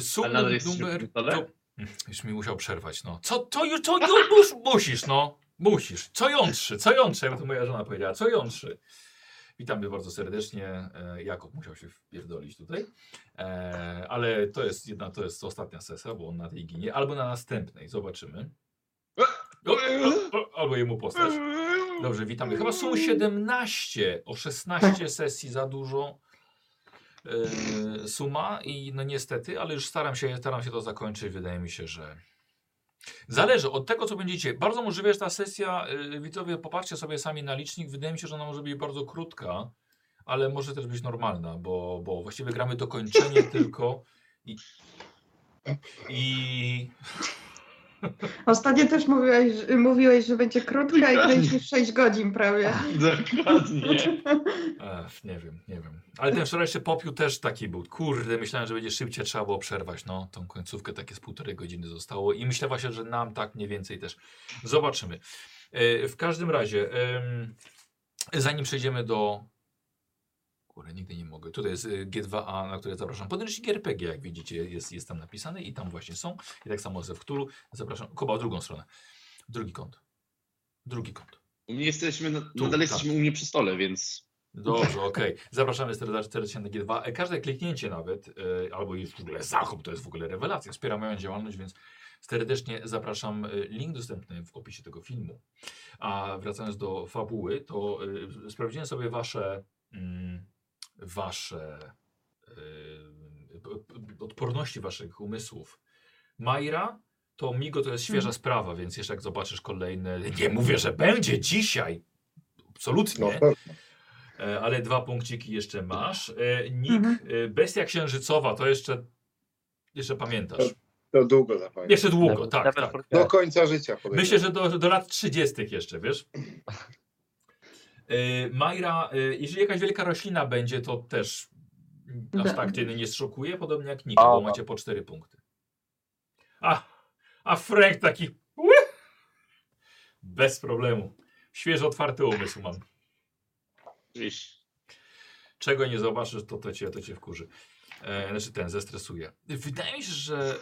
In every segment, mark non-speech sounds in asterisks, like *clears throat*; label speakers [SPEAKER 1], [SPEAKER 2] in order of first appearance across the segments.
[SPEAKER 1] Subnum
[SPEAKER 2] nadal jesteśmy
[SPEAKER 1] numer...
[SPEAKER 2] w dole?
[SPEAKER 1] To... Już mi musiał przerwać, no. Co to już, to już *laughs* mus, musisz, no. Musisz. Co jątrzy, co jątrzy, jak to moja żona powiedziała, co jątrzy. Witamy bardzo serdecznie. E, Jakub musiał się wpierdolić tutaj. E, ale to jest jedna, to jest ostatnia sesja, bo on na tej ginie. Albo na następnej, zobaczymy. O, o, o, albo jemu postać. Dobrze, witamy. Chyba są 17, o 16 sesji za dużo e, suma i no niestety, ale już staram się, staram się to zakończyć. Wydaje mi się, że zależy od tego, co będziecie. Bardzo możliwe, że ta sesja, e, widzowie, popatrzcie sobie sami na licznik. Wydaje mi się, że ona może być bardzo krótka, ale może też być normalna, bo, bo właściwie gramy dokończenie tylko i... I
[SPEAKER 3] Ostatnio też mówiłeś, mówiłeś, że będzie krótka i kręcisz 6 godzin prawie.
[SPEAKER 2] Dokładnie.
[SPEAKER 1] Ech, nie wiem, nie wiem. Ale ten wczorajszy popiół też taki był. Kurde, myślałem, że będzie szybciej, trzeba było przerwać. No, tą końcówkę takie z półtorej godziny zostało. I myślę właśnie, że nam tak mniej więcej też. Zobaczymy. E, w każdym razie, em, zanim przejdziemy do... Kurde, nigdy nie mogę. Tutaj jest e, G2A, na które zapraszam. Podręcznik RPG, jak widzicie, jest, jest tam napisany i tam właśnie są. I tak samo ze wtóru. Zapraszam. Kuba, o drugą stronę. Drugi kąt. Drugi kąt.
[SPEAKER 2] U mnie jesteśmy, na,
[SPEAKER 1] Tu,
[SPEAKER 2] nadal
[SPEAKER 1] tak.
[SPEAKER 2] jesteśmy u mnie przy stole, więc
[SPEAKER 1] Dobrze, okej. Zapraszamy serdecznie na G2. E, Każde kliknięcie nawet, e, albo jest w ogóle zakup, to jest w ogóle rewelacja. Wspiera moją działalność, więc serdecznie zapraszam. E, Link dostępny w opisie tego filmu. A wracając do fabuły, to e, sprawdziłem sobie wasze, mm, wasze e, p- p- odporności waszych umysłów. Majra, to Migo to jest świeża
[SPEAKER 3] Mhm.
[SPEAKER 1] sprawa, więc jeszcze jak zobaczysz kolejne, nie mówię, że będzie dzisiaj, absolutnie.
[SPEAKER 4] No, pewnie.
[SPEAKER 1] E, ale dwa punkciki jeszcze masz. E, Nik,
[SPEAKER 3] Mhm.
[SPEAKER 1] e, bestia księżycowa, to jeszcze, jeszcze pamiętasz.
[SPEAKER 4] To długo zapamiętam.
[SPEAKER 1] Jeszcze długo, tak, tak.
[SPEAKER 4] no. Do końca życia podejrzewam.
[SPEAKER 1] Myślę, że do, do lat 30. jeszcze, wiesz? E, Majra, e, jeżeli jakaś wielka roślina będzie, to też aż
[SPEAKER 3] Da.
[SPEAKER 1] tak cię nie zszokuje, podobnie jak Nika,
[SPEAKER 5] A.
[SPEAKER 1] bo macie po cztery punkty. A, a Frank taki... ły! Bez problemu. Świeżo otwarty umysł mam.
[SPEAKER 2] gdzieś.
[SPEAKER 1] czego nie zobaczysz, to, to, cię, to cię wkurzy. E, znaczy ten, zestresuje. Wydaje mi się, że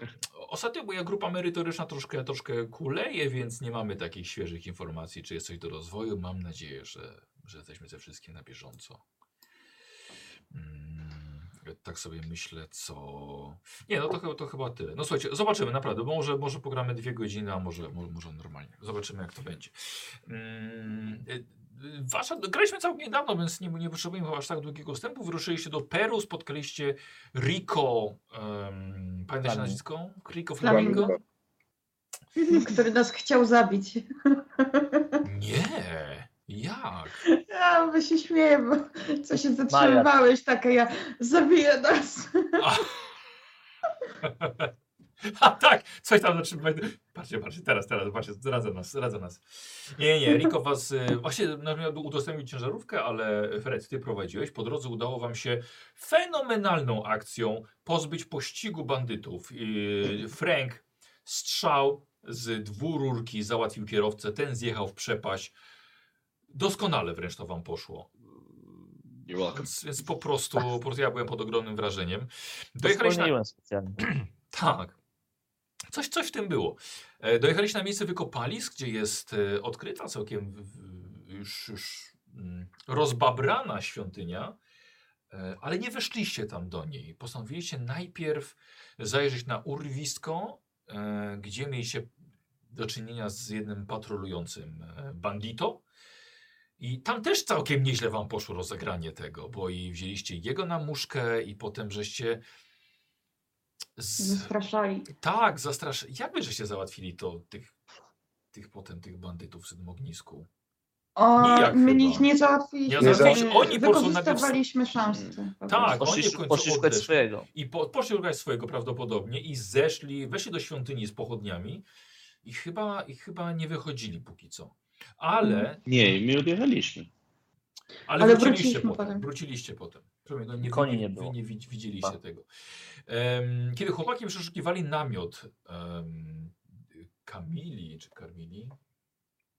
[SPEAKER 1] ostatnio moja grupa merytoryczna troszkę, troszkę kuleje, więc nie mamy takich świeżych informacji, czy jest coś do rozwoju. Mam nadzieję, że, że jesteśmy ze wszystkim na bieżąco. Mm, tak sobie myślę, co... Nie, no to, chyba- to chyba tyle. No słuchajcie, zobaczymy naprawdę, bo może, może pogramy dwie godziny, a może, może, może normalnie. Zobaczymy, jak to będzie. Mm, y, y, Wasza, graliśmy całkiem niedawno, więc nie, nie potrzebujemy aż tak długiego wstępu. Wyruszyliście do Peru, spotkaliście Rico, um, pamiętasz
[SPEAKER 5] Flamingo.
[SPEAKER 1] nazwisko? Rico
[SPEAKER 3] Flamingo.
[SPEAKER 1] Flamingo?
[SPEAKER 3] Który nas chciał zabić.
[SPEAKER 1] Nie, jak?
[SPEAKER 3] Ja bo się śmieję, bo co się zatrzymywałeś, taka ja zabiję nas.
[SPEAKER 1] A, *laughs* A tak, coś tam znaczy. Patrzcie, patrzcie, teraz, teraz, patrzcie, zdradza nas, zdradza nas. Nie, nie, Rico was. y, Właśnie no, miał udostępnić ciężarówkę, ale y, Fred, ty prowadziłeś. Po drodze udało wam się fenomenalną akcją pozbyć pościgu bandytów. Yy, Frank strzał z dwururki załatwił kierowcę, ten zjechał w przepaść. Doskonale wręcz to wam poszło.
[SPEAKER 2] You're welcome.
[SPEAKER 1] Więc, więc po, prostu, po prostu ja byłem pod ogromnym wrażeniem. Dojechaliście na
[SPEAKER 5] Dojechaliśmy... specjalnie.
[SPEAKER 1] *clears throat* tak. Coś, coś w tym było. E, Dojechaliście na miejsce wykopalisk, gdzie jest e, odkryta całkiem w- w- już, już mm, rozbabrana świątynia, e, ale nie weszliście tam do niej. Postanowiliście najpierw zajrzeć na urwisko, e, gdzie mieliście do czynienia z jednym patrolującym e, bandito. I tam też całkiem nieźle wam poszło rozegranie tego, bo i wzięliście jego na muszkę i potem żeście z,
[SPEAKER 3] Zastraszali.
[SPEAKER 1] tak, zastrasz. Jak wy żeście załatwili to tych, tych potem tych bandytów w tym ognisku?
[SPEAKER 3] O,
[SPEAKER 1] Nijak
[SPEAKER 3] my
[SPEAKER 1] chyba.
[SPEAKER 3] ich nie załatwiliśmy.
[SPEAKER 1] Nie
[SPEAKER 3] Nie
[SPEAKER 1] załatwiliśmy, oni po prostu najpierw-
[SPEAKER 3] Wykorzystywaliśmy szansę. po
[SPEAKER 1] Tak,
[SPEAKER 3] prostu.
[SPEAKER 1] oni w
[SPEAKER 5] Poszli,
[SPEAKER 1] końcu
[SPEAKER 5] poszli szukać
[SPEAKER 1] odeszli.
[SPEAKER 5] swojego.
[SPEAKER 1] I po, poszli szukać swojego prawdopodobnie i zeszli, weszli do świątyni z pochodniami i chyba, i chyba nie wychodzili póki co. Ale,
[SPEAKER 2] Nie, my odjechaliśmy.
[SPEAKER 1] ale,
[SPEAKER 3] Ale
[SPEAKER 1] wróciliście
[SPEAKER 3] wróciliśmy
[SPEAKER 1] potem,
[SPEAKER 3] potem.
[SPEAKER 1] Wróciliście potem. Przynajmniej no nie,
[SPEAKER 5] Koni
[SPEAKER 1] wy
[SPEAKER 5] nie
[SPEAKER 1] wy
[SPEAKER 5] było.
[SPEAKER 1] nie widz- widzieliście
[SPEAKER 5] Pa.
[SPEAKER 1] tego. Em, kiedy chłopaki przeszukiwali namiot em, Kamili czy Karmili,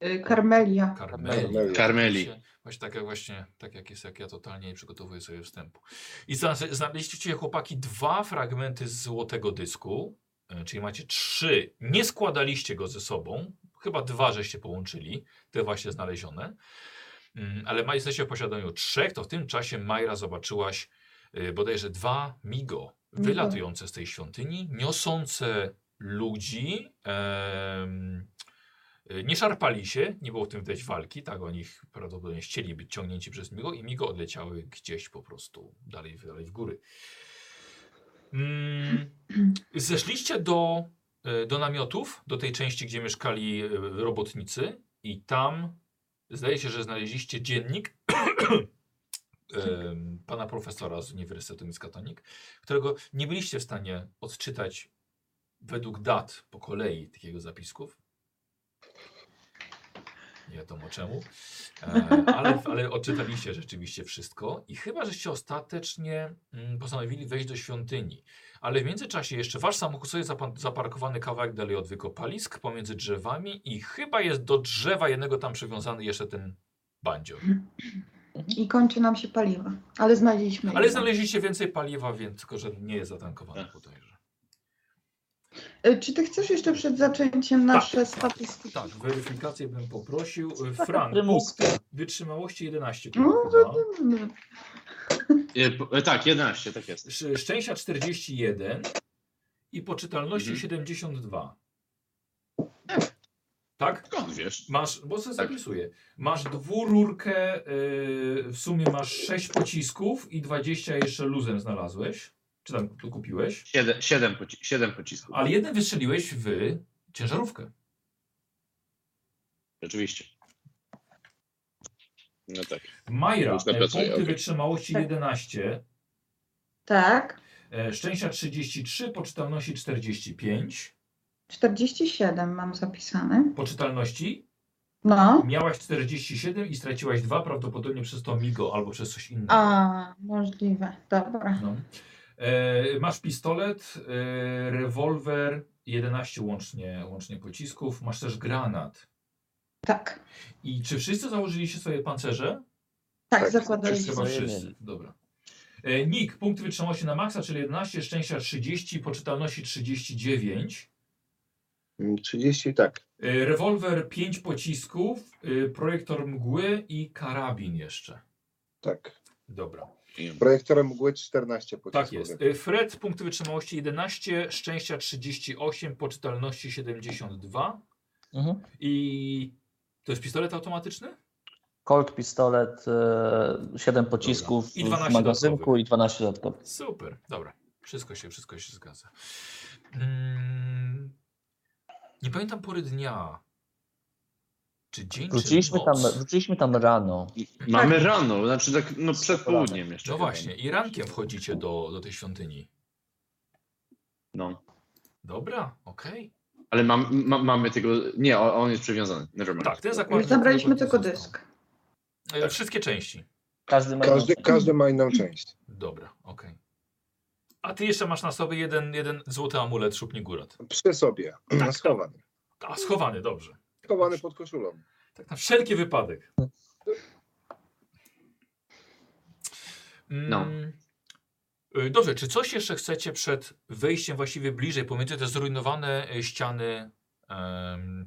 [SPEAKER 3] Y, Karmelia.
[SPEAKER 1] Karmeli.
[SPEAKER 4] Karmeli.
[SPEAKER 2] Karmeli.
[SPEAKER 1] Właśnie tak jak właśnie, tak jak jest, jak ja totalnie nie przygotowuję sobie wstępu. I zna- znaleźliście chłopaki dwa fragmenty z złotego dysku, e, czyli macie trzy. Nie składaliście go ze sobą, chyba dwa żeście połączyli, te właśnie znalezione. Mm, Ale ma- jesteście w posiadaniu trzech, to w tym czasie Majra zobaczyłaś y, bodajże dwa migo
[SPEAKER 3] Migo.
[SPEAKER 1] wylatujące z tej świątyni, niosące ludzi. em, y, nie szarpali się, nie było w tym widać walki, tak oni ich prawdopodobnie chcieli być ciągnięci przez migo i migo odleciały gdzieś po prostu dalej, dalej w góry. Mm, zeszliście do, y, do namiotów, do tej części, gdzie mieszkali y, robotnicy i tam zdaje się, że znaleźliście dziennik em, pana profesora z Uniwersytetu Miskatonik, którego nie byliście w stanie odczytać według dat po kolei tych jego zapisków. Nie wiadomo czemu, e, ale, ale odczytaliście rzeczywiście wszystko i chyba, żeście ostatecznie mm, postanowili wejść do świątyni. Ale w międzyczasie jeszcze wasz samochód sobie zapan- zaparkowany kawałek dalej od wykopalisk pomiędzy drzewami i chyba jest do drzewa jednego tam przywiązany jeszcze ten bandzior.
[SPEAKER 3] I kończy nam się paliwo. Ale znaleźliśmy.
[SPEAKER 1] Ale
[SPEAKER 3] je.
[SPEAKER 1] znaleźliście więcej paliwa, więc tylko, że nie jest zatankowany
[SPEAKER 2] Tak.
[SPEAKER 1] bodajże.
[SPEAKER 3] Y, Czy ty chcesz jeszcze przed zaczęciem nasze statystyki?
[SPEAKER 1] Tak, weryfikację bym poprosił. Y, Frank,
[SPEAKER 5] Prymuska.
[SPEAKER 1] wytrzymałości 11.
[SPEAKER 3] No,
[SPEAKER 1] chyba.
[SPEAKER 3] Mm,
[SPEAKER 2] E, p- e, Tak, 11, tak jest.
[SPEAKER 1] Sz- Szczęścia 41 i poczytalności
[SPEAKER 2] Mhm.
[SPEAKER 1] 72. Tak?
[SPEAKER 2] Skąd wiesz?
[SPEAKER 1] Masz, bo sobie
[SPEAKER 2] Tak.
[SPEAKER 1] zapisuję. Masz dwururkę, yy, w sumie masz 6 pocisków i 20 jeszcze luzem znalazłeś. Czy tam tu kupiłeś?
[SPEAKER 2] 7, siedem poci- siedem pocisków.
[SPEAKER 1] Ale jeden wystrzeliłeś w ciężarówkę.
[SPEAKER 2] Rzeczywiście. No tak.
[SPEAKER 1] Majra,
[SPEAKER 2] Już na
[SPEAKER 1] e,
[SPEAKER 2] plecy,
[SPEAKER 1] punkty
[SPEAKER 2] okej.
[SPEAKER 1] wytrzymałości
[SPEAKER 3] Tak.
[SPEAKER 1] 11,
[SPEAKER 3] Tak.
[SPEAKER 1] e, szczęścia 33, poczytalności 45.
[SPEAKER 3] 47 mam zapisane.
[SPEAKER 1] Poczytalności
[SPEAKER 3] No.
[SPEAKER 1] miałaś 47 i straciłaś 2 prawdopodobnie przez to migo albo przez coś innego.
[SPEAKER 3] A, możliwe. Dobra.
[SPEAKER 1] No. E, masz pistolet, e, rewolwer, 11 łącznie, łącznie pocisków, masz też granat.
[SPEAKER 3] Tak.
[SPEAKER 1] I czy wszyscy założyliście sobie pancerze?
[SPEAKER 3] Tak,
[SPEAKER 4] Tak,
[SPEAKER 1] Czy
[SPEAKER 3] zakładaliśmy.
[SPEAKER 1] chyba
[SPEAKER 5] sobie
[SPEAKER 1] wszyscy?
[SPEAKER 5] mieli.
[SPEAKER 1] Dobra. E, Nick, punkt wytrzymałości na maksa, czyli 11, szczęścia 30, poczytalności 39.
[SPEAKER 4] 30 tak.
[SPEAKER 1] E, rewolwer 5 pocisków, e, projektor mgły i karabin jeszcze.
[SPEAKER 4] Tak.
[SPEAKER 1] Dobra.
[SPEAKER 4] Projektorem mgły 14 pocisków.
[SPEAKER 1] Tak jest. E, Fred, punkty wytrzymałości 11, szczęścia 38, poczytalności 72.
[SPEAKER 5] Mhm.
[SPEAKER 1] I to jest pistolet automatyczny?
[SPEAKER 5] Colt pistolet, 7 pocisków
[SPEAKER 1] I
[SPEAKER 5] w
[SPEAKER 1] 12
[SPEAKER 5] magazynku
[SPEAKER 1] dodatkowych.
[SPEAKER 5] i 12 dodatkowych.
[SPEAKER 1] Super, dobra. Wszystko się, wszystko się zgadza. Mm, nie pamiętam pory dnia. Czy dzień,
[SPEAKER 5] Wróciliśmy
[SPEAKER 1] czy
[SPEAKER 5] tam,
[SPEAKER 1] noc?
[SPEAKER 5] wróciliśmy tam rano.
[SPEAKER 2] Mamy rano, znaczy tak no przed
[SPEAKER 5] Poranę.
[SPEAKER 2] południem jeszcze.
[SPEAKER 1] No
[SPEAKER 2] chyba.
[SPEAKER 1] właśnie, i rankiem wchodzicie do, do tej świątyni.
[SPEAKER 2] No.
[SPEAKER 1] Dobra, okej.
[SPEAKER 2] Ale mam, ma, mamy tego. Nie, o- on jest przywiązany. Nevermind.
[SPEAKER 1] Tak, ten
[SPEAKER 3] Już
[SPEAKER 1] zakładnik.
[SPEAKER 3] zabraliśmy
[SPEAKER 1] który
[SPEAKER 3] tylko
[SPEAKER 1] został.
[SPEAKER 3] dysk.
[SPEAKER 1] E, Wszystkie części.
[SPEAKER 5] Każdy ma
[SPEAKER 4] Każdy,
[SPEAKER 5] inną-
[SPEAKER 4] każdy ma inną część.
[SPEAKER 1] Dobra, okej. A ty jeszcze masz na sobie jeden, jeden złoty amulet szupni górat.
[SPEAKER 4] Przy sobie.
[SPEAKER 1] Tak.
[SPEAKER 4] *clears throat* Schowany.
[SPEAKER 1] A schowany, dobrze.
[SPEAKER 4] Schowany pod koszulą.
[SPEAKER 1] Tak na wszelki wypadek.
[SPEAKER 2] No.
[SPEAKER 1] Mm. Y, Dobrze, czy coś jeszcze chcecie przed wejściem właściwie bliżej, pomiędzy te zrujnowane y, ściany? em,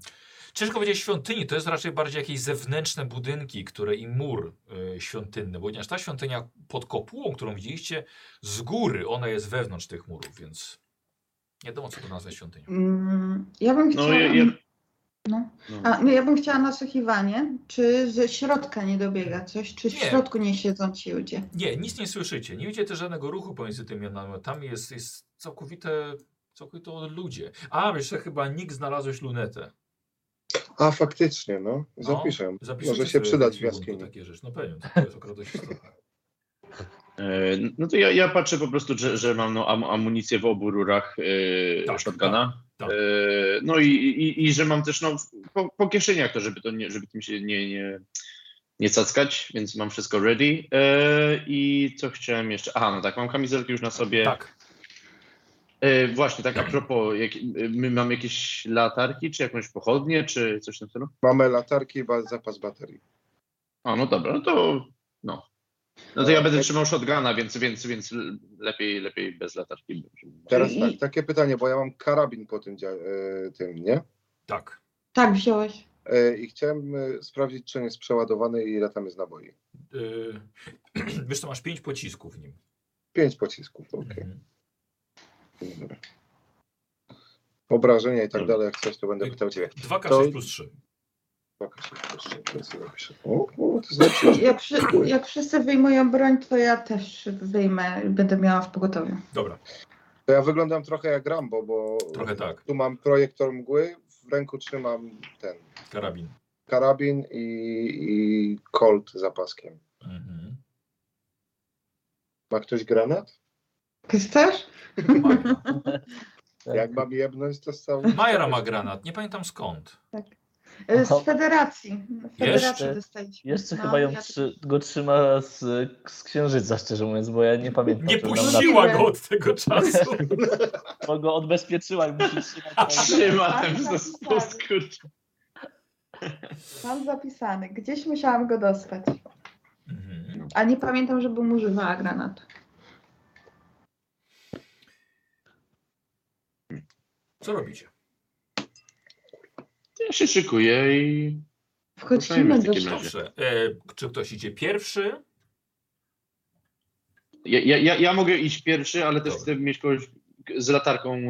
[SPEAKER 1] ciężko powiedzieć świątyni, to jest raczej bardziej jakieś zewnętrzne budynki, które i mur y, świątynny, ponieważ ta świątynia pod kopułą, którą widzieliście z góry, ona jest wewnątrz tych murów, więc nie wiadomo co to nazwać świątynią.
[SPEAKER 3] Mm, Ja bym chciała.
[SPEAKER 2] No, ja, ja,
[SPEAKER 3] No.
[SPEAKER 2] no.
[SPEAKER 3] A, nie, ja bym chciała nasłuchiwanie, czy ze środka nie dobiega coś, czy w
[SPEAKER 1] Nie.
[SPEAKER 3] środku nie siedzą ci ludzie.
[SPEAKER 1] Nie, nic nie słyszycie. Nie widzicie też żadnego ruchu pomiędzy tymi namiotami. Jest, jest całkowite, całkowite ludzie. A, jeszcze chyba nikt znalazłeś lunetę.
[SPEAKER 4] A faktycznie, no. Zapiszę.
[SPEAKER 1] Zapiszcie
[SPEAKER 4] Może się
[SPEAKER 1] sobie
[SPEAKER 4] przydać w
[SPEAKER 1] jakieś punkty,
[SPEAKER 4] jaskini.
[SPEAKER 1] Takie rzeczy. No pewnie, to jest akurat dość trochę.
[SPEAKER 2] E, no to ja, ja patrzę po prostu, że, że mam no, am, amunicję w obu rurach e,
[SPEAKER 1] Tak,
[SPEAKER 2] shotguna.
[SPEAKER 1] tak, tak.
[SPEAKER 2] E, no i, i, i że mam też no, w- po, po kieszeniach to, żeby to nie, żeby tym się nie, nie, nie cackać, więc mam wszystko ready. E, I co chciałem jeszcze? Aha, no tak, mam kamizelkę już na sobie.
[SPEAKER 1] Tak.
[SPEAKER 2] E, właśnie, tak a propos, jak, e, my mamy jakieś latarki, czy jakąś pochodnię, czy coś w tym stylu?
[SPEAKER 4] Mamy latarki i ba- zapas baterii.
[SPEAKER 2] A, no dobra, no to no. No to ja będę trzymał shotguna, więc, więc, więc lepiej, lepiej bez latarki.
[SPEAKER 4] Teraz
[SPEAKER 3] I-
[SPEAKER 4] tak, takie pytanie, bo ja mam karabin po tym, dzia- e, tym nie?
[SPEAKER 1] Tak.
[SPEAKER 3] Tak wziąłeś.
[SPEAKER 4] E, I chciałem e, sprawdzić, czy on jest przeładowany i ile tam jest naboi.
[SPEAKER 1] Y, *clears throat* Wiesz, to masz pięć pocisków w nim.
[SPEAKER 4] Pięć pocisków, okej.
[SPEAKER 1] Mhm.
[SPEAKER 4] Dobra. Obrażenia i tak
[SPEAKER 2] Dobra.
[SPEAKER 4] dalej, jak coś, to będę pytał Ciebie.
[SPEAKER 1] 2K6
[SPEAKER 4] To-
[SPEAKER 1] plus 3.
[SPEAKER 4] Pokaż mi proszę, to sobie napiszę. O, o, to znaczy,
[SPEAKER 3] Jak, wszy- jak wszyscy wyjmują broń, to ja też wyjmę i będę miała w pogotowiu.
[SPEAKER 1] Dobra,
[SPEAKER 4] to ja wyglądam trochę jak Rambo, bo
[SPEAKER 1] trochę tak.
[SPEAKER 4] tu mam projektor mgły, w ręku trzymam ten
[SPEAKER 1] Karabin.
[SPEAKER 4] karabin i, i kolt za paskiem.
[SPEAKER 1] Mhm.
[SPEAKER 4] Ma ktoś granat?
[SPEAKER 3] Chcesz?
[SPEAKER 1] Majra.
[SPEAKER 3] Tak.
[SPEAKER 4] Jak mam jebnąć, to stał.
[SPEAKER 1] Majra ma granat, nie pamiętam skąd.
[SPEAKER 3] E,
[SPEAKER 5] Oho.
[SPEAKER 3] Z federacji. Z federacji
[SPEAKER 5] Jeszcze?
[SPEAKER 3] dostajecie.
[SPEAKER 5] Jeszcze
[SPEAKER 3] No,
[SPEAKER 5] chyba ją
[SPEAKER 3] ja-
[SPEAKER 5] trzy, go trzyma z, z księżyca, szczerze mówiąc, bo ja nie
[SPEAKER 2] No
[SPEAKER 5] pamiętam.
[SPEAKER 1] Nie
[SPEAKER 5] czy ona
[SPEAKER 1] puściła
[SPEAKER 3] na-
[SPEAKER 1] go od tego czasu.
[SPEAKER 5] na- *laughs* Bo go odbezpieczyła i musi trzymać.
[SPEAKER 2] Trzymałem
[SPEAKER 3] Tak,
[SPEAKER 2] za
[SPEAKER 3] tak,
[SPEAKER 2] spust,
[SPEAKER 3] tak.
[SPEAKER 2] kurczę.
[SPEAKER 3] Mam zapisany. Gdzieś musiałam go dostać.
[SPEAKER 1] Mhm.
[SPEAKER 3] A nie pamiętam, żebym używała granatu.
[SPEAKER 1] Co robicie?
[SPEAKER 2] Ja się szykuję i Ruszajmy
[SPEAKER 3] Wchodzimy
[SPEAKER 2] w
[SPEAKER 3] do
[SPEAKER 2] takim razie.
[SPEAKER 1] Dobrze. E, czy ktoś idzie pierwszy?
[SPEAKER 2] ja, ja, ja, ja mogę iść pierwszy, ale też
[SPEAKER 1] Dobra.
[SPEAKER 2] chcę mieć kogoś z latarką, e,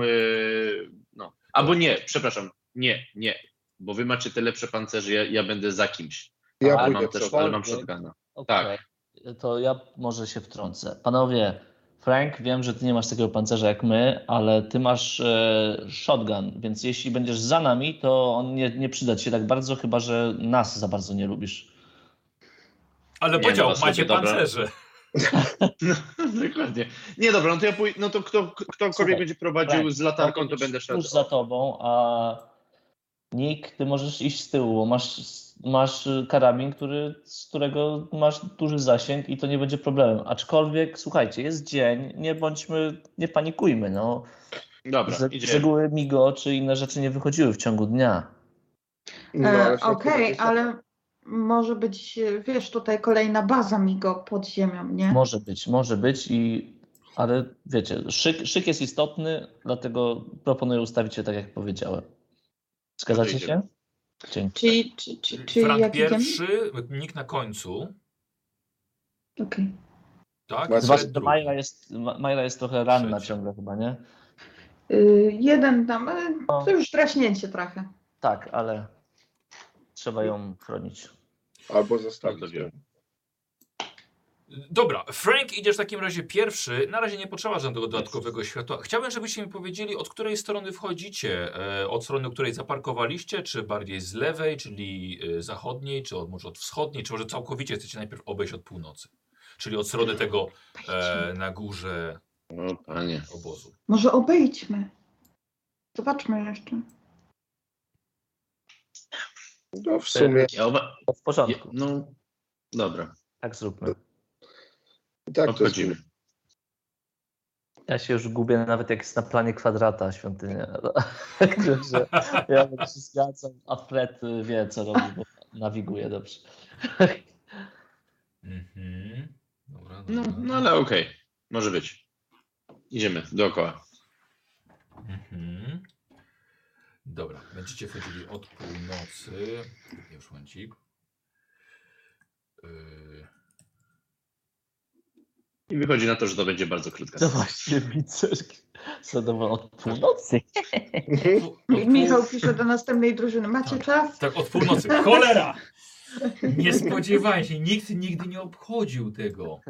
[SPEAKER 2] no. Albo nie, przepraszam, nie, nie, bo wy macie te lepsze pancerze, ja, ja będę za kimś,
[SPEAKER 4] Ja
[SPEAKER 2] ale
[SPEAKER 4] pójdę
[SPEAKER 2] mam
[SPEAKER 4] przodem.
[SPEAKER 2] też, ale mam shotguna. Tak.
[SPEAKER 5] Okej, To ja może się wtrącę. Panowie, Frank, wiem, że ty nie masz takiego pancerza jak my, ale ty masz e, shotgun, więc jeśli będziesz za nami, to on nie, nie przyda ci się tak bardzo, chyba że nas za bardzo nie lubisz.
[SPEAKER 1] Ale
[SPEAKER 2] Nie,
[SPEAKER 1] powiedział,
[SPEAKER 2] no, sobie
[SPEAKER 1] macie
[SPEAKER 2] dobra.
[SPEAKER 1] pancerze.
[SPEAKER 2] No, *laughs* dokładnie. Nie, dobra, no to ja pój- no to kto, ktokolwiek
[SPEAKER 5] Słuchaj,
[SPEAKER 2] będzie prowadził
[SPEAKER 5] Frank,
[SPEAKER 2] z latarką, to
[SPEAKER 5] Już-
[SPEAKER 2] będę szedł.
[SPEAKER 5] Już za tobą, a Nick, ty możesz iść z tyłu, bo masz, masz karabin, który, z którego masz duży zasięg i to nie będzie problemem. Aczkolwiek, słuchajcie, jest dzień, nie bądźmy, nie panikujmy, no.
[SPEAKER 2] Dobra,
[SPEAKER 5] Z, z
[SPEAKER 2] idziemy.
[SPEAKER 5] reguły migo czy inne rzeczy nie wychodziły w ciągu dnia.
[SPEAKER 4] No, ale
[SPEAKER 3] E,
[SPEAKER 4] w środku
[SPEAKER 3] Okej,
[SPEAKER 4] będzie-
[SPEAKER 3] ale może być, e, wiesz, tutaj kolejna baza Migo pod ziemią, nie?
[SPEAKER 5] Może być, może być i ale wiecie, szyk, szyk jest istotny, dlatego proponuję ustawić się tak, jak powiedziałem. Zgadzacie
[SPEAKER 2] Okej,
[SPEAKER 5] się? Dzięki.
[SPEAKER 3] Czyli, czy, czy, czy
[SPEAKER 1] Frank
[SPEAKER 3] jak idziemy?
[SPEAKER 1] pierwszy, nikt na końcu.
[SPEAKER 3] Okej.
[SPEAKER 1] Tak,
[SPEAKER 4] Macie-
[SPEAKER 1] Fred
[SPEAKER 5] Zwłaszcza,
[SPEAKER 2] Znaczy,
[SPEAKER 5] że
[SPEAKER 1] drugi.
[SPEAKER 5] Majla jest, Ma- Majla jest trochę ranna
[SPEAKER 1] Trzecia.
[SPEAKER 5] ciągle chyba, nie?
[SPEAKER 3] Y, jeden tam, e,
[SPEAKER 5] No.
[SPEAKER 3] to już draśnięcie trochę.
[SPEAKER 5] Tak, ale trzeba ją chronić.
[SPEAKER 4] Albo
[SPEAKER 2] No to
[SPEAKER 4] zostawić.
[SPEAKER 2] wiem.
[SPEAKER 1] Dobra, Frank idziesz w takim razie pierwszy. Na razie nie potrzeba żadnego dodatkowego światła. Chciałbym, żebyście mi powiedzieli, od której strony wchodzicie. E, od strony, której zaparkowaliście, czy bardziej z lewej, czyli e, zachodniej, czy od, może od wschodniej, czy może całkowicie chcecie najpierw obejść od północy. Czyli od strony tego e, na górze
[SPEAKER 2] O panie.
[SPEAKER 1] obozu.
[SPEAKER 3] Może obejdźmy. Zobaczmy jeszcze.
[SPEAKER 4] No w sumie
[SPEAKER 2] Ja oba...
[SPEAKER 5] To W
[SPEAKER 2] ja,
[SPEAKER 5] porządku,
[SPEAKER 2] no, dobra,
[SPEAKER 5] tak zróbmy.
[SPEAKER 4] i tak to *laughs*
[SPEAKER 2] odchodzimy.
[SPEAKER 4] jest.
[SPEAKER 5] Ja się już gubię nawet jak jest na planie kwadrata świątynia. *laughs* Także ja się zgadzam, a Fred y, wie co robi, bo nawiguje dobrze. *laughs*
[SPEAKER 1] Mhm. Dobra,
[SPEAKER 2] No,
[SPEAKER 1] dobra.
[SPEAKER 2] no ale okej, może być. Idziemy dookoła.
[SPEAKER 1] Mhm. Dobra, będziecie wchodzili od północy. Już momencik. Yy,
[SPEAKER 2] I wychodzi na to, że to będzie bardzo krótka.
[SPEAKER 5] To No właśnie *laughs* widzę, że zadowolony od północy.
[SPEAKER 1] od pół- od pół-
[SPEAKER 3] Michał pisze do następnej drużyny. Macie czas?
[SPEAKER 1] No Tak, od północy. Cholera! Nie spodziewałem się, nikt nigdy nie obchodził tego.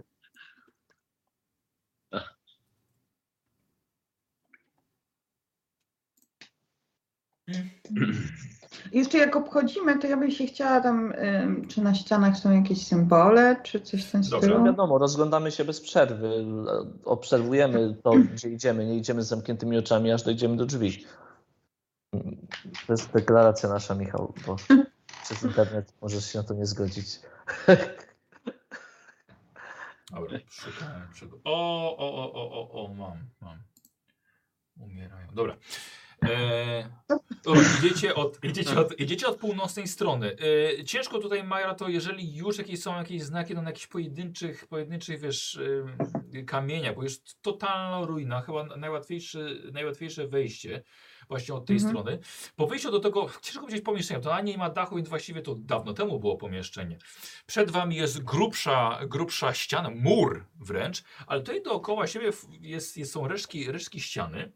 [SPEAKER 3] Jeszcze jak obchodzimy, to ja bym się chciała tam, ym, czy na ścianach są jakieś symbole, czy coś w tym
[SPEAKER 1] Dobra.
[SPEAKER 5] No
[SPEAKER 3] stylu.
[SPEAKER 5] wiadomo, rozglądamy się bez przerwy, obserwujemy to, gdzie idziemy, nie idziemy z zamkniętymi oczami, aż dojdziemy do drzwi. To jest deklaracja nasza, Michał,
[SPEAKER 3] *laughs*
[SPEAKER 5] bo przez internet możesz się na to nie zgodzić.
[SPEAKER 1] Dobra, szukałem czego. O, o, o, o, o, o, mam, mam. Umierają. Dobra. E, o, idziecie, od, idziecie, od, idziecie od północnej strony. E, ciężko tutaj, Majra, to jeżeli już jakieś są jakieś znaki, to na jakichś pojedynczych, pojedynczych wiesz, em, kamieniach, bo jest totalna ruina, chyba najłatwiejsze, najłatwiejsze wejście właśnie od tej
[SPEAKER 3] Mhm.
[SPEAKER 1] strony. Po wyjściu do tego, ciężko powiedzieć pomieszczenia, to ani nie ma dachu, więc właściwie to dawno temu było pomieszczenie. Przed wami jest grubsza, grubsza ściana, mur wręcz, ale tutaj dookoła siebie f- jest, jest, są resztki, resztki ściany.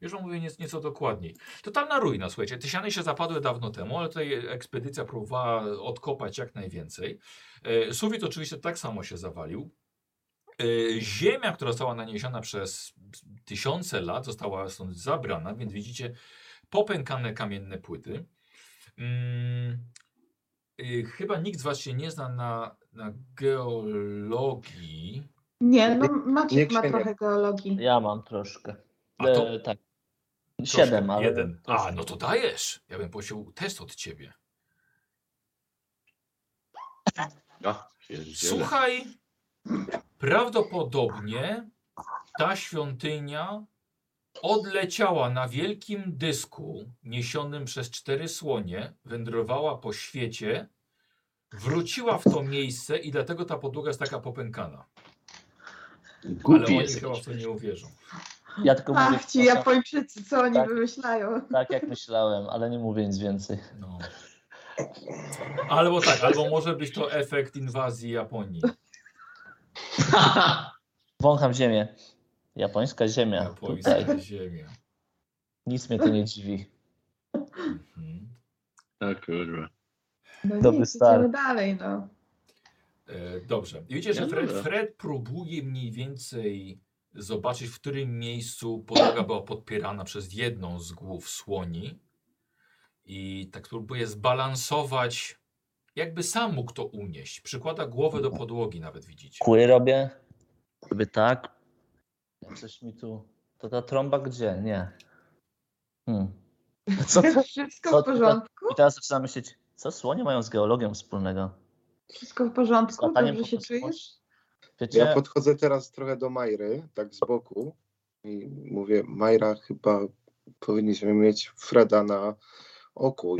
[SPEAKER 1] Już wam mówię nie, nieco dokładniej. Totalna ruina, słuchajcie. Te ściany się zapadły dawno temu, ale tutaj ekspedycja próbowała odkopać jak najwięcej. E, Sufit oczywiście tak samo się zawalił. E, Ziemia, która została naniesiona przez tysiące lat, została stąd zabrana, więc widzicie popękane kamienne płyty. Mm, y, chyba nikt z Was się nie zna na, na geologii.
[SPEAKER 3] Nie, no Maciek
[SPEAKER 4] Niech
[SPEAKER 3] ma
[SPEAKER 4] się nie-
[SPEAKER 3] trochę geologii.
[SPEAKER 5] Ja mam troszkę.
[SPEAKER 1] A to
[SPEAKER 5] E, tak.
[SPEAKER 1] troszkę,
[SPEAKER 5] Siedem, ale.
[SPEAKER 1] Jeden. A, no to dajesz. Ja bym prosił test od Ciebie.
[SPEAKER 2] Ja pierdzielę.
[SPEAKER 1] Słuchaj, prawdopodobnie ta świątynia odleciała na wielkim dysku niesionym przez cztery słonie, wędrowała po świecie, wróciła w to miejsce i dlatego ta podłoga jest taka popękana. Ale
[SPEAKER 2] Głupi
[SPEAKER 1] oni
[SPEAKER 2] jest.
[SPEAKER 1] chyba w to nie uwierzą.
[SPEAKER 5] Ja tylko mówię.
[SPEAKER 3] Ach, ci Japończycy, co oni
[SPEAKER 5] Tak.
[SPEAKER 3] wymyślają? No
[SPEAKER 5] Tak jak myślałem, ale nie mówię nic więcej.
[SPEAKER 1] No. Albo tak, albo może być to efekt inwazji Japonii.
[SPEAKER 5] Wącham ziemię. Japońska ziemia.
[SPEAKER 1] Japońska
[SPEAKER 5] Tutaj.
[SPEAKER 1] ziemia.
[SPEAKER 5] Nic mnie to nie dziwi.
[SPEAKER 1] Mhm.
[SPEAKER 2] *laughs* O kurwa.
[SPEAKER 3] No
[SPEAKER 5] Dobry
[SPEAKER 3] nic,
[SPEAKER 5] stary.
[SPEAKER 3] idziemy dalej, no.
[SPEAKER 1] E, Dobrze. I wiecie, że
[SPEAKER 2] No
[SPEAKER 1] Fred,
[SPEAKER 2] dobra.
[SPEAKER 1] Fred próbuje mniej więcej zobaczyć, w którym miejscu podłoga była podpierana przez jedną z głów słoni. I tak próbuje zbalansować, jakby sam mógł to unieść. Przykłada głowę do podłogi, nawet widzicie.
[SPEAKER 5] Kły robię. Robię tak. Coś mi tu. To ta trąba gdzie? Nie. Hmm. Co
[SPEAKER 3] *laughs*
[SPEAKER 5] to?
[SPEAKER 3] Wszystko
[SPEAKER 5] co
[SPEAKER 3] w
[SPEAKER 5] to-
[SPEAKER 3] porządku?
[SPEAKER 5] I teraz zaczynam myśleć, co słonie mają z geologią wspólnego?
[SPEAKER 3] Wszystko w porządku?
[SPEAKER 5] Złapaniem
[SPEAKER 3] Dobrze
[SPEAKER 5] po
[SPEAKER 3] się
[SPEAKER 5] prostu
[SPEAKER 3] czujesz?
[SPEAKER 5] słoń? Wiecie,
[SPEAKER 4] Ja podchodzę teraz trochę do Majry, tak z boku i mówię, Majra, chyba powinniśmy mieć Freda na oku.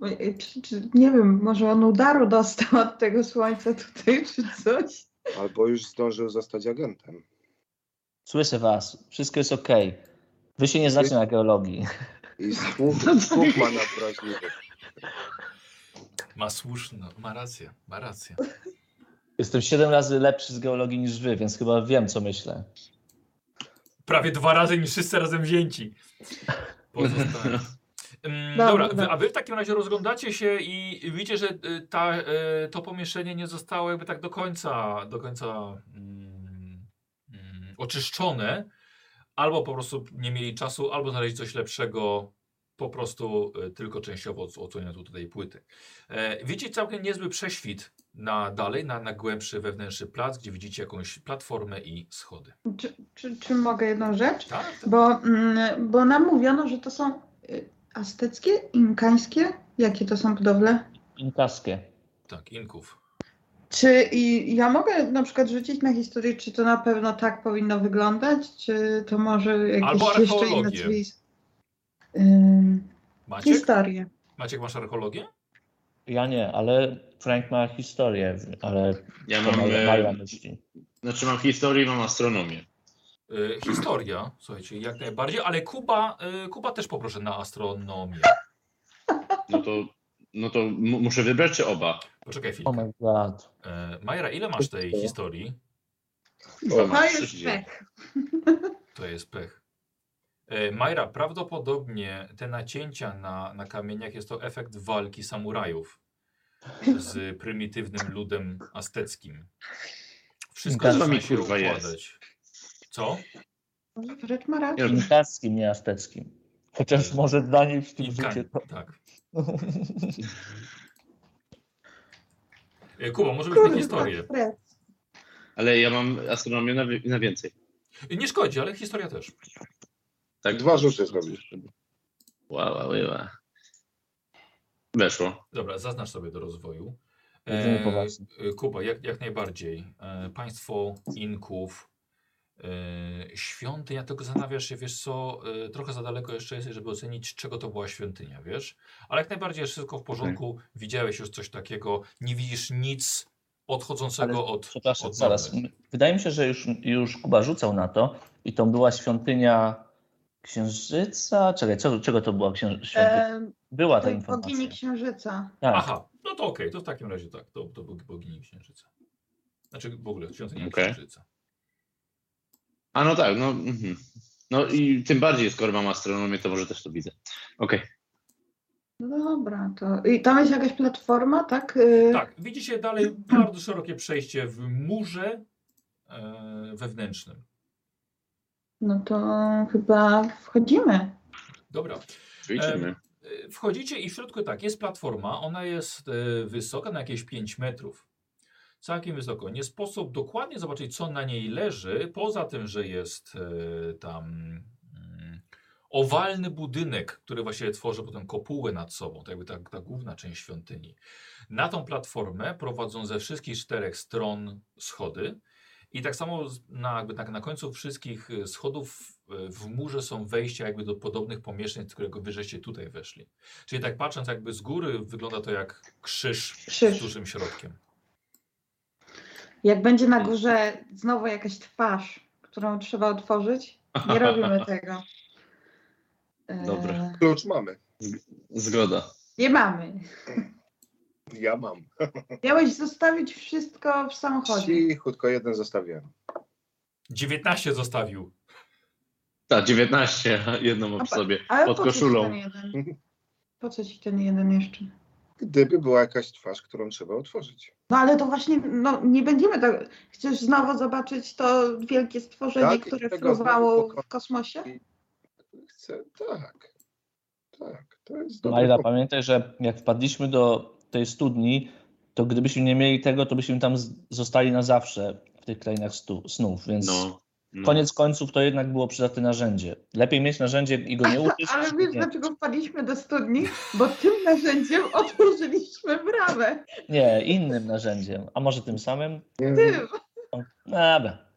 [SPEAKER 3] Oj, e, Czy, czy, nie wiem, może on udaru dostał od tego słońca tutaj, *laughs* czy coś?
[SPEAKER 4] Albo już zdążył zostać agentem.
[SPEAKER 5] słyszę was, wszystko jest okej. Wy się nie znacie na geologii.
[SPEAKER 4] I słuch, słuch ma nadwrażliwy.
[SPEAKER 1] Ma słuszno, ma rację, ma rację.
[SPEAKER 5] Jestem 7 razy lepszy z geologii niż wy, więc chyba wiem, co myślę.
[SPEAKER 1] Prawie dwa razy niż wszyscy razem wzięci. Pozostałe. Mm,
[SPEAKER 3] Dobra,
[SPEAKER 1] Dobra,
[SPEAKER 3] dobra.
[SPEAKER 1] wy- a wy w takim razie rozglądacie się i widzicie, że y, ta, y, to pomieszczenie nie zostało jakby tak do końca, do końca mm, mm, oczyszczone. Albo po prostu nie mieli czasu, albo znaleźli coś lepszego, po prostu y, tylko częściowo ods- odsłonięto tutaj płyty. E, widzicie całkiem niezły prześwit na dalej, na, na głębszy wewnętrzny plac, gdzie widzicie jakąś platformę i schody.
[SPEAKER 3] Czy, czy, czy mogę jedną rzecz?
[SPEAKER 1] Tak, tak.
[SPEAKER 3] Bo, mm, bo nam mówiono, że to są y, azteckie, inkańskie? Jakie to są budowle?
[SPEAKER 5] Inkaskie.
[SPEAKER 1] Tak, inków.
[SPEAKER 3] Czy i ja mogę na przykład rzucić na historię, czy to na pewno tak powinno wyglądać, czy to może jakieś
[SPEAKER 1] Albo
[SPEAKER 3] jeszcze inne
[SPEAKER 1] archeologię.
[SPEAKER 3] cywilizacje? Ym,
[SPEAKER 1] Maciek?
[SPEAKER 3] Historię.
[SPEAKER 1] Maciek, masz archeologię?
[SPEAKER 5] Ja nie, ale Frank ma historię, ale
[SPEAKER 2] Ja
[SPEAKER 5] to
[SPEAKER 2] mam,
[SPEAKER 5] ma- Maja
[SPEAKER 2] e,
[SPEAKER 5] myśli.
[SPEAKER 2] znaczy mam historię i mam astronomię.
[SPEAKER 1] Y, historia, słuchajcie, jak najbardziej, ale Kuba, y, Kuba też poproszę na astronomię.
[SPEAKER 2] No to, no to mu- muszę wybrać czy oba?
[SPEAKER 1] Poczekaj
[SPEAKER 5] Oh
[SPEAKER 1] chwilkę.
[SPEAKER 5] my god.
[SPEAKER 1] Y, Majra, ile masz tej historii?
[SPEAKER 2] O,
[SPEAKER 3] To
[SPEAKER 2] masz
[SPEAKER 3] jest
[SPEAKER 2] coś
[SPEAKER 3] pech.
[SPEAKER 1] To jest pech. Y, Majra, prawdopodobnie te nacięcia na, na kamieniach jest to efekt walki samurajów z prymitywnym ludem azteckim. Wszystko
[SPEAKER 5] Co
[SPEAKER 1] zaczyna
[SPEAKER 2] mi,
[SPEAKER 1] się
[SPEAKER 2] kurwa, jest?
[SPEAKER 1] układać. Co?
[SPEAKER 3] Rzecz ma rację.
[SPEAKER 2] Nie,
[SPEAKER 5] Inkaskim, nie azteckim. Chociaż może dla niej w tym
[SPEAKER 1] Inkan,
[SPEAKER 5] życiu to... *laughs*
[SPEAKER 1] tak. Y, Kuba,
[SPEAKER 2] no,
[SPEAKER 1] może być historię.
[SPEAKER 3] Fred.
[SPEAKER 2] Ale ja mam astronomię na, wi- na więcej.
[SPEAKER 1] Y, Nie szkodzi, ale historia też.
[SPEAKER 2] Tak?
[SPEAKER 4] Dwa rzuty zrobisz.
[SPEAKER 2] Wow, wow, wow. Weszło.
[SPEAKER 1] Dobra, zaznacz sobie do rozwoju.
[SPEAKER 2] Eee,
[SPEAKER 5] Jedynie poważnie.
[SPEAKER 1] e, Kuba, jak, jak najbardziej. E, państwo E, Inków. Yy, świątynia, tylko zastanawiasz się, wiesz co, yy, trochę za daleko jeszcze jesteś, żeby ocenić, czego to była świątynia, wiesz? Ale jak najbardziej jest wszystko w porządku,
[SPEAKER 5] Tak.
[SPEAKER 1] widziałeś już coś takiego, nie widzisz nic odchodzącego
[SPEAKER 5] Ale-
[SPEAKER 1] od...
[SPEAKER 5] Przepraszam,
[SPEAKER 1] od
[SPEAKER 5] zaraz.
[SPEAKER 1] normy.
[SPEAKER 5] Wydaje mi się, że już, już Kuba rzucał na to i to była świątynia księżyca. Czekaj, co, czego to była księżyca?
[SPEAKER 3] E,
[SPEAKER 5] była ta
[SPEAKER 3] tej bogini
[SPEAKER 5] informacja.
[SPEAKER 3] księżyca.
[SPEAKER 5] Tak.
[SPEAKER 1] Aha, no to okej, to w takim razie tak, to, to bog- bogini księżyca. Znaczy w ogóle świątynia
[SPEAKER 2] Okej.
[SPEAKER 1] księżyca.
[SPEAKER 2] A no tak, no. mhm. No i tym bardziej, skoro mam astronomię, to może też to widzę. Okej.
[SPEAKER 3] No dobra, to. I tam jest jakaś platforma, tak? Y,
[SPEAKER 1] Tak, widzicie dalej bardzo szerokie przejście w murze e, wewnętrznym.
[SPEAKER 3] No to chyba wchodzimy.
[SPEAKER 1] Dobra,
[SPEAKER 2] Czyli idziemy.
[SPEAKER 1] E, Wchodzicie i w środku tak, jest platforma, ona jest e, wysoka na jakieś 5 metrów. Całkiem wysoko. Nie sposób dokładnie zobaczyć, co na niej leży, poza tym, że jest e, tam mm, owalny budynek, który właściwie tworzy potem kopułę nad sobą, to jakby ta, ta główna część świątyni. Na tą platformę prowadzą ze wszystkich czterech stron schody i tak samo z- na, jakby tak na końcu wszystkich e, schodów e, w murze są wejścia jakby do podobnych pomieszczeń, z którego wy żeście tutaj weszli. Czyli tak patrząc jakby z góry wygląda to jak krzyż,
[SPEAKER 3] Krzyż.
[SPEAKER 1] z dużym środkiem.
[SPEAKER 3] Jak będzie na górze znowu jakaś twarz, którą trzeba otworzyć, nie
[SPEAKER 1] *laughs*
[SPEAKER 3] robimy tego. E,
[SPEAKER 2] Dobra.
[SPEAKER 4] Klucz mamy.
[SPEAKER 2] Zgoda.
[SPEAKER 3] Nie mamy.
[SPEAKER 4] Ja mam.
[SPEAKER 3] Miałeś zostawić wszystko w samochodzie.
[SPEAKER 4] Cichutko jeden zostawiłem.
[SPEAKER 1] 19 zostawił.
[SPEAKER 2] Tak, 19, jedną
[SPEAKER 3] A
[SPEAKER 2] w
[SPEAKER 3] pa-
[SPEAKER 2] sobie,
[SPEAKER 3] Ale
[SPEAKER 2] pod
[SPEAKER 3] po co ci ten
[SPEAKER 2] koszulą.
[SPEAKER 3] jeden? Po co ci ten jeden jeszcze?
[SPEAKER 4] Gdyby była jakaś twarz, którą trzeba otworzyć.
[SPEAKER 3] No ale to właśnie, no nie będziemy tak. Chcesz znowu zobaczyć to wielkie stworzenie,
[SPEAKER 4] Tak, i
[SPEAKER 3] które
[SPEAKER 4] tego znowu
[SPEAKER 3] fruwało
[SPEAKER 4] poko-
[SPEAKER 3] w kosmosie?
[SPEAKER 4] Chcę, tak. Tak, to jest dobry
[SPEAKER 5] Majda,
[SPEAKER 4] pomysł.
[SPEAKER 5] pamiętaj, że jak wpadliśmy do tej studni, to gdybyśmy nie mieli tego, to byśmy tam z- zostali na zawsze w tych krainach stu, snów, więc
[SPEAKER 2] No. no.
[SPEAKER 5] koniec końców to jednak było przydatne narzędzie. Lepiej mieć narzędzie i go nie uczyć.
[SPEAKER 3] *laughs* Ale wiesz,
[SPEAKER 5] nie,
[SPEAKER 3] dlaczego wpadliśmy do studni? Bo tym narzędziem *laughs* otworzyliśmy bramę.
[SPEAKER 5] nie, innym narzędziem, a może tym samym?
[SPEAKER 3] Tym.
[SPEAKER 5] Dobra.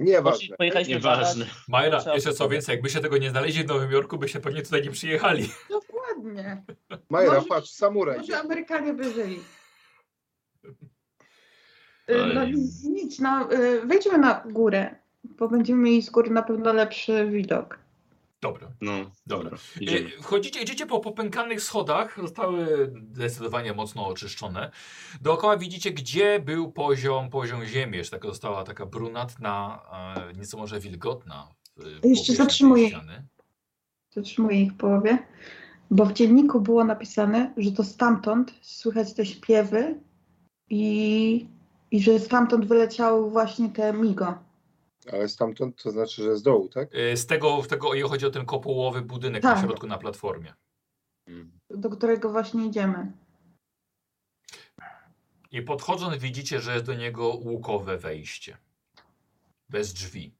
[SPEAKER 4] Nieważne.
[SPEAKER 5] Pojechaliśmy
[SPEAKER 2] Nieważne.
[SPEAKER 1] Majra,
[SPEAKER 5] Trzeba
[SPEAKER 1] jeszcze co
[SPEAKER 5] odpowiedzieć.
[SPEAKER 1] więcej, jakby się tego nie znaleźli w Nowym Jorku, by się pewnie tutaj nie przyjechali.
[SPEAKER 3] Dokładnie.
[SPEAKER 4] Majra,
[SPEAKER 3] Może-
[SPEAKER 4] patrz, samuraj.
[SPEAKER 3] Może Amerykanie by żyli.
[SPEAKER 2] Oj.
[SPEAKER 3] No nic, nic, no y, wejdźmy na górę, bo będziemy mieli z góry na pewno lepszy widok.
[SPEAKER 1] Dobra.
[SPEAKER 2] No,
[SPEAKER 1] Dobra.
[SPEAKER 2] Idziemy.
[SPEAKER 1] E, Wchodzicie, idziecie po popękanych schodach, zostały zdecydowanie mocno oczyszczone. Dookoła widzicie, gdzie był poziom, poziom ziemi. Jeszcze taka została taka brunatna, e, nieco może wilgotna. e, powierzchnia tej
[SPEAKER 3] zatrzymuję.
[SPEAKER 1] ściany.
[SPEAKER 3] Zatrzymuję ich w połowie, bo w dzienniku było napisane, że to stamtąd słychać te śpiewy i, i że stamtąd wyleciały właśnie te migo.
[SPEAKER 4] Ale stamtąd to znaczy, że z dołu, tak?
[SPEAKER 1] E, Z tego, w tego i chodzi o ten kopułowy budynek na
[SPEAKER 3] Tak.
[SPEAKER 1] środku na platformie.
[SPEAKER 3] do którego właśnie idziemy.
[SPEAKER 1] I podchodząc widzicie, że jest do niego łukowe wejście. Bez drzwi.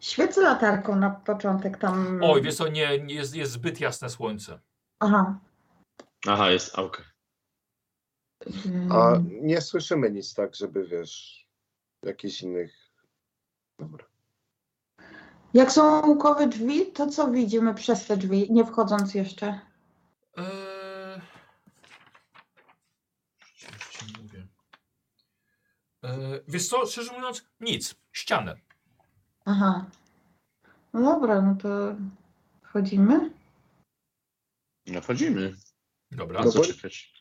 [SPEAKER 3] Świecę latarką na początek tam.
[SPEAKER 1] Oj, wiesz co, nie, nie jest, jest zbyt jasne słońce.
[SPEAKER 3] Aha.
[SPEAKER 2] Aha, jest aukę.
[SPEAKER 3] Ym,
[SPEAKER 4] A nie słyszymy nic tak, żeby wiesz, jakichś innych. Dobra.
[SPEAKER 3] Jak są łukowe drzwi, to co widzimy przez te drzwi, nie wchodząc jeszcze?
[SPEAKER 1] Eee... Już ci mówię. Eee, wiesz co, szczerze mówiąc, nic. Ścianę.
[SPEAKER 3] Aha. No dobra, no to wchodzimy.
[SPEAKER 2] No wchodzimy.
[SPEAKER 1] Dobra.
[SPEAKER 2] A
[SPEAKER 4] No
[SPEAKER 2] co
[SPEAKER 4] bo-
[SPEAKER 2] czekać?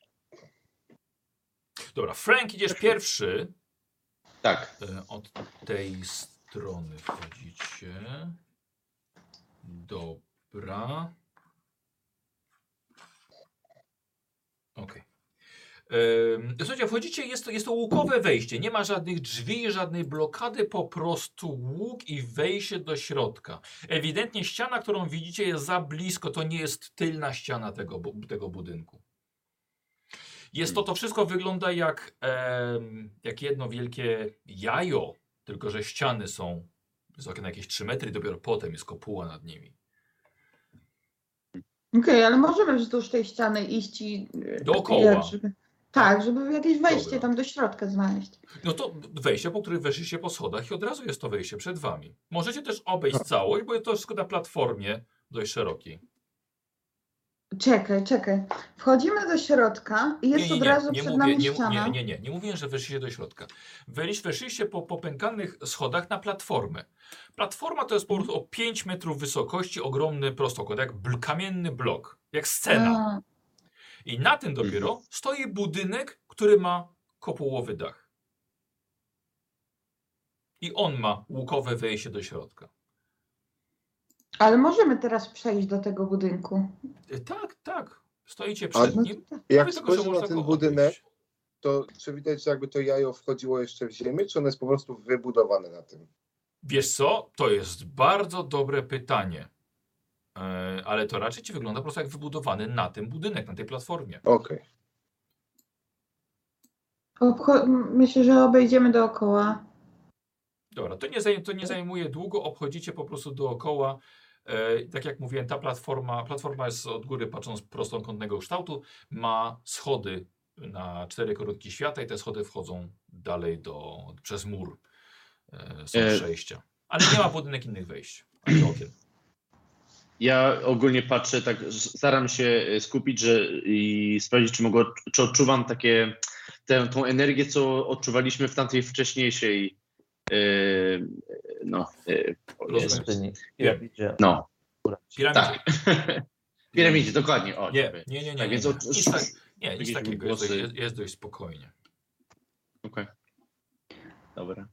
[SPEAKER 1] Dobra, Frank idziesz pierwszy.
[SPEAKER 2] Tak.
[SPEAKER 1] Eee, od tej strony wchodzicie. Dobra. Okej. Em, Słuchajcie, wchodzicie, jest to, jest to łukowe wejście. Nie ma żadnych drzwi, żadnej blokady, po prostu łuk i wejście do środka. Ewidentnie ściana, którą widzicie, jest za blisko. To nie jest tylna ściana tego, bu- tego budynku. Jest to, to wszystko wygląda jak, em, jak jedno wielkie jajo, tylko że ściany są wysokie na jakieś 3 metry, dopiero potem jest kopuła nad nimi.
[SPEAKER 3] Okej, ale możemy wzdłuż tej ściany iść i... e,
[SPEAKER 1] Dookoła.
[SPEAKER 3] jak żeby- Tak, żeby jakieś wejście
[SPEAKER 1] Dobra.
[SPEAKER 3] tam do środka znaleźć.
[SPEAKER 1] No to wejście, po którym weszliście po schodach i od razu jest to wejście przed wami. Możecie też obejść całość, bo jest to wszystko na platformie dość szerokiej.
[SPEAKER 3] Czekaj, czekaj. Wchodzimy do środka i jest od razu
[SPEAKER 1] nie
[SPEAKER 3] przed
[SPEAKER 1] mówię,
[SPEAKER 3] nami
[SPEAKER 1] nie,
[SPEAKER 3] ściana.
[SPEAKER 1] nie, nie, nie, nie mówiłem, że weszliście do środka. Wejś- Weszliście po popękanych schodach na platformę. Platforma to jest
[SPEAKER 3] Mhm.
[SPEAKER 1] po prostu o 5 metrów wysokości, ogromny prostokąt, jak bl- kamienny blok, jak scena.
[SPEAKER 3] A,
[SPEAKER 1] I na
[SPEAKER 4] Mhm.
[SPEAKER 1] tym dopiero stoi budynek, który ma kopułowy dach. I on ma łukowe wejście do środka.
[SPEAKER 3] ale możemy teraz przejść do tego budynku.
[SPEAKER 1] E, Tak, tak. Stoicie
[SPEAKER 4] A-
[SPEAKER 1] przed nim. Tylko,
[SPEAKER 4] Jak
[SPEAKER 1] że
[SPEAKER 4] spojrzę na
[SPEAKER 1] można
[SPEAKER 4] ten
[SPEAKER 1] go
[SPEAKER 4] budynek,
[SPEAKER 1] odnieść.
[SPEAKER 4] to czy widać, że jakby to jajo wchodziło jeszcze w ziemię, czy ono jest po prostu wybudowane na tym?
[SPEAKER 1] Wiesz co? To jest bardzo dobre pytanie. E, Ale to raczej ci wygląda po prostu jak wybudowany na tym budynek, na tej platformie.
[SPEAKER 4] Okej.
[SPEAKER 3] Obcho- myślę, że obejdziemy dookoła.
[SPEAKER 1] Dobra, to nie, zaj- to nie zajmuje długo, obchodzicie po prostu dookoła. E, tak jak mówiłem, ta platforma, platforma jest od góry patrząc prostokątnego kształtu, ma schody na cztery krótkie świata i te schody wchodzą dalej do, przez mur. E, są
[SPEAKER 2] E.
[SPEAKER 1] przejścia. Ale nie
[SPEAKER 2] *laughs*
[SPEAKER 1] ma budynek innych wejść. Ani okien.
[SPEAKER 2] Ja ogólnie patrzę, tak staram się y, skupić że, i sprawdzić, czy, mogę, czy odczuwam takie, tę, tą energię, co odczuwaliśmy w tamtej wcześniejszej. y, no, y, o
[SPEAKER 1] Rozumiem.
[SPEAKER 2] Jezu. *laughs*
[SPEAKER 5] Pustyni. Piramidzie.
[SPEAKER 2] no.
[SPEAKER 1] Piramidzie.
[SPEAKER 2] Tak. Piramidzie, dokładnie. O,
[SPEAKER 1] Nie,
[SPEAKER 2] dziękuję.
[SPEAKER 1] nie, nie, nie.
[SPEAKER 2] Tak,
[SPEAKER 1] nie,
[SPEAKER 2] więc
[SPEAKER 1] nie.
[SPEAKER 2] od,
[SPEAKER 1] Nic, tak, nie, nic
[SPEAKER 2] jakieś
[SPEAKER 1] takiego. Jest,
[SPEAKER 2] głosy.
[SPEAKER 1] jest, jest dość spokojnie.
[SPEAKER 2] Okej. Dobra.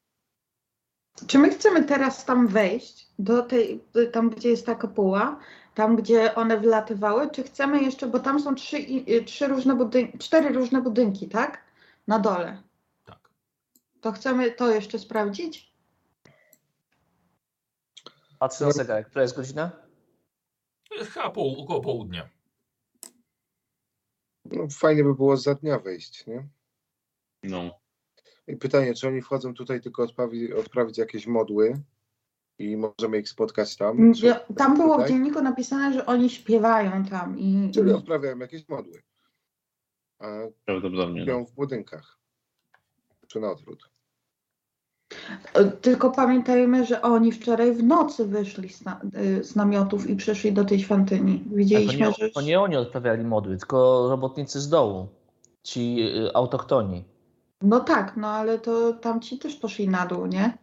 [SPEAKER 3] Czy my chcemy teraz tam wejść, do tej, tam gdzie jest ta kopuła, tam gdzie one wylatywały, czy chcemy jeszcze, bo tam są trzy, i- y, trzy różne budynki, cztery różne budynki, tak? Na dole.
[SPEAKER 1] Tak.
[SPEAKER 3] To chcemy to jeszcze sprawdzić?
[SPEAKER 5] Patrzę na zegarek. Która jest godzina?
[SPEAKER 1] To jest E, Chyba po, około południa.
[SPEAKER 4] No, fajnie by było za dnia wejść, nie?
[SPEAKER 2] No.
[SPEAKER 4] I pytanie, czy oni wchodzą tutaj tylko odprawi, odprawić jakieś modły i możemy ich spotkać tam? Czy,
[SPEAKER 3] Mm, Ja- Tam było w
[SPEAKER 4] tak, tutaj?
[SPEAKER 3] dzienniku napisane, że oni śpiewają tam i...
[SPEAKER 4] Czyli odprawiają jakieś modły. A
[SPEAKER 2] Prawdopodobnie. No.
[SPEAKER 4] śpią w budynkach. Czy na odwrót.
[SPEAKER 3] Y, Tylko pamiętajmy, że oni wczoraj w nocy wyszli z, na, y, z namiotów i przyszli do tej świątyni.
[SPEAKER 5] To
[SPEAKER 3] Widzieliśmy,
[SPEAKER 5] nie,
[SPEAKER 3] że...
[SPEAKER 5] to nie oni odprawiali modły, tylko robotnicy z dołu. Ci y, autochtoni.
[SPEAKER 3] No tak, no ale to tamci też poszli na dół, nie?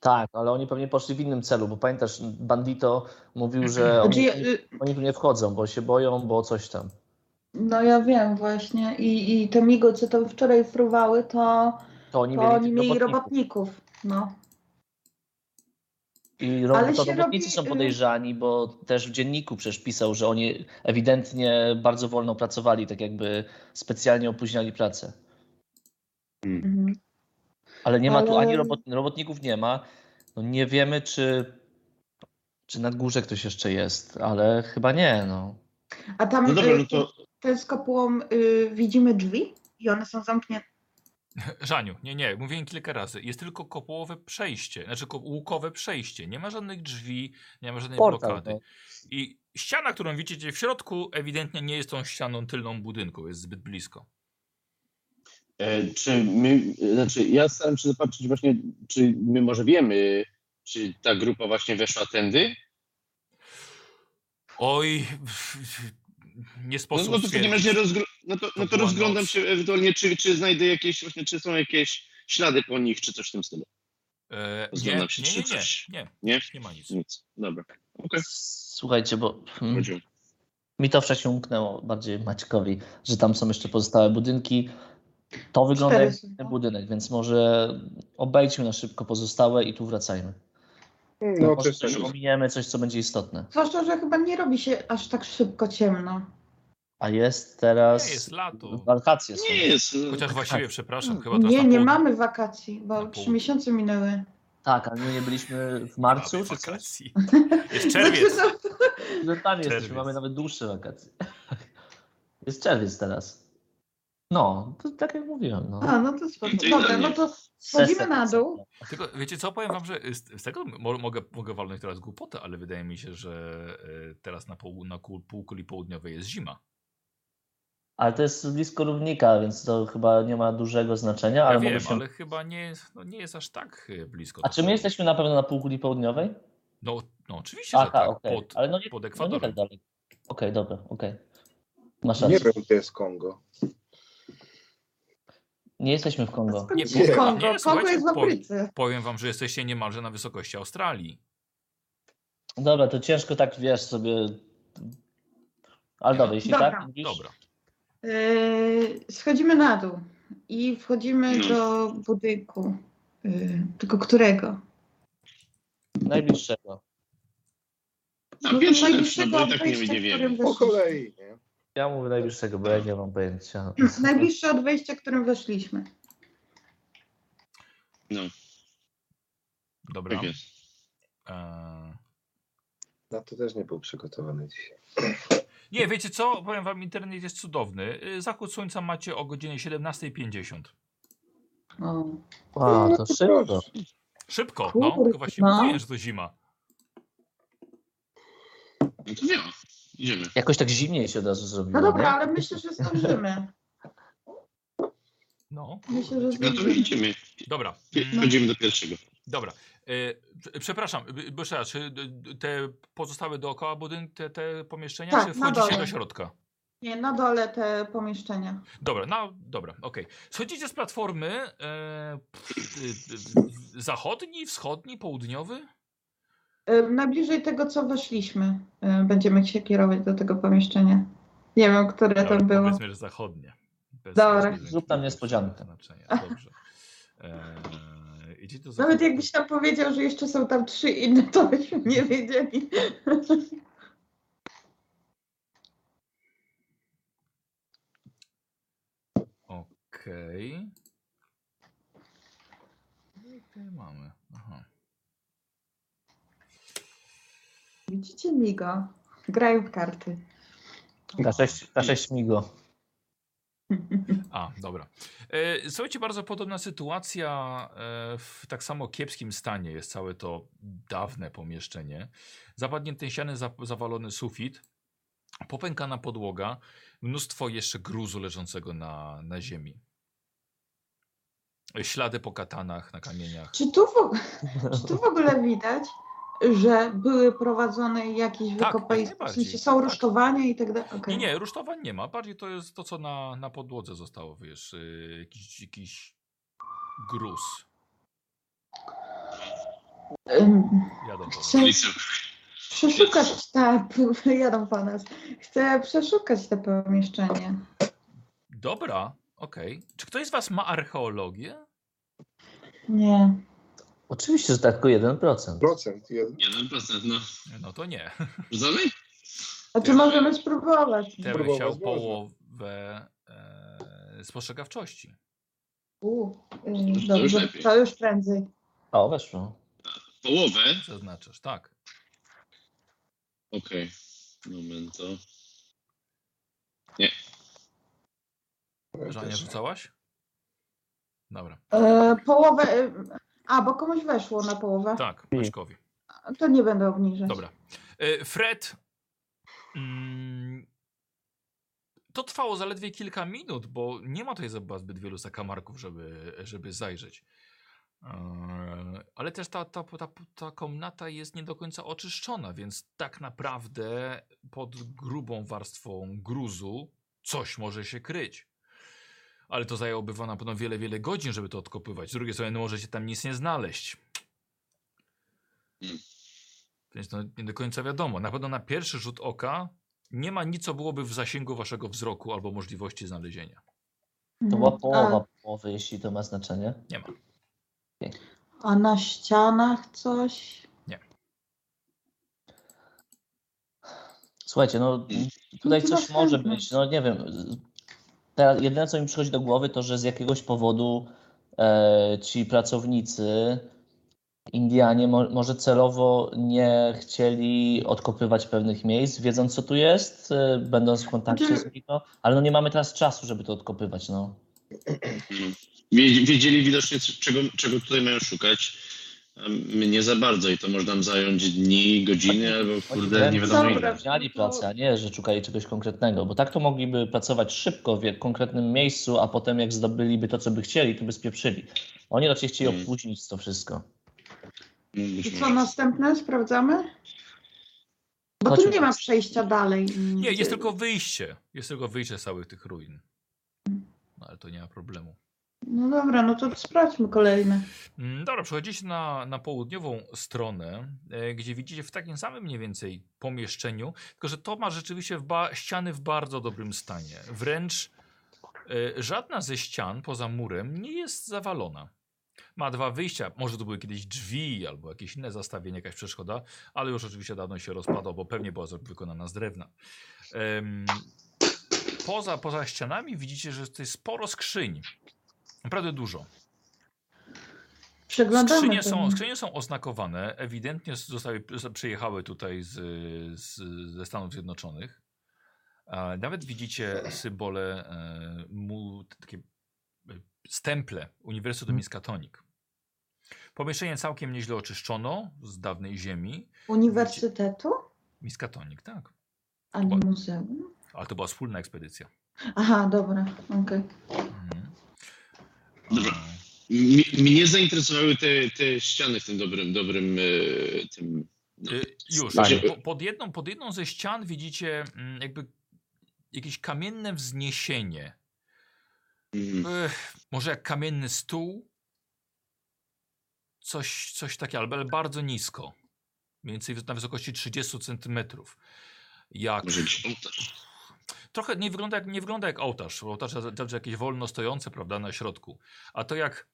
[SPEAKER 5] Tak, ale oni pewnie poszli w innym celu, bo pamiętasz, Bandito mówił, że
[SPEAKER 3] Znaczy,
[SPEAKER 5] oni,
[SPEAKER 3] ja, y,
[SPEAKER 5] oni tu nie wchodzą, bo się boją, bo coś tam.
[SPEAKER 3] no ja wiem właśnie i, i te migo, co tam wczoraj fruwały, to,
[SPEAKER 5] To oni
[SPEAKER 3] to
[SPEAKER 5] mieli,
[SPEAKER 3] oni
[SPEAKER 5] tych
[SPEAKER 3] mieli
[SPEAKER 5] robotników.
[SPEAKER 3] robotników. No.
[SPEAKER 5] I ro-
[SPEAKER 3] Ale
[SPEAKER 5] to
[SPEAKER 3] się
[SPEAKER 5] robotnicy
[SPEAKER 3] robi,
[SPEAKER 5] są
[SPEAKER 3] y-
[SPEAKER 5] podejrzani, bo też w dzienniku przecież pisał, że oni ewidentnie bardzo wolno pracowali, tak jakby specjalnie opóźniali pracę.
[SPEAKER 3] Mhm.
[SPEAKER 5] Ale nie ma tu ani
[SPEAKER 3] Ale-
[SPEAKER 5] robot, robotników nie ma. No nie wiemy, czy, czy na górze ktoś jeszcze jest, ale chyba nie. No.
[SPEAKER 3] A tam
[SPEAKER 2] no dobra,
[SPEAKER 3] y,
[SPEAKER 2] no to
[SPEAKER 3] te z kopułą y, widzimy drzwi i one są zamknięte.
[SPEAKER 1] Żaniu, nie, nie, mówiłem kilka razy. Jest tylko kopułowe przejście, znaczy ko- łukowe przejście. Nie ma żadnych drzwi, nie ma żadnej
[SPEAKER 5] Portal.
[SPEAKER 1] blokady.
[SPEAKER 5] No.
[SPEAKER 1] I ściana, którą widzicie w środku, ewidentnie nie jest tą ścianą tylną budynku, jest zbyt blisko.
[SPEAKER 2] e, czy my, e, znaczy ja staram się zobaczyć właśnie, czy my może wiemy, czy ta grupa właśnie weszła tędy? No,
[SPEAKER 1] Oj, nie
[SPEAKER 2] No,
[SPEAKER 1] sposób
[SPEAKER 2] no to w takim razie
[SPEAKER 1] stwierdzić.
[SPEAKER 2] rozgr- no to, no
[SPEAKER 1] To
[SPEAKER 2] to
[SPEAKER 1] była
[SPEAKER 2] rozglądam
[SPEAKER 1] noc.
[SPEAKER 2] się ewentualnie, czy, czy znajdę jakieś właśnie, czy są jakieś ślady po nich, czy coś w tym stylu.
[SPEAKER 1] E, nie, nie,
[SPEAKER 2] Rozglądam się,
[SPEAKER 1] nie,
[SPEAKER 2] czy
[SPEAKER 1] nie,
[SPEAKER 2] coś-
[SPEAKER 1] nie,
[SPEAKER 2] Nie?
[SPEAKER 1] nie ma nic.
[SPEAKER 2] Nic. Dobra. Okej.
[SPEAKER 5] Słuchajcie, bo hmm,
[SPEAKER 2] Chodziło.
[SPEAKER 5] mi to wcześniej umknęło bardziej Maćkowi, że tam są jeszcze pozostałe budynki. To wygląda jak
[SPEAKER 3] są,
[SPEAKER 5] inny
[SPEAKER 3] no.
[SPEAKER 5] budynek, więc może obejdźmy na szybko pozostałe i tu wracajmy.
[SPEAKER 4] No,
[SPEAKER 5] może
[SPEAKER 4] też
[SPEAKER 5] coś
[SPEAKER 4] też.
[SPEAKER 5] ominiemy, coś, co będzie istotne.
[SPEAKER 3] Zwłaszcza, że chyba nie robi się aż tak szybko ciemno.
[SPEAKER 5] A jest teraz.
[SPEAKER 1] Nie, jest lato.
[SPEAKER 5] Wakacje są.
[SPEAKER 2] Nie jest. no,
[SPEAKER 1] Chociaż właściwie,
[SPEAKER 5] Tak.
[SPEAKER 1] przepraszam, chyba teraz
[SPEAKER 3] nie,
[SPEAKER 1] na
[SPEAKER 3] nie
[SPEAKER 1] południu.
[SPEAKER 3] mamy wakacji, bo
[SPEAKER 1] Na
[SPEAKER 3] trzy
[SPEAKER 1] południu.
[SPEAKER 3] miesiące minęły.
[SPEAKER 5] Tak, ale my nie byliśmy w marcu,
[SPEAKER 1] Mamy
[SPEAKER 5] czy coś?
[SPEAKER 1] wakacji. Jest czerwiec.
[SPEAKER 3] Znaczy, *laughs* no,
[SPEAKER 5] No tam jesteśmy,
[SPEAKER 1] Czerwiec.
[SPEAKER 5] mamy nawet dłuższe wakacje. *laughs* Jest czerwiec teraz. No, to tak jak mówiłem. No.
[SPEAKER 3] A, no to spoko.
[SPEAKER 2] To
[SPEAKER 3] Dobra,
[SPEAKER 2] idealnie.
[SPEAKER 3] no to schodzimy
[SPEAKER 5] Sesek.
[SPEAKER 3] na dół.
[SPEAKER 1] Tylko wiecie co, powiem wam, że z, z tego mo mogę, mogę walnąć teraz głupotę, ale wydaje mi się, że e, teraz na, pół, na kul- półkuli południowej jest zima.
[SPEAKER 5] Ale to jest blisko równika, więc to chyba nie ma dużego znaczenia, ale
[SPEAKER 1] ja
[SPEAKER 5] mogę
[SPEAKER 1] wiem,
[SPEAKER 5] się...
[SPEAKER 1] ale chyba nie, no nie jest aż tak y, blisko.
[SPEAKER 5] Tak, no A
[SPEAKER 1] do
[SPEAKER 5] czy my
[SPEAKER 1] siebie.
[SPEAKER 5] jesteśmy na pewno na półkuli południowej?
[SPEAKER 1] No, no oczywiście, że
[SPEAKER 5] Aha,
[SPEAKER 1] tak.
[SPEAKER 5] okej.
[SPEAKER 1] Pod,
[SPEAKER 5] Ale no nie,
[SPEAKER 1] pod
[SPEAKER 5] no nie
[SPEAKER 1] Ekwadorem.
[SPEAKER 5] tak dalej. Okej, dobra, okej. Masz
[SPEAKER 4] Nie
[SPEAKER 5] rację.
[SPEAKER 4] wiem, gdzie jest Kongo.
[SPEAKER 5] Nie jesteśmy w Kongo.
[SPEAKER 3] Skąd
[SPEAKER 1] Nie,
[SPEAKER 3] się
[SPEAKER 4] nie,
[SPEAKER 1] nie,
[SPEAKER 3] Kongo? Kongo
[SPEAKER 1] słuchajcie,
[SPEAKER 3] jest w
[SPEAKER 1] powiem.
[SPEAKER 3] Afryce.
[SPEAKER 1] Powiem wam, że jesteście niemalże na wysokości Australii.
[SPEAKER 5] Dobra, to ciężko tak wiesz sobie. Ale
[SPEAKER 1] Nie,
[SPEAKER 5] dobra, jeśli
[SPEAKER 3] dobra.
[SPEAKER 5] tak, mówisz,
[SPEAKER 1] Dobra.
[SPEAKER 3] Yy, schodzimy na dół i wchodzimy
[SPEAKER 2] No.
[SPEAKER 3] do budynku. Yy, tylko którego?
[SPEAKER 5] najbliższego.
[SPEAKER 2] No, pierwszy
[SPEAKER 3] do
[SPEAKER 2] lepszy, no bo i tak nie
[SPEAKER 3] odwejścia,
[SPEAKER 2] będzie
[SPEAKER 3] którym
[SPEAKER 2] wiemy.
[SPEAKER 4] Po
[SPEAKER 3] weszliśmy.
[SPEAKER 4] kolei, nie?
[SPEAKER 5] Ja mówię najbliższego, bo ja nie mam pojęcia.
[SPEAKER 3] Najbliższe od wejścia, którym weszliśmy.
[SPEAKER 1] Dobra.
[SPEAKER 2] Tak jest.
[SPEAKER 1] Eee,
[SPEAKER 4] Na to też nie był przygotowany dzisiaj.
[SPEAKER 1] Nie, wiecie co? Powiem wam, internet jest cudowny. Y, Zachód słońca macie o godzinie 17.50.
[SPEAKER 3] O.
[SPEAKER 5] A,
[SPEAKER 4] No,
[SPEAKER 5] to
[SPEAKER 4] to
[SPEAKER 5] szybko.
[SPEAKER 4] proszę.
[SPEAKER 1] Szybko, no.
[SPEAKER 3] Kurde,
[SPEAKER 1] Tylko właśnie
[SPEAKER 3] no.
[SPEAKER 1] mówiłem, że to zima.
[SPEAKER 2] No to nie ma. Idziemy.
[SPEAKER 5] Jakoś tak zimniej się od razu zrobiło.
[SPEAKER 3] No dobra,
[SPEAKER 5] nie?
[SPEAKER 3] ale myślę, że zdążymy.
[SPEAKER 1] No.
[SPEAKER 3] Myślę, że
[SPEAKER 2] No to
[SPEAKER 3] zdążymy.
[SPEAKER 2] idziemy.
[SPEAKER 1] Dobra. Mm,
[SPEAKER 2] Chodzimy do pierwszego.
[SPEAKER 1] Dobra. E, przepraszam, y, bo jeszcze raz, czy y, te pozostałe dookoła budynku, te, te pomieszczenia,
[SPEAKER 3] Tak,
[SPEAKER 1] czy
[SPEAKER 3] na
[SPEAKER 1] wchodzicie
[SPEAKER 3] dole.
[SPEAKER 1] do środka?
[SPEAKER 3] Nie, na dole te pomieszczenia.
[SPEAKER 1] Dobra, no dobra, okej. Schodzicie z platformy e, pff, y, y, zachodni, wschodni, południowy?
[SPEAKER 3] Yy, najbliżej tego, co weszliśmy, yy, będziemy się kierować do tego pomieszczenia. Nie wiem, które
[SPEAKER 1] Dobra,
[SPEAKER 3] tam było.
[SPEAKER 1] Powiedzmy, że zachodnie. Bez
[SPEAKER 3] Dobra.
[SPEAKER 1] bez bez-
[SPEAKER 5] Zrób tam niespodziankę.
[SPEAKER 1] Znaczenia.
[SPEAKER 3] *laughs*
[SPEAKER 1] Dobrze. E, idzie to za-
[SPEAKER 3] Nawet jakbyś nam powiedział, że jeszcze są tam trzy inne, to byśmy nie wiedzieli.
[SPEAKER 1] Okej. Okay. mamy. Aha.
[SPEAKER 3] Widzicie Migo? Grają w karty.
[SPEAKER 5] K6, K6 migo.
[SPEAKER 1] A, dobra. E, słuchajcie, bardzo podobna sytuacja. E, w tak samo kiepskim stanie jest całe to dawne pomieszczenie. Zapadnięte ściany, za, zawalony sufit, popękana podłoga, mnóstwo jeszcze gruzu leżącego na, na ziemi. E, Ślady po katanach, na kamieniach.
[SPEAKER 3] Czy tu, w,
[SPEAKER 5] *laughs*
[SPEAKER 3] czy tu w ogóle widać, że były prowadzone jakieś
[SPEAKER 1] Tak,
[SPEAKER 3] wykopaliska?
[SPEAKER 1] jak
[SPEAKER 3] W sensie
[SPEAKER 1] najbardziej.
[SPEAKER 3] są
[SPEAKER 1] Tak.
[SPEAKER 3] rusztowania i tak dalej? Okej.
[SPEAKER 1] Nie, nie, rusztowań nie ma. Bardziej to jest to, co na, na podłodze zostało, wiesz, y, jakiś, jakiś gruz.
[SPEAKER 3] Ym,
[SPEAKER 1] Wiadomo.
[SPEAKER 3] Chcę przeszukać te... *laughs* Jadą po nas. Chcę przeszukać te pomieszczenie.
[SPEAKER 1] Dobra, okej. Czy ktoś z was ma archeologię?
[SPEAKER 3] Nie.
[SPEAKER 5] Oczywiście, że tak, tylko 1%.
[SPEAKER 4] Procent jeden.
[SPEAKER 2] 1%, no.
[SPEAKER 1] No to nie.
[SPEAKER 2] Rzucamy?
[SPEAKER 3] A czy możemy spróbować?
[SPEAKER 1] Ten
[SPEAKER 4] Próbować
[SPEAKER 1] chciał
[SPEAKER 4] można.
[SPEAKER 1] połowę e, spostrzegawczości.
[SPEAKER 3] U,
[SPEAKER 2] już-
[SPEAKER 3] ym,
[SPEAKER 2] to już
[SPEAKER 3] dobrze,
[SPEAKER 2] lepiej.
[SPEAKER 3] to już prędzej.
[SPEAKER 5] O, weszło.
[SPEAKER 2] Połowę?
[SPEAKER 1] Zaznaczasz, tak.
[SPEAKER 2] Okej. Momento.
[SPEAKER 4] Ja
[SPEAKER 1] Żania
[SPEAKER 4] też.
[SPEAKER 1] rzucałaś? Dobra,
[SPEAKER 3] E, połowę... ym, A, bo komuś weszło na połowę.
[SPEAKER 1] tak, Maćkowi.
[SPEAKER 3] To nie będę obniżać.
[SPEAKER 1] Dobra. E, Fred. Mm, to trwało zaledwie kilka minut, bo nie ma tutaj za- zbyt wielu zakamarków, żeby, żeby zajrzeć. E, Ale też ta, ta, ta, ta komnata jest nie do końca oczyszczona, więc tak naprawdę pod grubą warstwą gruzu coś może się kryć. Ale to zajęłoby wam na pewno wiele, wiele godzin, żeby to odkopywać. Z drugiej strony no, możecie tam nic nie znaleźć. Więc no, nie do końca wiadomo. Na pewno na pierwszy rzut oka nie ma nic, co byłoby w zasięgu waszego wzroku albo możliwości znalezienia.
[SPEAKER 5] To
[SPEAKER 3] Mhm.
[SPEAKER 5] była połowa połowy, jeśli to ma znaczenie.
[SPEAKER 1] Nie ma.
[SPEAKER 3] A, a na ścianach coś?
[SPEAKER 5] Słuchajcie, no
[SPEAKER 2] Mm.
[SPEAKER 5] tutaj
[SPEAKER 3] No to
[SPEAKER 5] coś
[SPEAKER 3] następne.
[SPEAKER 5] może być, no nie wiem. Teraz jedyne co mi przychodzi do głowy to, że z jakiegoś powodu e, ci pracownicy, Indianie mo, może celowo nie chcieli odkopywać pewnych miejsc, wiedząc co tu jest, e, będąc w kontakcie
[SPEAKER 3] Znaczy-
[SPEAKER 5] z Miko, ale no nie mamy teraz czasu, żeby to odkopywać, no.
[SPEAKER 2] Wiedzieli widocznie, c- czego, czego tutaj mają szukać. A Mnie za bardzo i to można zająć dni, godziny albo kurde
[SPEAKER 5] wręcz
[SPEAKER 2] nie wiadomo ile.
[SPEAKER 3] Dobra.
[SPEAKER 5] Zmieniali pracę, a nie, że szukali czegoś konkretnego, bo tak to mogliby pracować szybko w jak- konkretnym miejscu, a potem jak zdobyliby to, co by chcieli, to by spieprzyli. Oni raczej chcieli
[SPEAKER 2] Mm.
[SPEAKER 5] opóźnić to wszystko.
[SPEAKER 2] Być
[SPEAKER 3] I co
[SPEAKER 2] może.
[SPEAKER 3] następne? Sprawdzamy? Bo tu
[SPEAKER 5] Chodźmy.
[SPEAKER 3] nie ma przejścia dalej.
[SPEAKER 1] Nie, jest tylko wyjście. Jest tylko wyjście z całych tych ruin. No, ale to nie ma problemu.
[SPEAKER 3] No dobra, no to sprawdźmy kolejne.
[SPEAKER 1] Mm, Dobra, przechodzicie na, na południową stronę, e, gdzie widzicie w takim samym mniej więcej pomieszczeniu, tylko że to ma rzeczywiście w ba- ściany w bardzo dobrym stanie. Wręcz e, żadna ze ścian poza murem nie jest zawalona. Ma dwa wyjścia, może to były kiedyś drzwi albo jakieś inne zastawienie, jakaś przeszkoda, ale już oczywiście dawno się rozpadło, bo pewnie była z- wykonana z drewna. Em, poza, poza ścianami widzicie, że to jest sporo skrzyń. Naprawdę dużo.
[SPEAKER 3] Przeglądamy.
[SPEAKER 1] Skrzynie
[SPEAKER 3] to.
[SPEAKER 1] są, skrzynie są oznakowane. Ewidentnie zostały, przyjechały tutaj z, z, ze Stanów Zjednoczonych. A Nawet widzicie symbole, e, mu, takie e, stemple Uniwersytetu Miskatonik. Pomieszczenie całkiem nieźle oczyszczono z dawnej ziemi.
[SPEAKER 3] Uniwersytetu?
[SPEAKER 1] Miskatonik, tak.
[SPEAKER 3] A nie muzeum?
[SPEAKER 1] Ale to była wspólna ekspedycja.
[SPEAKER 3] Aha, dobra, okej.
[SPEAKER 1] Mhm.
[SPEAKER 2] Dobra.
[SPEAKER 1] A-
[SPEAKER 2] M- Mnie zainteresowały te, te ściany w tym dobrym, dobrym e, tym.
[SPEAKER 1] Y, Już,
[SPEAKER 2] Stanie.
[SPEAKER 1] po, pod, jedną, pod jedną ze ścian widzicie mm, jakby jakieś kamienne wzniesienie.
[SPEAKER 2] mm,
[SPEAKER 1] Ech, może jak kamienny stół? Coś, coś takiego, ale ale bardzo nisko. Mniej więcej na wysokości 30 centymetrów. Jak,
[SPEAKER 2] Może jakiś ołtarz.
[SPEAKER 1] trochę nie wygląda, jak, nie wygląda jak ołtarz. Ołtarz zawsze jakieś wolno stojące, prawda, na środku. A to jak...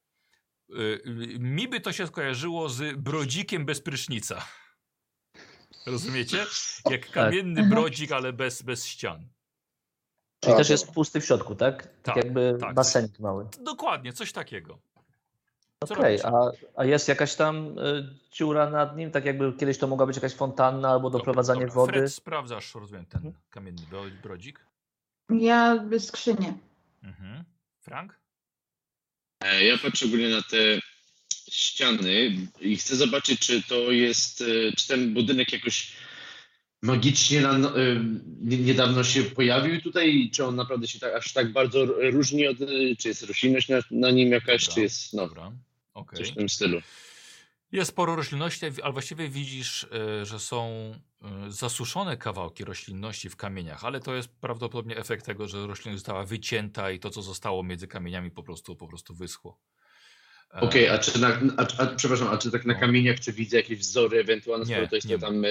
[SPEAKER 1] y, y, mi by to się skojarzyło z brodzikiem bez prysznica. Rozumiecie?
[SPEAKER 5] Tak.
[SPEAKER 1] Jak kamienny
[SPEAKER 3] Mhm.
[SPEAKER 1] brodzik, ale bez, bez ścian.
[SPEAKER 2] Tak.
[SPEAKER 5] Czyli
[SPEAKER 4] A,
[SPEAKER 5] też
[SPEAKER 4] dobra.
[SPEAKER 5] jest pusty w środku, tak? Tak,
[SPEAKER 1] Tak,
[SPEAKER 5] jakby
[SPEAKER 1] tak.
[SPEAKER 5] basenik mały.
[SPEAKER 1] Dokładnie, coś takiego. Co
[SPEAKER 5] Okej,
[SPEAKER 1] robisz?
[SPEAKER 5] a, a jest jakaś tam y, dziura nad nim, tak jakby kiedyś to mogła być jakaś fontanna albo
[SPEAKER 1] Dobra,
[SPEAKER 5] doprowadzanie
[SPEAKER 1] dobra.
[SPEAKER 5] wody.
[SPEAKER 1] Fred, sprawdzasz, rozumiem, ten
[SPEAKER 5] Mhm.
[SPEAKER 1] kamienny bro- brodzik.
[SPEAKER 3] Ja by skrzynię.
[SPEAKER 1] Mhm. Frank?
[SPEAKER 2] E, Ja patrzę ogólnie na te ściany i chcę zobaczyć, czy to jest, e, czy ten budynek jakoś magicznie na, no- e, nie- niedawno się pojawił tutaj, i czy on naprawdę się tak, aż tak bardzo r- różni od, e, czy jest roślinność na, na nim jakaś,
[SPEAKER 1] Dobra,
[SPEAKER 2] czy jest, no,
[SPEAKER 1] Dobra, okej.
[SPEAKER 2] coś w tym stylu.
[SPEAKER 1] Jest sporo roślinności, ale właściwie widzisz, e, że są e, zasuszone kawałki roślinności w kamieniach, ale to jest prawdopodobnie efekt tego, że roślina została wycięta i to, co zostało między kamieniami po prostu, po prostu wyschło. E,
[SPEAKER 2] Okej, a czy na, a, a, przepraszam, a czy tak na
[SPEAKER 1] No.
[SPEAKER 2] kamieniach, czy widzę jakieś wzory ewentualne,
[SPEAKER 1] Nie,
[SPEAKER 2] skoro to jest
[SPEAKER 1] nie
[SPEAKER 2] to tam e,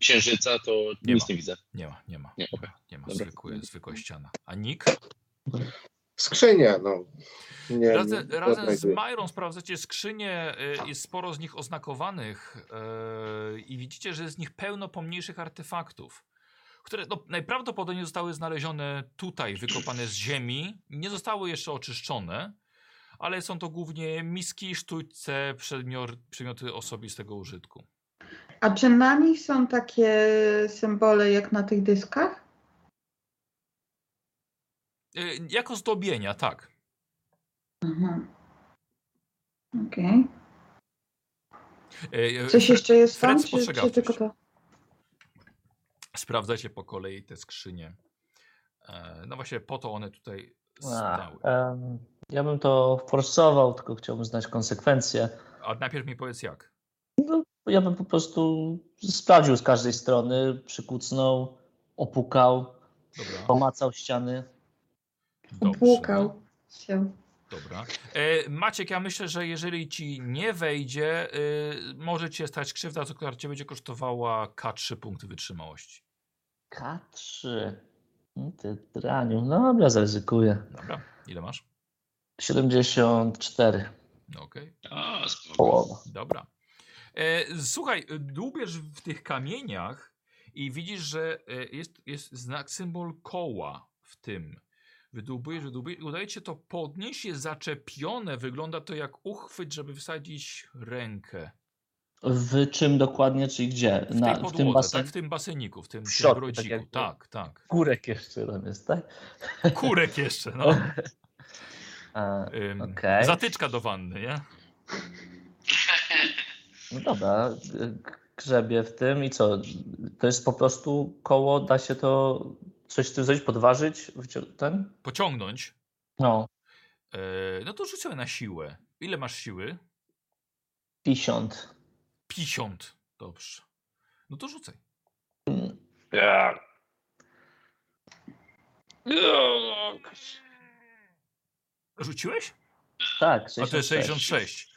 [SPEAKER 2] księżyca, to
[SPEAKER 1] Nie
[SPEAKER 2] nic
[SPEAKER 1] ma.
[SPEAKER 2] nie widzę.
[SPEAKER 1] Nie ma, nie ma.
[SPEAKER 2] Nie,
[SPEAKER 1] Nie
[SPEAKER 2] okej.
[SPEAKER 1] ma, nie ma
[SPEAKER 2] Dobra. Mhm.
[SPEAKER 1] zwykły, zwykła ściana. A Nick?
[SPEAKER 4] Skrzynia, no. Nie,
[SPEAKER 1] Razem,
[SPEAKER 4] nie
[SPEAKER 1] razem z
[SPEAKER 4] odnajduję.
[SPEAKER 1] Majrą sprawdzacie skrzynie, y, jest sporo z nich oznakowanych y, i widzicie, że jest z nich pełno pomniejszych artefaktów, które no, najprawdopodobniej zostały znalezione tutaj, wykopane z ziemi, nie zostały jeszcze oczyszczone, ale są to głównie miski, sztućce, przedmior, przedmioty osobistego użytku.
[SPEAKER 3] A czy na nich są takie symbole jak na tych dyskach?
[SPEAKER 1] Y, Jako zdobienia, tak.
[SPEAKER 3] Aha. Okej.
[SPEAKER 1] Y, y,
[SPEAKER 3] Coś jeszcze jest
[SPEAKER 1] Fred
[SPEAKER 3] tam, czy, czy
[SPEAKER 1] spostrzegawczość.
[SPEAKER 3] tylko to?
[SPEAKER 1] *clears throat* Sprawdzacie po kolei te skrzynie. E, No właśnie po to one tutaj
[SPEAKER 5] A,
[SPEAKER 1] stały.
[SPEAKER 5] em, ja bym to forsował, tylko chciałbym znać konsekwencje.
[SPEAKER 1] A najpierw mi powiedz jak.
[SPEAKER 5] No, Ja bym po prostu sprawdził z każdej strony, przykucnął, opukał,
[SPEAKER 1] Dobra.
[SPEAKER 5] pomacał ściany.
[SPEAKER 1] Dobrze.
[SPEAKER 3] Opłukał się.
[SPEAKER 1] Dobra. E, Maciek, ja myślę, że jeżeli ci nie wejdzie, y, może cię stać krzywda, to która cię będzie kosztowała K3 punkty wytrzymałości.
[SPEAKER 5] K3. No Ty draniu. No dobra, zaryzykuję.
[SPEAKER 1] Dobra. Ile masz?
[SPEAKER 5] 74.
[SPEAKER 1] No, Okej.
[SPEAKER 2] A, spoko.
[SPEAKER 5] Połowa.
[SPEAKER 1] Dobra. E, słuchaj, e, dłubiesz w tych kamieniach i widzisz, że e, jest, jest znak, symbol koła w tym. Wydłubujesz, wydłubujesz. i Udaje ci się to podnieść, jest zaczepione. Wygląda to jak uchwyt, żeby wsadzić rękę.
[SPEAKER 5] W czym dokładnie, czyli gdzie?
[SPEAKER 1] W tej podłodze,
[SPEAKER 5] w tym basenie?
[SPEAKER 1] tak? W tym baseniku, w tym,
[SPEAKER 5] W
[SPEAKER 1] w tym
[SPEAKER 5] środku, tak
[SPEAKER 1] brodziku.
[SPEAKER 5] jakby.
[SPEAKER 1] Tak, tak.
[SPEAKER 5] Kurek jeszcze tam jest, tak?
[SPEAKER 1] Kurek jeszcze,
[SPEAKER 5] *laughs*
[SPEAKER 1] no.
[SPEAKER 5] A,
[SPEAKER 1] Ym,
[SPEAKER 5] Okej.
[SPEAKER 1] Zatyczka do wanny, nie?
[SPEAKER 5] No dobra, g- grzebie w tym i co? To jest po prostu koło, da się to coś z tym zrobić, podważyć? Wycią- Ten?
[SPEAKER 1] Pociągnąć.
[SPEAKER 5] No,
[SPEAKER 1] E, no to rzuć sobie na siłę. Ile masz siły?
[SPEAKER 5] 50.
[SPEAKER 1] 50. Dobrze. No to rzucaj. Rzuciłeś?
[SPEAKER 5] Tak,
[SPEAKER 1] A to jest
[SPEAKER 5] 66.
[SPEAKER 1] 66.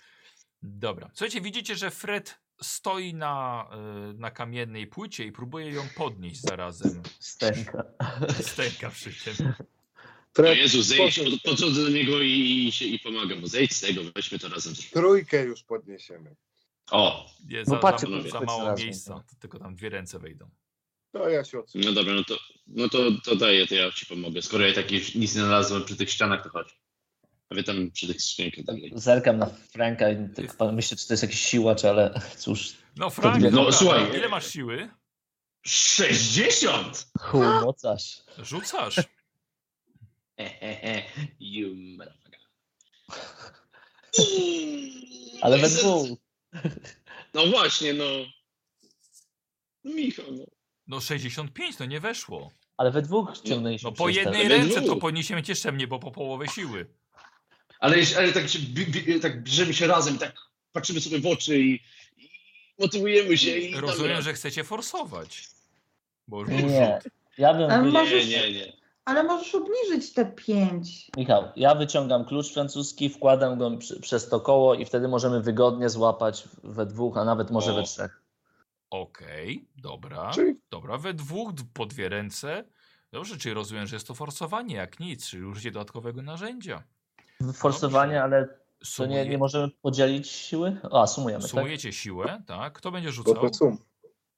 [SPEAKER 1] Dobra. Słuchajcie, widzicie, że Fred stoi na, y, na kamiennej płycie i próbuje ją podnieść
[SPEAKER 5] *laughs*
[SPEAKER 1] zarazem.
[SPEAKER 5] Stęka.
[SPEAKER 1] Stęka przy tym.
[SPEAKER 2] No
[SPEAKER 4] Fred,
[SPEAKER 2] Jezu, zejdź,
[SPEAKER 4] poszedł.
[SPEAKER 2] pod- podchodzę do niego i, i, się, i pomagam. mu. Zejdź z tego, weźmy to razem.
[SPEAKER 4] Trójkę już podniesiemy.
[SPEAKER 2] O,
[SPEAKER 1] Nie,
[SPEAKER 5] No
[SPEAKER 1] za,
[SPEAKER 5] patrzcie,
[SPEAKER 1] za,
[SPEAKER 2] kurczę,
[SPEAKER 1] za
[SPEAKER 4] to
[SPEAKER 1] mało
[SPEAKER 4] razem,
[SPEAKER 5] no.
[SPEAKER 1] miejsca. To tylko tam dwie ręce wejdą.
[SPEAKER 4] No ja się odsunę.
[SPEAKER 2] no dobra, no to, no to, to daję, to ja ci pomogę. Skoro ja tak już nic nie znalazłem przy tych ścianach, to chodź. A wy tam przy tych skrzynkach dalej.
[SPEAKER 5] Zerkam na Franka i tak myślę, czy to jest jakiś siłacz, ale cóż,
[SPEAKER 1] No Frank,
[SPEAKER 2] No,
[SPEAKER 1] dobra,
[SPEAKER 2] słuchaj.
[SPEAKER 1] ile masz siły?
[SPEAKER 2] 60!
[SPEAKER 5] chuj, mocarz.
[SPEAKER 1] Rzucasz.
[SPEAKER 2] Hehehe, you motherfucker.
[SPEAKER 5] Ale we dwóch.
[SPEAKER 2] No właśnie, no. Michał, no.
[SPEAKER 1] No 65, no nie weszło.
[SPEAKER 5] Ale we dwóch ciągnęliśmy
[SPEAKER 1] No po
[SPEAKER 5] przez te-
[SPEAKER 1] jednej
[SPEAKER 2] we
[SPEAKER 1] ręce
[SPEAKER 2] dwóch.
[SPEAKER 1] to podniesiemy cię mnie, bo po połowę siły.
[SPEAKER 2] Ale, jeś- ale tak, się, bi, bi, tak bierzemy się razem, tak patrzymy sobie w oczy i, i motywujemy się. I tak
[SPEAKER 1] Rozumiem,
[SPEAKER 2] dobra.
[SPEAKER 1] że chcecie forsować. Bo już był
[SPEAKER 5] Nie,
[SPEAKER 1] rzut.
[SPEAKER 5] ja bym...
[SPEAKER 3] Ale
[SPEAKER 5] wy-
[SPEAKER 3] ma-
[SPEAKER 2] Nie, nie, nie.
[SPEAKER 3] Ale możesz obniżyć te pięć.
[SPEAKER 5] Michał, ja wyciągam klucz francuski, wkładam go przy, przez to koło i wtedy możemy wygodnie złapać we dwóch, a nawet może
[SPEAKER 2] O.
[SPEAKER 5] we trzech.
[SPEAKER 1] Okej, dobra.
[SPEAKER 4] Czyli
[SPEAKER 1] Dobra, we dwóch, d- po dwie ręce. Dobrze, czyli rozumiem, że jest to forsowanie jak nic, czyli użycie dodatkowego narzędzia.
[SPEAKER 5] Forsowanie,
[SPEAKER 1] Dobrze.
[SPEAKER 5] ale to
[SPEAKER 1] Sumuje,
[SPEAKER 5] nie, nie możemy podzielić siły? A, sumujemy, tak?
[SPEAKER 1] sumujecie siłę, tak? Kto będzie
[SPEAKER 4] no
[SPEAKER 1] rzucał?
[SPEAKER 4] to sum.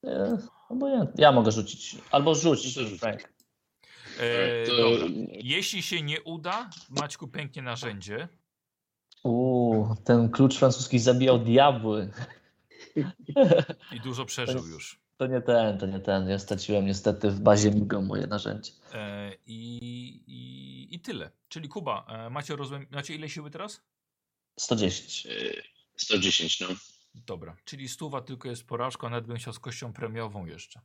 [SPEAKER 5] E, obojętnie. Ja mogę rzucić. Albo rzuć,
[SPEAKER 2] To rzuć.
[SPEAKER 5] Frank.
[SPEAKER 1] E,
[SPEAKER 2] Tak, To-
[SPEAKER 1] dobra. Jeśli się nie uda, Maćku pięknie narzędzie.
[SPEAKER 5] Uuu, ten klucz francuski zabijał diabły.
[SPEAKER 1] I dużo przeżył już.
[SPEAKER 5] To nie ten, to nie ten. Ja straciłem niestety w bazie Migo moje narzędzie.
[SPEAKER 1] E, i, i, I tyle. Czyli Kuba, e, macie, rozumiem, macie ile siły teraz?
[SPEAKER 5] 110.
[SPEAKER 2] E, 110, no.
[SPEAKER 1] Dobra, czyli stuwa tylko jest porażką, a nawet bym chciał z kością premiową jeszcze.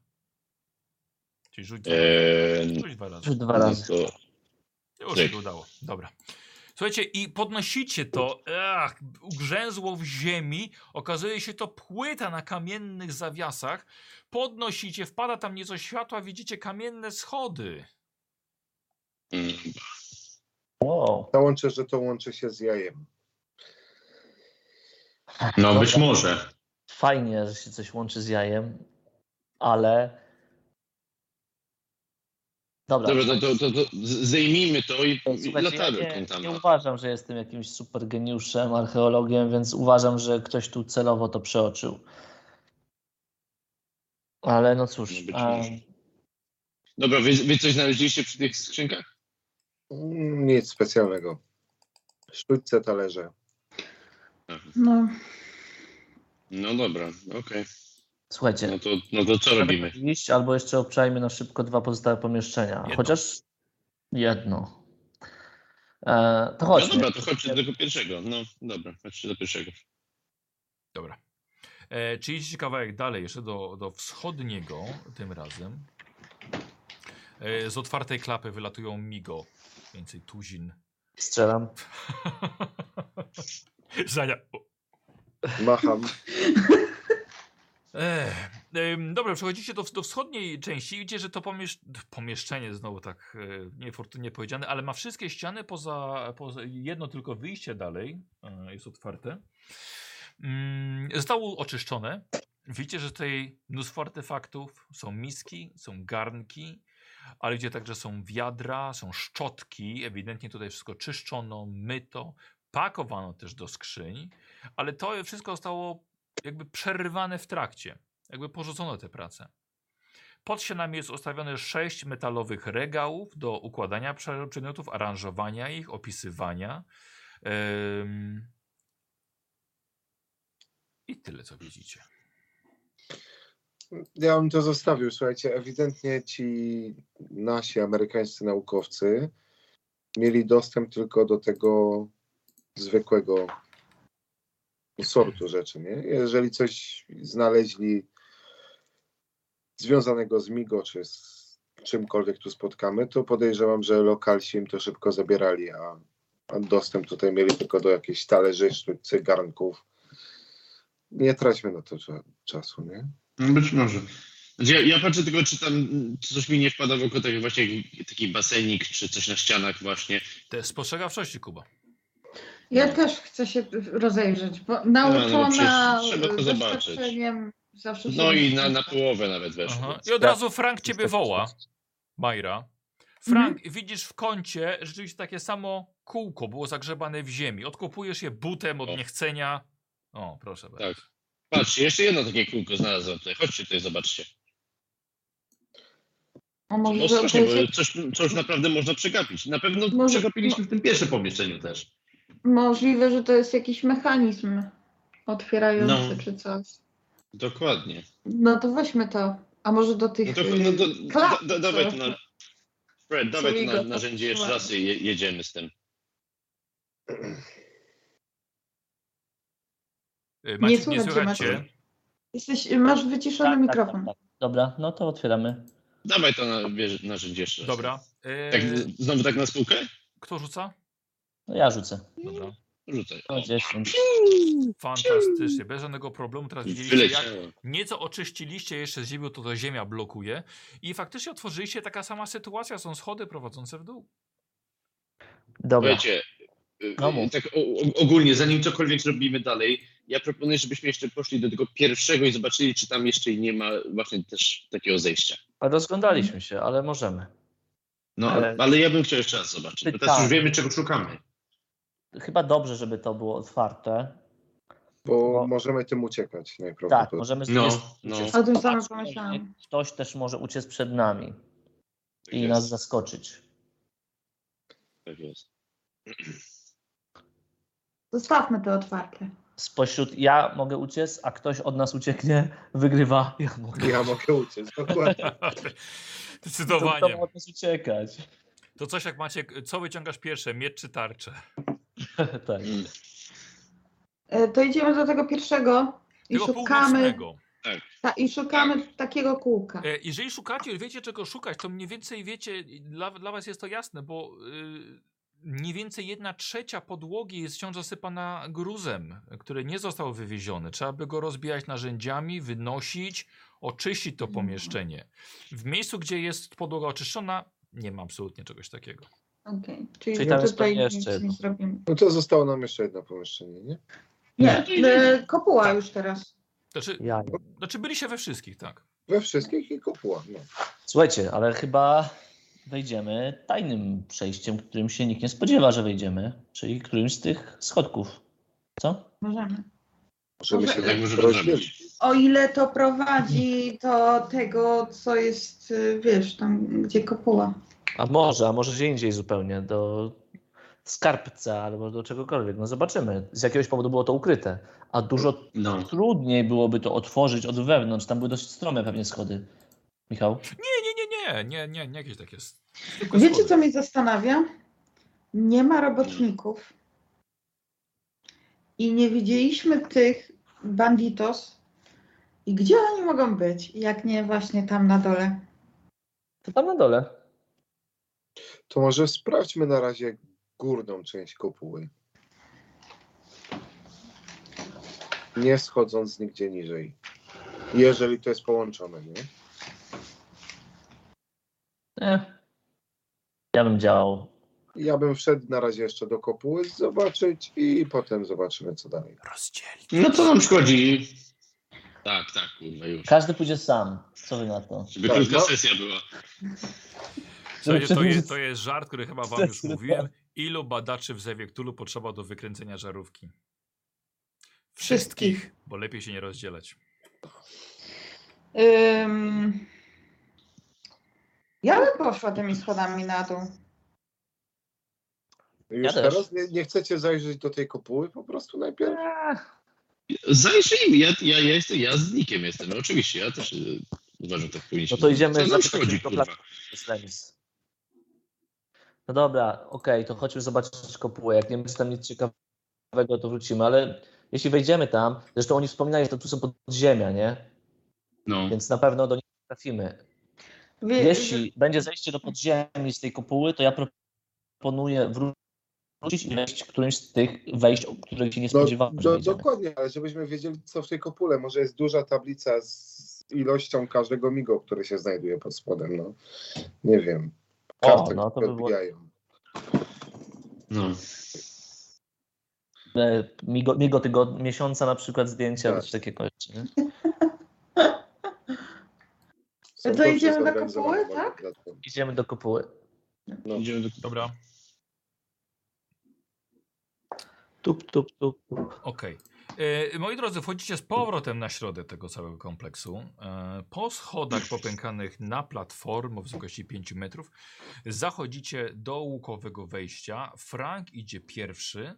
[SPEAKER 1] Czyli rzuć,
[SPEAKER 2] E,
[SPEAKER 1] rzuć dwa razy.
[SPEAKER 5] Rzuć dwa razy.
[SPEAKER 2] no to-
[SPEAKER 1] Już
[SPEAKER 2] Cyk.
[SPEAKER 1] się udało. Dobra. Słuchajcie, i podnosicie to, ach, ugrzęzło w ziemi, okazuje się to płyta na kamiennych zawiasach, podnosicie, wpada tam nieco światła, widzicie kamienne schody.
[SPEAKER 2] mm,
[SPEAKER 5] Wow.
[SPEAKER 4] Załączę, że to łączy się z jajem.
[SPEAKER 2] no, być
[SPEAKER 5] Dobra.
[SPEAKER 2] może.
[SPEAKER 5] Fajnie, że się coś łączy z jajem, ale. Dobra.
[SPEAKER 2] Dobra, no to, to, to, to z- zdejmijmy to i, i
[SPEAKER 5] Słuchajcie, ja
[SPEAKER 2] latarę
[SPEAKER 5] nie,
[SPEAKER 2] kątamy.
[SPEAKER 5] nie uważam, że jestem jakimś super geniuszem, archeologiem, więc uważam, że ktoś tu celowo to przeoczył. Ale no cóż.
[SPEAKER 2] No być
[SPEAKER 5] a,
[SPEAKER 2] może. Dobra, wy, wy coś znaleźliście przy tych skrzynkach?
[SPEAKER 4] Mm, Nic specjalnego. Sztućce talerze.
[SPEAKER 3] No,
[SPEAKER 2] No dobra, okej.
[SPEAKER 5] słuchajcie,
[SPEAKER 2] No, to, no to co robimy?
[SPEAKER 5] iść, albo jeszcze obczajmy na szybko dwa pozostałe pomieszczenia.
[SPEAKER 1] Jedno.
[SPEAKER 5] Chociaż jedno. E,
[SPEAKER 2] No
[SPEAKER 5] to chodźmy.
[SPEAKER 2] dobra, to chodźcie do tego pierwszego. No dobra, chodźcie do pierwszego.
[SPEAKER 1] Dobra. E, czy idziecie kawałek dalej, jeszcze do, do wschodniego tym razem. E, z otwartej klapy wylatują migo, więcej tuzin. *laughs*
[SPEAKER 5] Strzelam.
[SPEAKER 1] Zania,
[SPEAKER 4] Macham.
[SPEAKER 1] Ech, em, dobra, przechodzicie do, do wschodniej części i widzicie, że to pomiesz pomieszczenie znowu tak e, niefortunnie powiedziane, ale ma wszystkie ściany poza, poza jedno tylko wyjście dalej, e, jest otwarte. Mm, Zostało oczyszczone. Widzicie, że tutaj mnóstwo artefaktów, są miski, są garnki, ale widzicie także są wiadra, są szczotki, ewidentnie tutaj wszystko czyszczono, myto, pakowano też do skrzyń, ale to wszystko zostało jakby przerywane w trakcie. Jakby porzucono tę pracę. Pod ścianami jest ustawione sześć metalowych regałów do układania prze- przedmiotów, aranżowania ich, opisywania. Ym... I tyle, co widzicie.
[SPEAKER 4] Ja bym to zostawił. Słuchajcie, ewidentnie ci nasi amerykańscy naukowcy mieli dostęp tylko do tego zwykłego sortu rzeczy, nie? Jeżeli coś znaleźli związanego z Migo, czy z czymkolwiek tu spotkamy, to podejrzewam, że lokalsi im to szybko zabierali, a, a dostęp tutaj mieli tylko do jakichś talerzy, sztućcy, garnków. Nie traćmy na to cza- czasu, nie?
[SPEAKER 2] No Być może. Znaczy, Ja, ja patrzę tylko, czy tam mm, coś mi nie wpada w oko, tak jak właśnie jak taki basenik, czy coś na ścianach właśnie.
[SPEAKER 1] Te spostrzegawczości, Kuba.
[SPEAKER 3] Ja też chcę się rozejrzeć, bo
[SPEAKER 2] No, no,
[SPEAKER 3] nauczona
[SPEAKER 2] przecież trzeba to
[SPEAKER 3] e,
[SPEAKER 2] zobaczyć.
[SPEAKER 3] doświadczeniem zawsze się
[SPEAKER 2] No i na,
[SPEAKER 3] rozejrzę.
[SPEAKER 2] na połowę nawet weszło.
[SPEAKER 1] Aha. I od razu Frank ciebie woła, Majra. Frank, widzisz w kącie rzeczywiście takie samo kółko było zagrzebane w ziemi. Odkopujesz je butem od
[SPEAKER 2] O.
[SPEAKER 1] niechcenia. O, proszę bardzo.
[SPEAKER 2] Tak. Patrzcie, jeszcze jedno takie kółko znalazłem tutaj. Chodźcie tutaj, zobaczcie.
[SPEAKER 3] A może
[SPEAKER 2] No strasznie, bo
[SPEAKER 3] obejrzeć-
[SPEAKER 2] coś, coś naprawdę można przegapić. Na pewno
[SPEAKER 3] Może-
[SPEAKER 2] przegapiliśmy w tym pierwszym pomieszczeniu też.
[SPEAKER 3] Możliwe, że to jest jakiś mechanizm otwierający
[SPEAKER 2] No.
[SPEAKER 3] czy coś.
[SPEAKER 2] Dokładnie.
[SPEAKER 3] No to weźmy to. A może do tych.
[SPEAKER 2] No to
[SPEAKER 3] y,
[SPEAKER 2] no, do,
[SPEAKER 3] klap,
[SPEAKER 2] da, da, dawaj to na...
[SPEAKER 3] co-
[SPEAKER 2] Fred, dawaj to na,
[SPEAKER 3] Migo
[SPEAKER 2] narzędzie jeszcze raz i je, jedziemy z tym.
[SPEAKER 1] Y,
[SPEAKER 3] Nie
[SPEAKER 1] Maciek, nie
[SPEAKER 3] słucham cię,
[SPEAKER 1] słychać
[SPEAKER 3] Maciek.
[SPEAKER 1] cię.
[SPEAKER 3] Jesteś, masz wyciszony mikrofon.
[SPEAKER 5] tak. Dobra, no to otwieramy.
[SPEAKER 2] Dawaj to na, bierze- narzędzie jeszcze raz.
[SPEAKER 1] Dobra. Y,
[SPEAKER 2] Tak, znowu tak na spółkę?
[SPEAKER 1] Kto rzuca?
[SPEAKER 5] No ja rzucę.
[SPEAKER 1] Dobra.
[SPEAKER 2] Rzucaj.
[SPEAKER 1] Tak,
[SPEAKER 5] No,
[SPEAKER 2] O,
[SPEAKER 5] 10.
[SPEAKER 1] Fantastycznie, bez żadnego problemu. Teraz widzieliście, jak
[SPEAKER 2] Wyleciało.
[SPEAKER 1] nieco oczyściliście jeszcze z ziemią, to to ziemia blokuje. I faktycznie otworzyliście taka sama sytuacja, są schody prowadzące w dół. *laughs*
[SPEAKER 5] Dobra.
[SPEAKER 2] Słuchajcie, y,
[SPEAKER 5] No mów.
[SPEAKER 2] tak o, o, ogólnie, zanim cokolwiek zrobimy dalej, ja proponuję, żebyśmy jeszcze poszli do tego pierwszego i zobaczyli, czy tam jeszcze nie ma właśnie też takiego zejścia.
[SPEAKER 5] Rozglądaliśmy się, ale możemy.
[SPEAKER 2] No,
[SPEAKER 5] Ale- Tak.
[SPEAKER 2] ale, ja bym chciał jeszcze raz zobaczyć, bo teraz
[SPEAKER 5] Pytanie.
[SPEAKER 2] już wiemy, czego szukamy.
[SPEAKER 5] Chyba dobrze, żeby to było otwarte.
[SPEAKER 4] Bo
[SPEAKER 5] No.
[SPEAKER 4] możemy tym uciekać
[SPEAKER 5] Tak,
[SPEAKER 4] najprawdopodobniej.
[SPEAKER 5] możemy
[SPEAKER 2] No,
[SPEAKER 5] jest-
[SPEAKER 2] no.
[SPEAKER 5] uciec.
[SPEAKER 3] O tym samym
[SPEAKER 5] Aczkolwiek
[SPEAKER 3] pomyślałam.
[SPEAKER 5] Ktoś też może uciec przed nami
[SPEAKER 2] Tak
[SPEAKER 5] i
[SPEAKER 2] jest,
[SPEAKER 5] nas zaskoczyć.
[SPEAKER 2] tak jest.
[SPEAKER 3] Zostawmy to otwarte.
[SPEAKER 5] Spośród ja mogę uciec, a ktoś od nas ucieknie, wygrywa. Ja mogę.
[SPEAKER 4] Ja mogę uciec, dokładnie.
[SPEAKER 5] To
[SPEAKER 1] Zdecydowanie.
[SPEAKER 5] ma od nas uciekać. *laughs*
[SPEAKER 1] To coś jak macie, co wyciągasz pierwsze, miecz czy tarczę?
[SPEAKER 5] tak.
[SPEAKER 2] Mm,
[SPEAKER 3] E, To idziemy do tego pierwszego i
[SPEAKER 1] Tego
[SPEAKER 3] szukamy,
[SPEAKER 1] północnego.
[SPEAKER 3] ta, i szukamy
[SPEAKER 2] Tak.
[SPEAKER 3] takiego kółka.
[SPEAKER 1] E, Jeżeli szukacie, wiecie czego szukać, to mniej więcej wiecie, dla, dla was jest to jasne, bo y, mniej więcej jedna trzecia podłogi jest wciąż zasypana gruzem, który nie został wywieziony. Trzeba by go rozbijać narzędziami, wynosić, oczyścić to
[SPEAKER 3] Mhm.
[SPEAKER 1] pomieszczenie. W miejscu, gdzie jest podłoga oczyszczona, nie ma absolutnie czegoś takiego.
[SPEAKER 3] Okej, Czyli,
[SPEAKER 5] Czyli tam jest
[SPEAKER 3] tutaj
[SPEAKER 5] pewnie
[SPEAKER 3] nic
[SPEAKER 5] jeszcze
[SPEAKER 3] nie
[SPEAKER 5] jedno.
[SPEAKER 3] zrobimy.
[SPEAKER 4] No to zostało nam jeszcze jedno pomieszczenie, nie?
[SPEAKER 2] no
[SPEAKER 3] Nie, e, kopuła
[SPEAKER 2] Tak.
[SPEAKER 3] już teraz.
[SPEAKER 1] Znaczy,
[SPEAKER 5] Ja.
[SPEAKER 1] znaczy byliście we wszystkich, tak?
[SPEAKER 4] We wszystkich i kopuła. No.
[SPEAKER 5] Słuchajcie, ale chyba wejdziemy tajnym przejściem, którym się nikt nie spodziewa, że wejdziemy, czyli którymś z tych schodków. Co?
[SPEAKER 3] Możemy.
[SPEAKER 4] Możemy się
[SPEAKER 3] Może-
[SPEAKER 2] Tak
[SPEAKER 4] tak
[SPEAKER 2] możemy
[SPEAKER 4] rozdzielić.
[SPEAKER 2] zrobić.
[SPEAKER 3] O ile to prowadzi do tego, co jest, y, wiesz, tam gdzie kopuła.
[SPEAKER 5] A może, a może gdzie indziej zupełnie, do skarbca albo do czegokolwiek. No zobaczymy. Z jakiegoś powodu było to ukryte. A dużo
[SPEAKER 2] No.
[SPEAKER 5] trudniej byłoby to otworzyć od wewnątrz. Tam były dość strome pewnie schody. Michał?
[SPEAKER 1] Nie, nie, nie, nie, nie, nie, nie jakieś takie. s- zwykłe
[SPEAKER 3] Wiecie,
[SPEAKER 1] schody.
[SPEAKER 3] co mnie zastanawia? Nie ma robotników. I nie widzieliśmy tych banditos. I gdzie oni mogą być, jak nie właśnie tam na dole?
[SPEAKER 5] To tam na dole.
[SPEAKER 4] To może sprawdźmy na razie górną część kopuły. Nie schodząc nigdzie niżej. Jeżeli to jest połączone, nie?
[SPEAKER 5] Nie. Eh. Ja bym działał.
[SPEAKER 4] Ja bym wszedł na razie jeszcze do kopuły, zobaczyć i potem zobaczymy, co dalej.
[SPEAKER 1] Rozdzielić.
[SPEAKER 2] no to nam szkodzi. Tak, tak, kurwa już.
[SPEAKER 5] Każdy pójdzie sam. Co wy na to?
[SPEAKER 2] Żeby
[SPEAKER 4] Tak,
[SPEAKER 2] krótka
[SPEAKER 4] no.
[SPEAKER 2] sesja była.
[SPEAKER 1] Słuchajcie, to,
[SPEAKER 5] Żeby
[SPEAKER 1] jest, to jest żart, który chyba wam już
[SPEAKER 5] Zdecydowanie.
[SPEAKER 1] mówiłem. Ilu badaczy w Zewie Cthulhu potrzeba do wykręcenia żarówki? Wszystkich,
[SPEAKER 3] Wszystkich.
[SPEAKER 1] bo lepiej się nie rozdzielać.
[SPEAKER 3] Ym... Ja bym poszła tymi schodami na dół.
[SPEAKER 4] Już
[SPEAKER 5] Ja też.
[SPEAKER 4] teraz nie, nie chcecie zajrzeć do tej kopuły po prostu najpierw?
[SPEAKER 2] Zajrzyjmy, ja, ja, ja, jestem, ja z Nikiem jestem, no oczywiście, ja też y, uważam, tak powinniśmy.
[SPEAKER 5] No to idziemy
[SPEAKER 2] Co nam
[SPEAKER 5] zapytać
[SPEAKER 2] szkodzi,
[SPEAKER 5] tylko
[SPEAKER 2] kurwa?
[SPEAKER 5] pla- jest remis. No dobra, okej, to chodźmy zobaczyć kopułę. Jak nie będzie tam nic ciekawego, to wrócimy, ale jeśli wejdziemy tam, zresztą oni wspominali, że to tu są podziemia, nie?
[SPEAKER 2] No.
[SPEAKER 5] Więc na pewno do nich trafimy.
[SPEAKER 3] Wie,
[SPEAKER 5] Jeśli będzie zejście do podziemi z tej kopuły, to ja proponuję wrócić i wejść którymś z tych wejść, o których się nie
[SPEAKER 4] No,
[SPEAKER 5] spodziewałem. że
[SPEAKER 4] do,
[SPEAKER 5] wejdziemy.
[SPEAKER 4] dokładnie, ale żebyśmy wiedzieli, co w tej kopule. Może jest duża tablica z ilością każdego migo, który się znajduje pod spodem. No. Nie wiem.
[SPEAKER 5] O,
[SPEAKER 4] Karty
[SPEAKER 5] no to by było-
[SPEAKER 4] odbijają.
[SPEAKER 2] no.
[SPEAKER 5] E, Migo, migo tygod- miesiąca na przykład zdjęcia,
[SPEAKER 4] Tak.
[SPEAKER 5] coś takiego jeszcze. Nie?
[SPEAKER 4] Są
[SPEAKER 3] To
[SPEAKER 4] dobrze
[SPEAKER 3] idziemy na
[SPEAKER 4] zorganizowane
[SPEAKER 3] kopułę, tak?
[SPEAKER 4] moim zdaniem.
[SPEAKER 5] Idziemy do kopuły.
[SPEAKER 4] No.
[SPEAKER 2] Idziemy do...
[SPEAKER 1] Dobra.
[SPEAKER 5] Tup, tup, tup, tup.
[SPEAKER 1] Okej. E, Moi drodzy, wchodzicie z powrotem na środę tego całego kompleksu. E, Po schodach popękanych na platformę o wysokości 5 metrów zachodzicie do łukowego wejścia. Frank idzie pierwszy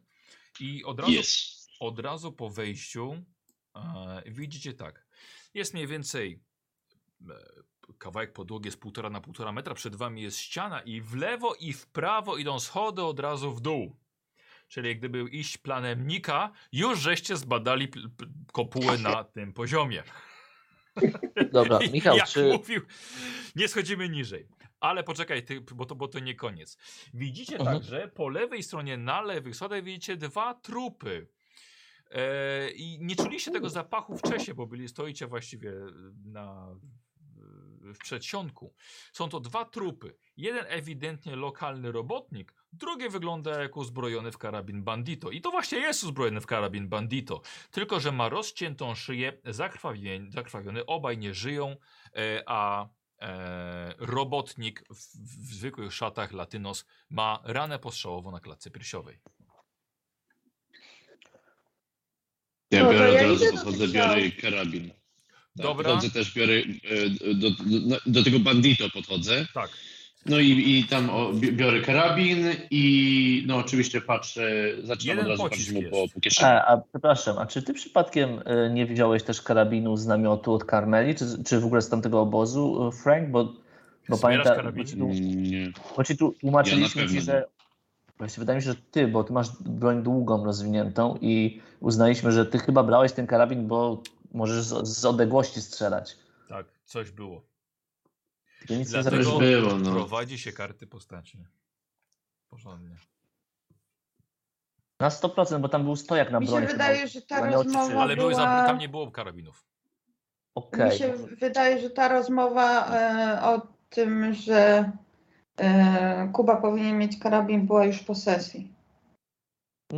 [SPEAKER 1] i od razu
[SPEAKER 2] Jest.
[SPEAKER 1] od razu po wejściu e, widzicie tak. Jest mniej więcej e, kawałek podłogi jest półtora na półtora metra, przed wami jest ściana i w lewo i w prawo idą schody od razu w dół. Czyli gdyby iść planem Nika, już żeście zbadali pl- p- kopułę na tym poziomie.
[SPEAKER 5] Dobra,
[SPEAKER 1] *laughs*
[SPEAKER 5] *laughs* Michał,
[SPEAKER 1] Jak
[SPEAKER 5] czy
[SPEAKER 1] mówił, nie schodzimy niżej. Ale poczekaj, ty, bo, to, bo to nie koniec. Widzicie
[SPEAKER 5] Mhm.
[SPEAKER 1] także po lewej stronie, na lewych schodach widzicie dwa trupy. E, I nie czuliście tego zapachu wcześniej, bo byli, stoicie właściwie e, na, e, w przedsionku. Są to dwa trupy. Jeden ewidentnie lokalny robotnik, drugi wygląda jak uzbrojony w karabin bandito. I to właśnie jest uzbrojony w karabin bandito. Tylko, że ma rozciętą szyję, zakrwawiony, zakrwawiony obaj nie żyją, e, a e, robotnik w, w zwykłych szatach latynos ma ranę postrzałową na klatce piersiowej.
[SPEAKER 2] Ja
[SPEAKER 3] No, to
[SPEAKER 2] biorę
[SPEAKER 3] ja
[SPEAKER 2] od
[SPEAKER 3] idę
[SPEAKER 2] razu
[SPEAKER 3] do
[SPEAKER 2] podchodzę,
[SPEAKER 3] tych
[SPEAKER 2] biorę
[SPEAKER 3] ciał.
[SPEAKER 2] karabin. Tak,
[SPEAKER 1] Dobra.
[SPEAKER 2] Podchodzę też, biorę e, do, do, no, do tego bandito podchodzę.
[SPEAKER 1] Tak.
[SPEAKER 2] No i, i tam o, bi- biorę karabin i no oczywiście patrzę, zaczynam
[SPEAKER 1] Jeden
[SPEAKER 2] od razu
[SPEAKER 1] pocisk
[SPEAKER 2] patrzeć mu po,
[SPEAKER 1] jest.
[SPEAKER 2] po kieszeni.
[SPEAKER 5] a, a przepraszam, a czy ty przypadkiem y, nie wziąłeś też karabinu z namiotu od Karmeli, czy, czy w ogóle z tamtego obozu, y, Frank? Bo, bo
[SPEAKER 1] Zbierasz
[SPEAKER 5] pamiętam, bo
[SPEAKER 1] karabin?
[SPEAKER 5] ci, tu-
[SPEAKER 2] Mm, Nie.
[SPEAKER 5] bo ci tu tłumaczyliśmy
[SPEAKER 2] Ja na
[SPEAKER 5] ci,
[SPEAKER 2] pewno
[SPEAKER 5] że Właściwie wydaje mi się, że ty, bo ty masz broń długą rozwiniętą i uznaliśmy, że ty chyba brałeś ten karabin, bo możesz z, z odległości strzelać.
[SPEAKER 1] Tak, coś było.
[SPEAKER 5] Tylko nic nie
[SPEAKER 1] Dlatego-
[SPEAKER 2] Coś
[SPEAKER 5] zabierzesz.
[SPEAKER 2] było, no.
[SPEAKER 1] Prowadzi się karty postaci. Porządnie.
[SPEAKER 5] Na 100%, bo tam był stojak na
[SPEAKER 3] Mi
[SPEAKER 5] broń.
[SPEAKER 3] się wydaje, że ta
[SPEAKER 5] Ale oczy-
[SPEAKER 3] rozmowa
[SPEAKER 1] Ale były
[SPEAKER 3] była...
[SPEAKER 1] zam- tam nie było karabinów.
[SPEAKER 5] Okej.
[SPEAKER 3] Mi się wydaje, że ta rozmowa e, o tym, że e, Kuba powinien mieć karabin, była już po sesji.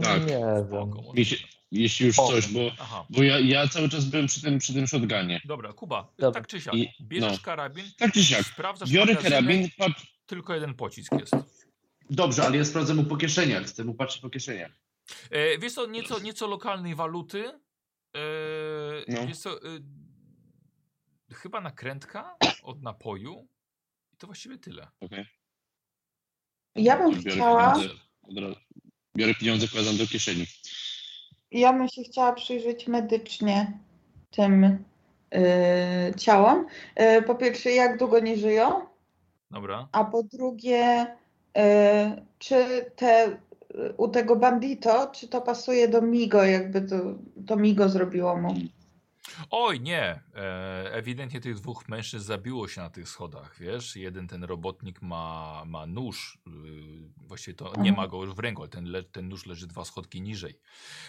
[SPEAKER 2] Tak.
[SPEAKER 5] Nie Eee, wiem.
[SPEAKER 1] Spoko, może
[SPEAKER 2] Mi się-
[SPEAKER 1] tak.
[SPEAKER 2] Jeśli już
[SPEAKER 5] O.
[SPEAKER 2] coś, bo,
[SPEAKER 1] Aha.
[SPEAKER 2] bo ja, ja cały czas byłem przy tym, przy tym shotgunie.
[SPEAKER 1] Dobra, Kuba,
[SPEAKER 5] Dobra.
[SPEAKER 1] tak czy siak,
[SPEAKER 2] I-
[SPEAKER 1] bierzesz
[SPEAKER 2] no.
[SPEAKER 1] karabin,
[SPEAKER 2] Tak czy siak,
[SPEAKER 1] sprawdzasz
[SPEAKER 2] biorę
[SPEAKER 1] magazynek,
[SPEAKER 2] karabin, pat...
[SPEAKER 1] tylko jeden pocisk jest.
[SPEAKER 2] dobrze, ale ja sprawdzę mu po kieszeniach, chcę mu patrzeć po kieszeniach.
[SPEAKER 1] E, wiesz co, nieco, nieco lokalnej waluty. E,
[SPEAKER 2] No.
[SPEAKER 1] Wiesz co, e, chyba nakrętka od napoju. I to właściwie tyle.
[SPEAKER 2] Okej.
[SPEAKER 3] Ja bym
[SPEAKER 2] Biorę
[SPEAKER 3] chciała,
[SPEAKER 2] pieniądze, od razu. Biorę pieniądze, wkładam do kieszeni.
[SPEAKER 3] ja bym się chciała przyjrzeć medycznie tym e, ciałom. E, po pierwsze, jak długo nie żyją,
[SPEAKER 1] Dobra.
[SPEAKER 3] a po drugie, e, czy te e, u tego bandito, czy to pasuje do Migo, jakby to, to Migo zrobiło mu.
[SPEAKER 1] Oj, nie. E, ewidentnie tych dwóch mężczyzn zabiło się na tych schodach, wiesz? Jeden ten robotnik ma, ma nóż. y, właściwie to nie
[SPEAKER 3] Mhm.
[SPEAKER 1] ma go już w ręku, ale ten, le, ten nóż leży dwa schodki niżej.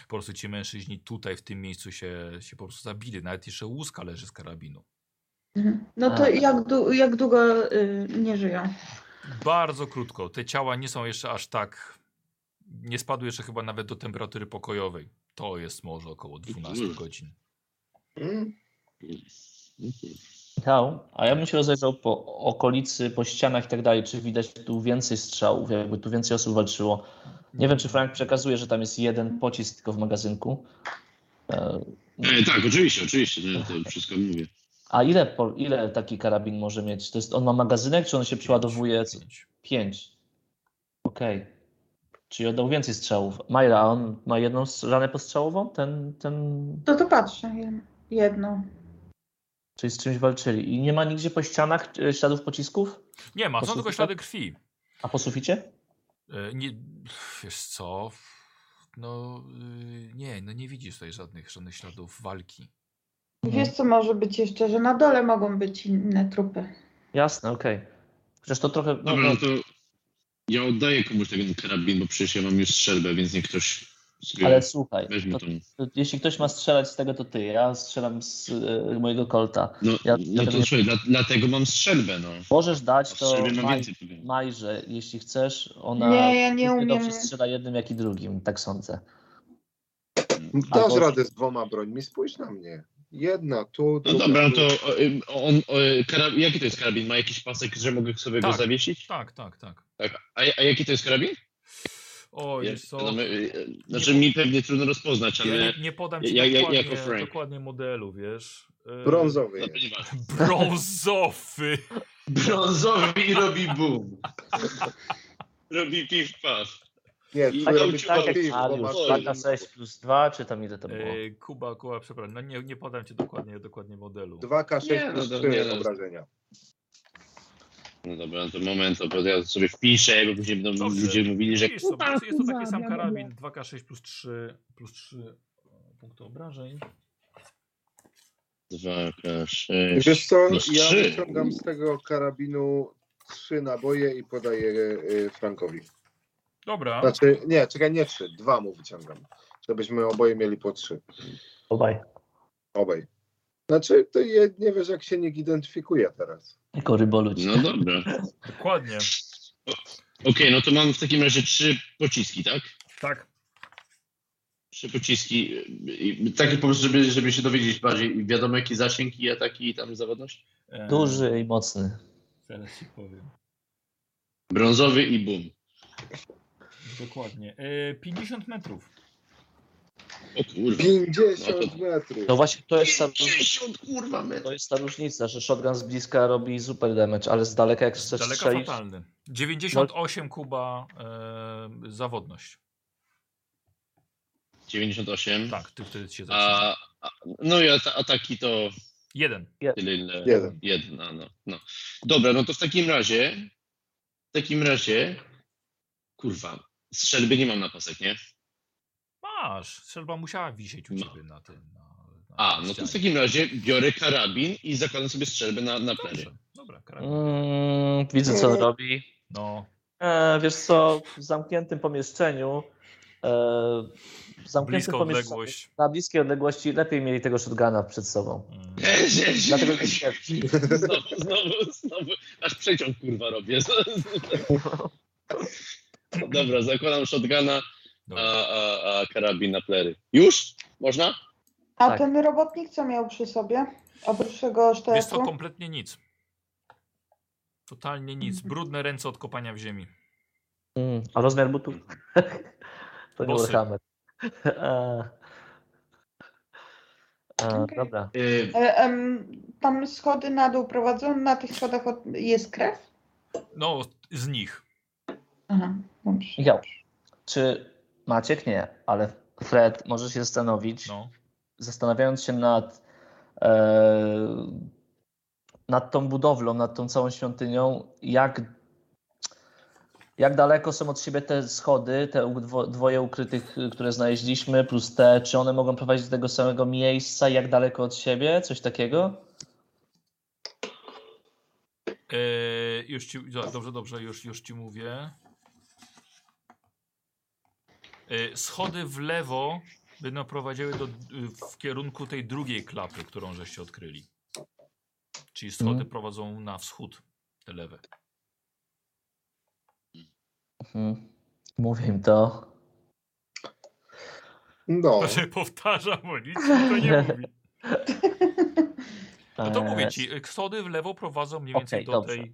[SPEAKER 1] Po prostu ci mężczyźni tutaj w tym miejscu się, się po prostu zabili. Nawet jeszcze łuska leży z karabinu.
[SPEAKER 3] Mhm. No to
[SPEAKER 5] A.
[SPEAKER 3] jak, dłu- jak długo y, nie żyją?
[SPEAKER 1] Bardzo krótko. Te ciała nie są jeszcze aż tak. Nie spadły jeszcze chyba nawet do temperatury pokojowej. To jest może około 12
[SPEAKER 2] Mhm.
[SPEAKER 1] godzin.
[SPEAKER 4] Mm,
[SPEAKER 5] Michał, a ja bym się rozejrzał po okolicy, po ścianach i tak dalej, czy widać tu więcej strzałów, jakby tu więcej osób walczyło. Nie wiem, czy Frank przekazuje, że tam jest jeden pocisk tylko w magazynku. E,
[SPEAKER 2] E, tak, oczywiście, oczywiście, no, ja to wszystko mówię.
[SPEAKER 5] A ile, po- ile taki karabin może mieć? To jest, on ma magazynek, czy on się przeładowuje? co-
[SPEAKER 1] Pięć.
[SPEAKER 5] Pięć. Okej. Czyli oddał więcej strzałów. Majra, a on ma jedną s- ranę postrzałową? Ten, ten...
[SPEAKER 3] No to patrzę jed- jedną.
[SPEAKER 5] Czyli z czymś walczyli. I nie ma nigdzie po ścianach e, śladów pocisków?
[SPEAKER 1] Nie ma,
[SPEAKER 5] tak?
[SPEAKER 1] są tylko
[SPEAKER 5] Posłuchaj.
[SPEAKER 1] ślady krwi.
[SPEAKER 5] A po suficie?
[SPEAKER 1] E, Nie, wiesz co? no y, nie, no nie widzisz tutaj żadnych, żadnych śladów walki.
[SPEAKER 3] Wiesz co może być jeszcze, że na dole mogą być inne trupy.
[SPEAKER 5] Jasne, okej. Przecież to trochę. No,
[SPEAKER 2] Dobra,
[SPEAKER 5] no,
[SPEAKER 2] no to ja oddaję komuś ten karabin, bo przecież ja mam już strzelbę, więc niech ktoś sobie
[SPEAKER 5] ale słuchaj,
[SPEAKER 2] weźmie
[SPEAKER 5] to,
[SPEAKER 2] tą.
[SPEAKER 5] to, jeśli ktoś ma strzelać z tego, to ty. Ja strzelam z e, mojego kolta.
[SPEAKER 2] No,
[SPEAKER 5] ja- ja
[SPEAKER 2] no to
[SPEAKER 5] tego nie-
[SPEAKER 2] słuchaj, dla, dlatego mam strzelbę, no.
[SPEAKER 5] Możesz
[SPEAKER 2] A
[SPEAKER 5] dać
[SPEAKER 2] W
[SPEAKER 5] to
[SPEAKER 2] strzelbie mam
[SPEAKER 5] Maj,
[SPEAKER 2] więcej pewnie.
[SPEAKER 5] Majże, jeśli chcesz. Ona
[SPEAKER 3] Nie, ja nie
[SPEAKER 5] równie dobrze
[SPEAKER 3] umiem.
[SPEAKER 5] strzela jednym, jak i drugim, tak sądzę.
[SPEAKER 4] Dasz
[SPEAKER 5] Albo-
[SPEAKER 4] radę z dwoma brońmi, spójrz na mnie. Jedna tu,
[SPEAKER 2] No
[SPEAKER 4] druga
[SPEAKER 2] dobra, no
[SPEAKER 4] tu.
[SPEAKER 2] to o, ym, on, o, y, karab... jaki to jest karabin? Ma jakiś pasek, że mogę sobie
[SPEAKER 1] Tak.
[SPEAKER 2] go zawiesić?
[SPEAKER 1] Tak, tak, tak.
[SPEAKER 2] Tak. A, a jaki to jest karabin?
[SPEAKER 1] O,
[SPEAKER 2] Ja-
[SPEAKER 1] wiesz co?
[SPEAKER 2] wiadomo, y, y, Znaczy mi pewnie trudno rozpoznać,
[SPEAKER 1] Ja
[SPEAKER 2] ale
[SPEAKER 1] nie, nie podam ci
[SPEAKER 2] Ja- ja-
[SPEAKER 1] dokładnie,
[SPEAKER 2] jako Frank.
[SPEAKER 1] dokładnie modelu, wiesz. Y,
[SPEAKER 4] Brązowy
[SPEAKER 2] No,
[SPEAKER 4] jest.
[SPEAKER 2] nieważne.
[SPEAKER 1] Brązowy.
[SPEAKER 2] brązowy i robi boom. robi piw paw.
[SPEAKER 4] Nie,
[SPEAKER 2] I-
[SPEAKER 4] tu
[SPEAKER 2] Ale
[SPEAKER 5] Tak,
[SPEAKER 4] robisz
[SPEAKER 2] tak jak
[SPEAKER 4] podpis, bo
[SPEAKER 5] Mariusz,
[SPEAKER 4] masz...
[SPEAKER 2] Mariusz,
[SPEAKER 5] tak na 6 plus 2, czy tam ile to było?
[SPEAKER 1] Y, Kuba, Kuba, przepraszam. No nie, nie podam ci dokładnie, dokładnie modelu.
[SPEAKER 4] 2K6
[SPEAKER 2] Nie, no
[SPEAKER 4] plus
[SPEAKER 2] to
[SPEAKER 4] 3
[SPEAKER 2] nie, no.
[SPEAKER 4] obrażenia.
[SPEAKER 2] No dobra, no to moment, to ja sobie wpiszę, bo później będą
[SPEAKER 1] Dobrze.
[SPEAKER 2] ludzie mówili, że
[SPEAKER 1] Widzisz, zobacz, jest to taki
[SPEAKER 3] Kuba,
[SPEAKER 1] sam
[SPEAKER 3] bla, bla, bla.
[SPEAKER 1] karabin 2K6 plus 3 plus 3 punkty obrażeń.
[SPEAKER 2] 2,
[SPEAKER 4] Wiesz co,
[SPEAKER 2] plus
[SPEAKER 4] ja
[SPEAKER 2] trzy.
[SPEAKER 4] wyciągam z tego karabinu trzy naboje i podaję y, Frankowi.
[SPEAKER 1] Dobra.
[SPEAKER 4] Znaczy, nie, czekaj, nie trzy, dwa mu wyciągam. Żebyśmy oboje mieli po trzy.
[SPEAKER 5] Obaj.
[SPEAKER 4] Obaj. Znaczy, to je, nie wiesz, jak się nie identyfikuje teraz.
[SPEAKER 5] Jako ryboludź.
[SPEAKER 2] No dobra.
[SPEAKER 1] Dokładnie.
[SPEAKER 2] Okej, no to mam w takim razie trzy pociski, tak?
[SPEAKER 1] Tak.
[SPEAKER 2] Trzy pociski. y, y, Takie po prostu, żeby, żeby się dowiedzieć bardziej i wiadomo jaki zasięg i ataki i tam zawodność.
[SPEAKER 1] E,
[SPEAKER 5] Duży i mocny.
[SPEAKER 1] Zaraz ci powiem.
[SPEAKER 2] Brązowy i boom.
[SPEAKER 1] Dokładnie. E, 50 metrów.
[SPEAKER 2] O kurwa.
[SPEAKER 4] 50 metrów.
[SPEAKER 5] No właśnie, to jest ta,
[SPEAKER 2] 50 kurwa
[SPEAKER 5] to
[SPEAKER 2] metrów.
[SPEAKER 5] jest ta różnica, że shotgun z bliska robi super damage, ale z daleka jak
[SPEAKER 1] Z
[SPEAKER 5] chcesz
[SPEAKER 1] daleka
[SPEAKER 5] strzelić,
[SPEAKER 1] fatalny. 98 Kuba e, zawodność.
[SPEAKER 2] 98.
[SPEAKER 1] Tak, ty wtedy się zaczyna.
[SPEAKER 2] A, a, no i ata- ataki to
[SPEAKER 1] Jeden.
[SPEAKER 2] tyle ile.
[SPEAKER 4] Jeden.
[SPEAKER 2] Jedna, no, no. Dobra, no to w takim razie. W takim razie. Kurwa. Strzelby nie mam na pasek, nie?
[SPEAKER 1] Masz. Strzelba musiała wisieć u
[SPEAKER 2] No.
[SPEAKER 1] ciebie na tym. Na, na
[SPEAKER 2] A, no to
[SPEAKER 1] ścianie.
[SPEAKER 2] w takim razie biorę karabin i zakładam sobie strzelbę na, na plecy. *laughs*
[SPEAKER 1] Dobrze. Dobra, karabin.
[SPEAKER 5] mm, widzę co on robi.
[SPEAKER 1] No.
[SPEAKER 5] E, wiesz co, w zamkniętym pomieszczeniu, e, w zamkniętym
[SPEAKER 1] Bliska
[SPEAKER 5] pomieszczeniu,
[SPEAKER 1] odległość.
[SPEAKER 5] na bliskiej odległości lepiej mieli tego shotguna przed sobą.
[SPEAKER 1] Mm.
[SPEAKER 5] Dlatego jest ciężki.
[SPEAKER 2] Znowu, znowu, znowu. Aż przeciąg kurwa robię. *laughs* Dobra, zakładam shotguna, a,
[SPEAKER 1] Dobra.
[SPEAKER 2] a, a karabin na plery. Już? Można?
[SPEAKER 3] A
[SPEAKER 5] Tak.
[SPEAKER 3] ten robotnik co miał przy sobie? Oprócz tego
[SPEAKER 1] Wiesz co,
[SPEAKER 3] sztyletu?
[SPEAKER 1] kompletnie nic. Totalnie nic.
[SPEAKER 5] Mhm.
[SPEAKER 1] Brudne ręce od kopania w ziemi.
[SPEAKER 5] Mm, a rozmiar butów? *laughs* to nie
[SPEAKER 1] Bosy.
[SPEAKER 5] Warhammer. E, e,
[SPEAKER 3] Okej.
[SPEAKER 5] Dobra.
[SPEAKER 1] *laughs*
[SPEAKER 2] Y,
[SPEAKER 3] E, em, Tam schody na dół prowadzą, na tych schodach od- jest krew?
[SPEAKER 1] No, z nich.
[SPEAKER 3] Aha, dobrze.
[SPEAKER 5] Michał, czy Maciek nie, ale Fred, możesz się zastanowić,
[SPEAKER 1] No.
[SPEAKER 5] zastanawiając się nad, e, nad tą budowlą, nad tą całą świątynią, jak, jak daleko są od siebie te schody, te u- dwo, dwoje ukrytych, y, które znaleźliśmy, plus te, czy one mogą prowadzić do tego samego miejsca, jak daleko od siebie, coś takiego?
[SPEAKER 1] Eee, już ci, do- dobrze, dobrze, już, już ci mówię. Eee, schody w lewo będą prowadziły do, w kierunku tej drugiej klapy, którą żeście odkryli. Czyli schody
[SPEAKER 5] Mhm.
[SPEAKER 1] prowadzą na wschód, te lewe.
[SPEAKER 5] Mhm. Mówię im to.
[SPEAKER 4] No,
[SPEAKER 1] Znaczy powtarzam, bo nic mi to nie mówi. No to
[SPEAKER 5] E,
[SPEAKER 1] mówię ci, schody w lewo prowadzą mniej więcej
[SPEAKER 5] Okej,
[SPEAKER 1] do,
[SPEAKER 5] dobrze.
[SPEAKER 1] tej,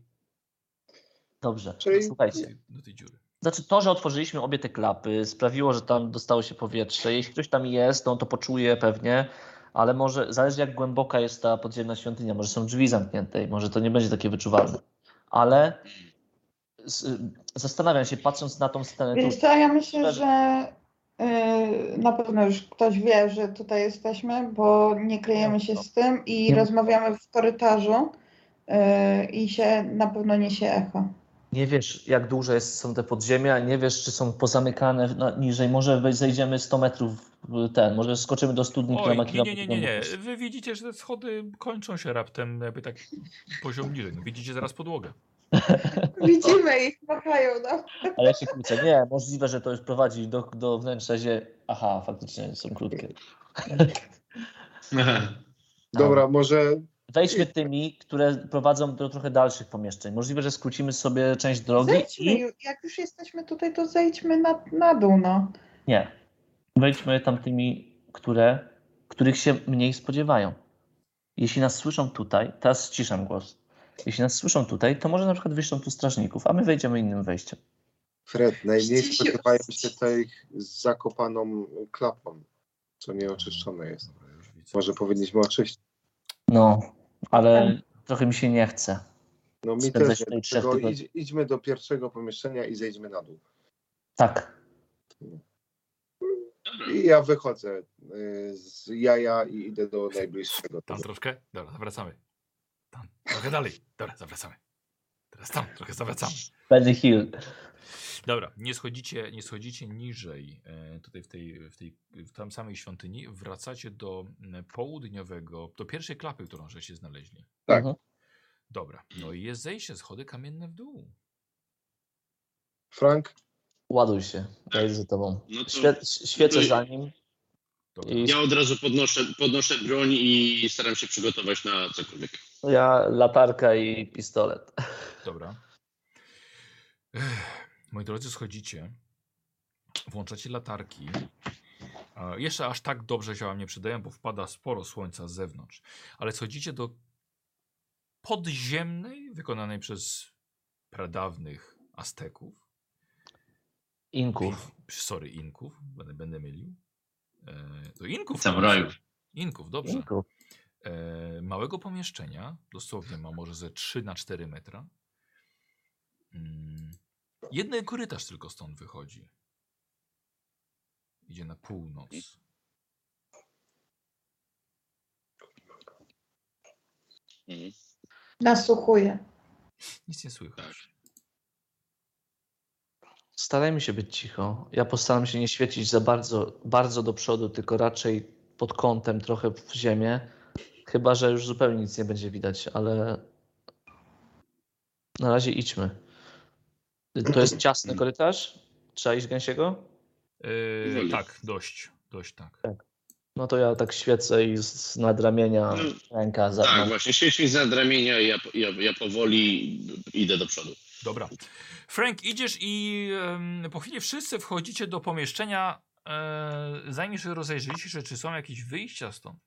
[SPEAKER 5] Dobrze,
[SPEAKER 4] Czyli-
[SPEAKER 5] słuchajcie.
[SPEAKER 1] do tej dziury.
[SPEAKER 5] Znaczy to, że otworzyliśmy obie te klapy, sprawiło, że tam dostało się powietrze. Jeśli ktoś tam jest, no to on to poczuje pewnie, ale może zależy jak głęboka jest ta podziemna świątynia. Może są drzwi zamknięte i może to nie będzie takie wyczuwalne. Ale z, zastanawiam się, patrząc na tą scenę
[SPEAKER 3] Wiesz
[SPEAKER 5] tu,
[SPEAKER 3] co, ja myślę,
[SPEAKER 5] Pewnie.
[SPEAKER 3] że y, na pewno już ktoś wie, że tutaj jesteśmy, bo nie kryjemy się z tym i
[SPEAKER 5] Nie.
[SPEAKER 3] e, rozmawiamy w korytarzu y, i się na pewno niesie echo.
[SPEAKER 5] Nie wiesz, jak duże jest, są te podziemia, nie wiesz, czy są pozamykane na, niżej. Może wej- zejdziemy 100 metrów w ten, może skoczymy do studni, która
[SPEAKER 1] Oj,
[SPEAKER 5] ma
[SPEAKER 1] nie,
[SPEAKER 5] kilka
[SPEAKER 1] nie, nie, nie, nie. Wy widzicie, że te schody kończą się raptem jakby tak poziom niżej. No, Widzicie zaraz podłogę.
[SPEAKER 3] Widzimy ich, machają nam.
[SPEAKER 5] Ale ja się kłócę. Nie, możliwe, że to już prowadzi do, do wnętrza, gdzie... Aha, faktycznie są krótkie.
[SPEAKER 4] Dobra, może
[SPEAKER 5] Wejdźmy tymi, które prowadzą do trochę dalszych pomieszczeń. Możliwe, że skrócimy sobie część drogi
[SPEAKER 3] Zejdźmy,
[SPEAKER 5] i...
[SPEAKER 3] ju- jak już jesteśmy tutaj, to zejdźmy na, na dół, no.
[SPEAKER 5] Nie. Wejdźmy tamtymi, które, których się mniej spodziewają. Jeśli nas słyszą tutaj, teraz ściszam głos. Jeśli nas słyszą tutaj, to może na przykład wyjdą tu strażników, a my wejdziemy innym wejściem.
[SPEAKER 4] Fred, najmniej
[SPEAKER 3] Ściśle-
[SPEAKER 4] spodziewają się tej z zakopaną klapą, co nieoczyszczone jest.
[SPEAKER 1] Dobra, No, już widzę.
[SPEAKER 4] Może powinniśmy oczyścić.
[SPEAKER 5] No, ale
[SPEAKER 3] Mhm.
[SPEAKER 5] trochę mi się nie chce.
[SPEAKER 4] No mi
[SPEAKER 5] Spędzać
[SPEAKER 4] też nie.
[SPEAKER 5] tutaj trzech
[SPEAKER 4] Dlatego
[SPEAKER 5] tygodni.
[SPEAKER 4] idź, idźmy do pierwszego pomieszczenia i zejdźmy na dół.
[SPEAKER 5] Tak.
[SPEAKER 4] I ja wychodzę y, z jaja i idę do najbliższego.
[SPEAKER 1] Tam troszkę? Dobra, zawracamy. Tam, trochę dalej. Dobra, zawracamy. Teraz tam, trochę zawracamy.
[SPEAKER 5] Benny Hill.
[SPEAKER 1] Dobra, nie schodzicie, nie schodzicie niżej e, tutaj w tej, w tej w tam samej świątyni, wracacie do m, południowego, do pierwszej klapy, którą żeście znaleźli.
[SPEAKER 4] Tak.
[SPEAKER 5] Mhm.
[SPEAKER 1] Dobra, no i jest zejście, schody kamienne w dół.
[SPEAKER 4] Frank,
[SPEAKER 5] Ładuj się. Ja idę za tobą.
[SPEAKER 2] No to-
[SPEAKER 5] Świe świecę za nim.
[SPEAKER 1] Dobra.
[SPEAKER 5] I
[SPEAKER 2] Ja od razu podnoszę, podnoszę broń i staram się przygotować na cokolwiek.
[SPEAKER 5] ja latarka i pistolet.
[SPEAKER 1] Dobra. Ech, Moi drodzy, schodzicie, włączacie latarki. E, Jeszcze aż tak dobrze się wam nie przydają, bo wpada sporo słońca z zewnątrz. Ale schodzicie do podziemnej, wykonanej przez pradawnych Azteków.
[SPEAKER 5] Inków.
[SPEAKER 1] Sorry, Inków, będę, będę mylił. E, To Inków.
[SPEAKER 2] Samurajów.
[SPEAKER 1] Inków, dobrze.
[SPEAKER 5] Inków.
[SPEAKER 1] e, małego pomieszczenia, dosłownie ma może ze 3 na 4 metra. Mm, Jeden korytarz tylko stąd wychodzi. Idzie na północ.
[SPEAKER 2] Mhm.
[SPEAKER 3] Nasłuchuję.
[SPEAKER 1] Nic nie słychać.
[SPEAKER 5] Starajmy się być cicho. Ja postaram się nie świecić za bardzo, bardzo do przodu, tylko raczej pod kątem trochę w ziemię. Chyba, że już zupełnie nic nie będzie widać, ale na razie idźmy. To jest ciasny korytarz? Trzeba iść gęsiego?
[SPEAKER 1] E, tak, dość, dość tak.
[SPEAKER 5] No to ja tak świecę i z z nadramienia
[SPEAKER 2] No,
[SPEAKER 5] ręka za...
[SPEAKER 2] Tak, właśnie. Sieć mi z nadramienia i ja, ja, ja powoli idę do przodu.
[SPEAKER 1] Dobra. Frank, idziesz i em, po chwili wszyscy wchodzicie do pomieszczenia, e, zanim się rozejrzycie, czy- czy są jakieś wyjścia stąd.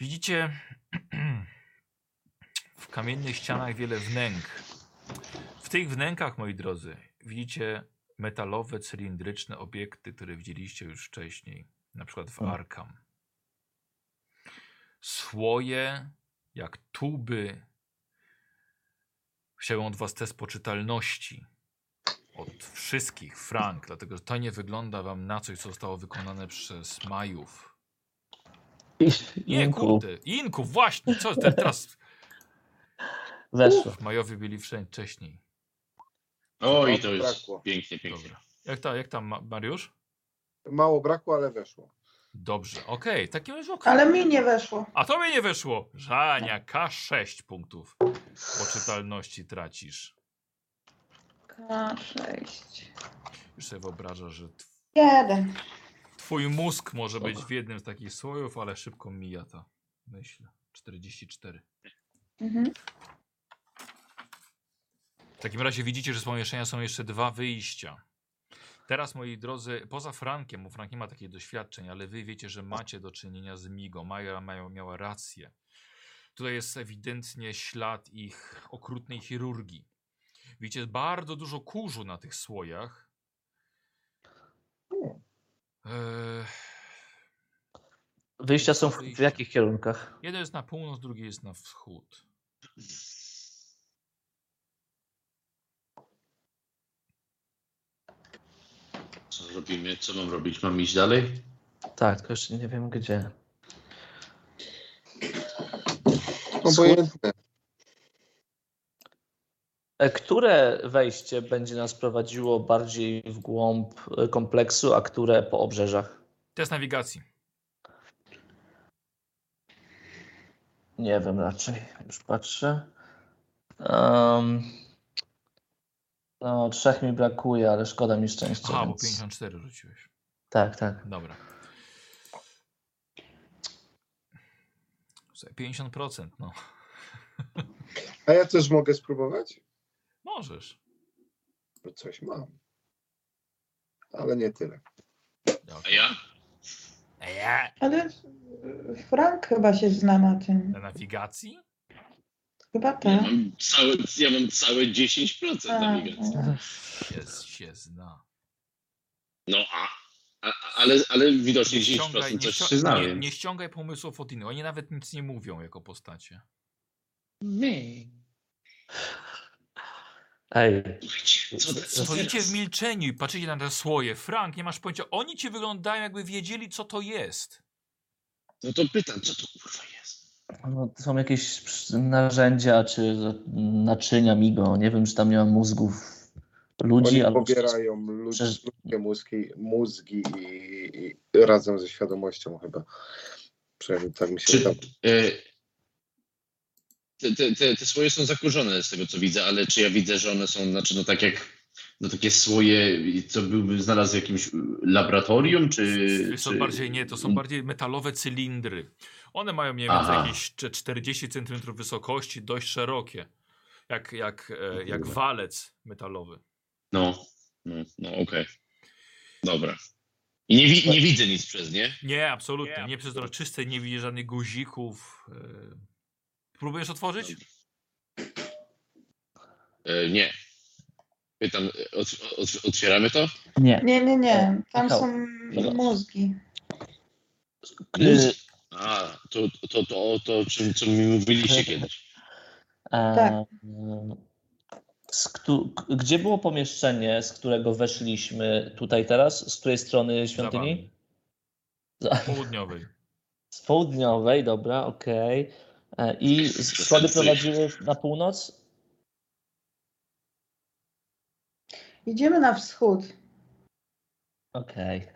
[SPEAKER 1] Widzicie *clears throat* w kamiennych ścianach wiele wnęk. W tych wnękach, moi drodzy, widzicie metalowe, cylindryczne obiekty, które widzieliście już wcześniej, na przykład w
[SPEAKER 5] Mhm.
[SPEAKER 1] Arkham. Słoje, jak tuby Chciałem od was test poczytalności. Od wszystkich, Frank, dlatego że to nie wygląda wam na coś, co zostało wykonane przez Majów. Nie,
[SPEAKER 5] Inku.
[SPEAKER 1] kurde, Inków, właśnie, co te, teraz
[SPEAKER 5] Weszło.
[SPEAKER 1] Majowie byli wszędzie wcześniej.
[SPEAKER 2] O, No i
[SPEAKER 4] Mało
[SPEAKER 2] to jest
[SPEAKER 4] brakło.
[SPEAKER 2] pięknie, pięknie.
[SPEAKER 1] Dobra. Jak, ta, jak tam, Ma- Mariusz?
[SPEAKER 4] mało brakło, ale weszło.
[SPEAKER 1] Dobrze, okej, okay, takim razie okej.
[SPEAKER 3] Ale mi nie weszło.
[SPEAKER 1] A to mnie nie wyszło. Żania, K6 punktów poczytalności tracisz.
[SPEAKER 3] K6.
[SPEAKER 1] Już sobie wyobrażasz, że tw-
[SPEAKER 3] Jeden.
[SPEAKER 1] Twój mózg może być
[SPEAKER 5] Dobra.
[SPEAKER 1] w jednym z takich słojów, ale szybko mija ta myśl. 44.
[SPEAKER 3] Mhm.
[SPEAKER 1] W takim razie widzicie, że z pomieszczenia są jeszcze dwa wyjścia. Teraz, moi drodzy, poza Frankiem, bo Frank nie ma takich doświadczeń, ale wy wiecie, że macie do czynienia z Migo. Maja mają, miała rację. Tutaj jest ewidentnie ślad ich okrutnej chirurgii. Widzicie bardzo dużo kurzu na tych słojach. Eee,
[SPEAKER 5] Wyjścia są w, w jakich kierunkach?
[SPEAKER 1] jeden jest na północ, drugi jest na wschód.
[SPEAKER 2] Co robimy? Co mam robić? Mam iść dalej?
[SPEAKER 5] Tak, tylko jeszcze nie wiem gdzie.
[SPEAKER 4] No Obojętne.
[SPEAKER 5] E, Które wejście będzie nas prowadziło bardziej w głąb e, kompleksu, a które po obrzeżach?
[SPEAKER 1] Test nawigacji.
[SPEAKER 5] Nie wiem raczej, już patrzę. Um, no, trzech mi brakuje, ale szkoda mi szczęścia.
[SPEAKER 1] A, bo
[SPEAKER 5] więc...
[SPEAKER 1] 54 rzuciłeś.
[SPEAKER 5] Tak, tak.
[SPEAKER 1] Dobra. Słuchaj, 50%, no.
[SPEAKER 4] A ja też mogę spróbować?
[SPEAKER 1] Możesz.
[SPEAKER 4] Bo coś mam. Ale nie tyle.
[SPEAKER 2] A ja?
[SPEAKER 1] Eee,
[SPEAKER 3] Ale e, Frank chyba się zna na tym.
[SPEAKER 1] na nawigacji?
[SPEAKER 3] Chyba tak.
[SPEAKER 2] Ja mam całe, ja mam całe 10%
[SPEAKER 3] A,
[SPEAKER 2] nawigacji.
[SPEAKER 3] a. tak.
[SPEAKER 1] Jest, się zna.
[SPEAKER 2] No a, a ale, ale widocznie 10%
[SPEAKER 1] nie,
[SPEAKER 2] coś
[SPEAKER 1] ścią-
[SPEAKER 2] się
[SPEAKER 1] nie,
[SPEAKER 2] znałem.
[SPEAKER 1] nie ściągaj pomysłów od innych. Oni nawet nic nie mówią jako postacie.
[SPEAKER 5] Ej,
[SPEAKER 2] Co, co
[SPEAKER 1] Stoicie
[SPEAKER 2] teraz?
[SPEAKER 1] w milczeniu i patrzycie na te słoje. Frank, nie masz pojęcia. Oni ci wyglądają, jakby wiedzieli, co to jest.
[SPEAKER 2] No to pytam, co to kurwa jest?
[SPEAKER 5] no, to są jakieś psz- narzędzia czy naczynia Migo. Nie wiem, czy tam nie ma mózgów ludzi,
[SPEAKER 4] Oni
[SPEAKER 5] albo
[SPEAKER 4] pobierają ludzi,
[SPEAKER 5] przez-
[SPEAKER 4] ludzkie mózgi, mózgi i, i razem ze świadomością chyba. Przynajmniej tak mi się
[SPEAKER 2] Czy,
[SPEAKER 4] wydaje.
[SPEAKER 2] e, te, te, te, te słoje są zakurzone z tego, co widzę, ale czy ja widzę, że one są, znaczy no tak jak no takie słoje, co byłby znalazł w jakimś y, laboratorium, czy...
[SPEAKER 1] Wiesz, to
[SPEAKER 2] czy...
[SPEAKER 1] bardziej nie, to są bardziej metalowe cylindry. One mają mniej więcej
[SPEAKER 2] Aha.
[SPEAKER 1] jakieś cz- 40 cm wysokości, dość szerokie. Jak, jak, e, jak walec metalowy.
[SPEAKER 2] No, no, no okej. Dobra. I nie, wi- nie widzę nic przez nie.
[SPEAKER 1] Nie, absolutnie. Nieprzezroczyste, nie widzisz żadnych guzików. e. Próbujesz otworzyć?
[SPEAKER 2] E, nie. Pytam, e, ot, ot, otwieramy to?
[SPEAKER 5] Nie.
[SPEAKER 3] Nie, nie, nie. Tam
[SPEAKER 5] Michał.
[SPEAKER 3] są mózgi.
[SPEAKER 5] Y,
[SPEAKER 2] A, to, to, to o to, o czym co mi mówiliście kiedyś.
[SPEAKER 3] Tak.
[SPEAKER 5] E, Z któ- k- gdzie było pomieszczenie, z którego weszliśmy tutaj teraz? Z której strony świątyni?
[SPEAKER 2] *laughs*
[SPEAKER 5] Za-
[SPEAKER 1] Południowej.
[SPEAKER 5] Z południowej, dobra, okej. E, I z- schody prowadziły na północ?
[SPEAKER 3] Idziemy na wschód.
[SPEAKER 5] Okej.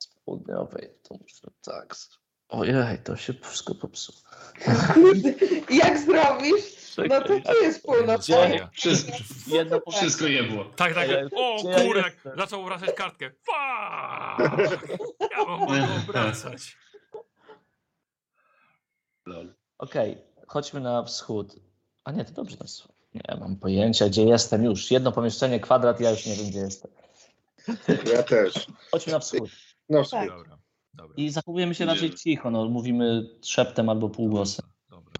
[SPEAKER 5] Z południowej, to muszę tak. z- Ojej, to się wszystko popsuło.
[SPEAKER 3] Kurde, *laughs* Jak zrobisz? No to
[SPEAKER 5] Czekaj,
[SPEAKER 3] tu jest północ.
[SPEAKER 5] Gdzie?
[SPEAKER 1] Gdzie?
[SPEAKER 2] Przez,
[SPEAKER 5] Jedno po...
[SPEAKER 2] wszystko je było.
[SPEAKER 1] Tak, tak.
[SPEAKER 5] Ale
[SPEAKER 1] O
[SPEAKER 5] gdzie ja
[SPEAKER 1] kurde, tak,
[SPEAKER 5] jestem?
[SPEAKER 1] zaczął wracać kartkę.
[SPEAKER 5] *laughs*
[SPEAKER 1] Fuck! Ja mam mogę obracać.
[SPEAKER 2] Lol.
[SPEAKER 5] Okej, chodźmy na wschód. A nie, to dobrze nas. Nie mam pojęcia, gdzie jestem już. Jedno pomieszczenie, kwadrat, ja już nie wiem, gdzie jestem.
[SPEAKER 4] Ja też.
[SPEAKER 5] Chodźmy na wschód.
[SPEAKER 4] No,
[SPEAKER 3] Tak.
[SPEAKER 1] Dobra, dobra.
[SPEAKER 5] I zachowujemy się
[SPEAKER 2] Nie.
[SPEAKER 5] raczej cicho, no, mówimy szeptem albo półgłosem.
[SPEAKER 1] Dobra.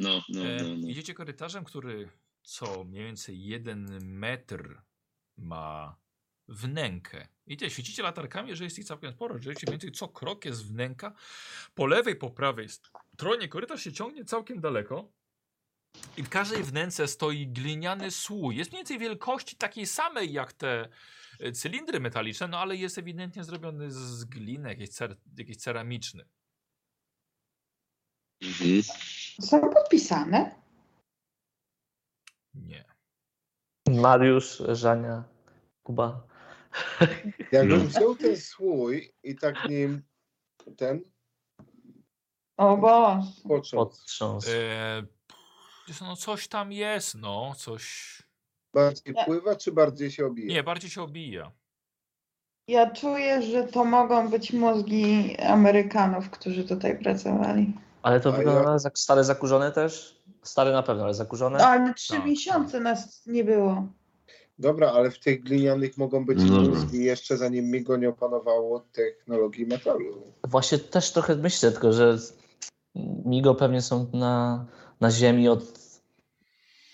[SPEAKER 2] No, no,
[SPEAKER 1] E,
[SPEAKER 2] no. no.
[SPEAKER 1] Idziecie korytarzem, który co mniej więcej jeden metr ma wnękę. Idzie, świecicie latarkami, że jest ich całkiem sporo. Że mniej więcej co krok jest wnęka. Po lewej, po prawej stronie korytarz się ciągnie całkiem daleko. I w każdej wnęce stoi gliniany słój. Jest mniej więcej wielkości takiej samej jak te e, cylindry metaliczne, no ale jest ewidentnie zrobiony z gliny, jakiejś, cer- jakiejś ceramiczny.
[SPEAKER 2] Mhm.
[SPEAKER 3] Są podpisane?
[SPEAKER 1] Nie.
[SPEAKER 5] Mariusz, Żania, Kuba.
[SPEAKER 4] jakbym
[SPEAKER 2] No.
[SPEAKER 4] wziął ten słój i tak nim ten
[SPEAKER 3] O Boże.
[SPEAKER 4] począł.
[SPEAKER 5] Potrząs.
[SPEAKER 1] E, pff, no coś tam jest, no, coś.
[SPEAKER 4] Bardziej pływa, czy bardziej się obija?
[SPEAKER 1] Nie, bardziej się obija.
[SPEAKER 3] Ja czuję, że to mogą być mózgi Amerykanów, którzy tutaj pracowali.
[SPEAKER 5] Ale to
[SPEAKER 4] a ja-
[SPEAKER 5] wygląda jak stare zakurzone też? Stare na pewno, ale zakurzone?
[SPEAKER 3] No, ale trzy
[SPEAKER 1] Tak.
[SPEAKER 3] miesiące nas nie było.
[SPEAKER 4] Dobra, ale w tych glinianych mogą być
[SPEAKER 2] No dobra.
[SPEAKER 4] mózgi jeszcze zanim Migo nie opanowało technologii metalu.
[SPEAKER 5] Właśnie też trochę myślę, tylko że Migo pewnie są na, na ziemi od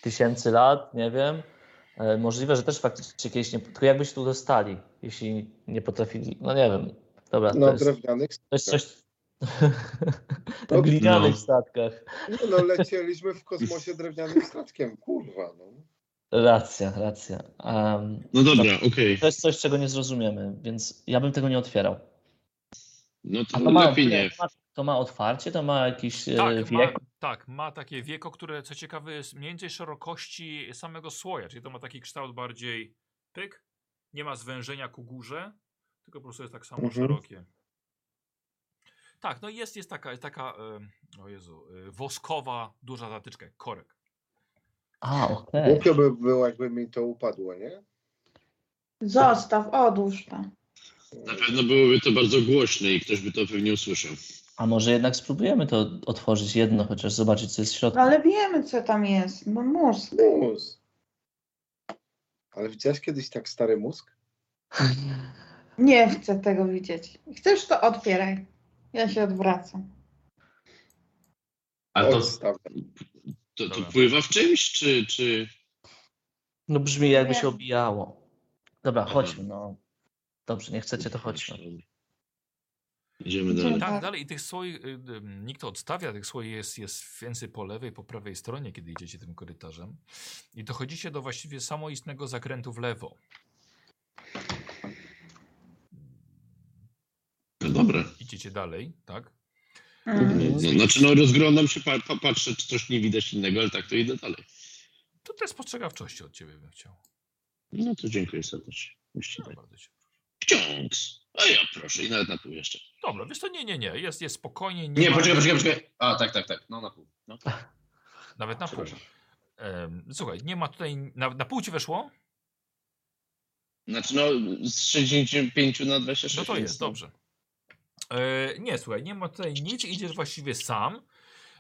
[SPEAKER 5] tysięcy lat, nie wiem. E, Możliwe, że też faktycznie kiedyś nie... Tylko jakby się tu dostali, jeśli nie potrafili... No nie wiem. Dobra, to,
[SPEAKER 4] Na
[SPEAKER 5] jest,
[SPEAKER 4] drewnianych.
[SPEAKER 5] to jest coś...
[SPEAKER 4] No,
[SPEAKER 5] na *laughs* glinianych
[SPEAKER 2] no.
[SPEAKER 5] statkach.
[SPEAKER 4] No, no lecieliśmy w kosmosie drewnianym statkiem, kurwa. No.
[SPEAKER 5] Racja, racja. Em,
[SPEAKER 2] No dobra, okej.
[SPEAKER 5] To jest coś, czego nie zrozumiemy, więc ja bym tego nie otwierał.
[SPEAKER 2] No to,
[SPEAKER 5] A to ma,
[SPEAKER 2] lepiej nie.
[SPEAKER 5] to ma, to ma otwarcie, to ma jakiś e,
[SPEAKER 1] Tak, ma,
[SPEAKER 5] wiek.
[SPEAKER 1] Tak, ma takie wieko, które co ciekawe jest mniej więcej szerokości samego słoja, czyli to ma taki kształt bardziej pyk, nie ma zwężenia ku górze, tylko po prostu jest tak samo
[SPEAKER 4] Mhm.
[SPEAKER 1] szerokie. Tak, no i jest, jest taka, jest taka e, o Jezu, e, woskowa duża zatyczka, jak korek.
[SPEAKER 5] A, okej.
[SPEAKER 4] Głupio by było, jakby mi to upadło, nie?
[SPEAKER 3] Zostaw, odłóż to.
[SPEAKER 2] Na pewno byłoby to bardzo głośne i ktoś by to pewnie usłyszał.
[SPEAKER 5] A może jednak spróbujemy to otworzyć jedno, chociaż zobaczyć, co jest w środku.
[SPEAKER 3] No ale wiemy, co tam jest. No mózg.
[SPEAKER 4] Mózg. Ale widziałeś kiedyś tak stary mózg?
[SPEAKER 3] Nie chcę tego widzieć. Chcesz, to otwieraj. Ja się odwracam.
[SPEAKER 2] A to,
[SPEAKER 4] Odstaw.
[SPEAKER 2] to, to
[SPEAKER 1] Dobra.
[SPEAKER 2] pływa w czymś, czy, czy...
[SPEAKER 5] No brzmi jakby
[SPEAKER 3] Nie.
[SPEAKER 5] się obijało. Dobra,
[SPEAKER 2] Mhm.
[SPEAKER 5] chodźmy, no. Dobrze, nie chcecie, to chodźmy.
[SPEAKER 2] Idziemy
[SPEAKER 1] I
[SPEAKER 2] dalej.
[SPEAKER 1] tak
[SPEAKER 3] Tak.
[SPEAKER 1] dalej, i tych słoi, y, y, nikt to odstawia, tych słoi jest, jest więcej po lewej, po prawej stronie, kiedy idziecie tym korytarzem. I dochodzicie do właściwie samoistnego zakrętu w lewo.
[SPEAKER 2] No dobra.
[SPEAKER 1] Idziecie dalej, tak?
[SPEAKER 3] Mm.
[SPEAKER 2] No, znaczy no rozglądam się, pa, pa, patrzę, czy coś nie widać innego, ale tak to idę dalej.
[SPEAKER 1] To też spostrzegawczości od ciebie bym chciał.
[SPEAKER 2] No to dziękuję serdecznie. Myślcie
[SPEAKER 1] No,
[SPEAKER 2] tak.
[SPEAKER 1] bardzo cię. proszę.
[SPEAKER 2] Ksiądz! A ja proszę, i nawet na pół jeszcze.
[SPEAKER 1] Dobra, wiesz to nie, nie, nie, jest, jest spokojnie.
[SPEAKER 2] Nie,
[SPEAKER 1] ma-
[SPEAKER 2] poczekaj, poczekaj, poczekaj. A, tak, tak, tak. No na pół. No.
[SPEAKER 1] Nawet na pół.
[SPEAKER 2] Przepraszam.
[SPEAKER 1] Em, słuchaj, nie ma tutaj, na, na pół ci weszło?
[SPEAKER 2] Znaczy no, z 65 na 26.
[SPEAKER 1] No to jest,
[SPEAKER 2] więc-
[SPEAKER 1] dobrze. E, nie, słuchaj, nie ma tutaj nic, idziesz właściwie sam.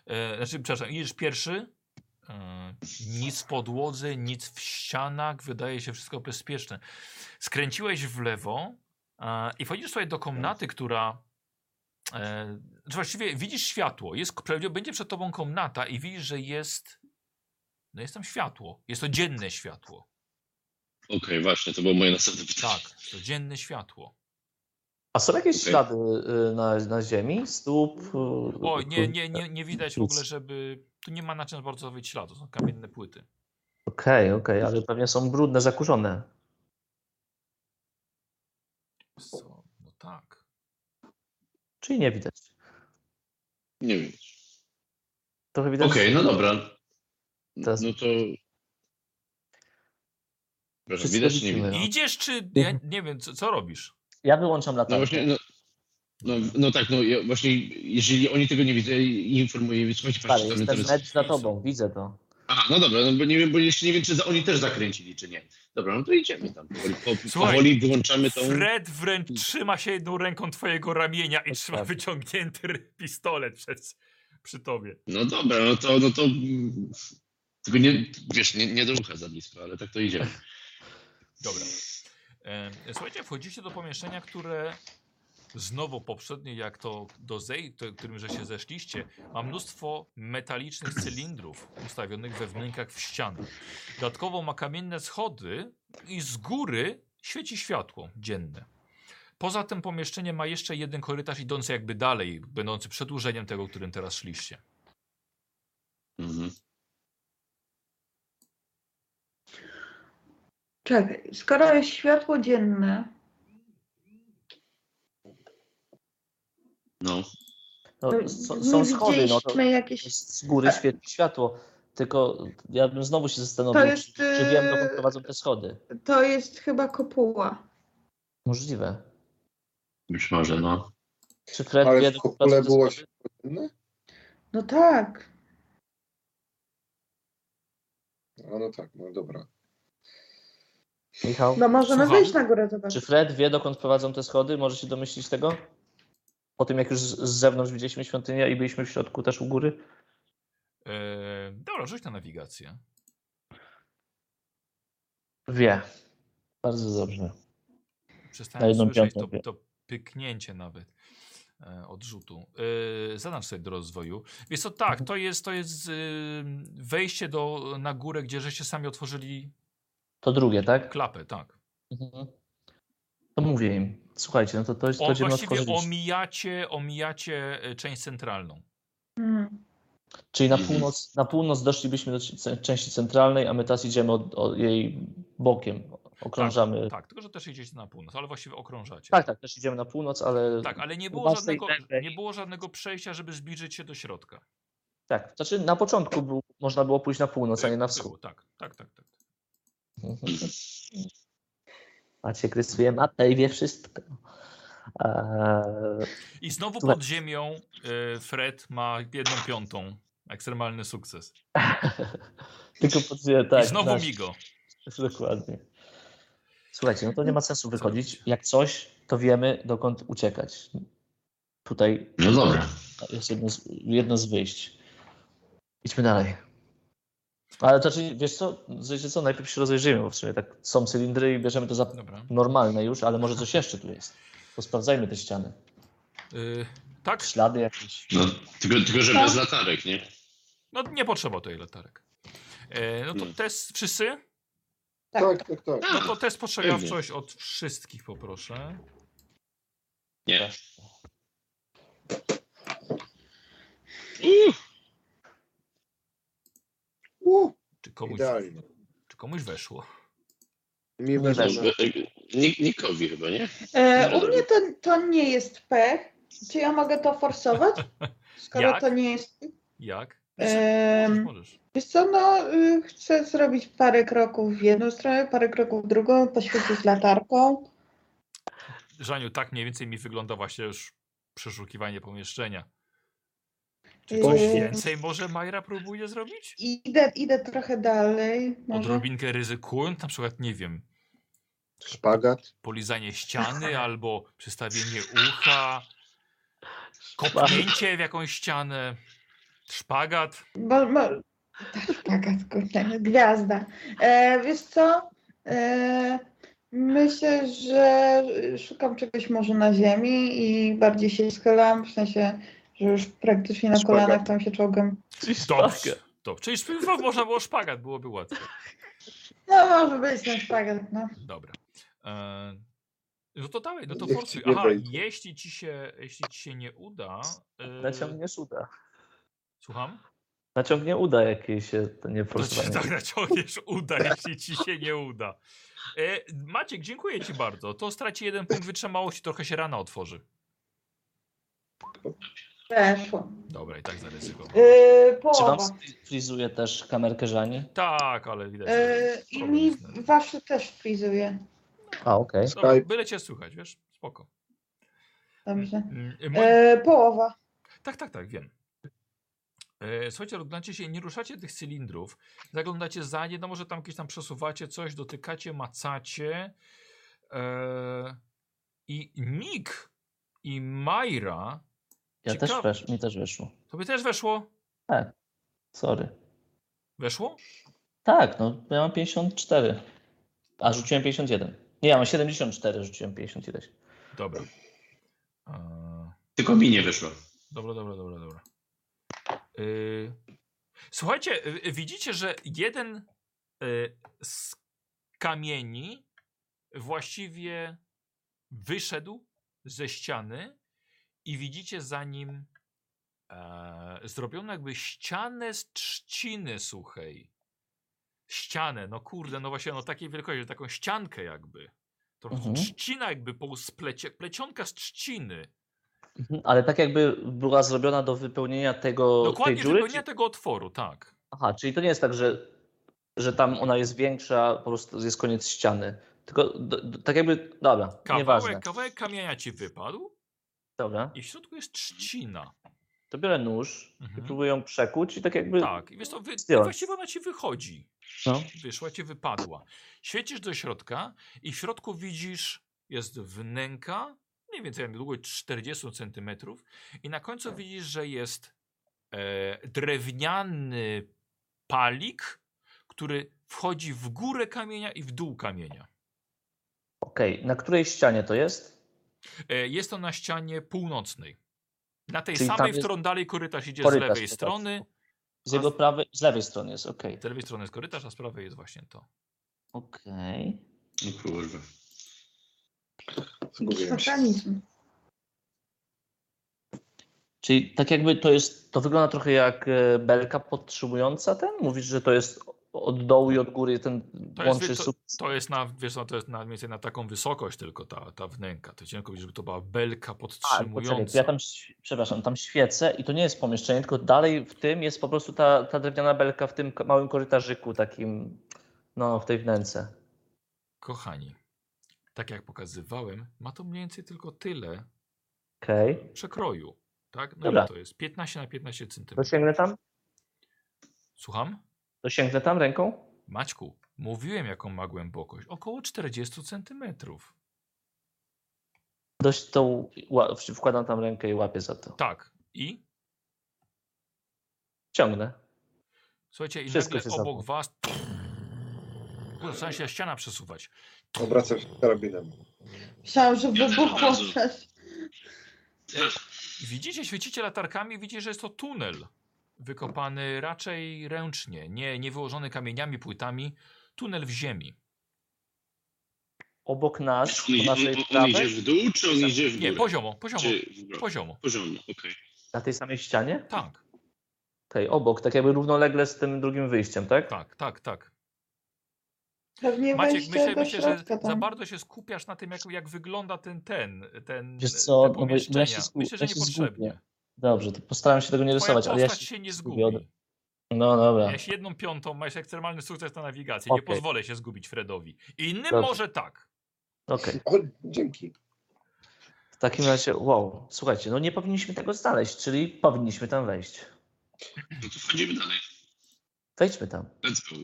[SPEAKER 1] E, znaczy, przepraszam, idziesz pierwszy. E, nic w podłodze, nic w ścianach, wydaje się wszystko bezpieczne. Skręciłeś w lewo e, i wchodzisz tutaj do komnaty, która... E, czy właściwie widzisz światło, jest, prawdopodobnie będzie przed tobą komnata i widzisz, że jest... No jest tam światło, jest to dzienne światło.
[SPEAKER 2] Okej, właśnie, to było moje następne pytanie.
[SPEAKER 1] Tak, jest to dzienne światło.
[SPEAKER 5] A są jakieś
[SPEAKER 2] Okej.
[SPEAKER 5] ślady y, na, na ziemi? Stóp? y,
[SPEAKER 1] O, nie,
[SPEAKER 5] y,
[SPEAKER 1] nie, nie, nie widać w
[SPEAKER 5] Nic.
[SPEAKER 1] ogóle, żeby. Tu nie ma na czym bardzo wyjść śladu, są kamienne płyty.
[SPEAKER 5] Okej, okej, ale pewnie są brudne, zakurzone.
[SPEAKER 1] Co? No tak.
[SPEAKER 5] Czyli nie widać.
[SPEAKER 2] Nie wiem.
[SPEAKER 5] Trochę widać.
[SPEAKER 2] Okej, no dobra.
[SPEAKER 5] Teraz-
[SPEAKER 2] No to... Proszę,
[SPEAKER 5] Wszystko
[SPEAKER 2] widać czy nie
[SPEAKER 5] widzimy.
[SPEAKER 2] widać?
[SPEAKER 5] No.
[SPEAKER 1] Idziesz czy. Ja nie wiem, co, co robisz?
[SPEAKER 5] Ja wyłączam
[SPEAKER 2] No
[SPEAKER 5] latarkę.
[SPEAKER 2] właśnie, no, no, no tak, no ja właśnie jeżeli oni tego nie widzą, ja informuję, słuchajcie,
[SPEAKER 5] Stary,
[SPEAKER 2] patrzcie, tam
[SPEAKER 5] jestem
[SPEAKER 2] jest...
[SPEAKER 5] net za tobą, widzę to.
[SPEAKER 2] Aha, no dobra, no bo nie wiem, bo jeszcze nie wiem, czy za, oni też zakręcili, czy nie. Dobra, no to idziemy tam. Powoli, po,
[SPEAKER 1] Słuchaj,
[SPEAKER 2] powoli wyłączamy tą...
[SPEAKER 1] Fred wręcz trzyma się jedną ręką twojego ramienia i
[SPEAKER 5] Tak,
[SPEAKER 1] trzyma
[SPEAKER 5] tak.
[SPEAKER 1] wyciągnięty ry- pistolet przed, przy tobie.
[SPEAKER 2] No dobra, no to, no to... mm, Tylko nie, wiesz, nie, nie do ucha za blisko, ale tak to idziemy.
[SPEAKER 1] Dobra. E, Słuchajcie, wchodzicie do pomieszczenia, które znowu poprzednie, jak to do Zei, to, którym że się zeszliście, ma mnóstwo metalicznych cylindrów ustawionych we wnękach w ścianach. Dodatkowo ma kamienne schody i z góry świeci światło dzienne. Poza tym pomieszczenie ma jeszcze jeden korytarz idący jakby dalej, będący przedłużeniem tego, którym teraz szliście.
[SPEAKER 2] Mhm.
[SPEAKER 3] Czekaj, skoro jest światło dzienne,
[SPEAKER 2] No,
[SPEAKER 5] No,
[SPEAKER 3] to
[SPEAKER 5] są,
[SPEAKER 3] my
[SPEAKER 5] są schody, no to
[SPEAKER 3] widzieliśmy jakieś...
[SPEAKER 5] z góry świeci światło. Tylko ja bym znowu się zastanowił,
[SPEAKER 3] To jest,
[SPEAKER 5] czy, czy wiem,
[SPEAKER 3] y,
[SPEAKER 5] dokąd prowadzą te schody.
[SPEAKER 3] To jest chyba kopuła.
[SPEAKER 5] Możliwe.
[SPEAKER 2] być może, no.
[SPEAKER 5] Czy Fred
[SPEAKER 4] Ale
[SPEAKER 5] wie,
[SPEAKER 4] w
[SPEAKER 5] dokąd
[SPEAKER 4] kopule
[SPEAKER 5] prowadzą te
[SPEAKER 4] było
[SPEAKER 5] schody?
[SPEAKER 4] światło dzienne?
[SPEAKER 3] No tak.
[SPEAKER 4] A no tak, no dobra.
[SPEAKER 5] Michał?
[SPEAKER 3] No możemy
[SPEAKER 1] Słucham?
[SPEAKER 3] wyjść na górę
[SPEAKER 5] Czy
[SPEAKER 3] zobaczyć.
[SPEAKER 5] Fred wie, dokąd prowadzą te schody? Może się domyślić tego? Po tym, jak już z z zewnątrz widzieliśmy świątynię i byliśmy w środku też u góry?
[SPEAKER 1] E, dobra, rzuć na nawigację.
[SPEAKER 5] Wie. Bardzo dobrze. Na
[SPEAKER 1] Przestałem
[SPEAKER 5] jedną
[SPEAKER 1] słyszeć
[SPEAKER 5] piątą, wie.
[SPEAKER 1] to, to pyknięcie nawet e, odrzutu. E, zaznacz sobie do rozwoju. Więc to tak,
[SPEAKER 5] Mhm.
[SPEAKER 1] to jest, to jest ym, wejście do, na górę, gdzie żeście sami otworzyli
[SPEAKER 5] To drugie, tak?
[SPEAKER 1] klapę, tak.
[SPEAKER 5] Mhm. To mówię im. Słuchajcie, no to to jest
[SPEAKER 1] O,
[SPEAKER 5] to, gdzie my
[SPEAKER 1] właściwie
[SPEAKER 5] otworzyliśmy.
[SPEAKER 1] omijacie, omijacie e, część centralną.
[SPEAKER 3] Mm.
[SPEAKER 5] Czyli na
[SPEAKER 2] Mhm.
[SPEAKER 5] północ, na północ doszlibyśmy do c- części centralnej, a my teraz idziemy od, od jej bokiem. Okrążamy. Tak tak.
[SPEAKER 1] Tak, tylko że też idziecie na północ, ale właściwie okrążacie.
[SPEAKER 5] też idziemy na północ, ale.
[SPEAKER 1] Tak, ale nie było,
[SPEAKER 5] Własnej
[SPEAKER 1] żadnego,
[SPEAKER 5] lewej.
[SPEAKER 1] nie było żadnego przejścia, żeby zbliżyć się do środka.
[SPEAKER 5] Tak, znaczy na początku był, można było pójść na północ, a nie na wschód.
[SPEAKER 1] *laughs* Było, Tak, tak, tak. tak.
[SPEAKER 5] Maciek rysuje mapę i wie wszystko. Eee,
[SPEAKER 1] I znowu
[SPEAKER 5] Słuchaj.
[SPEAKER 1] pod ziemią e, Fred ma jedną piątą. Ekstremalny sukces.
[SPEAKER 5] tylko podsuję tak.
[SPEAKER 1] I znowu
[SPEAKER 5] nasz-
[SPEAKER 1] Migo.
[SPEAKER 5] Dokładnie. Słuchajcie, no to nie ma sensu wychodzić. Jak coś, to wiemy dokąd uciekać. Tutaj
[SPEAKER 2] No dobra.
[SPEAKER 5] jest jedno z, jedno z wyjść. Idźmy dalej. Ale to znaczy, wiesz co, wiecie co, najpierw się rozejrzyjmy, bo w sumie tak są cylindry i bierzemy to za
[SPEAKER 1] Dobra.
[SPEAKER 5] normalne już, ale może coś jeszcze tu jest. Posprawdzajmy te ściany.
[SPEAKER 1] Y, tak?
[SPEAKER 5] Ślady jakieś.
[SPEAKER 2] No, tylko, tylko że
[SPEAKER 3] Tak.
[SPEAKER 2] bez latarek, nie?
[SPEAKER 1] No nie potrzeba tej latarek. E, no to
[SPEAKER 2] Nie.
[SPEAKER 1] test wszyscy?
[SPEAKER 3] Tak.
[SPEAKER 4] Tak, tak, tak.
[SPEAKER 1] No to test postrzegawczość od wszystkich poproszę.
[SPEAKER 5] Tak.
[SPEAKER 2] Nie.
[SPEAKER 4] U,
[SPEAKER 1] Czy komuś,
[SPEAKER 4] Idealnie.
[SPEAKER 1] czy komuś weszło?
[SPEAKER 4] mi
[SPEAKER 5] Nie
[SPEAKER 4] weszło.
[SPEAKER 5] weszło.
[SPEAKER 4] na-
[SPEAKER 2] No, e, Nik, nikowi chyba, nie?
[SPEAKER 3] E, u mnie to, to nie jest pech. Czy ja mogę to forsować? Skoro
[SPEAKER 1] Jak?
[SPEAKER 3] to nie jest.
[SPEAKER 1] Jak? Możesz,
[SPEAKER 3] Em,
[SPEAKER 1] możesz.
[SPEAKER 3] wiesz co, no, y, chcę zrobić parę kroków w jedną stronę, parę kroków w drugą, poświecić latarką.
[SPEAKER 1] Żaniu, tak mniej więcej mi wygląda właśnie już przeszukiwanie pomieszczenia. Czy
[SPEAKER 3] Yy.
[SPEAKER 1] coś więcej może Majra próbuje zrobić?
[SPEAKER 3] I idę, idę trochę dalej. Może.
[SPEAKER 1] Odrobinkę ryzykując, na przykład, nie wiem,
[SPEAKER 4] Szpagat.
[SPEAKER 1] polizanie
[SPEAKER 4] *laughs*
[SPEAKER 1] ściany albo przystawienie ucha, kopnięcie w jakąś ścianę, szpagat.
[SPEAKER 3] Bo, *laughs* bo... Tak, tak, kurde, gwiazda. E, wiesz co? E, myślę, że szukam czegoś może na ziemi i bardziej się schylam, w sensie, że już praktycznie na
[SPEAKER 4] Szpagat.
[SPEAKER 3] kolanach tam się czołgam.
[SPEAKER 1] Dobrze. Dobrze. Czyli szpilwa można było szpagat, byłoby łatwo.
[SPEAKER 3] No może być ten szpagat, no.
[SPEAKER 1] Dobra. E, no to dawaj, no to
[SPEAKER 4] Jeśli
[SPEAKER 1] forsuj.
[SPEAKER 4] nie
[SPEAKER 1] Aha,
[SPEAKER 4] wejdzie.
[SPEAKER 1] jeśli ci się, jeśli ci się nie uda. e,
[SPEAKER 5] Naciągniesz uda.
[SPEAKER 1] słucham?
[SPEAKER 5] Naciągnie uda, jakie się to nie
[SPEAKER 1] To ci
[SPEAKER 5] forsowanie.
[SPEAKER 1] tak naciągniesz uda, jeśli ci się nie uda. E, Maciek, dziękuję ci bardzo. To straci jeden punkt wytrzymałości, trochę się rana otworzy.
[SPEAKER 3] Weszło.
[SPEAKER 1] Dobra, i tak zaryzykował.
[SPEAKER 3] E,
[SPEAKER 5] Czy wam
[SPEAKER 3] połowa.
[SPEAKER 5] frizuje też kamerkę Żani?
[SPEAKER 1] Tak, ale widać. że
[SPEAKER 3] E, I
[SPEAKER 1] problem
[SPEAKER 3] mi
[SPEAKER 1] jest na-
[SPEAKER 3] wasze też frizuje.
[SPEAKER 5] A, okej.
[SPEAKER 1] Dobra,
[SPEAKER 4] Skype.
[SPEAKER 1] byle cię słychać, wiesz? Spoko.
[SPEAKER 3] Dobrze.
[SPEAKER 1] Mm, y, moi-
[SPEAKER 3] E, połowa.
[SPEAKER 1] Tak, tak, tak, wiem. E, Słuchajcie, oglądacie się, nie ruszacie tych cylindrów, zaglądacie za nie, no może tam jakieś tam przesuwacie coś, dotykacie, macacie. E, I Nick i Majra,
[SPEAKER 5] Ja też
[SPEAKER 1] Ciekawe.
[SPEAKER 5] wesz, mi też wyszło.
[SPEAKER 1] tobie też weszło?
[SPEAKER 5] Sorry.
[SPEAKER 1] Weszło?
[SPEAKER 5] Tak, no ja mam 54. A rzuciłem 51. Nie, ja mam 74, rzuciłem 50 ileś.
[SPEAKER 1] Dobra. E,
[SPEAKER 2] Tylko mi nie wyszło.
[SPEAKER 1] Dobra, dobra, dobra, dobra. Y, Słuchajcie, y, y, widzicie, że jeden y, z kamieni właściwie wyszedł ze ściany i widzicie za nim e, zrobioną jakby ścianę z trzciny suchej. Ścianę, no kurde, no właśnie, no takiej wielkości, taką ściankę jakby. Trochę
[SPEAKER 5] Mhm.
[SPEAKER 1] trzcina jakby, po splecie, plecionka z trzciny.
[SPEAKER 5] Ale tak jakby była zrobiona do wypełnienia tego
[SPEAKER 1] Dokładnie
[SPEAKER 5] tej dziury?
[SPEAKER 1] wypełnienia
[SPEAKER 5] Czy...
[SPEAKER 1] tego otworu, tak.
[SPEAKER 5] Aha, czyli to nie jest tak, że, że tam ona jest większa, po prostu jest koniec ściany. Tylko do, do, tak jakby, dobra, nieważne.
[SPEAKER 1] Kawałek, kawałek kamienia ci wypadł
[SPEAKER 5] Dobra,
[SPEAKER 1] i w środku jest trzcina.
[SPEAKER 5] to biorę nóż i
[SPEAKER 1] Mhm.
[SPEAKER 5] próbuję ją przekuć i tak jakby...
[SPEAKER 1] Tak, i wiesz to wy,
[SPEAKER 5] zdjąć.
[SPEAKER 1] właściwie ona ci wychodzi.
[SPEAKER 5] No.
[SPEAKER 1] Wyszła ci, wypadła. Świecisz do środka i w środku widzisz, jest wnęka, mniej więcej jak długość 40 centymetrów i na końcu
[SPEAKER 5] Tak.
[SPEAKER 1] widzisz, że jest e, drewniany palik, który wchodzi w górę kamienia i w dół kamienia.
[SPEAKER 5] Okej, na której ścianie to jest?
[SPEAKER 1] E, Jest to na ścianie północnej. Na tej
[SPEAKER 5] Czyli tam
[SPEAKER 1] samej, w
[SPEAKER 5] jest
[SPEAKER 1] którą dalej korytarz idzie
[SPEAKER 5] korytarz,
[SPEAKER 1] z lewej
[SPEAKER 5] tak.
[SPEAKER 1] strony.
[SPEAKER 5] Z
[SPEAKER 1] A-
[SPEAKER 5] jego prawej, z lewej strony jest, okej.
[SPEAKER 1] Z lewej strony jest korytarz, a z prawej jest właśnie to.
[SPEAKER 5] Okej.
[SPEAKER 2] No kurwa.
[SPEAKER 3] Jakiś
[SPEAKER 4] Zgubiłem się.
[SPEAKER 3] mechanizm.
[SPEAKER 5] Czyli tak jakby to jest, to wygląda trochę jak e, belka podtrzymująca ten? Mówisz, że to jest od dołu i od góry ten
[SPEAKER 1] To jest-
[SPEAKER 5] łączy sub...
[SPEAKER 1] To jest na, wiesz, no, to jest na, mniej więcej na taką wysokość tylko ta, ta wnęka. To cienko widzisz, żeby to była belka
[SPEAKER 5] A, Tak, poczekaj, to
[SPEAKER 1] podtrzymująca.
[SPEAKER 5] ja tam, ś- przepraszam, tam świecę i to nie jest pomieszczenie, tylko dalej w tym jest po prostu ta, ta drewniana belka w tym ko- małym korytarzyku takim, no w tej wnęce.
[SPEAKER 1] Kochani, tak jak pokazywałem, ma to mniej więcej tylko tyle
[SPEAKER 5] Okej.
[SPEAKER 1] przekroju. Tak? No
[SPEAKER 5] Dobra.
[SPEAKER 1] ile to jest? 15 na 15 centymetrów.
[SPEAKER 5] Dosięgnę tam?
[SPEAKER 1] Słucham?
[SPEAKER 5] Dosięgnę tam ręką?
[SPEAKER 1] Maćku, mówiłem jaką ma głębokość. Około 40 centymetrów.
[SPEAKER 5] Dość to ła- w- wkładam tam rękę i łapię za to.
[SPEAKER 1] Tak. I?
[SPEAKER 5] Ciągnę.
[SPEAKER 1] Słuchajcie, i
[SPEAKER 5] Wszystko
[SPEAKER 1] nagle
[SPEAKER 5] się
[SPEAKER 1] obok was zaczyna się ściana przesuwać.
[SPEAKER 4] Obracam się karabinem.
[SPEAKER 3] Myślałam, że
[SPEAKER 2] Ja też
[SPEAKER 3] wybuchło
[SPEAKER 2] od razu.
[SPEAKER 3] coś.
[SPEAKER 1] I widzicie, świecicie latarkami, widzicie, że jest to tunel. Wykopany raczej ręcznie, nie, nie wyłożony kamieniami, płytami. Tunel w ziemi.
[SPEAKER 5] Obok nas,
[SPEAKER 2] On,
[SPEAKER 5] po
[SPEAKER 2] idzie,
[SPEAKER 5] naszej
[SPEAKER 2] on, on idzie
[SPEAKER 5] prawej,
[SPEAKER 2] w dół, czy on idzie w
[SPEAKER 1] Nie,
[SPEAKER 2] górę?
[SPEAKER 1] poziomo, poziomo,
[SPEAKER 2] Czy w górę?
[SPEAKER 1] poziomo.
[SPEAKER 2] Poziomo, okej.
[SPEAKER 5] na tej samej ścianie?
[SPEAKER 1] Tak,
[SPEAKER 5] Okej, obok, tak jakby równolegle z tym drugim wyjściem, tak?
[SPEAKER 1] tak, tak, tak.
[SPEAKER 3] Pewnie
[SPEAKER 1] Maciek,
[SPEAKER 3] wejście
[SPEAKER 1] myślę,
[SPEAKER 3] do
[SPEAKER 1] myślę że
[SPEAKER 3] środka tak? tam.
[SPEAKER 1] za bardzo się skupiasz na tym, jak, jak wygląda ten, ten, ten,
[SPEAKER 5] Wiesz
[SPEAKER 1] te
[SPEAKER 5] co, no bo- bo ja się
[SPEAKER 1] pomieszczenia.
[SPEAKER 5] sku-
[SPEAKER 1] myślę, że
[SPEAKER 5] ja się
[SPEAKER 1] niepotrzebnie.
[SPEAKER 5] zgubię. Dobrze, to postaram się tego nie
[SPEAKER 1] Twoja
[SPEAKER 5] rysować, ale ja
[SPEAKER 1] postać
[SPEAKER 5] się...
[SPEAKER 1] się nie
[SPEAKER 5] zgubię od-
[SPEAKER 1] zgubi.
[SPEAKER 5] No dobra.
[SPEAKER 1] Miałeś jedną piątą, masz ekstremalny sukces na nawigację. Nie
[SPEAKER 5] Okej.
[SPEAKER 1] pozwolę się zgubić Fredowi. Innym
[SPEAKER 5] Dobrze.
[SPEAKER 1] może tak.
[SPEAKER 5] Okej,
[SPEAKER 4] O, dzięki.
[SPEAKER 5] w takim razie, wow, słuchajcie, no nie powinniśmy tego znaleźć, czyli powinniśmy tam wejść.
[SPEAKER 2] No to wchodzimy dalej.
[SPEAKER 5] Wejdźmy tam.
[SPEAKER 2] Let's go.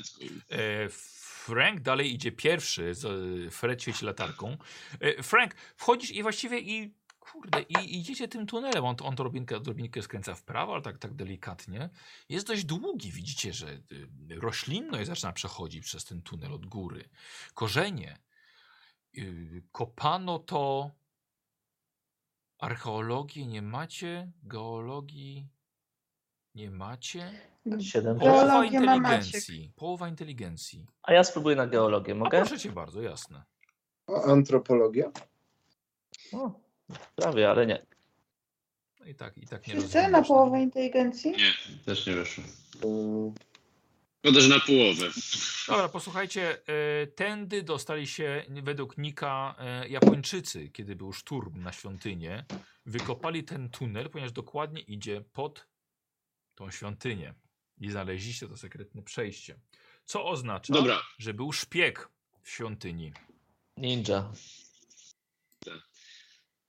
[SPEAKER 2] Let's go.
[SPEAKER 1] E, Frank dalej idzie pierwszy, z, e, Fred świeci latarką. E, Frank, wchodzisz i właściwie i kurde, i idziecie tym tunelem. On, on to drobinkę, drobinkę skręca w prawo, ale tak, tak delikatnie. Jest dość długi, widzicie, że y, roślinność zaczyna przechodzić przez ten tunel od góry. Korzenie. Y, Kopano to archeologii nie macie, geologii nie macie.
[SPEAKER 5] Siedem.
[SPEAKER 1] Połowa
[SPEAKER 3] Geologię ma Maciek.
[SPEAKER 1] inteligencji. Połowa inteligencji.
[SPEAKER 5] A ja spróbuję na geologię,
[SPEAKER 1] A
[SPEAKER 5] mogę?
[SPEAKER 1] proszę cię bardzo, jasne.
[SPEAKER 4] A antropologia?
[SPEAKER 5] O, prawie, ale nie.
[SPEAKER 1] No i tak, i tak nie
[SPEAKER 3] Wszyscy na
[SPEAKER 1] rozumiesz, no.
[SPEAKER 3] połowę inteligencji?
[SPEAKER 2] Nie, też nie weszło.
[SPEAKER 4] Mm,
[SPEAKER 2] Szkoda, że na połowę.
[SPEAKER 1] Dobra, posłuchajcie, e, tędy dostali się według Nika e, Japończycy, kiedy był szturm na świątynię. Wykopali ten tunel, ponieważ dokładnie idzie pod tą świątynię. I znaleźliście to sekretne przejście. Co oznacza,
[SPEAKER 2] Dobra,
[SPEAKER 1] że był szpieg w świątyni.
[SPEAKER 5] Ninja.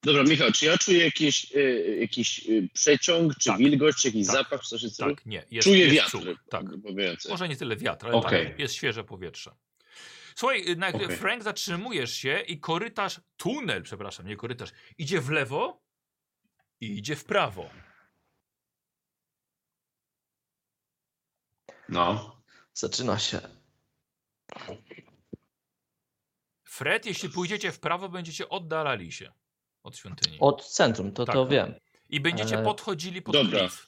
[SPEAKER 2] dobra, Michał, czy ja czuję jakiś, e, jakiś e, przeciąg, czy
[SPEAKER 1] Tak.
[SPEAKER 2] wilgoć, czy jakiś
[SPEAKER 1] Tak.
[SPEAKER 2] zapach w sensie celu?
[SPEAKER 1] Tak, nie, jest,
[SPEAKER 2] Czuję
[SPEAKER 1] jest
[SPEAKER 2] wiatr.
[SPEAKER 1] czuł, Tak.
[SPEAKER 2] Mówiący.
[SPEAKER 1] Może nie tyle wiatr, ale
[SPEAKER 2] Okej.
[SPEAKER 1] tak, jest świeże powietrze. Słuchaj, na,
[SPEAKER 2] Okej.
[SPEAKER 1] Frank, zatrzymujesz się i korytarz, tunel, przepraszam, nie korytarz, idzie w lewo i idzie w prawo.
[SPEAKER 2] No.
[SPEAKER 5] Zaczyna się.
[SPEAKER 1] Fred, jeśli pójdziecie w prawo, będziecie oddalali się od świątyni.
[SPEAKER 5] Od centrum, to
[SPEAKER 1] Tak.
[SPEAKER 5] to wiem.
[SPEAKER 1] I będziecie
[SPEAKER 5] E,
[SPEAKER 1] podchodzili pod
[SPEAKER 2] dobra.
[SPEAKER 1] klif.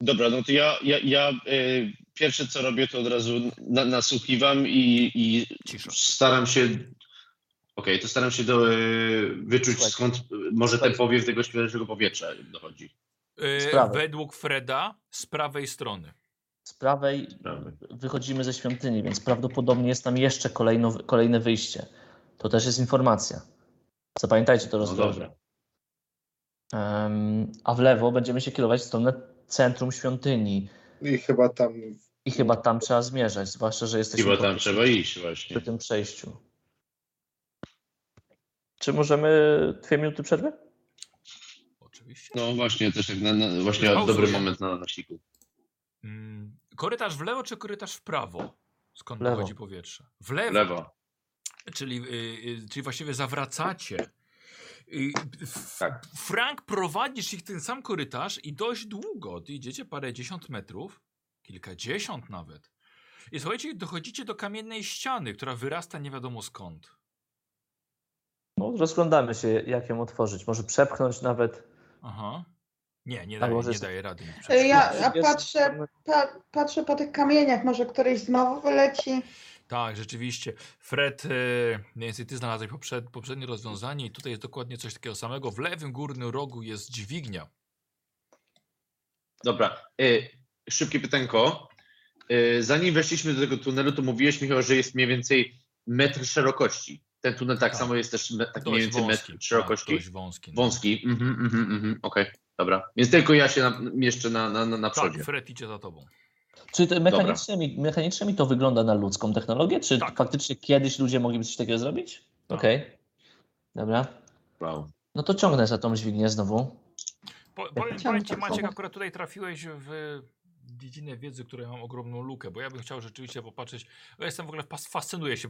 [SPEAKER 2] Dobra, no to ja, ja, ja e, pierwsze co robię, to od razu na, nasłuchiwam i, i
[SPEAKER 1] Cisza.
[SPEAKER 2] staram się. Okej, to staram się do, e, wyczuć
[SPEAKER 5] Słuchaj.
[SPEAKER 2] skąd e, może ten
[SPEAKER 5] Słuchaj.
[SPEAKER 2] powiew tego świeżego powietrza dochodzi.
[SPEAKER 1] E,
[SPEAKER 5] z prawej.
[SPEAKER 1] według Freda z prawej strony.
[SPEAKER 5] Z prawej
[SPEAKER 2] Dobra.
[SPEAKER 5] wychodzimy ze świątyni, więc prawdopodobnie jest tam jeszcze kolejno, kolejne wyjście. To też jest informacja. Zapamiętajcie to
[SPEAKER 2] No
[SPEAKER 5] rozważnie.
[SPEAKER 2] dobra.
[SPEAKER 5] Em, a w lewo będziemy się kierować w stronę centrum świątyni.
[SPEAKER 4] I chyba tam
[SPEAKER 5] I chyba tam trzeba zmierzać, zwłaszcza, że jesteśmy
[SPEAKER 2] Chyba
[SPEAKER 5] po-
[SPEAKER 2] tam trzeba iść właśnie.
[SPEAKER 5] przy tym przejściu. Czy możemy dwie minuty przerwy?
[SPEAKER 1] Oczywiście.
[SPEAKER 2] No właśnie, też tak na, na, właśnie
[SPEAKER 1] Pauzuję.
[SPEAKER 2] dobry moment na nasiku.
[SPEAKER 1] Mm, korytarz w lewo czy korytarz w prawo? Skąd
[SPEAKER 5] W lewo.
[SPEAKER 1] pochodzi powietrze? W
[SPEAKER 2] W
[SPEAKER 1] lewo.
[SPEAKER 2] Lewo.
[SPEAKER 1] Czyli, y, y, czyli właściwie zawracacie. Y, f-
[SPEAKER 2] Tak.
[SPEAKER 1] Frank prowadzisz ich w ten sam korytarz i dość długo. Ty idziecie parę dziesiąt metrów, kilkadziesiąt nawet. I słuchajcie, dochodzicie do kamiennej ściany, która wyrasta nie wiadomo skąd.
[SPEAKER 5] No, rozglądamy się, jak ją otworzyć. Może przepchnąć nawet.
[SPEAKER 1] Aha. Nie, nie
[SPEAKER 5] A
[SPEAKER 1] daje,
[SPEAKER 5] może
[SPEAKER 1] nie
[SPEAKER 5] jest-
[SPEAKER 1] daje rady. nic
[SPEAKER 3] E, ja-
[SPEAKER 1] przeczytać.
[SPEAKER 3] A patrzę- Pa, patrzę po tych kamieniach, może któryś znowu wyleci. *laughs*
[SPEAKER 1] Tak, rzeczywiście. Fred, e, mniej więcej ty znalazłeś poprzed, poprzednie rozwiązanie i tutaj jest dokładnie coś takiego samego. W lewym górnym rogu jest dźwignia.
[SPEAKER 2] Dobra. E, szybkie pytanko. e, zanim weszliśmy do tego tunelu, to mówiłeś, Michał, że jest mniej więcej metr szerokości. Ten tunel tak,
[SPEAKER 1] Tak.
[SPEAKER 2] samo jest też me, tak
[SPEAKER 1] Dość
[SPEAKER 2] mniej więcej
[SPEAKER 1] wąski,
[SPEAKER 2] metr szerokości.
[SPEAKER 1] Tak, dość wąski. no.
[SPEAKER 2] Wąski. Mhm, mhm, mhm. Okej, dobra. Więc tylko ja się na, mieszczę na, na, na, na przodzie.
[SPEAKER 1] Tak, Fred idzie za tobą.
[SPEAKER 5] Czy te mechanicznie, mi, mechanicznie mi to wygląda na ludzką technologię? Czy
[SPEAKER 1] Tak.
[SPEAKER 5] faktycznie kiedyś ludzie mogliby coś takiego zrobić?
[SPEAKER 1] Tak.
[SPEAKER 5] Okej. Dobra.
[SPEAKER 2] Wow.
[SPEAKER 5] No to ciągnę za tą dźwignię znowu.
[SPEAKER 1] Po, powiem,
[SPEAKER 3] Chciałam
[SPEAKER 1] powiem ci
[SPEAKER 3] tak
[SPEAKER 1] Maciek,
[SPEAKER 3] samo.
[SPEAKER 1] akurat tutaj trafiłeś w dziedzinę wiedzy, której mam ogromną lukę, bo ja bym chciał rzeczywiście popatrzeć, ja jestem w ogóle, fas- fascynuję się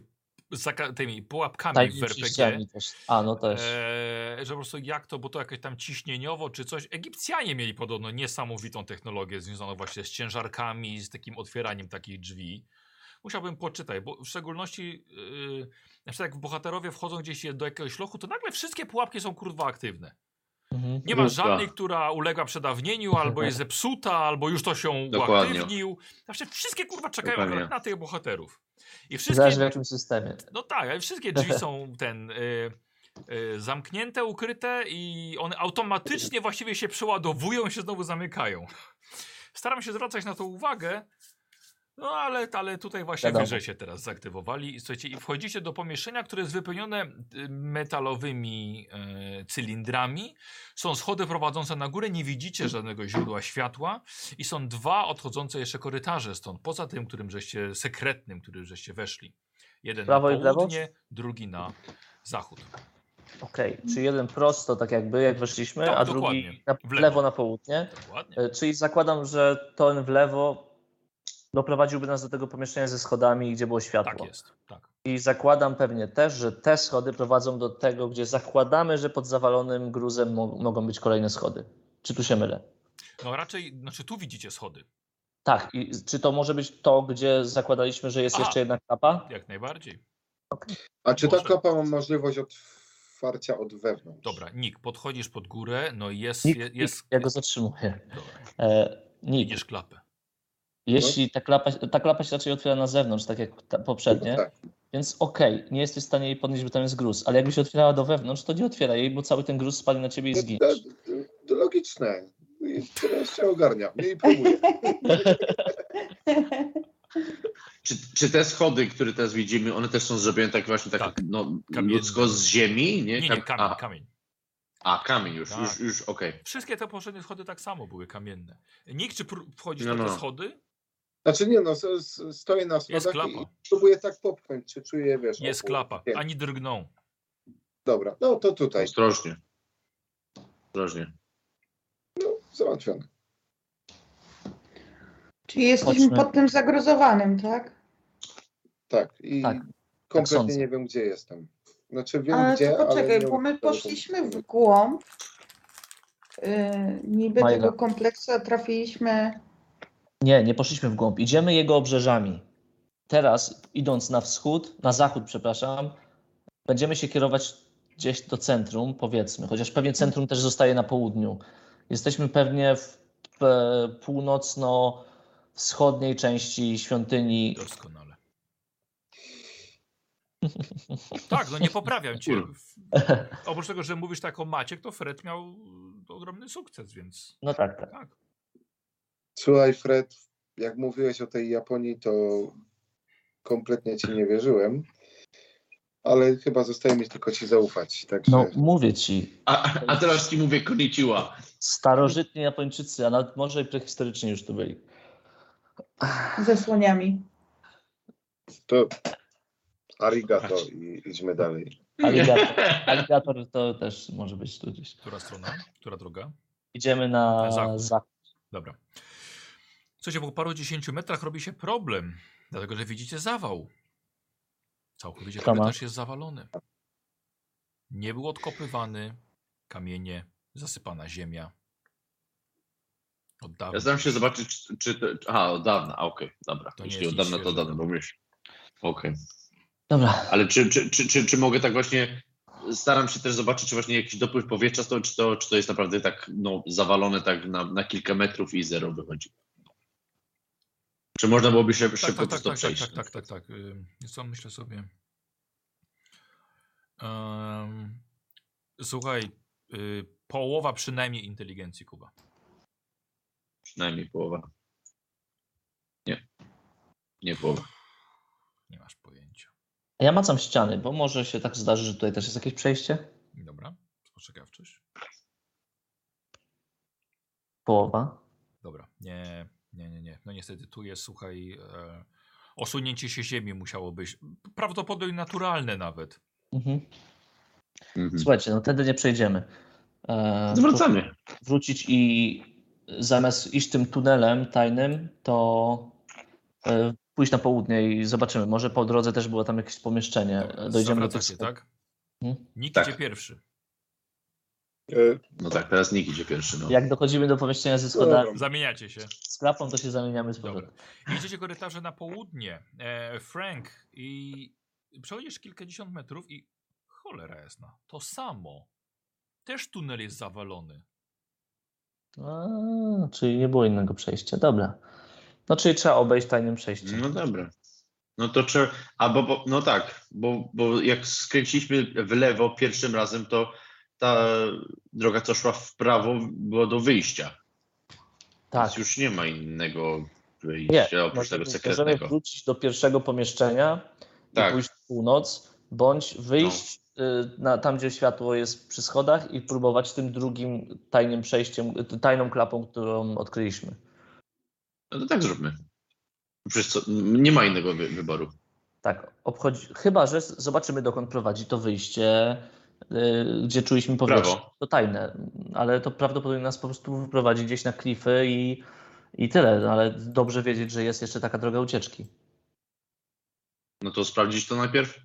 [SPEAKER 1] zaka- tymi pułapkami w
[SPEAKER 5] Tajnymi
[SPEAKER 1] RPG.
[SPEAKER 5] przejściami Tak, też. A, no też.
[SPEAKER 1] Eee, że po prostu jak to, bo to jakieś tam ciśnieniowo czy coś. Egipcjanie mieli podobno niesamowitą technologię związaną właśnie z ciężarkami, z takim otwieraniem takich drzwi. Musiałbym poczytać, bo w szczególności yy, na przykład jak bohaterowie wchodzą gdzieś do jakiegoś lochu, to nagle wszystkie pułapki są kurwa aktywne.
[SPEAKER 5] Mhm.
[SPEAKER 1] Nie ma
[SPEAKER 2] No tak.
[SPEAKER 1] żadnej, która uległa
[SPEAKER 2] *laughs*
[SPEAKER 1] przedawnieniu, albo jest zepsuta, albo już to się
[SPEAKER 2] Dokładnie.
[SPEAKER 1] uaktywnił. Zawsze wszystkie kurwa czekają
[SPEAKER 2] Dokładnie.
[SPEAKER 1] akurat na tych bohaterów. I
[SPEAKER 5] Zależy
[SPEAKER 1] wszystkie
[SPEAKER 5] w jakim systemie.
[SPEAKER 1] no tak, ale wszystkie drzwi są ten y, y, zamknięte, ukryte i one automatycznie właściwie się przeładowują i się znowu zamykają. Staram się zwracać na to uwagę, no ale, ale tutaj właśnie
[SPEAKER 5] Wiadomo.
[SPEAKER 1] wyżej się teraz zaktywowali. I Słuchajcie, i wchodzicie do pomieszczenia, które jest wypełnione y, metalowymi y, cylindrami. Są schody prowadzące na górę, nie widzicie żadnego źródła światła i są dwa odchodzące jeszcze korytarze stąd, poza tym, którym żeście, sekretnym, którym żeście weszli. Jeden
[SPEAKER 5] Prawo
[SPEAKER 1] na
[SPEAKER 5] i w lewo?
[SPEAKER 1] południe, drugi na zachód.
[SPEAKER 5] Okej, czyli jeden prosto, tak jakby, jak weszliśmy,
[SPEAKER 1] Tak,
[SPEAKER 5] a
[SPEAKER 1] dokładnie.
[SPEAKER 5] drugi na,
[SPEAKER 1] W
[SPEAKER 5] w
[SPEAKER 1] lewo.
[SPEAKER 5] lewo. na południe.
[SPEAKER 1] Dokładnie.
[SPEAKER 5] E, Czyli zakładam, że ten w lewo doprowadziłby nas do tego pomieszczenia ze schodami, gdzie było światło.
[SPEAKER 1] Tak jest. Tak.
[SPEAKER 5] I zakładam pewnie też, że te schody prowadzą do tego, gdzie zakładamy, że pod zawalonym gruzem mo- mogą być kolejne schody. Czy tu się mylę?
[SPEAKER 1] No raczej, znaczy tu widzicie schody.
[SPEAKER 5] Tak, i czy to może być to, gdzie zakładaliśmy, że jest
[SPEAKER 1] Aha.
[SPEAKER 5] jeszcze jedna klapa?
[SPEAKER 1] Jak najbardziej.
[SPEAKER 4] A czy ta
[SPEAKER 1] Może.
[SPEAKER 4] klapa ma możliwość otwarcia od wewnątrz?
[SPEAKER 1] Dobra, Nik, podchodzisz pod górę, no i jest,
[SPEAKER 5] Nikt,
[SPEAKER 1] je-
[SPEAKER 5] nikt,
[SPEAKER 1] jest,
[SPEAKER 5] ja go zatrzymuję.
[SPEAKER 1] dobra,
[SPEAKER 5] E, nikt.
[SPEAKER 1] widzisz klapę.
[SPEAKER 5] Jeśli ta klapa, ta klapa się raczej otwiera na zewnątrz, tak jak ta poprzednie,
[SPEAKER 4] Tak.
[SPEAKER 5] więc okej, nie jesteś w stanie jej podnieść, bo tam jest gruz, ale jakby się otwierała do wewnątrz, to nie otwiera jej, bo cały ten gruz spadnie na ciebie i
[SPEAKER 4] No,
[SPEAKER 5] zginiesz.
[SPEAKER 4] to- to Logiczne. I teraz się ogarnia. I próbuję.
[SPEAKER 2] Czy, czy te schody, które teraz widzimy, one też są zrobione tak właśnie tak,
[SPEAKER 1] Tak.
[SPEAKER 2] No,
[SPEAKER 1] Kamienny.
[SPEAKER 2] ludzko z ziemi? Nie,
[SPEAKER 1] Nie, nie,
[SPEAKER 2] Kam-
[SPEAKER 1] kamień,
[SPEAKER 2] a,
[SPEAKER 1] kamień.
[SPEAKER 2] a, kamień już,
[SPEAKER 1] Tak.
[SPEAKER 2] już, już okej.
[SPEAKER 1] Wszystkie te poprzednie schody tak samo były kamienne. Nik, czy pró- wchodzisz
[SPEAKER 2] No,
[SPEAKER 1] na te
[SPEAKER 2] no.
[SPEAKER 1] schody?
[SPEAKER 4] Znaczy nie no, s- s- stoję na
[SPEAKER 1] Jest
[SPEAKER 4] schodach i
[SPEAKER 1] klapa.
[SPEAKER 4] próbuję tak popchnąć, czy czuję, wiesz...
[SPEAKER 1] Jest
[SPEAKER 4] opór.
[SPEAKER 1] klapa.
[SPEAKER 4] Nie,
[SPEAKER 1] Ani drgną.
[SPEAKER 4] Dobra, no to tutaj,
[SPEAKER 2] Ostrożnie. Ostrożnie.
[SPEAKER 4] załatwione.
[SPEAKER 3] Czyli jesteśmy
[SPEAKER 5] Chodźmy.
[SPEAKER 3] pod tym zagrozowanym, tak?
[SPEAKER 4] Tak, i
[SPEAKER 5] Tak,
[SPEAKER 4] kompletnie
[SPEAKER 5] sądzę.
[SPEAKER 4] nie wiem, gdzie jestem. Znaczy wiem,
[SPEAKER 3] Ale
[SPEAKER 4] gdzie,
[SPEAKER 3] to poczekaj,
[SPEAKER 4] ale nie
[SPEAKER 3] bo
[SPEAKER 4] mam
[SPEAKER 3] my
[SPEAKER 4] tego
[SPEAKER 3] poszliśmy w
[SPEAKER 4] pomysłu.
[SPEAKER 3] głąb y, niby
[SPEAKER 5] Majda.
[SPEAKER 3] tego kompleksu, a trafiliśmy...
[SPEAKER 5] Nie, nie poszliśmy w głąb, idziemy jego obrzeżami. Teraz, idąc na wschód, na zachód, przepraszam, będziemy się kierować gdzieś do centrum, powiedzmy, chociaż pewnie centrum też zostaje na południu. Jesteśmy pewnie w e, północno-wschodniej części świątyni *laughs*
[SPEAKER 1] Doskonale. Tak, no nie poprawiam cię.
[SPEAKER 2] Kurde.
[SPEAKER 1] Oprócz tego, że mówisz tak o Maciek, to Fred miał y, ogromny sukces, więc
[SPEAKER 5] No tak, tak.
[SPEAKER 1] tak.
[SPEAKER 4] Słuchaj Fred, jak mówiłeś o tej Japonii, to kompletnie ci nie wierzyłem. Ale chyba zostaje mi tylko ci zaufać, także...
[SPEAKER 5] No mówię ci,
[SPEAKER 2] A, a teraz ci mówię koniciła.
[SPEAKER 5] starożytni Japończycy, a nawet może i prehistoryczni już tu byli.
[SPEAKER 3] ze słoniami.
[SPEAKER 4] To arigato i idźmy dalej.
[SPEAKER 1] *laughs*
[SPEAKER 5] Aligator, aligator to też może być tu gdzieś.
[SPEAKER 1] Która strona? Która droga?
[SPEAKER 5] Idziemy
[SPEAKER 1] Na
[SPEAKER 5] na
[SPEAKER 1] zachód.
[SPEAKER 5] zachód.
[SPEAKER 1] Dobra. Słuchajcie, po paru dziesięciu metrach robi się problem, dlatego że widzicie zawał. Całkowicie
[SPEAKER 5] Kto ma?
[SPEAKER 1] korytarz jest zawalony. Nie był odkopywany, kamienie, zasypana ziemia. Od dawna.
[SPEAKER 2] Ja znam się zobaczyć, czy... czy to, aha, od dawna, a, okej, dobra.
[SPEAKER 1] To nie
[SPEAKER 2] Jeśli
[SPEAKER 1] jest
[SPEAKER 2] od dawna,
[SPEAKER 1] nic
[SPEAKER 2] to od dawna, bo myśl. Okej.
[SPEAKER 5] Dobra,
[SPEAKER 2] Ale czy, czy, czy, czy, czy mogę tak właśnie... Staram się też zobaczyć, czy właśnie jakiś dopływ powietrza, to, czy, to, czy to jest naprawdę tak no, zawalone tak na, na kilka metrów i zero wychodzi. Czy można byłoby się
[SPEAKER 1] tak,
[SPEAKER 2] szybko
[SPEAKER 1] tak, tak,
[SPEAKER 2] przez to
[SPEAKER 1] tak, tak,
[SPEAKER 2] przejść?
[SPEAKER 1] tak, tak, tak, tak. Ym, Co myślę sobie? Em, słuchaj, y, połowa przynajmniej inteligencji Kuba.
[SPEAKER 2] Przynajmniej połowa. Nie połowa.
[SPEAKER 1] Nie masz pojęcia.
[SPEAKER 5] A ja macam ściany, bo może się tak zdarzy, że tutaj też jest jakieś przejście.
[SPEAKER 1] Dobra, spostrzegawczość.
[SPEAKER 5] Połowa.
[SPEAKER 1] Dobra, nie, nie, nie, nie. No niestety tu jest, słuchaj, e, osunięcie się ziemi musiało być. Prawdopodobnie naturalne nawet.
[SPEAKER 5] Mhm.
[SPEAKER 2] Mhm.
[SPEAKER 5] Słuchajcie, no tędy nie przejdziemy. E,
[SPEAKER 2] Zwracamy.
[SPEAKER 5] to Wrócić i zamiast iść tym tunelem tajnym, to e, pójść na południe i zobaczymy. Może po drodze też było tam jakieś pomieszczenie.
[SPEAKER 1] Dobra,
[SPEAKER 5] E, Dojdziemy do tych
[SPEAKER 1] zawracacie, tak?
[SPEAKER 5] Mhm.
[SPEAKER 1] Nikt
[SPEAKER 2] Tak.
[SPEAKER 1] idzie pierwszy.
[SPEAKER 4] E,
[SPEAKER 2] No tak, teraz Nick idzie pierwszy. No.
[SPEAKER 5] Jak dochodzimy do pomieszczenia ze schodami,
[SPEAKER 1] Zamieniacie się.
[SPEAKER 5] z klapą, to się zamieniamy z powrotem.
[SPEAKER 1] Idziecie korytarze na południe. E, Frank i przechodzisz kilkadziesiąt metrów i cholera jasna. To samo. Też tunel jest zawalony.
[SPEAKER 5] A, czyli nie było innego przejścia. Dobra. No czyli trzeba obejść tajnym przejściem.
[SPEAKER 2] No dobra. No to czy. A bo, bo no tak, bo, bo jak skręciliśmy w lewo pierwszym razem, to ta droga, co szła w prawo, była do wyjścia.
[SPEAKER 5] tak.
[SPEAKER 2] Więc już nie ma innego
[SPEAKER 5] Nie,
[SPEAKER 2] wyjścia oprócz tego
[SPEAKER 5] możemy-
[SPEAKER 2] sekretnego.
[SPEAKER 5] Możemy wrócić do pierwszego pomieszczenia i
[SPEAKER 2] Tak. No.
[SPEAKER 5] pójść w północ, bądź wyjść y, na, tam, gdzie światło jest przy schodach i próbować tym drugim tajnym przejściem, y, tajną klapą, którą odkryliśmy.
[SPEAKER 2] No to tak zróbmy. Przecież co, nie ma innego wy, wyboru.
[SPEAKER 5] Tak, obchodzi, chyba że z- zobaczymy, dokąd prowadzi to wyjście, y, gdzie czuliśmy powietrze.
[SPEAKER 2] Prawo.
[SPEAKER 5] To tajne, ale to prawdopodobnie nas po prostu wyprowadzi gdzieś na klify i, i tyle, no, ale dobrze wiedzieć, że jest jeszcze taka droga ucieczki.
[SPEAKER 2] No to sprawdzić to najpierw.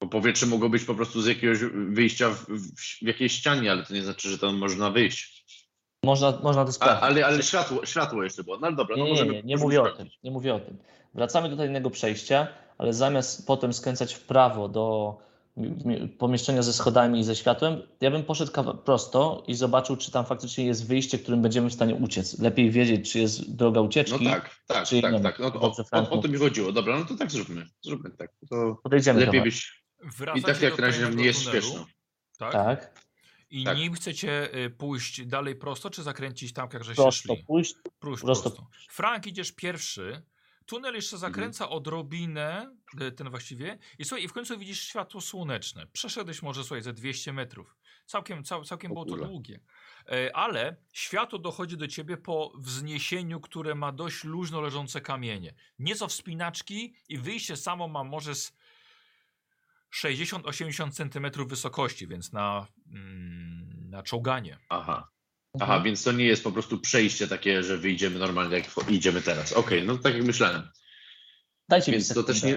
[SPEAKER 2] Bo powietrze mogło być po prostu z jakiegoś wyjścia w, w, w jakiejś ścianie, ale to nie znaczy, że tam można wyjść.
[SPEAKER 5] Można, można to
[SPEAKER 2] A,
[SPEAKER 5] sprawdzić.
[SPEAKER 2] ale ale światło, światło jeszcze było. No dobra,
[SPEAKER 5] Tak. Nie,
[SPEAKER 2] no
[SPEAKER 5] nie,
[SPEAKER 2] możemy.
[SPEAKER 5] nie, nie
[SPEAKER 2] możemy
[SPEAKER 5] mówię o
[SPEAKER 2] sprawdzić.
[SPEAKER 5] tym, nie mówię o tym. Wracamy do tajnego przejścia, ale zamiast potem skręcać w prawo do mi- mi- pomieszczenia ze schodami i ze światłem, ja bym poszedł kawa- prosto i zobaczył, czy tam faktycznie jest wyjście, którym będziemy w stanie uciec. Lepiej wiedzieć, czy jest droga
[SPEAKER 2] No
[SPEAKER 5] ucieczki.
[SPEAKER 2] tak, tak,
[SPEAKER 5] Czyli nie
[SPEAKER 2] tak, tak. No, to o,
[SPEAKER 5] Dobrze, Frank
[SPEAKER 2] o, o to mi chodziło. Dobra, no to tak zróbmy. Zróbmy tak. To
[SPEAKER 5] Podejdziemy
[SPEAKER 2] lepiej
[SPEAKER 5] trochę.
[SPEAKER 2] być.
[SPEAKER 1] Wracacie
[SPEAKER 2] I tak jak
[SPEAKER 1] do
[SPEAKER 2] na razie
[SPEAKER 1] tajnego
[SPEAKER 2] nie jest
[SPEAKER 1] tunelu,
[SPEAKER 2] śpieszno.
[SPEAKER 1] Tak?
[SPEAKER 5] Tak,
[SPEAKER 1] I
[SPEAKER 2] tak.
[SPEAKER 1] nim chcecie y, pójść dalej prosto, czy zakręcić tam, jakże się
[SPEAKER 5] prosto
[SPEAKER 1] szli?
[SPEAKER 5] pójść.
[SPEAKER 1] Prosto.
[SPEAKER 5] Prosto.
[SPEAKER 1] prosto. Frank, idziesz pierwszy. Tunel jeszcze
[SPEAKER 2] Mhm.
[SPEAKER 1] zakręca odrobinę, e, ten właściwie. I słuchaj, i w końcu widzisz światło słoneczne. Przeszedłeś może, słuchaj, ze 200 metrów. Całkiem, cał, całkiem
[SPEAKER 2] O
[SPEAKER 1] było to
[SPEAKER 2] kurde.
[SPEAKER 1] długie. E, Ale światło dochodzi do ciebie po wzniesieniu, które ma dość luźno leżące kamienie. Nieco wspinaczki i wyjście samo ma może z 60-80 centymetrów wysokości, więc na, mm, na czołganie.
[SPEAKER 2] Aha.
[SPEAKER 5] Mhm.
[SPEAKER 2] Aha, więc to nie jest po prostu przejście takie, że wyjdziemy normalnie, jak w- idziemy teraz. Okej, no tak jak myślałem.
[SPEAKER 5] Dajcie mi
[SPEAKER 2] Więc to
[SPEAKER 5] sekundę.
[SPEAKER 2] też nie.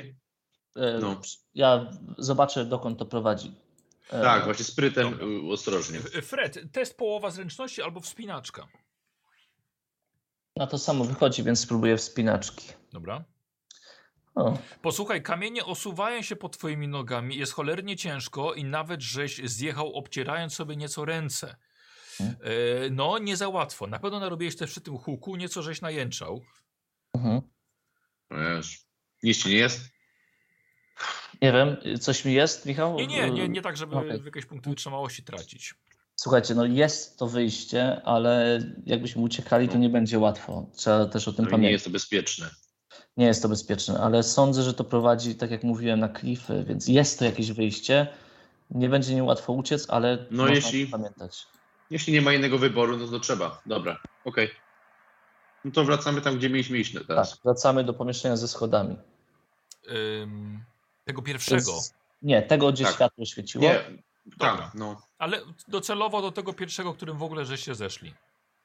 [SPEAKER 5] E,
[SPEAKER 2] no.
[SPEAKER 5] Ja zobaczę, dokąd to prowadzi. E,
[SPEAKER 2] Tak, właśnie sprytem
[SPEAKER 1] Dobra.
[SPEAKER 2] y, ostrożnie.
[SPEAKER 1] F- Fred, test połowa zręczności albo wspinaczka.
[SPEAKER 5] Na to samo wychodzi, więc spróbuję wspinaczki.
[SPEAKER 1] Dobra.
[SPEAKER 5] O,
[SPEAKER 1] Posłuchaj, kamienie osuwają się pod twoimi nogami, jest cholernie ciężko i nawet żeś zjechał obcierając sobie nieco ręce.
[SPEAKER 5] Mhm.
[SPEAKER 1] E, No, nie za łatwo. Na pewno narobiłeś też przy tym huku, nieco żeś najęczał.
[SPEAKER 5] mhm.
[SPEAKER 2] Wiesz, Nic ci nie jest?
[SPEAKER 5] Nie wiem, coś mi jest, Michał?
[SPEAKER 1] Nie, nie, nie, nie tak, żeby
[SPEAKER 5] Okej. Hmm.
[SPEAKER 1] w jakieś punkty wytrzymałości tracić.
[SPEAKER 5] Słuchajcie, no jest to wyjście, ale jakbyśmy uciekali, to
[SPEAKER 2] No.
[SPEAKER 5] nie będzie łatwo. Trzeba też o tym
[SPEAKER 2] No i nie
[SPEAKER 5] pamiętać.
[SPEAKER 2] jest to bezpieczne.
[SPEAKER 5] Nie jest to bezpieczne, ale sądzę, że to prowadzi, tak jak mówiłem, na klify, więc jest to jakieś wyjście. Nie będzie niełatwo uciec, ale
[SPEAKER 2] No
[SPEAKER 5] można
[SPEAKER 2] jeśli-
[SPEAKER 5] o tym pamiętać.
[SPEAKER 2] Jeśli nie ma innego wyboru, no to trzeba. Dobra, okej. No to wracamy tam, gdzie mieliśmy iść
[SPEAKER 5] Tak,
[SPEAKER 2] teraz.
[SPEAKER 5] wracamy do pomieszczenia ze schodami.
[SPEAKER 1] Ym, tego pierwszego.
[SPEAKER 5] Z- Nie, tego, gdzie
[SPEAKER 2] Tak.
[SPEAKER 5] światło świeciło.
[SPEAKER 2] Nie,
[SPEAKER 1] Dobra.
[SPEAKER 2] tam, no.
[SPEAKER 1] Ale docelowo do tego pierwszego, którym w ogóle żeście zeszli.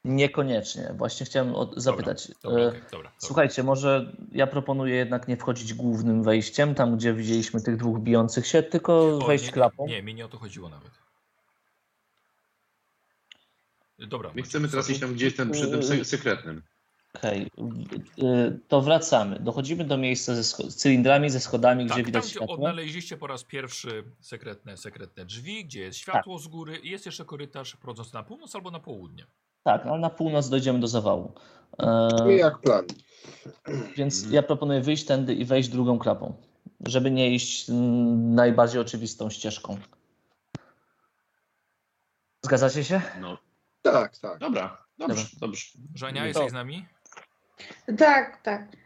[SPEAKER 5] Niekoniecznie. Właśnie chciałem od... zapytać.
[SPEAKER 1] Dobra,
[SPEAKER 5] e,
[SPEAKER 1] okej, dobra, dobra.
[SPEAKER 5] Słuchajcie, może ja proponuję jednak nie wchodzić głównym wejściem, tam gdzie widzieliśmy tych dwóch bijących się, tylko
[SPEAKER 1] O,
[SPEAKER 5] wejść
[SPEAKER 1] nie,
[SPEAKER 5] klapą.
[SPEAKER 1] Nie, mi nie o to chodziło nawet. Dobra.
[SPEAKER 2] My
[SPEAKER 1] Maciek,
[SPEAKER 2] chcemy teraz
[SPEAKER 1] sorry.
[SPEAKER 2] iść tam, gdzie jest ten przy tym se- sekretnym.
[SPEAKER 5] Okej, y, y, to wracamy. Dochodzimy do miejsca ze scho- z cylindrami, ze schodami,
[SPEAKER 1] Tak,
[SPEAKER 5] gdzie
[SPEAKER 1] tam
[SPEAKER 5] widać
[SPEAKER 1] gdzie
[SPEAKER 5] światło.
[SPEAKER 1] odnaleźliście po raz pierwszy sekretne, sekretne drzwi, gdzie jest światło z góry i jest jeszcze korytarz prowadzący na północ albo na południe.
[SPEAKER 5] Tak, ale na północ dojdziemy do zawału.
[SPEAKER 4] no i
[SPEAKER 5] E,
[SPEAKER 4] jak plan.
[SPEAKER 5] więc
[SPEAKER 2] Mhm.
[SPEAKER 5] ja proponuję wyjść tędy i wejść drugą klapą, żeby nie iść mm, najbardziej oczywistą ścieżką. Zgadzacie się?
[SPEAKER 2] No,
[SPEAKER 4] Tak, tak.
[SPEAKER 2] dobra, dobrze,
[SPEAKER 5] Dobra.
[SPEAKER 2] dobrze.
[SPEAKER 1] Żania,
[SPEAKER 2] No.
[SPEAKER 1] jesteś z nami?
[SPEAKER 3] Tak, tak.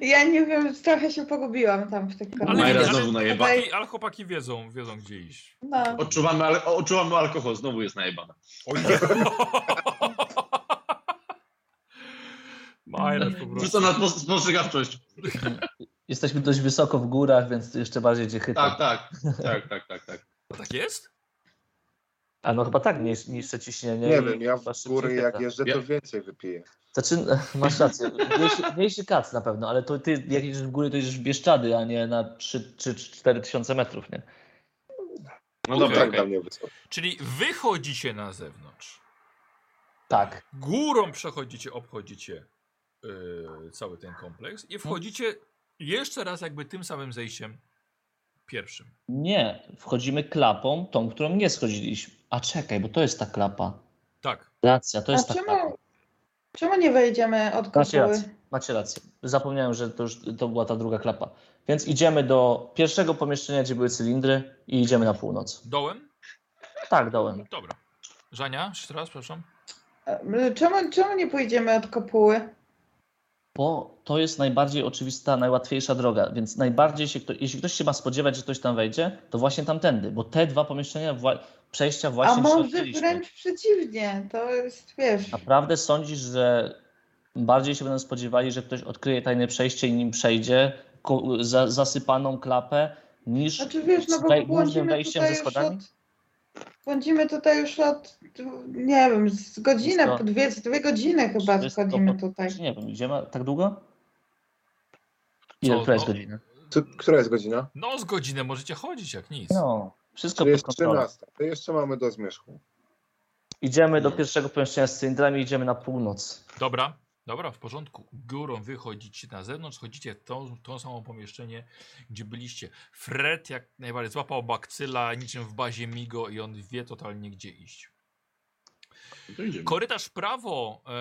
[SPEAKER 3] Ja nie wiem, trochę się pogubiłam tam w tych
[SPEAKER 1] Ale,
[SPEAKER 2] Majra
[SPEAKER 1] ale,
[SPEAKER 3] komentarzach.
[SPEAKER 2] znowu najeba.
[SPEAKER 1] chłopaki, ale chłopaki wiedzą, wiedzą gdzie iść.
[SPEAKER 3] No.
[SPEAKER 2] Odczuwamy, ale, odczuwamy alkohol, znowu jest najebana.
[SPEAKER 1] O *laughs* nie. Majrasz po prostu.
[SPEAKER 2] Wrzuca na spo- spostrzegawczość.
[SPEAKER 5] Jesteśmy dość wysoko w górach, więc jeszcze bardziej cię chyta.
[SPEAKER 2] Tak, *laughs* tak, tak, tak, tak, tak.
[SPEAKER 1] Tak jest?
[SPEAKER 5] A no chyba tak, niż, niższe ciśnienie.
[SPEAKER 4] Nie
[SPEAKER 5] i
[SPEAKER 4] wiem, ja w
[SPEAKER 5] chyba szybciej
[SPEAKER 4] góry jak
[SPEAKER 5] chyta.
[SPEAKER 4] jeżdżę,
[SPEAKER 2] Ja-
[SPEAKER 4] to więcej wypiję.
[SPEAKER 5] Znaczy, *laughs* masz rację, mniejszy, mniejszy kac na pewno, ale to ty jak jedziesz w górę, to jedziesz w Bieszczady, a nie na 3 czy 4 tysiące metrów, nie?
[SPEAKER 2] No
[SPEAKER 1] Okej.
[SPEAKER 2] dobra,
[SPEAKER 4] Tak
[SPEAKER 2] okej.
[SPEAKER 4] dla mnie wysoko.
[SPEAKER 1] Czyli wychodzicie na zewnątrz.
[SPEAKER 5] Tak.
[SPEAKER 1] Górą przechodzicie, obchodzicie yy, cały ten kompleks i wchodzicie jeszcze raz jakby tym samym zejściem pierwszym.
[SPEAKER 5] Nie, wchodzimy klapą, tą, którą nie schodziliśmy. A czekaj, bo to jest ta klapa.
[SPEAKER 1] Tak.
[SPEAKER 5] Racja, to
[SPEAKER 3] A
[SPEAKER 5] jest tak. ta klapa.
[SPEAKER 3] czemu, czemu nie wejdziemy od
[SPEAKER 5] Macie
[SPEAKER 3] kopuły?
[SPEAKER 5] rację, macie rację. Zapomniałem, że to już to była ta druga klapa. Więc idziemy do pierwszego pomieszczenia, gdzie były cylindry i idziemy na północ.
[SPEAKER 1] Dołem?
[SPEAKER 5] Tak, dołem.
[SPEAKER 1] Dobra. Żania, jeszcze raz, przepraszam.
[SPEAKER 3] E, Czemu, czemu nie pójdziemy od kopuły?
[SPEAKER 5] Bo to jest najbardziej oczywista, najłatwiejsza droga, więc najbardziej się, kto, jeśli ktoś się ma spodziewać, że ktoś tam wejdzie, to właśnie tamtędy, bo te dwa pomieszczenia, wła, przejścia
[SPEAKER 3] A
[SPEAKER 5] właśnie
[SPEAKER 3] może
[SPEAKER 5] przeoczyliśmy.
[SPEAKER 3] wręcz przeciwnie, to jest, wiesz...
[SPEAKER 5] Naprawdę sądzisz, że bardziej się będą spodziewali, że ktoś odkryje tajne przejście i nim przejdzie ku- za, zasypaną klapę, niż
[SPEAKER 3] Znaczy wiesz, no
[SPEAKER 5] z
[SPEAKER 3] bo
[SPEAKER 5] wej- głównym
[SPEAKER 3] błądzimy
[SPEAKER 5] wejściem
[SPEAKER 3] tutaj
[SPEAKER 5] ze
[SPEAKER 3] już
[SPEAKER 5] schodami?
[SPEAKER 3] od... Błądzimy tutaj już od, nie wiem, z godzinę,
[SPEAKER 5] Wszystko-
[SPEAKER 3] dwie, dwie godziny chyba
[SPEAKER 5] Wszystko
[SPEAKER 3] schodzimy
[SPEAKER 5] po-
[SPEAKER 3] tutaj.
[SPEAKER 5] Czy nie wiem, idziemy tak długo? Ile
[SPEAKER 1] Co,
[SPEAKER 5] która jest
[SPEAKER 1] no?
[SPEAKER 5] godzina?
[SPEAKER 4] Co- Która jest godzina?
[SPEAKER 1] No z godzinę możecie chodzić jak nic.
[SPEAKER 5] No, wszystko
[SPEAKER 4] To
[SPEAKER 5] pod
[SPEAKER 4] jest
[SPEAKER 5] kontrolą.
[SPEAKER 4] 13. To jeszcze mamy do zmierzchu.
[SPEAKER 5] Idziemy do pierwszego pomieszczenia z cylindrami, idziemy na północ.
[SPEAKER 1] Dobra, dobra, w porządku. Górą wychodzicie na zewnątrz, chodzicie w to, to samo pomieszczenie, gdzie byliście. Fred jak najbardziej złapał bakcyla niczym w bazie Migo i on wie totalnie gdzie iść.
[SPEAKER 2] To idziemy.
[SPEAKER 1] Korytarz w prawo e,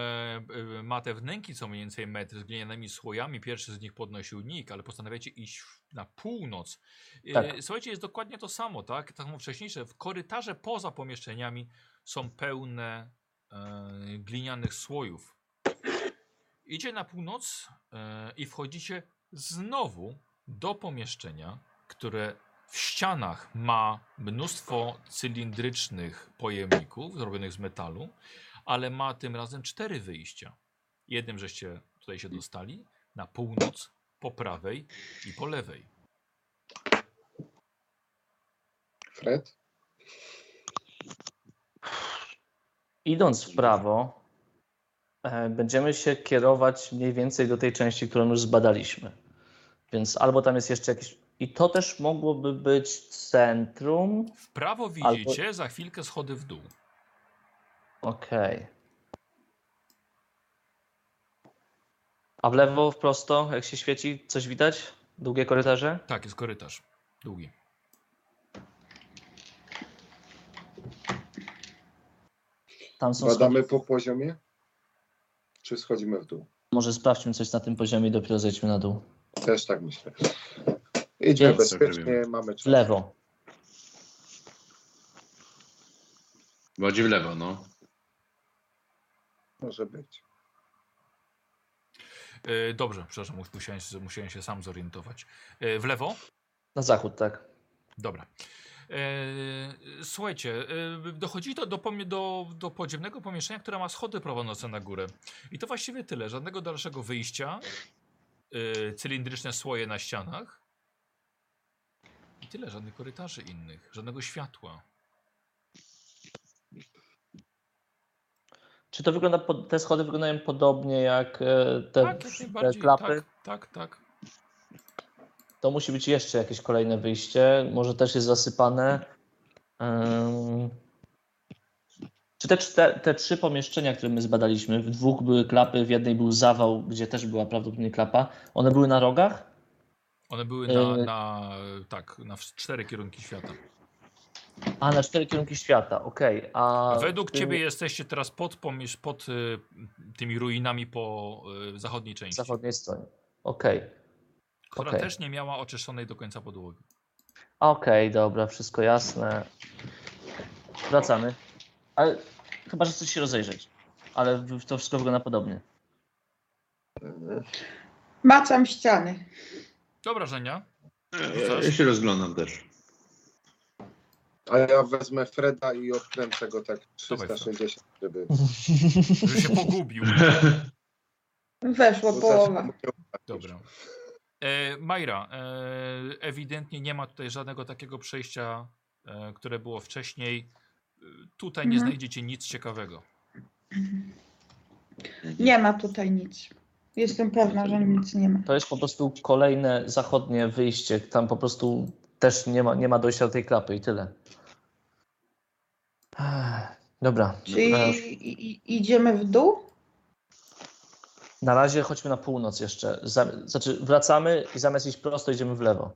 [SPEAKER 1] e, ma te wnęki co mniej więcej metr z glinianymi słojami. Pierwszy z nich podnosił Nick, ale postanawiacie iść w- na północ. E,
[SPEAKER 5] Tak.
[SPEAKER 1] Słuchajcie, jest dokładnie to samo, tak? Tak jak wcześniejsze, w korytarze poza pomieszczeniami są pełne e, glinianych słojów. Idzie na północ e, i wchodzicie znowu do pomieszczenia, które w ścianach ma mnóstwo cylindrycznych pojemników zrobionych z metalu, ale ma tym razem cztery wyjścia. Jednym żeście tutaj się dostali, na północ, po prawej i po lewej.
[SPEAKER 4] Fred?
[SPEAKER 5] Idąc w prawo, e, będziemy się kierować mniej więcej do tej części, którą już zbadaliśmy. Więc albo tam jest jeszcze jakiś. I to też mogłoby być centrum.
[SPEAKER 1] W prawo widzicie za chwilkę schody w dół.
[SPEAKER 5] Okej. A w lewo, w prosto, jak się świeci, coś widać? Długie korytarze?
[SPEAKER 1] Tak, jest korytarz. Długi.
[SPEAKER 5] Tam są
[SPEAKER 4] Badamy
[SPEAKER 5] schody.
[SPEAKER 4] po poziomie? Czy schodzimy w dół?
[SPEAKER 5] Może sprawdźmy coś na tym poziomie i dopiero zejdźmy na dół.
[SPEAKER 4] Też tak myślę. Idziemy
[SPEAKER 5] Więc-
[SPEAKER 4] bezpiecznie, mamy
[SPEAKER 5] W
[SPEAKER 4] czas.
[SPEAKER 5] lewo.
[SPEAKER 2] Bardziej w lewo, no.
[SPEAKER 4] Może być.
[SPEAKER 1] E, dobrze, przepraszam, mus- musiałem, się- musiałem się sam zorientować. E, w lewo?
[SPEAKER 5] Na zachód, tak.
[SPEAKER 1] Dobra. E, słuchajcie, e, dochodzi to do, pomie- do, do podziemnego pomieszczenia, które ma schody prowadzące na górę. I to właściwie tyle. Żadnego dalszego wyjścia. E, cylindryczne słoje na ścianach. I tyle. Żadnych korytarzy innych. Żadnego światła.
[SPEAKER 5] Czy to wygląda, po, te schody wyglądają podobnie jak e, te,
[SPEAKER 1] tak, jak
[SPEAKER 5] te
[SPEAKER 1] najbardziej.
[SPEAKER 5] klapy?
[SPEAKER 1] Tak, tak, tak.
[SPEAKER 5] To musi być jeszcze jakieś kolejne wyjście. Może też jest zasypane. Ym. Czy te, czte- te trzy pomieszczenia, które my zbadaliśmy, w dwóch były klapy, w jednej był zawał, gdzie też była prawdopodobnie klapa, one były na rogach?
[SPEAKER 1] One były na,
[SPEAKER 5] E,
[SPEAKER 1] na, tak, na w- cztery kierunki świata.
[SPEAKER 5] A, na cztery kierunki świata, okej. A e,
[SPEAKER 1] Według
[SPEAKER 5] w tym
[SPEAKER 1] ciebie jesteście teraz pod, pomiesz- pod y, tymi ruinami po y, zachodniej
[SPEAKER 5] w
[SPEAKER 1] części.
[SPEAKER 5] zachodniej stronie. Okej.
[SPEAKER 1] która
[SPEAKER 5] Okej.
[SPEAKER 1] też nie miała oczyszczonej do końca podłogi.
[SPEAKER 5] Okej, dobra, wszystko jasne. Wracamy. Ale chyba, że chcesz się rozejrzeć. Ale w- to wszystko wygląda podobnie.
[SPEAKER 3] Macam ściany.
[SPEAKER 1] Do obrażenia.
[SPEAKER 2] Ja, ja się rozglądam *laughs* też.
[SPEAKER 4] A ja wezmę Freda i odkręcę go tak
[SPEAKER 1] Dawaj, Fred.
[SPEAKER 4] 360, żeby...
[SPEAKER 5] Mhm.
[SPEAKER 1] Że się pogubił.
[SPEAKER 3] Weszło połowa.
[SPEAKER 1] Dobra. E, Majra, e, ewidentnie nie ma tutaj żadnego takiego przejścia, e, które było wcześniej. E, Tutaj nie
[SPEAKER 3] Mhm.
[SPEAKER 1] znajdziecie nic ciekawego.
[SPEAKER 3] Nie ma tutaj nic. Jestem pewna, że nic nie ma.
[SPEAKER 5] To jest po prostu kolejne zachodnie wyjście. Tam po prostu też nie ma, nie ma dojścia do tej klapy i tyle. Ech, Dobra.
[SPEAKER 3] Czyli
[SPEAKER 1] No,
[SPEAKER 5] E,
[SPEAKER 3] i, i, idziemy w dół?
[SPEAKER 5] Na razie chodźmy na północ jeszcze. Za- Znaczy wracamy i zamiast iść prosto idziemy w lewo.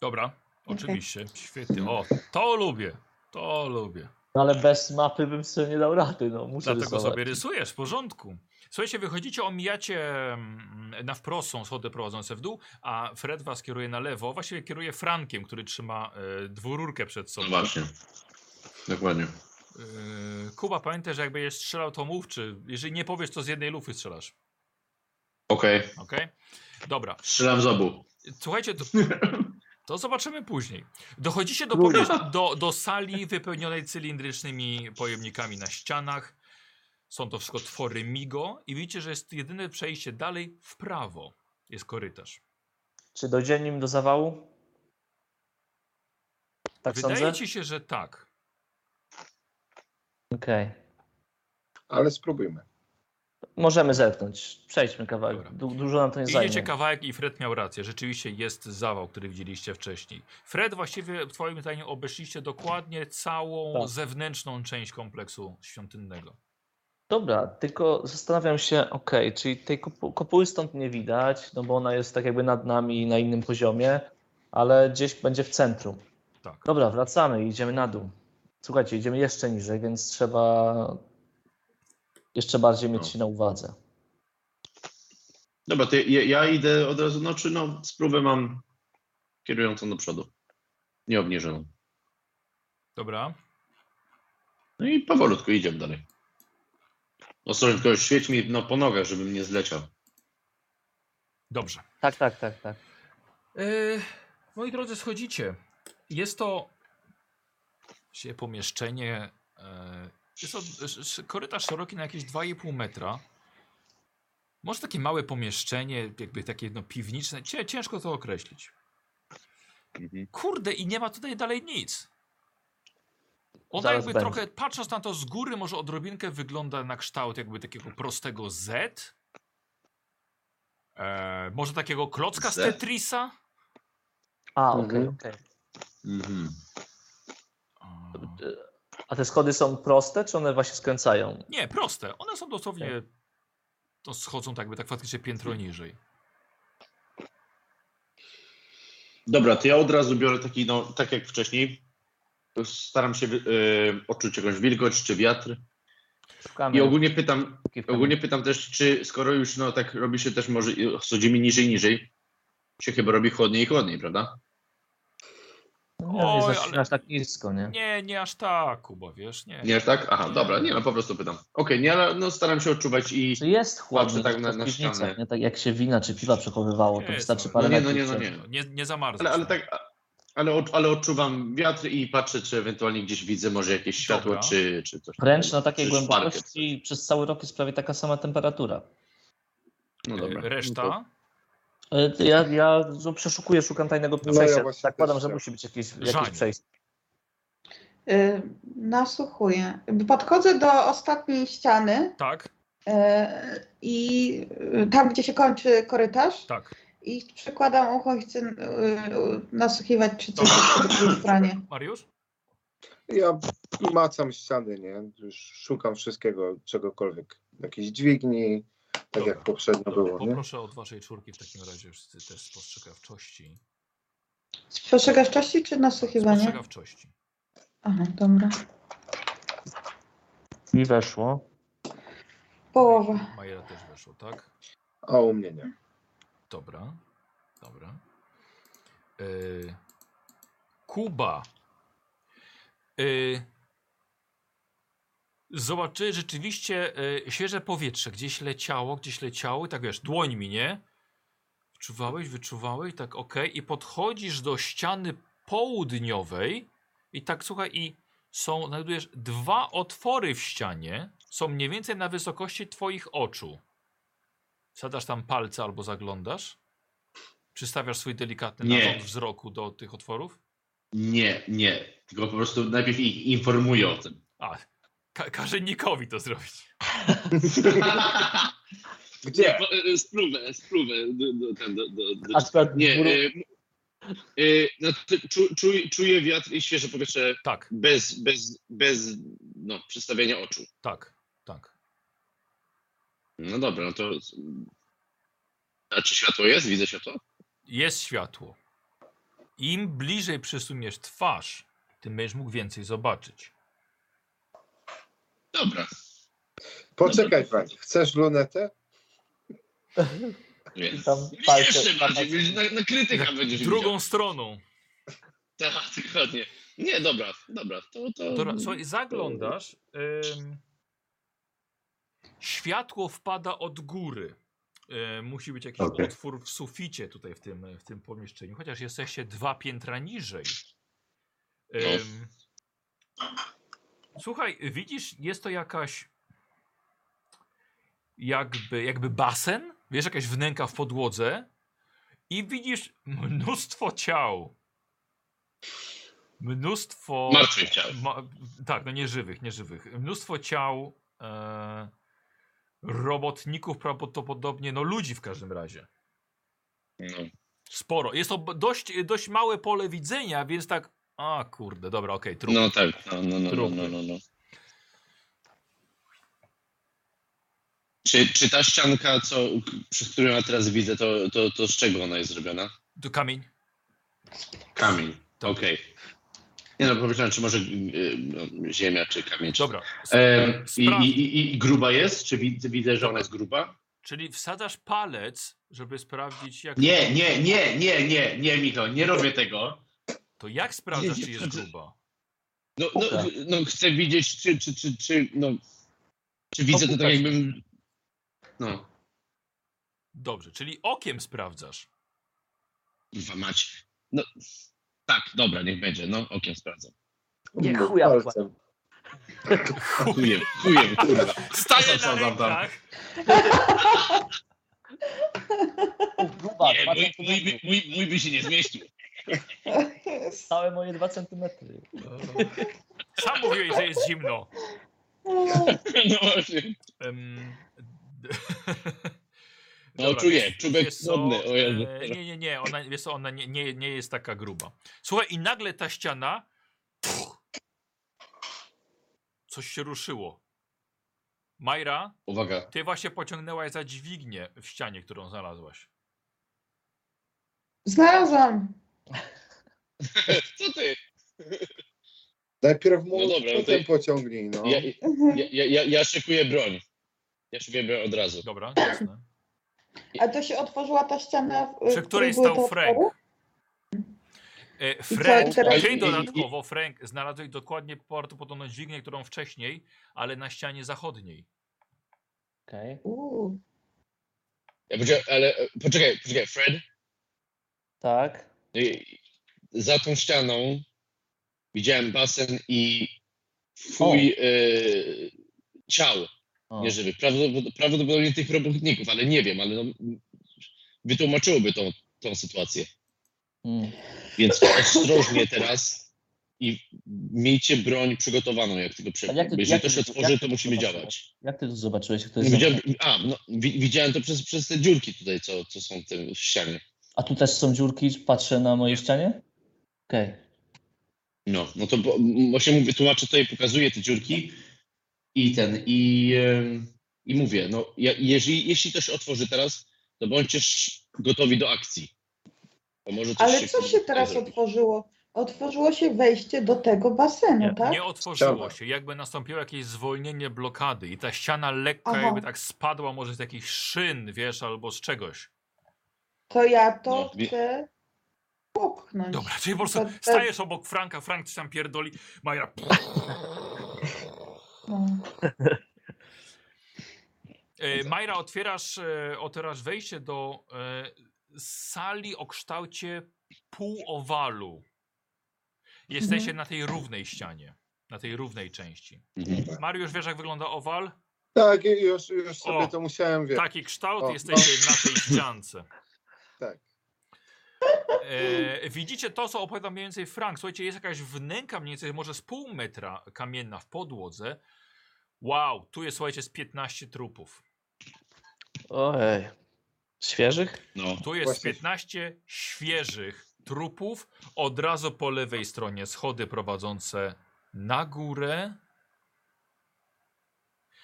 [SPEAKER 1] Dobra, oczywiście. Świetnie. O, to lubię. To lubię.
[SPEAKER 5] No ale bez mapy bym sobie nie dał rady. No, muszę
[SPEAKER 1] Dlatego
[SPEAKER 5] rysować.
[SPEAKER 1] sobie rysujesz, w porządku. Słuchajcie, wychodzicie, omijacie mm, na wprost są schody prowadzące w dół, a Fred was kieruje na lewo. Właściwie kieruje Frankiem, który trzyma e, dwururkę przed
[SPEAKER 2] No
[SPEAKER 1] sobą.
[SPEAKER 2] właśnie. Dokładnie.
[SPEAKER 1] Yy, Kuba, pamiętaj, że jakby jest strzelał, to mów, czy jeżeli nie powiesz, to z jednej lufy strzelasz.
[SPEAKER 2] Okej,
[SPEAKER 1] Okej? Dobra.
[SPEAKER 2] strzelam z obu.
[SPEAKER 1] Słuchajcie, to, to zobaczymy później. Dochodzicie do, pomiesz- do, do sali wypełnionej cylindrycznymi pojemnikami na ścianach. Są to wszystko twory Migo i widzicie, że jest jedyne przejście dalej w prawo. Jest korytarz.
[SPEAKER 5] Czy dojdzie nim do zawału? Tak
[SPEAKER 1] Wydaje
[SPEAKER 5] sądzę?
[SPEAKER 1] ci się, że tak.
[SPEAKER 5] Okej.
[SPEAKER 4] Ale spróbujmy.
[SPEAKER 5] Możemy zerknąć. Przejdźmy
[SPEAKER 1] Dobra.
[SPEAKER 5] kawałek. Du dużo nam to nie zajmie.
[SPEAKER 1] Idziecie kawałek i Fred miał rację. Rzeczywiście jest zawał, który widzieliście wcześniej. Fred, właściwie w twoim zdaniem obeszliście dokładnie całą
[SPEAKER 5] Tak.
[SPEAKER 1] zewnętrzną część kompleksu świątynnego.
[SPEAKER 5] Dobra, tylko zastanawiam się, okej, czyli tej kopu- kopuły stąd nie widać, no bo ona jest tak jakby nad nami na innym poziomie, ale gdzieś będzie w centrum.
[SPEAKER 1] Tak.
[SPEAKER 5] Dobra, wracamy i idziemy na dół. Słuchajcie, idziemy jeszcze niżej, więc trzeba jeszcze bardziej mieć
[SPEAKER 2] No.
[SPEAKER 5] się na uwadze.
[SPEAKER 2] Dobra, to ja, ja idę od razu, no czy no, spróbę mam kierującą do przodu. Nieobniżoną.
[SPEAKER 1] Dobra.
[SPEAKER 2] No i powolutku idziemy dalej. Ostrożnie, tylko świeć mi no, po nogach, żebym nie zleciał.
[SPEAKER 1] Dobrze.
[SPEAKER 5] Tak, tak, tak, tak.
[SPEAKER 1] Yy, moi drodzy, schodzicie. Jest to się pomieszczenie. Yy, jest to sz- sz- korytarz szeroki na jakieś 2,5 metra. Może takie małe pomieszczenie, jakby takie no, piwniczne. Cie- Ciężko to określić.
[SPEAKER 5] Mhm.
[SPEAKER 1] kurde, i nie ma tutaj dalej nic. Ona
[SPEAKER 5] Zaraz
[SPEAKER 1] jakby
[SPEAKER 5] będzie.
[SPEAKER 1] trochę, patrząc na to z góry, może odrobinkę wygląda na kształt jakby takiego
[SPEAKER 5] Mhm.
[SPEAKER 1] prostego Z. E, może takiego klocka z
[SPEAKER 2] Z?
[SPEAKER 1] Tetrisa?
[SPEAKER 5] A, okej,
[SPEAKER 4] Mhm.
[SPEAKER 5] okej.
[SPEAKER 2] Mhm.
[SPEAKER 5] E, A te schody są proste, czy one właśnie skręcają?
[SPEAKER 1] Nie, proste. One są dosłownie,
[SPEAKER 2] Tak.
[SPEAKER 1] to schodzą tak jakby tak faktycznie piętro niżej.
[SPEAKER 2] Dobra, to ja od razu biorę taki, no, tak jak wcześniej. Staram się wy- y, odczuć jakąś wilgoć czy wiatr.
[SPEAKER 5] Szukamy
[SPEAKER 2] I ogólnie pytam,
[SPEAKER 5] kciuki w kamieniu.
[SPEAKER 2] ogólnie pytam też, czy skoro już no, tak robi się też może i- schodzimy niżej, niżej, się chyba robi chłodniej i chłodniej, prawda?
[SPEAKER 5] No, nie, nie
[SPEAKER 1] Oj,
[SPEAKER 5] zaczynasz
[SPEAKER 1] ale-
[SPEAKER 5] tak nisko, nie?
[SPEAKER 1] Nie, nie aż tak, Kuba, wiesz, nie.
[SPEAKER 2] Nie, tak? Aha, dobra, nie, no po prostu pytam. Okej, nie, ale no, staram się odczuwać i...
[SPEAKER 1] No
[SPEAKER 5] Czy jest
[SPEAKER 2] Patrzę
[SPEAKER 5] chłodniej
[SPEAKER 2] tak
[SPEAKER 5] tak
[SPEAKER 2] na-
[SPEAKER 5] na,
[SPEAKER 2] na ścianę.
[SPEAKER 5] nie? Tak jak się wina czy piwa przechowywało, to
[SPEAKER 1] Nie,
[SPEAKER 5] wystarczy
[SPEAKER 1] no,
[SPEAKER 5] parę
[SPEAKER 2] no nie, no
[SPEAKER 5] metrów
[SPEAKER 2] nie, no
[SPEAKER 5] przed-
[SPEAKER 2] nie.
[SPEAKER 1] No, Nie, nie zamarzasz.
[SPEAKER 2] Ale, ale
[SPEAKER 1] no.
[SPEAKER 2] tak, ale, od- ale odczuwam wiatr i patrzę, czy ewentualnie gdzieś widzę może jakieś światło,
[SPEAKER 1] Dobra.
[SPEAKER 2] czy, czy coś.
[SPEAKER 5] Wręcz na takiej
[SPEAKER 2] Czy
[SPEAKER 5] głębokości przez cały rok jest prawie taka sama temperatura.
[SPEAKER 2] No
[SPEAKER 1] E,
[SPEAKER 2] dobra.
[SPEAKER 1] Reszta?
[SPEAKER 2] No
[SPEAKER 5] E, to Ja, ja no, przeszukuję, szukam tajnego
[SPEAKER 4] No ja
[SPEAKER 5] przejścia.
[SPEAKER 4] właśnie
[SPEAKER 5] Zakładam,
[SPEAKER 4] też
[SPEAKER 5] że
[SPEAKER 4] tak.
[SPEAKER 5] musi być jakieś,
[SPEAKER 1] Żań.
[SPEAKER 5] jakieś przejście.
[SPEAKER 3] Y, nasłuchuję. Podchodzę do ostatniej ściany
[SPEAKER 1] Tak,
[SPEAKER 3] y, i y, tam, gdzie się kończy korytarz
[SPEAKER 1] tak.
[SPEAKER 3] i przykładam ucho i chcę y, y, nasłuchiwać, czy coś jest po
[SPEAKER 1] *laughs*
[SPEAKER 3] drugiej stronie.
[SPEAKER 1] Mariusz?
[SPEAKER 4] Ja macam ściany, nie? Już szukam wszystkiego, czegokolwiek. Jakiejś dźwigni, tak
[SPEAKER 1] Dobra.
[SPEAKER 4] jak poprzednio
[SPEAKER 1] Dobra,
[SPEAKER 4] było, nie?
[SPEAKER 1] poproszę od waszej czwórki w takim razie wszyscy też spostrzegawczości.
[SPEAKER 3] Spostrzegawczości czy nasłuchiwanie?
[SPEAKER 1] Spostrzegawczości.
[SPEAKER 3] Aha, dobra.
[SPEAKER 5] Mi weszło.
[SPEAKER 1] *laughs*
[SPEAKER 3] Połowa.
[SPEAKER 1] Majera też weszło, tak?
[SPEAKER 4] A u mnie nie.
[SPEAKER 1] Dobra. Dobra. Yy, Y, Kuba. Yy, zobaczyłeś rzeczywiście y, świeże powietrze. Gdzieś leciało, gdzieś leciało i tak wiesz, dłońmi, nie? Wyczuwałeś, wyczuwałeś, tak okej. I podchodzisz do ściany południowej i tak słuchaj, i są, znajdujesz dwa otwory w ścianie, są mniej więcej na wysokości twoich oczu. Wsadzasz tam palce albo zaglądasz? Przystawiasz swój delikatny
[SPEAKER 2] Nie.
[SPEAKER 1] narząd wzroku do tych otworów?
[SPEAKER 2] Nie, nie. Tylko po prostu najpierw ich informuję o *laughs* tym.
[SPEAKER 1] A, ka każe Nikowi to zrobić.
[SPEAKER 2] Gdzie? Spluwę, spluwę. e, do- do- ten, do- do- do-
[SPEAKER 5] Akurat
[SPEAKER 2] Nie,
[SPEAKER 5] w-
[SPEAKER 2] y, y, znaczy, czu, czuj, czuję wiatr i świeże powietrze
[SPEAKER 1] Tak,
[SPEAKER 2] bez, bez, bez no, przystawienia oczu.
[SPEAKER 1] tak, tak.
[SPEAKER 2] No dobra, no to... A czy światło jest? Widzę światło?
[SPEAKER 1] Jest światło. Im bliżej przysuniesz twarz, tym będziesz mógł więcej zobaczyć.
[SPEAKER 2] Dobra,
[SPEAKER 4] Poczekaj, Frank, chcesz lunetę?
[SPEAKER 2] wiem.
[SPEAKER 5] tam
[SPEAKER 2] Jeszcze
[SPEAKER 5] palce,
[SPEAKER 2] bardziej,
[SPEAKER 5] palce.
[SPEAKER 2] na, na krytyka będziesz widział.
[SPEAKER 1] Drugą stroną.
[SPEAKER 2] Tak, dokładnie. Nie, dobra, dobra. To, to...
[SPEAKER 1] Dobra, słuchaj, zaglądasz. ym, światło wpada od góry. Y, musi być jakiś
[SPEAKER 2] Okej.
[SPEAKER 1] otwór w suficie tutaj w tym, w tym pomieszczeniu, chociaż jesteście dwa piętra niżej. Ym, Słuchaj, widzisz, jest to jakaś jakby, jakby basen, wiesz, jakaś wnęka w podłodze i widzisz mnóstwo ciał. Mnóstwo...
[SPEAKER 2] Martwy chciałem.
[SPEAKER 1] Ma, tak, no nieżywych, nieżywych. Mnóstwo ciał e, robotników, prawdopodobnie, no ludzi w każdym razie.
[SPEAKER 2] No.
[SPEAKER 1] Sporo. Jest to b- dość, dość małe pole widzenia, więc tak. A kurde, dobra, okej, trudno.
[SPEAKER 2] No tak, no, no, no, no,
[SPEAKER 1] Trupy.
[SPEAKER 2] no, no, no. Czy, czy ta ścianka, co, przez którą ja teraz widzę, to, to, to z czego ona jest zrobiona?
[SPEAKER 1] To Kamień.
[SPEAKER 2] Kamień. Okej. Nie no, pomyślałem, czy może y, y, no, ziemia, czy kamień. Czy...
[SPEAKER 1] Dobra. s-
[SPEAKER 2] E, i,
[SPEAKER 1] Sprawdź.
[SPEAKER 2] i, i, I gruba jest? Czy widzę, widzę, że ona jest gruba?
[SPEAKER 1] Czyli wsadzasz palec, żeby sprawdzić, jak.
[SPEAKER 2] Nie, nie, nie, nie, nie, nie, Michał, nie robię tego.
[SPEAKER 1] To jak sprawdzasz,
[SPEAKER 2] Nie,
[SPEAKER 1] czy
[SPEAKER 2] nie,
[SPEAKER 1] jest
[SPEAKER 2] to-
[SPEAKER 1] gruba?
[SPEAKER 2] No, no, no chcę widzieć, czy, czy, czy, czy, no, czy widzę to tak
[SPEAKER 5] Opukasz.
[SPEAKER 2] jakbym, no.
[SPEAKER 1] Dobrze, czyli okiem sprawdzasz.
[SPEAKER 2] Kurwa mać. No, tak, dobra, niech będzie. No, okiem sprawdzę.
[SPEAKER 5] Nie,
[SPEAKER 4] Bo
[SPEAKER 5] chuja
[SPEAKER 4] palcem.
[SPEAKER 2] Chujem, chujem, kurwa.
[SPEAKER 1] Staję na
[SPEAKER 2] Tam, tam, tam.
[SPEAKER 1] rękach.
[SPEAKER 5] Gruba,
[SPEAKER 2] Nie,
[SPEAKER 5] dwa
[SPEAKER 2] mój, mój, by-
[SPEAKER 5] centymetry.
[SPEAKER 2] mój, mój by się nie zmieścił. *laughs*
[SPEAKER 5] Całe moje dwa centymetry.
[SPEAKER 1] Sam mówiłeś, że jest zimno.
[SPEAKER 2] No właśnie.
[SPEAKER 1] Em,
[SPEAKER 2] No,
[SPEAKER 1] Dobra,
[SPEAKER 2] czuję,
[SPEAKER 1] wiesz-
[SPEAKER 2] czubek
[SPEAKER 1] wiesz co,
[SPEAKER 2] głodny, o Jezu.
[SPEAKER 1] e, Nie, nie, nie, ona, wiesz co, ona nie, nie, nie jest taka gruba. Słuchaj, i nagle ta ściana. Pff, coś się ruszyło. Majra,
[SPEAKER 2] Uwaga.
[SPEAKER 1] ty właśnie pociągnęłaś za dźwignię w ścianie, którą znalazłaś.
[SPEAKER 3] Znalazłam.
[SPEAKER 2] *laughs* Co ty?
[SPEAKER 4] Najpierw mu
[SPEAKER 2] No dobra, no to-
[SPEAKER 4] potem pociągnij, no.
[SPEAKER 2] Ja, ja, ja, ja, ja szykuję broń. Ja szykuję broń od razu.
[SPEAKER 1] Dobra, jasne.
[SPEAKER 3] A to się otworzyła ta ściana. w-
[SPEAKER 1] Przy
[SPEAKER 3] w
[SPEAKER 1] której
[SPEAKER 3] były te
[SPEAKER 1] stał
[SPEAKER 3] otwory?
[SPEAKER 1] Frank. E, Fred,
[SPEAKER 3] teraz-
[SPEAKER 1] ty
[SPEAKER 2] I- i-
[SPEAKER 1] dodatkowo, Frank, znalazłeś dokładnie prawdopodobną dźwignię, którą wcześniej, ale na ścianie zachodniej.
[SPEAKER 5] Okej.
[SPEAKER 3] Uuu.
[SPEAKER 2] Ja powiedziałem, ale e, poczekaj, poczekaj, Fred.
[SPEAKER 5] Tak.
[SPEAKER 2] y, Za tą ścianą widziałem basen i twój y, ciał.
[SPEAKER 5] O.
[SPEAKER 2] nieżywych. Prawdopod- Prawdopodobnie tych robotników, ale nie wiem, ale no, wytłumaczyłoby tą, tą sytuację.
[SPEAKER 5] Mm.
[SPEAKER 2] Więc ostrożnie teraz i miejcie broń przygotowaną, jak tego
[SPEAKER 5] Ale jak
[SPEAKER 2] przebiegnie.
[SPEAKER 5] ty-
[SPEAKER 2] Jeżeli
[SPEAKER 5] jak
[SPEAKER 2] to się
[SPEAKER 5] ty-
[SPEAKER 2] otworzy,
[SPEAKER 5] jak
[SPEAKER 2] to
[SPEAKER 5] ty
[SPEAKER 2] musimy
[SPEAKER 5] zobaczyłeś?
[SPEAKER 2] działać.
[SPEAKER 5] Jak ty to zobaczyłeś? Jak to
[SPEAKER 2] No,
[SPEAKER 5] jest
[SPEAKER 2] widziałem, a, no, wi, widziałem to przez, przez te dziurki tutaj, co, co są w tym w ścianie.
[SPEAKER 5] A tu też są dziurki, czy patrzę na mojej ścianie? Okej.
[SPEAKER 2] No, no to bo- m- właśnie mówię, tłumaczę tutaj, pokazuję te dziurki i ten, i, em, i mówię, no, ja, jeżeli, jeśli to się otworzy teraz, to bądźcie sz- gotowi do akcji. Bo może coś
[SPEAKER 3] Ale co się teraz
[SPEAKER 2] zrobi.
[SPEAKER 3] otworzyło? Otworzyło się wejście do tego basenu,
[SPEAKER 5] Nie,
[SPEAKER 3] tak?
[SPEAKER 1] Nie otworzyło
[SPEAKER 4] Ściana.
[SPEAKER 1] się, jakby nastąpiło jakieś zwolnienie blokady i ta ściana lekko
[SPEAKER 3] Aha.
[SPEAKER 1] jakby tak spadła może z jakichś szyn, wiesz, albo z czegoś.
[SPEAKER 3] To ja to
[SPEAKER 2] No, wie-
[SPEAKER 3] chcę popchnąć.
[SPEAKER 1] Dobra, czyli po
[SPEAKER 3] Tak,
[SPEAKER 1] prostu
[SPEAKER 3] To- to-
[SPEAKER 1] stajesz obok Franka, Frank ci tam pierdoli, Maja...
[SPEAKER 3] O.
[SPEAKER 1] E, Majra, otwierasz, e, otwierasz wejście do e, sali o kształcie półowalu. Jesteście
[SPEAKER 3] Mhm.
[SPEAKER 1] na tej równej ścianie, na tej równej części. Mariusz, wiesz jak wygląda owal?
[SPEAKER 4] Tak, i już, już sobie
[SPEAKER 1] O, tak.
[SPEAKER 4] to musiałem wiedzieć.
[SPEAKER 1] Taki kształt,
[SPEAKER 4] O, no.
[SPEAKER 1] jesteście na tej ściance.
[SPEAKER 4] *laughs* Tak.
[SPEAKER 1] E, widzicie to, co opowiadał mniej więcej Frank. Słuchajcie, jest jakaś wnęka mniej więcej może z pół metra kamienna w podłodze. Wow, tu jest słuchajcie z 15 trupów.
[SPEAKER 5] Ojej. Świeżych?
[SPEAKER 2] No.
[SPEAKER 1] Tu jest
[SPEAKER 4] Właśnie-
[SPEAKER 1] 15 świeżych trupów. Od razu po lewej stronie schody prowadzące na górę.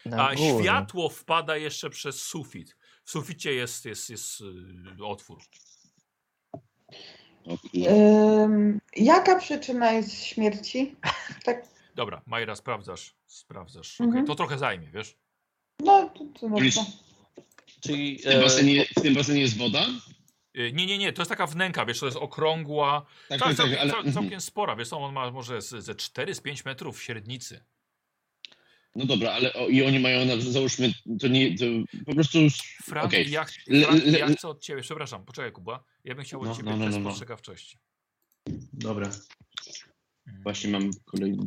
[SPEAKER 5] Na
[SPEAKER 1] A
[SPEAKER 5] górę.
[SPEAKER 1] światło wpada jeszcze przez sufit. W suficie jest, jest, jest y, otwór.
[SPEAKER 2] O
[SPEAKER 3] Mhm.
[SPEAKER 2] kurwa.
[SPEAKER 3] Ym, jaka przyczyna jest śmierci? Tak,
[SPEAKER 1] Dobra, Majra, sprawdzasz. Sprawdzasz.
[SPEAKER 3] Mhm.
[SPEAKER 1] Okej, To trochę zajmie, wiesz?
[SPEAKER 3] no to, to można.
[SPEAKER 5] Czyli
[SPEAKER 2] W tym
[SPEAKER 5] e,
[SPEAKER 2] basenie- w tym basenie jest woda?
[SPEAKER 1] Y, Nie, nie, nie, to jest taka wnęka, wiesz, to jest okrągła.
[SPEAKER 2] Tak,
[SPEAKER 1] Tak,
[SPEAKER 2] tak,
[SPEAKER 1] całkiem,
[SPEAKER 2] tak, ale...
[SPEAKER 1] cał-
[SPEAKER 2] mhm.
[SPEAKER 1] całkiem spora, wiesz, on ma może z- ze 4-5 metrów średnicy.
[SPEAKER 2] No dobra, ale o, i oni mają, na, załóżmy, to nie, to po prostu...
[SPEAKER 1] Frank,
[SPEAKER 2] Okej.
[SPEAKER 1] ja,
[SPEAKER 2] Le-
[SPEAKER 1] Frank
[SPEAKER 2] le-
[SPEAKER 1] ja
[SPEAKER 2] le-
[SPEAKER 1] chcę od ciebie, przepraszam, poczekaj Kuba, ja bym chciał od
[SPEAKER 2] No,
[SPEAKER 1] ciebie
[SPEAKER 2] no, no,
[SPEAKER 1] test
[SPEAKER 2] no, no.
[SPEAKER 1] spostrzegawczości.
[SPEAKER 2] Dobra.
[SPEAKER 1] Mm.
[SPEAKER 2] Właśnie mam kolejny...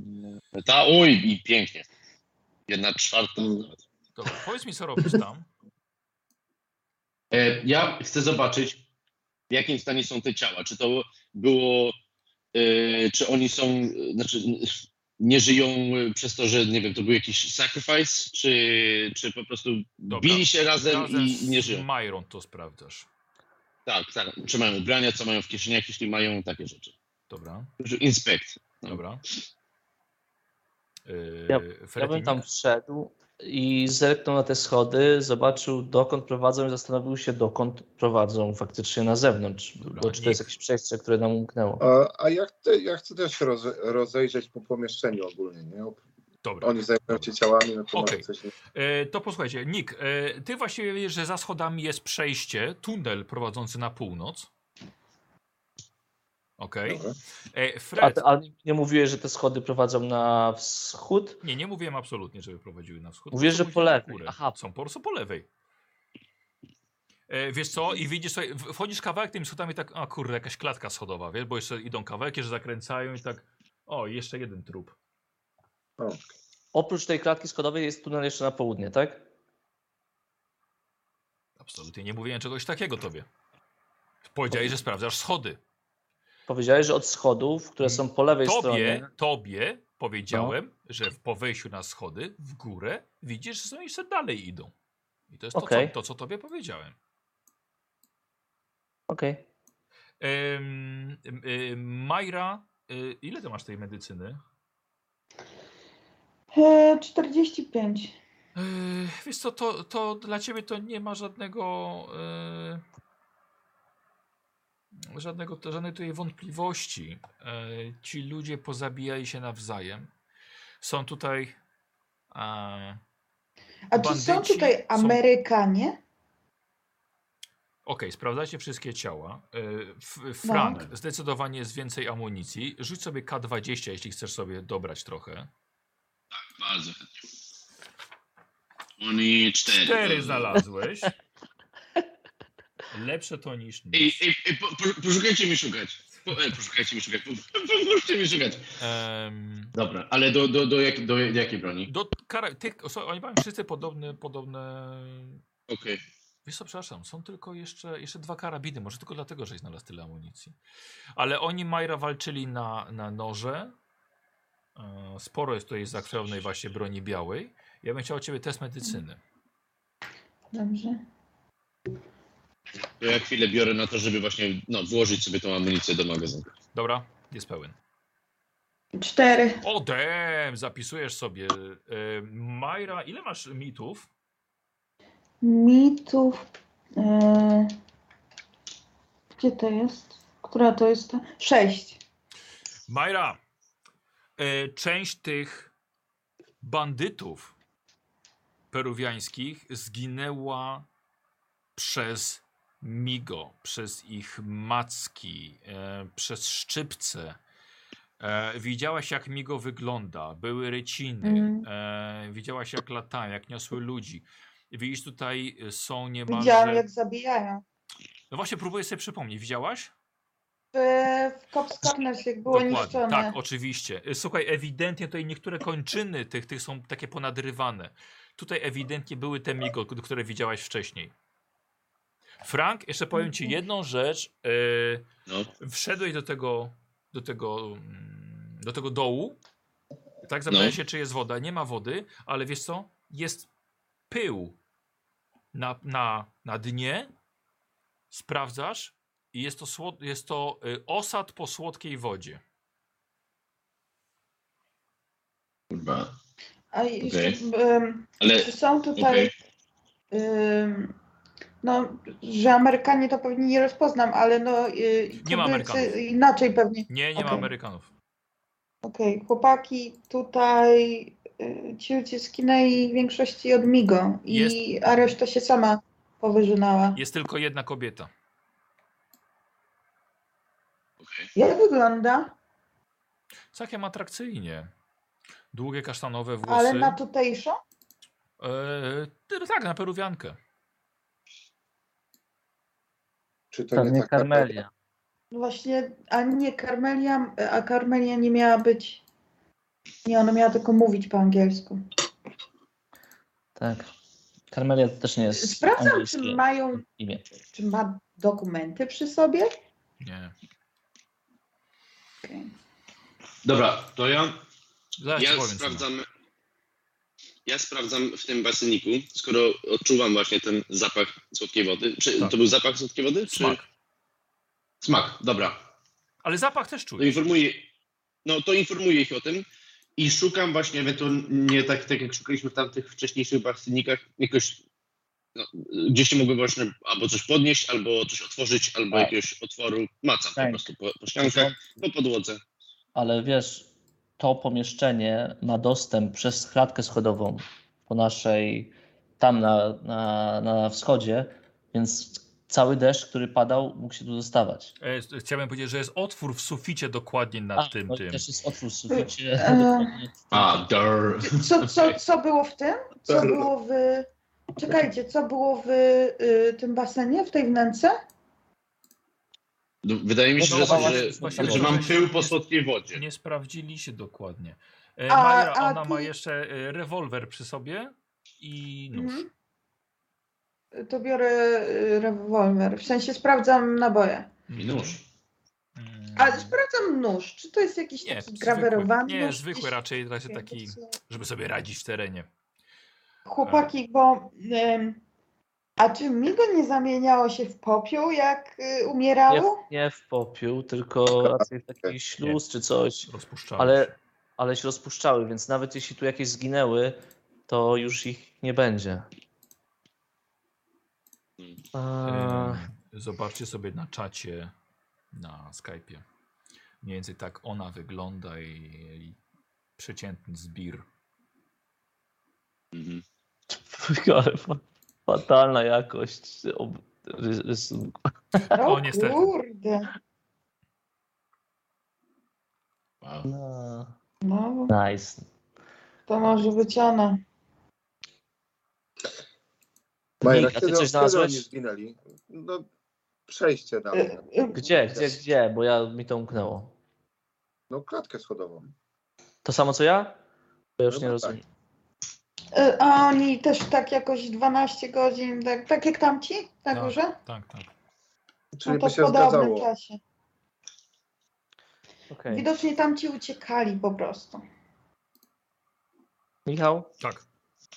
[SPEAKER 2] Ta, oj, i pięknie. Jedna czwarta. nawet.
[SPEAKER 1] Dobra, powiedz mi co robisz
[SPEAKER 2] *laughs*
[SPEAKER 1] tam.
[SPEAKER 2] E, ja chcę zobaczyć, w jakim stanie są te ciała. Czy to było... E, czy oni są... e, Znaczy, nie żyją e, przez to, że, nie wiem, to był jakiś sacrifice, czy, czy po prostu
[SPEAKER 1] Dobra.
[SPEAKER 2] bili się razem,
[SPEAKER 1] Razem
[SPEAKER 2] i nie
[SPEAKER 1] z
[SPEAKER 2] żyją.
[SPEAKER 1] Majrą to sprawdzasz.
[SPEAKER 2] Tak, tak. Czy mają ubrania, co mają w kieszeniach, jeśli mają takie rzeczy.
[SPEAKER 1] Dobra,
[SPEAKER 2] Inspekt.
[SPEAKER 1] dobra. Yy,
[SPEAKER 5] ja
[SPEAKER 1] Freddy,
[SPEAKER 5] bym tam wszedł i zerknął na te schody, zobaczył dokąd prowadzą i zastanowił się dokąd prowadzą faktycznie na zewnątrz.
[SPEAKER 1] Dobra,
[SPEAKER 5] bo czy
[SPEAKER 1] nie-
[SPEAKER 5] to jest jakieś przejście, które nam umknęło.
[SPEAKER 4] A, a ja, chcę, ja chcę też się roz, rozejrzeć po pomieszczeniu ogólnie, nie?
[SPEAKER 1] Dobra.
[SPEAKER 4] Oni zajmują się ciałami, no to
[SPEAKER 1] Okej.
[SPEAKER 4] może coś...
[SPEAKER 1] E, to posłuchajcie, Nick, e, ty właściwie wiesz, że za schodami jest przejście, tunel prowadzący na północ. Okej.
[SPEAKER 4] Dobra.
[SPEAKER 1] E,
[SPEAKER 5] A,
[SPEAKER 1] Fred,
[SPEAKER 5] ty- a nie mówiłeś, że te schody prowadzą na wschód?
[SPEAKER 1] nie, nie mówiłem absolutnie, żeby prowadziły na wschód.
[SPEAKER 5] Mówiłeś,
[SPEAKER 1] Są
[SPEAKER 5] że po
[SPEAKER 1] później na
[SPEAKER 5] lewej.
[SPEAKER 1] górę.
[SPEAKER 5] Aha.
[SPEAKER 1] Są po prostu po lewej. E, wiesz co, i widzisz, sobie, w- wchodzisz kawałek tymi schodami tak, a kurde, jakaś klatka schodowa, wiesz, bo jeszcze idą kawałki, że zakręcają i tak, o, jeszcze jeden trup.
[SPEAKER 5] Oprócz tej klatki schodowej jest tunel jeszcze na południe, tak?
[SPEAKER 1] Absolutnie nie mówiłem czegoś takiego tobie. Powiedziałeś, że sprawdzasz schody.
[SPEAKER 5] Powiedziałeś, że od schodów, które są po lewej
[SPEAKER 1] Mm. Tobie,
[SPEAKER 5] stronie. No.
[SPEAKER 1] tobie powiedziałem, że w- po wejściu na schody w górę widzisz, że są jeszcze dalej idą. I to jest to,
[SPEAKER 5] Okej.
[SPEAKER 1] co, to, co tobie powiedziałem.
[SPEAKER 5] Okej.
[SPEAKER 1] Em, em, em, Majra, y, ile ty masz tej medycyny?
[SPEAKER 3] E, 45.
[SPEAKER 1] Yy, wiesz co, to, to dla ciebie to nie ma żadnego yy, żadnego, to- żadnej tutaj wątpliwości. Yy, ci ludzie pozabijali się nawzajem. Są tutaj a,
[SPEAKER 3] A czy są
[SPEAKER 1] Bandyci są-
[SPEAKER 3] tutaj Amerykanie?
[SPEAKER 1] Okej, sprawdzajcie wszystkie ciała. E, F- Frank, zdecydowanie jest więcej amunicji. Rzuć sobie K20, jeśli chcesz sobie dobrać trochę.
[SPEAKER 2] Bardzo chętnie. Oni cztery.
[SPEAKER 1] Cztery znalazłeś. Lepsze to niż
[SPEAKER 2] Ej,
[SPEAKER 1] nic.
[SPEAKER 2] ej, ej, po, po, poszukajcie mi szukać. Po, e, poszukajcie mi szukać. Po, po- pomóżcie mi szukać.
[SPEAKER 1] Em,
[SPEAKER 2] Dobra, ale do, do, do, jak, do jakiej broni?
[SPEAKER 1] do kara- tych, so, oni mają wszyscy podobne, podobne...
[SPEAKER 2] Okej.
[SPEAKER 1] Wiesz co, przepraszam, są tylko jeszcze, jeszcze dwa karabiny, może tylko dlatego, że znalazł tyle amunicji. Ale oni, Majra, walczyli na, na noże. E, Sporo jest tutaj zakrwionej właśnie broni białej. Ja bym chciał od ciebie test medycyny.
[SPEAKER 3] Dobrze.
[SPEAKER 2] To ja chwilę biorę na to, żeby właśnie no, włożyć sobie tą amunicję do magazynu.
[SPEAKER 1] Dobra, jest pełen.
[SPEAKER 3] Cztery.
[SPEAKER 1] Odem, zapisujesz sobie. E, Majra, ile masz mitów?
[SPEAKER 3] Mitów. E, gdzie to jest? Która to jest? ta? Sześć.
[SPEAKER 1] Majra, e, część tych bandytów peruwiańskich zginęła przez migo, przez ich macki, e, przez szczypce. E, widziałaś, jak migo wygląda, były ryciny,
[SPEAKER 3] Mhm.
[SPEAKER 1] e, widziałaś, jak latają, jak niosły ludzi. Widzisz, tutaj są
[SPEAKER 3] Widziałam,
[SPEAKER 1] niemalże.
[SPEAKER 3] jak zabijają.
[SPEAKER 1] No właśnie, próbuję sobie przypomnieć. Widziałaś?
[SPEAKER 3] E, W Cops Corners, jak było niszczone.
[SPEAKER 1] Tak, oczywiście. Y, Słuchaj, ewidentnie tutaj niektóre kończyny tych, tych są takie ponadrywane. Tutaj ewidentnie były te migo, k- które widziałaś wcześniej. Frank, jeszcze powiem ci
[SPEAKER 3] Mhm.
[SPEAKER 1] jedną rzecz. Y,
[SPEAKER 2] No.
[SPEAKER 1] wszedłeś do tego, do tego, mm, do tego dołu. Tak, zapytałeś
[SPEAKER 2] No.
[SPEAKER 1] się, czy jest woda. Nie ma wody, ale wiesz co? Jest pył na, na, na dnie. Sprawdzasz i jest to, słod, jest to y, osad po słodkiej wodzie.
[SPEAKER 2] Kurwa.
[SPEAKER 3] A jeszcze, em,
[SPEAKER 2] Ale
[SPEAKER 3] czy są tutaj...
[SPEAKER 2] okej.
[SPEAKER 3] em, no, że Amerykanie to pewnie nie rozpoznam, ale no... y,
[SPEAKER 1] Nie ma
[SPEAKER 3] Kubańcy
[SPEAKER 1] Amerykanów.
[SPEAKER 3] Inaczej pewnie.
[SPEAKER 1] Nie, nie ma
[SPEAKER 3] Okej.
[SPEAKER 1] Amerykanów.
[SPEAKER 3] Okej, chłopaki tutaj... y, Ci ucieskinęli w większości od Migo. I, a reszta się sama powyżynała.
[SPEAKER 1] Jest tylko jedna kobieta.
[SPEAKER 3] Jak wygląda?
[SPEAKER 1] Całkiem atrakcyjnie. Długie kasztanowe włosy.
[SPEAKER 3] Ale na tutejszą?
[SPEAKER 1] E, ty- tak, na peruwiankę.
[SPEAKER 4] Czy
[SPEAKER 3] Tak,
[SPEAKER 4] to nie tak,
[SPEAKER 5] Pewnie
[SPEAKER 4] taka
[SPEAKER 5] Karmelia.
[SPEAKER 3] No Właśnie, a nie Karmelia, e, a Karmelia nie miała być. Nie, ona miała tylko mówić po angielsku.
[SPEAKER 5] Tak. Karmelia to też nie jest
[SPEAKER 3] Sprawdzam,
[SPEAKER 5] angielskie
[SPEAKER 3] czy mają,
[SPEAKER 5] imię.
[SPEAKER 3] czy ma dokumenty przy sobie.
[SPEAKER 1] Nie.
[SPEAKER 3] Okej.
[SPEAKER 2] Dobra, to ja
[SPEAKER 1] Zaraz ci
[SPEAKER 2] Ja
[SPEAKER 1] powiem. co ma.
[SPEAKER 2] sprawdzam. Ja sprawdzam w tym baseniku, skoro odczuwam właśnie ten zapach słodkiej wody. Czy
[SPEAKER 1] Tak.
[SPEAKER 2] to był zapach słodkiej wody? Czy...
[SPEAKER 1] Smak.
[SPEAKER 2] Smak, dobra.
[SPEAKER 1] Ale zapach też
[SPEAKER 2] To
[SPEAKER 1] czuję.
[SPEAKER 2] informuję, no, to informuję ich o tym i szukam właśnie ewentualnie, tak, tak jak szukaliśmy w tamtych wcześniejszych basenikach, jakoś no, gdzieś się mogło właśnie albo coś podnieść, albo coś otworzyć, albo
[SPEAKER 5] Tak.
[SPEAKER 2] jakiegoś otworu. Macam
[SPEAKER 5] Tak.
[SPEAKER 2] po prostu po, po ściankach, po podłodze.
[SPEAKER 5] Ale wiesz, to pomieszczenie ma dostęp przez klatkę schodową po naszej, tam na, na, na wschodzie, więc cały deszcz, który padał, mógł się tu dostawać.
[SPEAKER 1] E, s- chciałbym powiedzieć, że jest otwór w suficie dokładnie nad
[SPEAKER 5] A,
[SPEAKER 1] tym.
[SPEAKER 5] no i
[SPEAKER 1] tym.
[SPEAKER 5] też jest otwór w suficie. *laughs*
[SPEAKER 3] E,
[SPEAKER 5] dokładnie.
[SPEAKER 2] dar.
[SPEAKER 3] Co, co, co było w tym? Co było w. Czekajcie, co było w y, tym basenie, w tej wnęce?
[SPEAKER 2] No, Wydaje mi się, że,
[SPEAKER 5] Podobała
[SPEAKER 2] że,
[SPEAKER 5] się smakowa-
[SPEAKER 2] że mam pył po słodkiej wodzie.
[SPEAKER 1] Nie sprawdzili się dokładnie. E,
[SPEAKER 3] A-
[SPEAKER 1] Majra,
[SPEAKER 3] a
[SPEAKER 1] ona
[SPEAKER 3] ty-
[SPEAKER 1] ma jeszcze e, rewolwer przy sobie i nóż.
[SPEAKER 3] Mhm. To biorę y, rewolwer. W sensie sprawdzam naboje.
[SPEAKER 2] I nóż.
[SPEAKER 1] Mm.
[SPEAKER 3] Ale sprawdzam nóż. Czy to jest jakiś
[SPEAKER 1] Nie,
[SPEAKER 3] taki
[SPEAKER 1] zwykły,
[SPEAKER 3] grawerowany?
[SPEAKER 1] nie,
[SPEAKER 3] nóż?
[SPEAKER 1] zwykły raczej, raczej taki, żeby sobie radzić w terenie.
[SPEAKER 3] Chłopaki, bo. em, a czy Migo nie zamieniało się w popiół, jak y,
[SPEAKER 5] Nie,
[SPEAKER 3] umierało?
[SPEAKER 5] w- nie w popiół, tylko raczej w taki śluz czy coś.
[SPEAKER 1] Rozpuszczamy
[SPEAKER 5] Ale, ale się rozpuszczały, więc nawet jeśli tu jakieś zginęły, to już ich nie będzie.
[SPEAKER 1] Eee.
[SPEAKER 5] A,
[SPEAKER 1] Zobaczcie sobie na czacie na Skype'ie. Mniej więcej tak ona wygląda i, i przeciętny zbir.
[SPEAKER 2] Mhm.
[SPEAKER 5] ale fa- fatalna jakość ob- rys- rysunku.
[SPEAKER 1] O, niestety.
[SPEAKER 3] kurde.
[SPEAKER 2] Wow.
[SPEAKER 5] No.
[SPEAKER 3] No,
[SPEAKER 5] Nice.
[SPEAKER 3] to może być ona.
[SPEAKER 5] Majra,
[SPEAKER 4] Majra,
[SPEAKER 5] a ty
[SPEAKER 4] kiedy,
[SPEAKER 5] coś
[SPEAKER 4] kiedy
[SPEAKER 5] znalazłeś?
[SPEAKER 4] oni zginęli? No, przejście
[SPEAKER 3] Y,
[SPEAKER 4] dalej.
[SPEAKER 3] y,
[SPEAKER 5] Gdzie, gdzie, gdzie? Bo ja mi to umknęło.
[SPEAKER 4] No, klatkę schodową.
[SPEAKER 5] To samo co ja? Bo ja już
[SPEAKER 4] No
[SPEAKER 5] nie
[SPEAKER 4] tak.
[SPEAKER 5] rozumiem.
[SPEAKER 3] y, A oni też tak jakoś 12 godzin, tak, tak jak tamci na
[SPEAKER 1] Tak.
[SPEAKER 3] górze?
[SPEAKER 1] Tak, tak.
[SPEAKER 4] Czyli
[SPEAKER 3] No to
[SPEAKER 4] by
[SPEAKER 3] w
[SPEAKER 4] się
[SPEAKER 3] podobnym
[SPEAKER 4] zgadzało.
[SPEAKER 3] czasie.
[SPEAKER 4] tak.
[SPEAKER 5] Okej.
[SPEAKER 3] Widocznie tamci uciekali po prostu.
[SPEAKER 5] Michał,
[SPEAKER 1] Tak.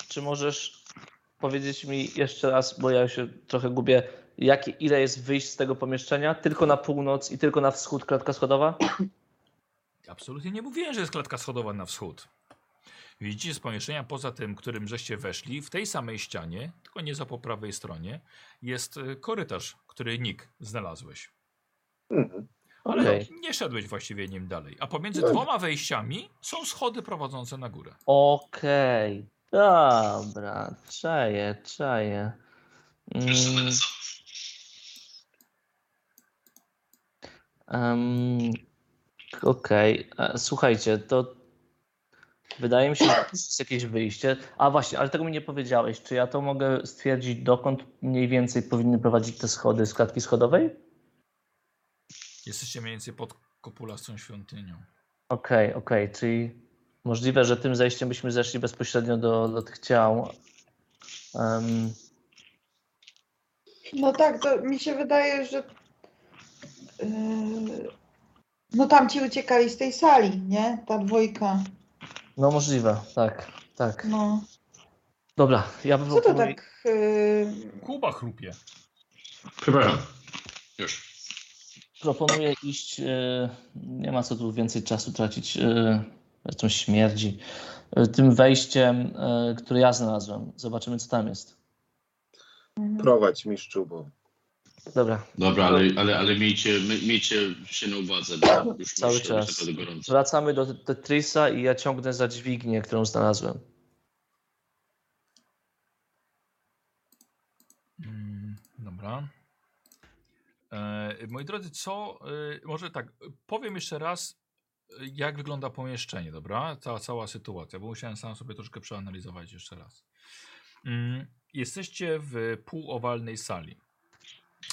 [SPEAKER 5] czy możesz powiedzieć mi jeszcze raz, bo ja się trochę gubię, jakie, ile jest wyjść z tego pomieszczenia? Tylko na północ i tylko na wschód klatka schodowa?
[SPEAKER 1] Absolutnie nie mówiłem, że jest klatka schodowa na wschód. Widzicie z pomieszczenia poza tym, którym żeście weszli, w tej samej ścianie, tylko nie za po prawej stronie, jest e, korytarz, który Nick znalazłeś.
[SPEAKER 4] Mhm.
[SPEAKER 1] Ale
[SPEAKER 5] Okej.
[SPEAKER 1] nie szedłeś właściwie nim dalej. A pomiędzy
[SPEAKER 4] No.
[SPEAKER 1] dwoma wejściami są schody prowadzące na górę.
[SPEAKER 5] Okej. Dobra, czaję, czaję. Mm. Em, Okej, e, słuchajcie, to wydaje mi się, że to jest jakieś wyjście. A właśnie, ale tego mi nie powiedziałeś. Czy ja to mogę stwierdzić, dokąd mniej więcej powinny prowadzić te schody z klatki schodowej?
[SPEAKER 1] Jesteście mniej więcej pod kopulacją świątynią.
[SPEAKER 5] Okej, okej, czyli możliwe, że tym zejściem byśmy zeszli bezpośrednio do, do tych ciał. Em,
[SPEAKER 3] No tak, to mi się wydaje, że. Yy, no tam ci uciekali z tej sali, nie? Ta dwójka.
[SPEAKER 5] no możliwe, tak, tak.
[SPEAKER 3] No.
[SPEAKER 5] Dobra, ja
[SPEAKER 1] No,
[SPEAKER 5] bym
[SPEAKER 3] Co to
[SPEAKER 5] proponuję-
[SPEAKER 3] tak. Yy,
[SPEAKER 1] Kuba chrupie.
[SPEAKER 2] Przepraszam. Już.
[SPEAKER 5] proponuję iść. e, Nie ma co tu więcej czasu tracić. e, Zresztą śmierdzi. e, Tym wejściem, e, które ja znalazłem. Zobaczymy, co tam jest.
[SPEAKER 4] Prowadź mistrzu, bo
[SPEAKER 5] Dobra,
[SPEAKER 2] Dobra, ale, ale, ale miejcie, my- miejcie się na uwadze, bo już
[SPEAKER 5] Cały
[SPEAKER 2] mi się robi
[SPEAKER 5] czas.
[SPEAKER 2] naprawdę gorąco.
[SPEAKER 5] wracamy do Tetrisa i ja ciągnę za dźwignię, którą znalazłem.
[SPEAKER 1] Mm, dobra. E, moi drodzy, co. E, może tak, powiem jeszcze raz, e, jak wygląda pomieszczenie, dobra? Cała, cała sytuacja, bo musiałem sam sobie troszkę przeanalizować jeszcze raz. Mm, jesteście w półowalnej sali.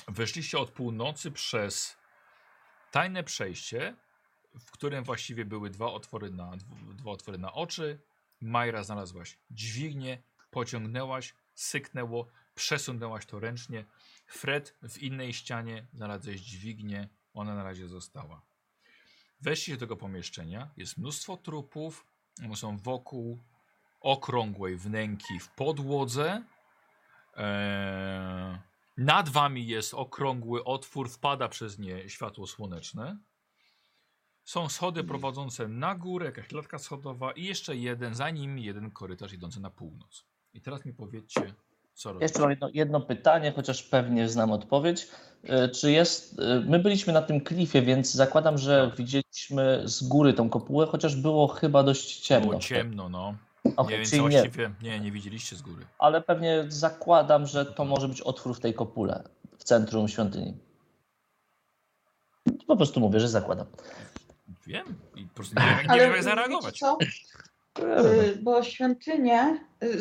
[SPEAKER 1] Weszliście od północy przez tajne przejście, w którym właściwie były dwa otwory na, dw- dwa otwory na oczy. Majra znalazłaś dźwignię, pociągnęłaś, syknęło, przesunęłaś to ręcznie. Fred w innej ścianie znalazłeś dźwignię, ona na razie została. Weszliście do tego pomieszczenia, jest mnóstwo trupów, one są wokół okrągłej wnęki w podłodze. Eee, nad wami jest okrągły otwór, wpada przez nie światło słoneczne. Są schody prowadzące na górę, jakaś klatka schodowa i jeszcze jeden, za nimi jeden korytarz idący na północ. I teraz mi powiedzcie, co robicie.
[SPEAKER 5] Jeszcze mam jedno, jedno pytanie, chociaż pewnie znam odpowiedź. E, Czy jest. e, My byliśmy na tym klifie, więc zakładam, że widzieliśmy z góry tą kopułę, chociaż było chyba dość ciemno.
[SPEAKER 1] Było ciemno, no.
[SPEAKER 5] Okej,
[SPEAKER 1] nie wiem,
[SPEAKER 5] czyli
[SPEAKER 1] co
[SPEAKER 5] nie,
[SPEAKER 1] właściwie. Nie, nie widzieliście z góry.
[SPEAKER 5] ale pewnie zakładam, że to może być otwór w tej kopule w centrum świątyni. Po prostu mówię, że zakładam.
[SPEAKER 1] Wiem. I po prostu nie wiem, jak- nie
[SPEAKER 3] ale
[SPEAKER 1] wiem jak
[SPEAKER 3] wiecie
[SPEAKER 1] zareagować.
[SPEAKER 3] Co? Yy, bo świątynia,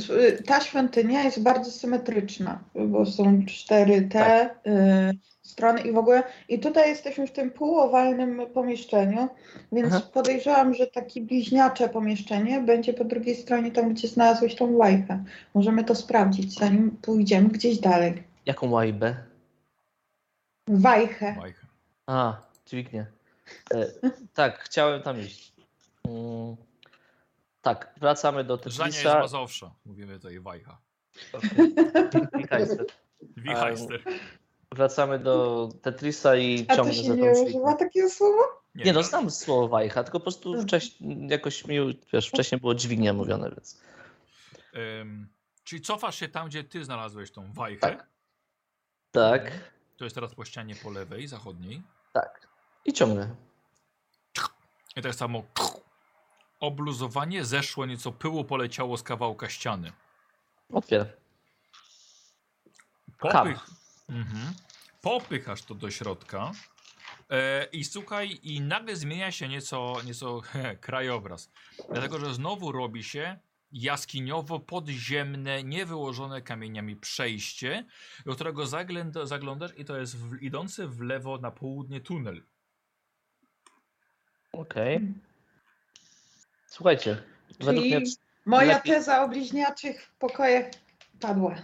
[SPEAKER 3] yy, ta świątynia jest bardzo symetryczna, bo są cztery te
[SPEAKER 5] Tak.
[SPEAKER 3] yy, strony i w ogóle. I tutaj jesteśmy w tym półowalnym pomieszczeniu, więc
[SPEAKER 5] Aha.
[SPEAKER 3] podejrzewam, że takie bliźniacze pomieszczenie będzie po drugiej stronie, tam gdzie znalazłeś tą łajkę. Możemy to sprawdzić, zanim pójdziemy gdzieś dalej.
[SPEAKER 5] Jaką łajbę?
[SPEAKER 3] Wajchę.
[SPEAKER 1] Majka.
[SPEAKER 5] A, dźwignię. E, tak, chciałem tam iść. Mm, tak, wracamy do
[SPEAKER 1] Żania jest
[SPEAKER 5] Tetrisa.
[SPEAKER 1] Mazowsza. Mówimy tutaj Wajcha.
[SPEAKER 5] *laughs* Wichajster.
[SPEAKER 1] Wichajster.
[SPEAKER 5] Wracamy do Tetrisa i
[SPEAKER 3] A to
[SPEAKER 5] ciągnę za
[SPEAKER 3] się
[SPEAKER 5] tą
[SPEAKER 3] nie
[SPEAKER 5] dźwignię.
[SPEAKER 3] używa takiego słowa?
[SPEAKER 5] Nie, no znam słowo wajcha, tylko po prostu
[SPEAKER 3] Mhm.
[SPEAKER 5] wcześniej, jakoś mi, wiesz, wcześniej było dźwignia mówione, więc...
[SPEAKER 1] Ym, czyli cofasz się tam, gdzie ty znalazłeś tą Wajchę.
[SPEAKER 5] Tak,
[SPEAKER 1] To jest teraz po ścianie po lewej, zachodniej.
[SPEAKER 5] tak. I ciągnę.
[SPEAKER 1] I tak samo obluzowanie zeszło, nieco pyłu poleciało z kawałka ściany.
[SPEAKER 5] Otwieram.
[SPEAKER 1] Popych... Mhm. Popychasz to do środka. E, I słuchaj, i nagle zmienia się nieco, nieco *laughs* he, krajobraz. Dlatego, że znowu robi się jaskiniowo podziemne, niewyłożone kamieniami przejście, do którego zaględa, zaglądasz i to jest w, idący w lewo na południe tunel.
[SPEAKER 5] Okej. Słuchajcie, według mnie...
[SPEAKER 3] Hmm. Czyli moja
[SPEAKER 5] lepiej-
[SPEAKER 3] teza o bliźniaczych pokojach padła.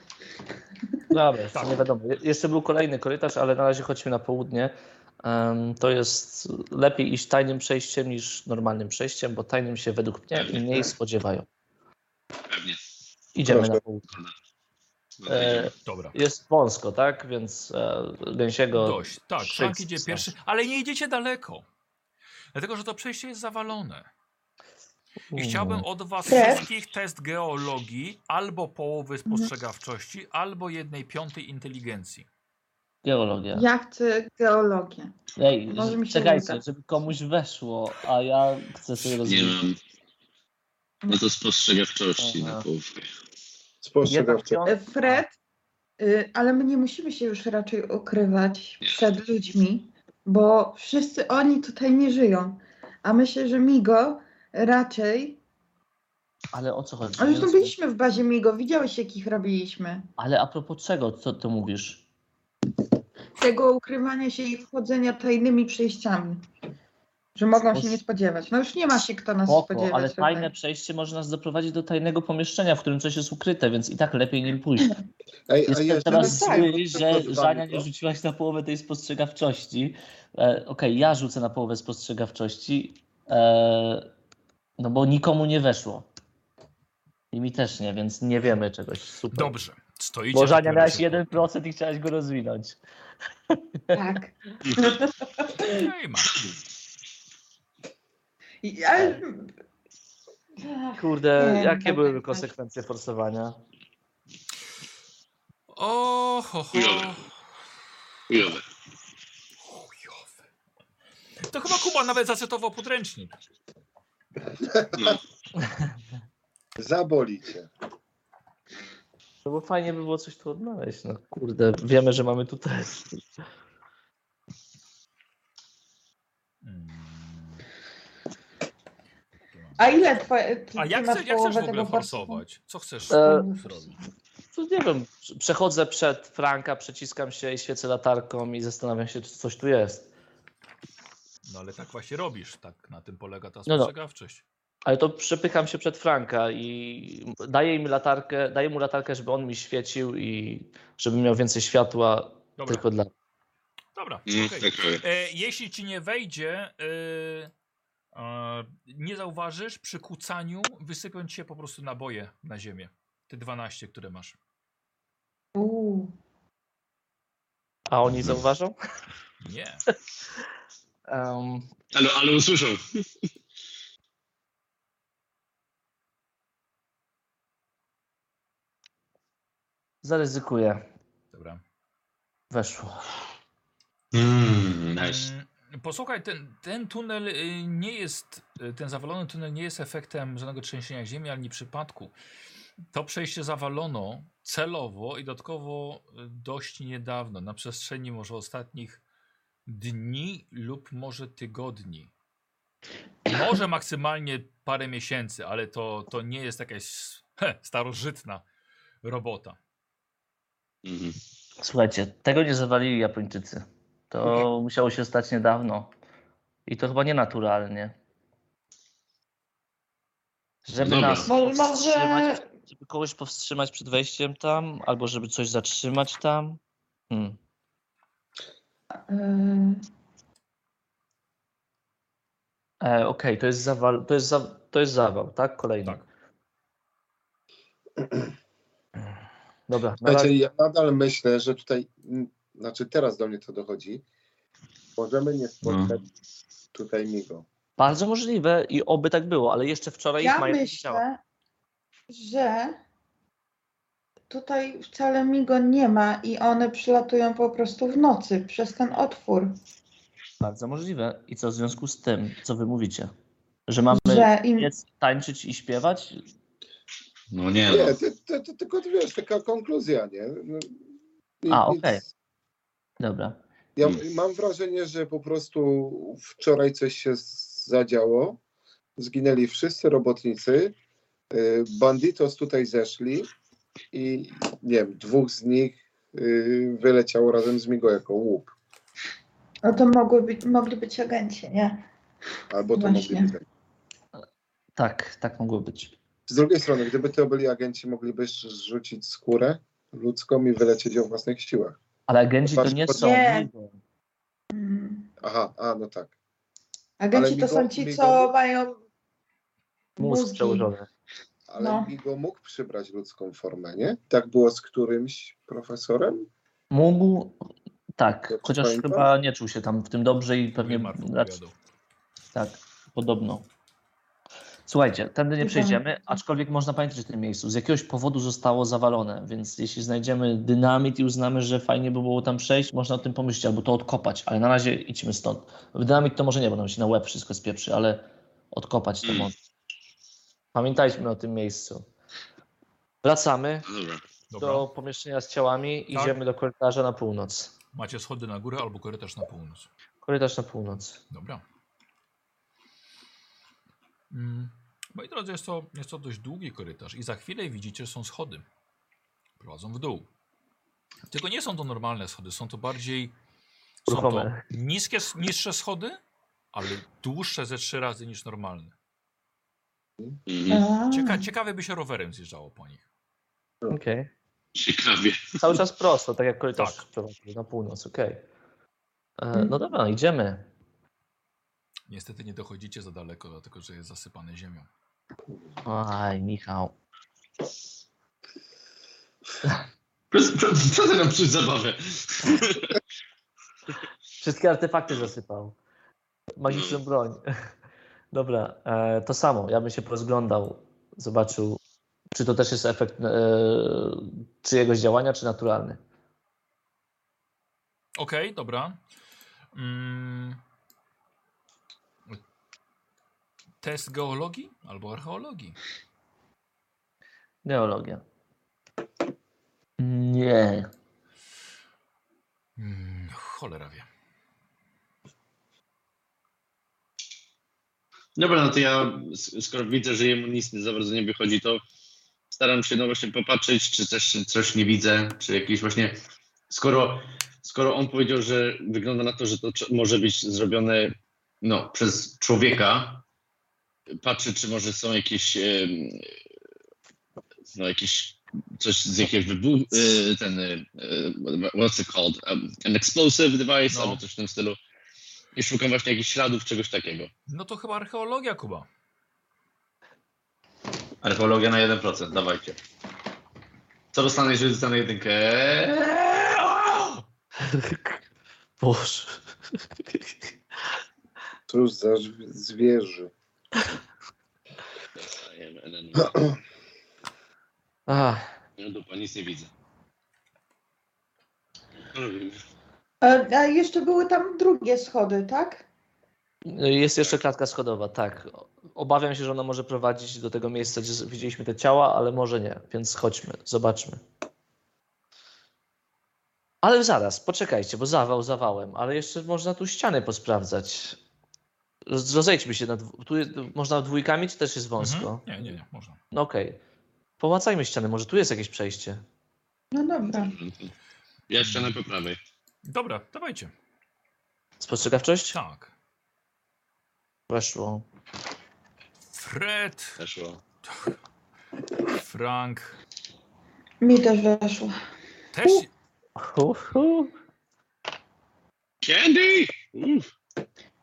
[SPEAKER 5] Dobra, jeszcze
[SPEAKER 1] Tak.
[SPEAKER 5] nie wiadomo. Je- Jeszcze był kolejny korytarz, ale na razie chodźmy na południe. Em, to jest lepiej iść tajnym przejściem niż normalnym przejściem, bo tajnym się według mnie mniej spodziewają.
[SPEAKER 2] Pewnie.
[SPEAKER 5] Idziemy
[SPEAKER 4] Proszę.
[SPEAKER 5] na południe.
[SPEAKER 2] No,
[SPEAKER 5] E,
[SPEAKER 1] Dobra.
[SPEAKER 5] jest wąsko, tak? Więc e, gęsiego...
[SPEAKER 1] Dość, tak.
[SPEAKER 5] szyc-
[SPEAKER 1] Frank idzie pierwszy, ale nie idziecie daleko. Dlatego, że to przejście jest zawalone. I chciałbym od was
[SPEAKER 3] Też.
[SPEAKER 1] wszystkich test geologii, albo połowy spostrzegawczości, albo jednej piątej inteligencji.
[SPEAKER 5] Geologia.
[SPEAKER 3] Ja chcę geologię.
[SPEAKER 5] Ej,
[SPEAKER 3] Może
[SPEAKER 5] że-
[SPEAKER 3] mi się
[SPEAKER 5] czekajcie,
[SPEAKER 3] uda.
[SPEAKER 5] żeby komuś weszło, a ja chcę sobie
[SPEAKER 2] nie
[SPEAKER 5] rozwijać.
[SPEAKER 2] mam. No to spostrzegawczości
[SPEAKER 5] Aha.
[SPEAKER 2] na no połówkę.
[SPEAKER 4] spostrzegawczy.
[SPEAKER 5] tak,
[SPEAKER 3] E, Fred, y, ale my nie musimy się już raczej ukrywać przed ludźmi, bo wszyscy oni tutaj nie żyją. A myślę, że Migo raczej.
[SPEAKER 5] Ale o co chodzi?
[SPEAKER 3] Ale już
[SPEAKER 5] Nie
[SPEAKER 3] tu
[SPEAKER 5] rozumiem.
[SPEAKER 3] byliśmy w bazie Migo, widziałeś jakich robiliśmy.
[SPEAKER 5] Ale a propos czego, co ty mówisz?
[SPEAKER 3] Tego ukrywania się i wchodzenia tajnymi przejściami. Że mogą się nie spodziewać. No już nie ma się kto nas
[SPEAKER 5] Spoko,
[SPEAKER 3] spodziewać. tak.
[SPEAKER 5] ale
[SPEAKER 3] tutaj.
[SPEAKER 5] tajne przejście może nas doprowadzić do tajnego pomieszczenia, w którym coś jest ukryte, więc i tak lepiej nim *laughs* pójść.
[SPEAKER 4] Ej, a
[SPEAKER 5] Jestem
[SPEAKER 4] jeżeli-
[SPEAKER 5] teraz
[SPEAKER 3] tak,
[SPEAKER 5] zły,
[SPEAKER 4] to
[SPEAKER 5] że
[SPEAKER 4] to
[SPEAKER 5] Żania nie
[SPEAKER 4] to.
[SPEAKER 5] rzuciłaś na połowę tej spostrzegawczości. E, Okej, ja rzucę na połowę spostrzegawczości, e, no bo nikomu nie weszło. I mi też nie, więc nie wiemy czegoś. Super.
[SPEAKER 1] Dobrze, stoicie.
[SPEAKER 5] Bo
[SPEAKER 1] na
[SPEAKER 5] Żania miałaś
[SPEAKER 1] terrasie.
[SPEAKER 5] 1% i chciałaś go rozwinąć.
[SPEAKER 3] Tak.
[SPEAKER 1] Ej, ma.
[SPEAKER 3] I, ale... Ach,
[SPEAKER 5] Kurde,
[SPEAKER 3] Nie,
[SPEAKER 5] jakie
[SPEAKER 3] tak,
[SPEAKER 5] byłyby
[SPEAKER 3] tak.
[SPEAKER 5] konsekwencje forsowania?
[SPEAKER 1] O, ho, ho.
[SPEAKER 2] Chujowe. Chujowe.
[SPEAKER 1] Chujowe. To chyba Kuba nawet zacytował podręcznik.
[SPEAKER 2] No.
[SPEAKER 4] Zabolicie.
[SPEAKER 5] No bo fajnie by było coś tu odnaleźć. No kurde, wiemy, że mamy tu test.
[SPEAKER 1] Hmm.
[SPEAKER 3] A ile twoje. ty-
[SPEAKER 1] A
[SPEAKER 3] ty
[SPEAKER 1] jak,
[SPEAKER 3] masz
[SPEAKER 1] chce, jak
[SPEAKER 3] połowę
[SPEAKER 1] chcesz w
[SPEAKER 3] tego
[SPEAKER 1] ogóle
[SPEAKER 3] portu?
[SPEAKER 1] forsować? Co chcesz
[SPEAKER 5] E,
[SPEAKER 1] zrobić?
[SPEAKER 5] Tu No nie wiem, przechodzę przed Franka, przeciskam się i świecę latarką i zastanawiam się, czy coś tu jest.
[SPEAKER 1] No ale tak właśnie robisz, tak na tym polega ta
[SPEAKER 5] No, no.
[SPEAKER 1] spostrzegawczość.
[SPEAKER 5] Ale to przepycham się przed Franka i daję, im latarkę, daję mu latarkę, żeby on mi świecił i żebym miał więcej światła
[SPEAKER 1] Dobra,
[SPEAKER 5] tylko dla...
[SPEAKER 1] dobra,
[SPEAKER 2] No,
[SPEAKER 1] okej.
[SPEAKER 2] tak robię.
[SPEAKER 1] E, jeśli ci nie wejdzie, e, e, nie zauważysz, przy kucaniu wysypią ci się po prostu naboje na ziemię. Te 12, które masz.
[SPEAKER 3] Uuu.
[SPEAKER 5] A oni zauważą?
[SPEAKER 1] Nie.
[SPEAKER 5] Em,
[SPEAKER 2] Ale, ale usłyszał.
[SPEAKER 5] zaryzykuję.
[SPEAKER 1] Dobra.
[SPEAKER 5] Weszło.
[SPEAKER 2] Mm, nice.
[SPEAKER 1] Mm, Posłuchaj, ten, ten tunel y, nie jest, y, ten zawalony tunel nie jest efektem żadnego trzęsienia ziemi ani przypadku. To przejście zawalono celowo i dodatkowo y, dość niedawno, na przestrzeni może ostatnich dni lub może tygodni. Może maksymalnie parę miesięcy, ale to, to nie jest jakaś he, starożytna robota.
[SPEAKER 2] Mhm.
[SPEAKER 5] Słuchajcie, tego nie zawalili Japończycy. To musiało się stać niedawno. I to chyba nienaturalnie. Żeby
[SPEAKER 2] Dobra.
[SPEAKER 5] nas
[SPEAKER 3] Może- może-
[SPEAKER 5] powstrzymać, żeby kogoś powstrzymać przed wejściem tam, albo żeby coś zatrzymać tam. Hmm.
[SPEAKER 3] Yy,
[SPEAKER 5] E, Okej, to jest zawal, to jest, za, to jest zawał, tak? Kolejny.
[SPEAKER 1] Tak.
[SPEAKER 5] Dobra, na razie-
[SPEAKER 4] Znaczy, ja nadal myślę, że tutaj, mm, znaczy teraz do mnie to dochodzi, możemy nie spotkać
[SPEAKER 2] No.
[SPEAKER 4] tutaj Migo.
[SPEAKER 5] bardzo możliwe i oby tak było, ale jeszcze wczoraj ich
[SPEAKER 3] ja
[SPEAKER 5] Maja nie widziała.
[SPEAKER 3] myślę, że tutaj wcale Migo nie ma i one przylatują po prostu w nocy przez ten otwór.
[SPEAKER 5] Bardzo możliwe. I co w związku z tym, co wy mówicie? Że mamy
[SPEAKER 3] Że im
[SPEAKER 5] biec, tańczyć i śpiewać?
[SPEAKER 2] No nie
[SPEAKER 4] Nie,
[SPEAKER 2] no.
[SPEAKER 4] ty, ty, ty, tylko ty wiesz, taka konkluzja, nie? No, i-
[SPEAKER 5] A,
[SPEAKER 4] i-
[SPEAKER 5] okej. Dobra.
[SPEAKER 4] Ja
[SPEAKER 2] Hmm.
[SPEAKER 4] mam wrażenie, że po prostu wczoraj coś się z- zadziało. Zginęli wszyscy robotnicy. y, Banditos tutaj zeszli i nie wiem, dwóch z nich y, wyleciało razem z Migo jako łup.
[SPEAKER 3] no to mogły być, mogli być agenci, nie?
[SPEAKER 4] Albo to
[SPEAKER 3] Właśnie.
[SPEAKER 4] mogli być.
[SPEAKER 5] Tak, tak mogło być.
[SPEAKER 4] Z drugiej strony, gdyby to byli agenci, mogliby ż- zrzucić skórę ludzką i wylecieć ją w własnych siłach.
[SPEAKER 5] Ale agenci to nie są.
[SPEAKER 3] Nie.
[SPEAKER 5] Migo.
[SPEAKER 3] Mm.
[SPEAKER 4] Aha, a no tak.
[SPEAKER 3] Agenci
[SPEAKER 4] Ale
[SPEAKER 3] to
[SPEAKER 4] Migo-
[SPEAKER 3] są ci,
[SPEAKER 4] Migo-
[SPEAKER 3] co mają
[SPEAKER 5] Mózg
[SPEAKER 3] mózgi.
[SPEAKER 5] przełożony.
[SPEAKER 4] Ale
[SPEAKER 3] No.
[SPEAKER 4] Migo mógł przybrać ludzką formę, nie? Tak było z którymś profesorem?
[SPEAKER 5] Mógł. Tak,
[SPEAKER 4] Dobrze
[SPEAKER 5] chociaż
[SPEAKER 4] pamiętam?
[SPEAKER 5] chyba nie czuł się tam w tym dobrze i pewnie. znaczy
[SPEAKER 1] Nie Marku
[SPEAKER 5] raczej-
[SPEAKER 1] opowiadał.
[SPEAKER 5] Tak, podobno. Słuchajcie, tędy nie
[SPEAKER 3] Nie
[SPEAKER 5] przejdziemy,
[SPEAKER 3] pamiętam.
[SPEAKER 5] aczkolwiek można pamiętać o tym miejscu. Z jakiegoś powodu zostało zawalone, więc jeśli znajdziemy dynamit i uznamy, że fajnie by było tam przejść, można o tym pomyśleć albo to odkopać, ale na razie idźmy stąd. W dynamit to może nie, bo nam się na łeb wszystko spieprzy, ale odkopać to
[SPEAKER 2] Mm.
[SPEAKER 5] może. Pamiętajmy o tym miejscu. Wracamy
[SPEAKER 2] No Dobra.
[SPEAKER 1] Dobra.
[SPEAKER 5] do pomieszczenia z ciałami,
[SPEAKER 1] Tak.
[SPEAKER 5] idziemy do korytarza na północ.
[SPEAKER 1] Macie schody na górę albo korytarz na północ.
[SPEAKER 5] Korytarz na północ.
[SPEAKER 1] Dobra. Mm. Moi drodzy, jest to, jest to dość długi korytarz i za chwilę widzicie, że są schody. Prowadzą w dół. Tylko nie są to normalne schody, są to bardziej są to
[SPEAKER 5] Ruchome.
[SPEAKER 1] niskie, niższe schody, ale dłuższe ze trzy razy niż normalne.
[SPEAKER 2] Mhm.
[SPEAKER 1] Cieka, ciekawe by się rowerem zjeżdżało po nich.
[SPEAKER 5] Okej.
[SPEAKER 2] Ciekawie.
[SPEAKER 5] Cały czas prosto, tak jak korytarz
[SPEAKER 1] Tak.
[SPEAKER 5] prowadzi na północ, okej. E, No dobra, idziemy.
[SPEAKER 1] Niestety nie dochodzicie za daleko, dlatego że jest zasypane ziemią.
[SPEAKER 5] Aj, Michał.
[SPEAKER 2] Co ty nam psuć zabawę?
[SPEAKER 5] Wszystkie artefakty zasypał. Magiczną broń. *laughs* Dobra, e, to samo. Ja bym się porozglądał, zobaczył, czy to też jest efekt e, czyjegoś działania, czy naturalny.
[SPEAKER 1] Okej, dobra. Mm. Test geologii albo archeologii.
[SPEAKER 5] Geologia. Nie.
[SPEAKER 1] Mm, cholera wie.
[SPEAKER 2] Dobra, no to ja, s- skoro widzę, że jemu nic za bardzo nie wychodzi, to staram się no właśnie popatrzeć, czy też coś nie widzę, czy jakieś właśnie, skoro, skoro on powiedział, że wygląda na to, że to cz- może być zrobione no, przez człowieka, patrzę, czy może są jakieś, em, no jakieś, coś z jakiegoś wybuchu, ten, e, e, what's it called, Um, an explosive device,
[SPEAKER 1] No.
[SPEAKER 2] albo coś w tym stylu. I szukam właśnie jakichś śladów, czegoś takiego.
[SPEAKER 1] No to chyba archeologia, Kuba.
[SPEAKER 2] Archeologia na 1%, dawajcie. Co dostanę, jeżeli dostanę jedynkę? Eee,
[SPEAKER 5] Boże.
[SPEAKER 4] Cóż za zw- zwierzę.
[SPEAKER 5] Ach,
[SPEAKER 2] No dupa, nic nie widzę.
[SPEAKER 3] A, a jeszcze były tam drugie schody, tak?
[SPEAKER 5] No Jest jeszcze klatka schodowa, tak. Obawiam się, że ona może prowadzić do tego miejsca, gdzie widzieliśmy te ciała, ale może nie, więc chodźmy, zobaczmy. Ale zaraz, poczekajcie, bo zawał zawałem, ale jeszcze można tu ściany posprawdzać. Roz- Rozejdźmy się, na dwu- tu jest, można dwójkami, czy też jest wąsko?
[SPEAKER 1] Mhm. Nie, nie, nie, można.
[SPEAKER 5] No okej. Połacajmy ściany, może tu jest jakieś przejście.
[SPEAKER 3] No dobra.
[SPEAKER 2] Ja ścianę po prawej.
[SPEAKER 1] Dobra, dawajcie.
[SPEAKER 5] Spostrzegawczość?
[SPEAKER 1] Tak.
[SPEAKER 5] Weszło.
[SPEAKER 1] Fred,
[SPEAKER 2] Weszło.
[SPEAKER 1] Frank.
[SPEAKER 3] Mi też weszło.
[SPEAKER 1] Też.
[SPEAKER 5] Uhu.
[SPEAKER 2] Candy! Uff.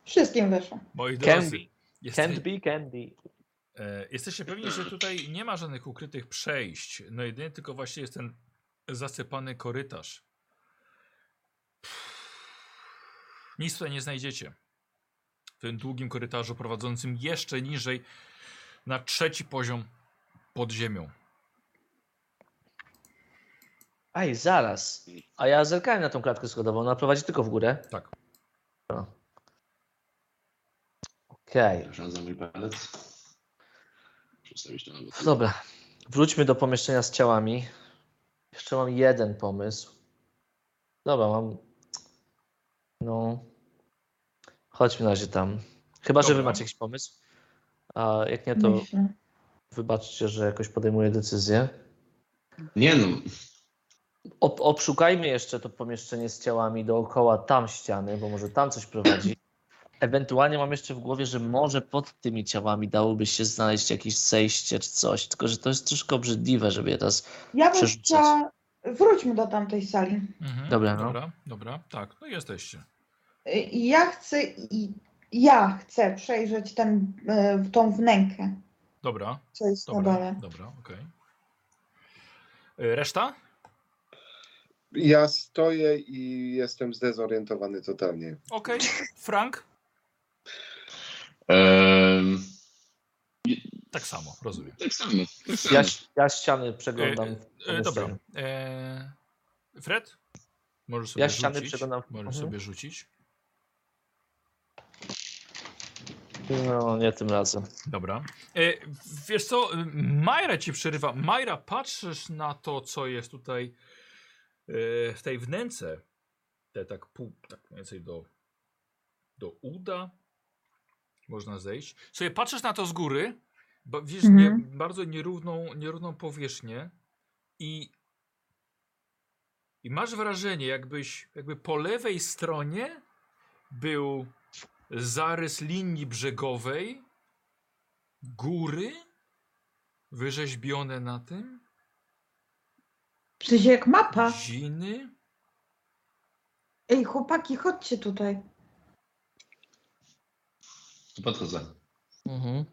[SPEAKER 3] Wszystkim weszło.
[SPEAKER 1] Moi
[SPEAKER 5] Candy.
[SPEAKER 1] drodzy.
[SPEAKER 5] Can't
[SPEAKER 1] Jesteś,
[SPEAKER 5] be candy.
[SPEAKER 1] e, jesteście pewni, że tutaj nie ma żadnych ukrytych przejść. No jedynie tylko właśnie jest ten zasypany korytarz. Nic tutaj nie znajdziecie. W tym długim korytarzu prowadzącym jeszcze niżej na trzeci poziom pod ziemią.
[SPEAKER 5] Aj, zaraz. A ja zerkałem na tą klatkę schodową. Ona prowadzi tylko w górę.
[SPEAKER 1] Tak.
[SPEAKER 5] No. Okej.
[SPEAKER 2] Przepraszam za mój palec. Przestawić to na bok.
[SPEAKER 5] Dobra. Wróćmy do pomieszczenia z ciałami. Jeszcze mam jeden pomysł. Dobra, mam. No. Chodźmy na razie tam. Chyba, że wy
[SPEAKER 1] Dobra.
[SPEAKER 5] macie jakiś pomysł. A jak nie, to
[SPEAKER 3] Myślę.
[SPEAKER 5] wybaczcie, że jakoś podejmuję decyzję.
[SPEAKER 2] Nie no,
[SPEAKER 5] Ob obszukajmy jeszcze to pomieszczenie z ciałami dookoła tam ściany, bo może tam coś prowadzi. Ewentualnie mam jeszcze w głowie, że może pod tymi ciałami dałoby się znaleźć jakieś zejście czy coś, tylko że to jest troszkę obrzydliwe, żeby je teraz...
[SPEAKER 3] Ja bym
[SPEAKER 5] Przerzucać.
[SPEAKER 3] chciała... Wróćmy do tamtej sali.
[SPEAKER 1] Mhm,
[SPEAKER 5] Dobra, no.
[SPEAKER 1] dobra, dobra. Tak, no jesteście.
[SPEAKER 3] Y, Ja chcę... i- Ja chcę przejrzeć ten, y, tą wnękę,
[SPEAKER 1] Dobra,
[SPEAKER 3] co jest na
[SPEAKER 1] dobra,
[SPEAKER 3] dole.
[SPEAKER 1] dobra, okej. E, Reszta?
[SPEAKER 4] Ja stoję i jestem zdezorientowany totalnie.
[SPEAKER 1] Okej. Frank?
[SPEAKER 2] em,
[SPEAKER 1] Tak samo, rozumiem.
[SPEAKER 2] Eee, tak samo. Tak samo.
[SPEAKER 5] Ja, ja ściany przeglądam.
[SPEAKER 1] E,
[SPEAKER 5] w
[SPEAKER 1] E, dobra.
[SPEAKER 5] pomieszczeniu.
[SPEAKER 1] E, Fred? Możesz sobie
[SPEAKER 5] Ja ściany
[SPEAKER 1] rzucić.
[SPEAKER 5] przeglądam.
[SPEAKER 1] Możesz
[SPEAKER 5] Mhm.
[SPEAKER 1] sobie rzucić.
[SPEAKER 5] No, nie tym razem.
[SPEAKER 1] Dobra. E, wiesz co, y, Majra ci przerywa. Majra, patrzysz na to, co jest tutaj e, w tej wnęce. Te tak pół, tak mniej więcej do, do uda. można zejść. Sobie patrzysz na to z góry, bo widzisz
[SPEAKER 3] Mhm.
[SPEAKER 1] nie, bardzo nierówną, nierówną powierzchnię i, i masz wrażenie, jakbyś jakby po lewej stronie był zarys linii brzegowej, góry wyrzeźbione na tym,
[SPEAKER 3] W sensie jak mapa.
[SPEAKER 5] Tak.
[SPEAKER 1] ziny.
[SPEAKER 3] Ej, chłopaki, chodźcie tutaj.
[SPEAKER 6] To podchodzę.
[SPEAKER 5] Mhm.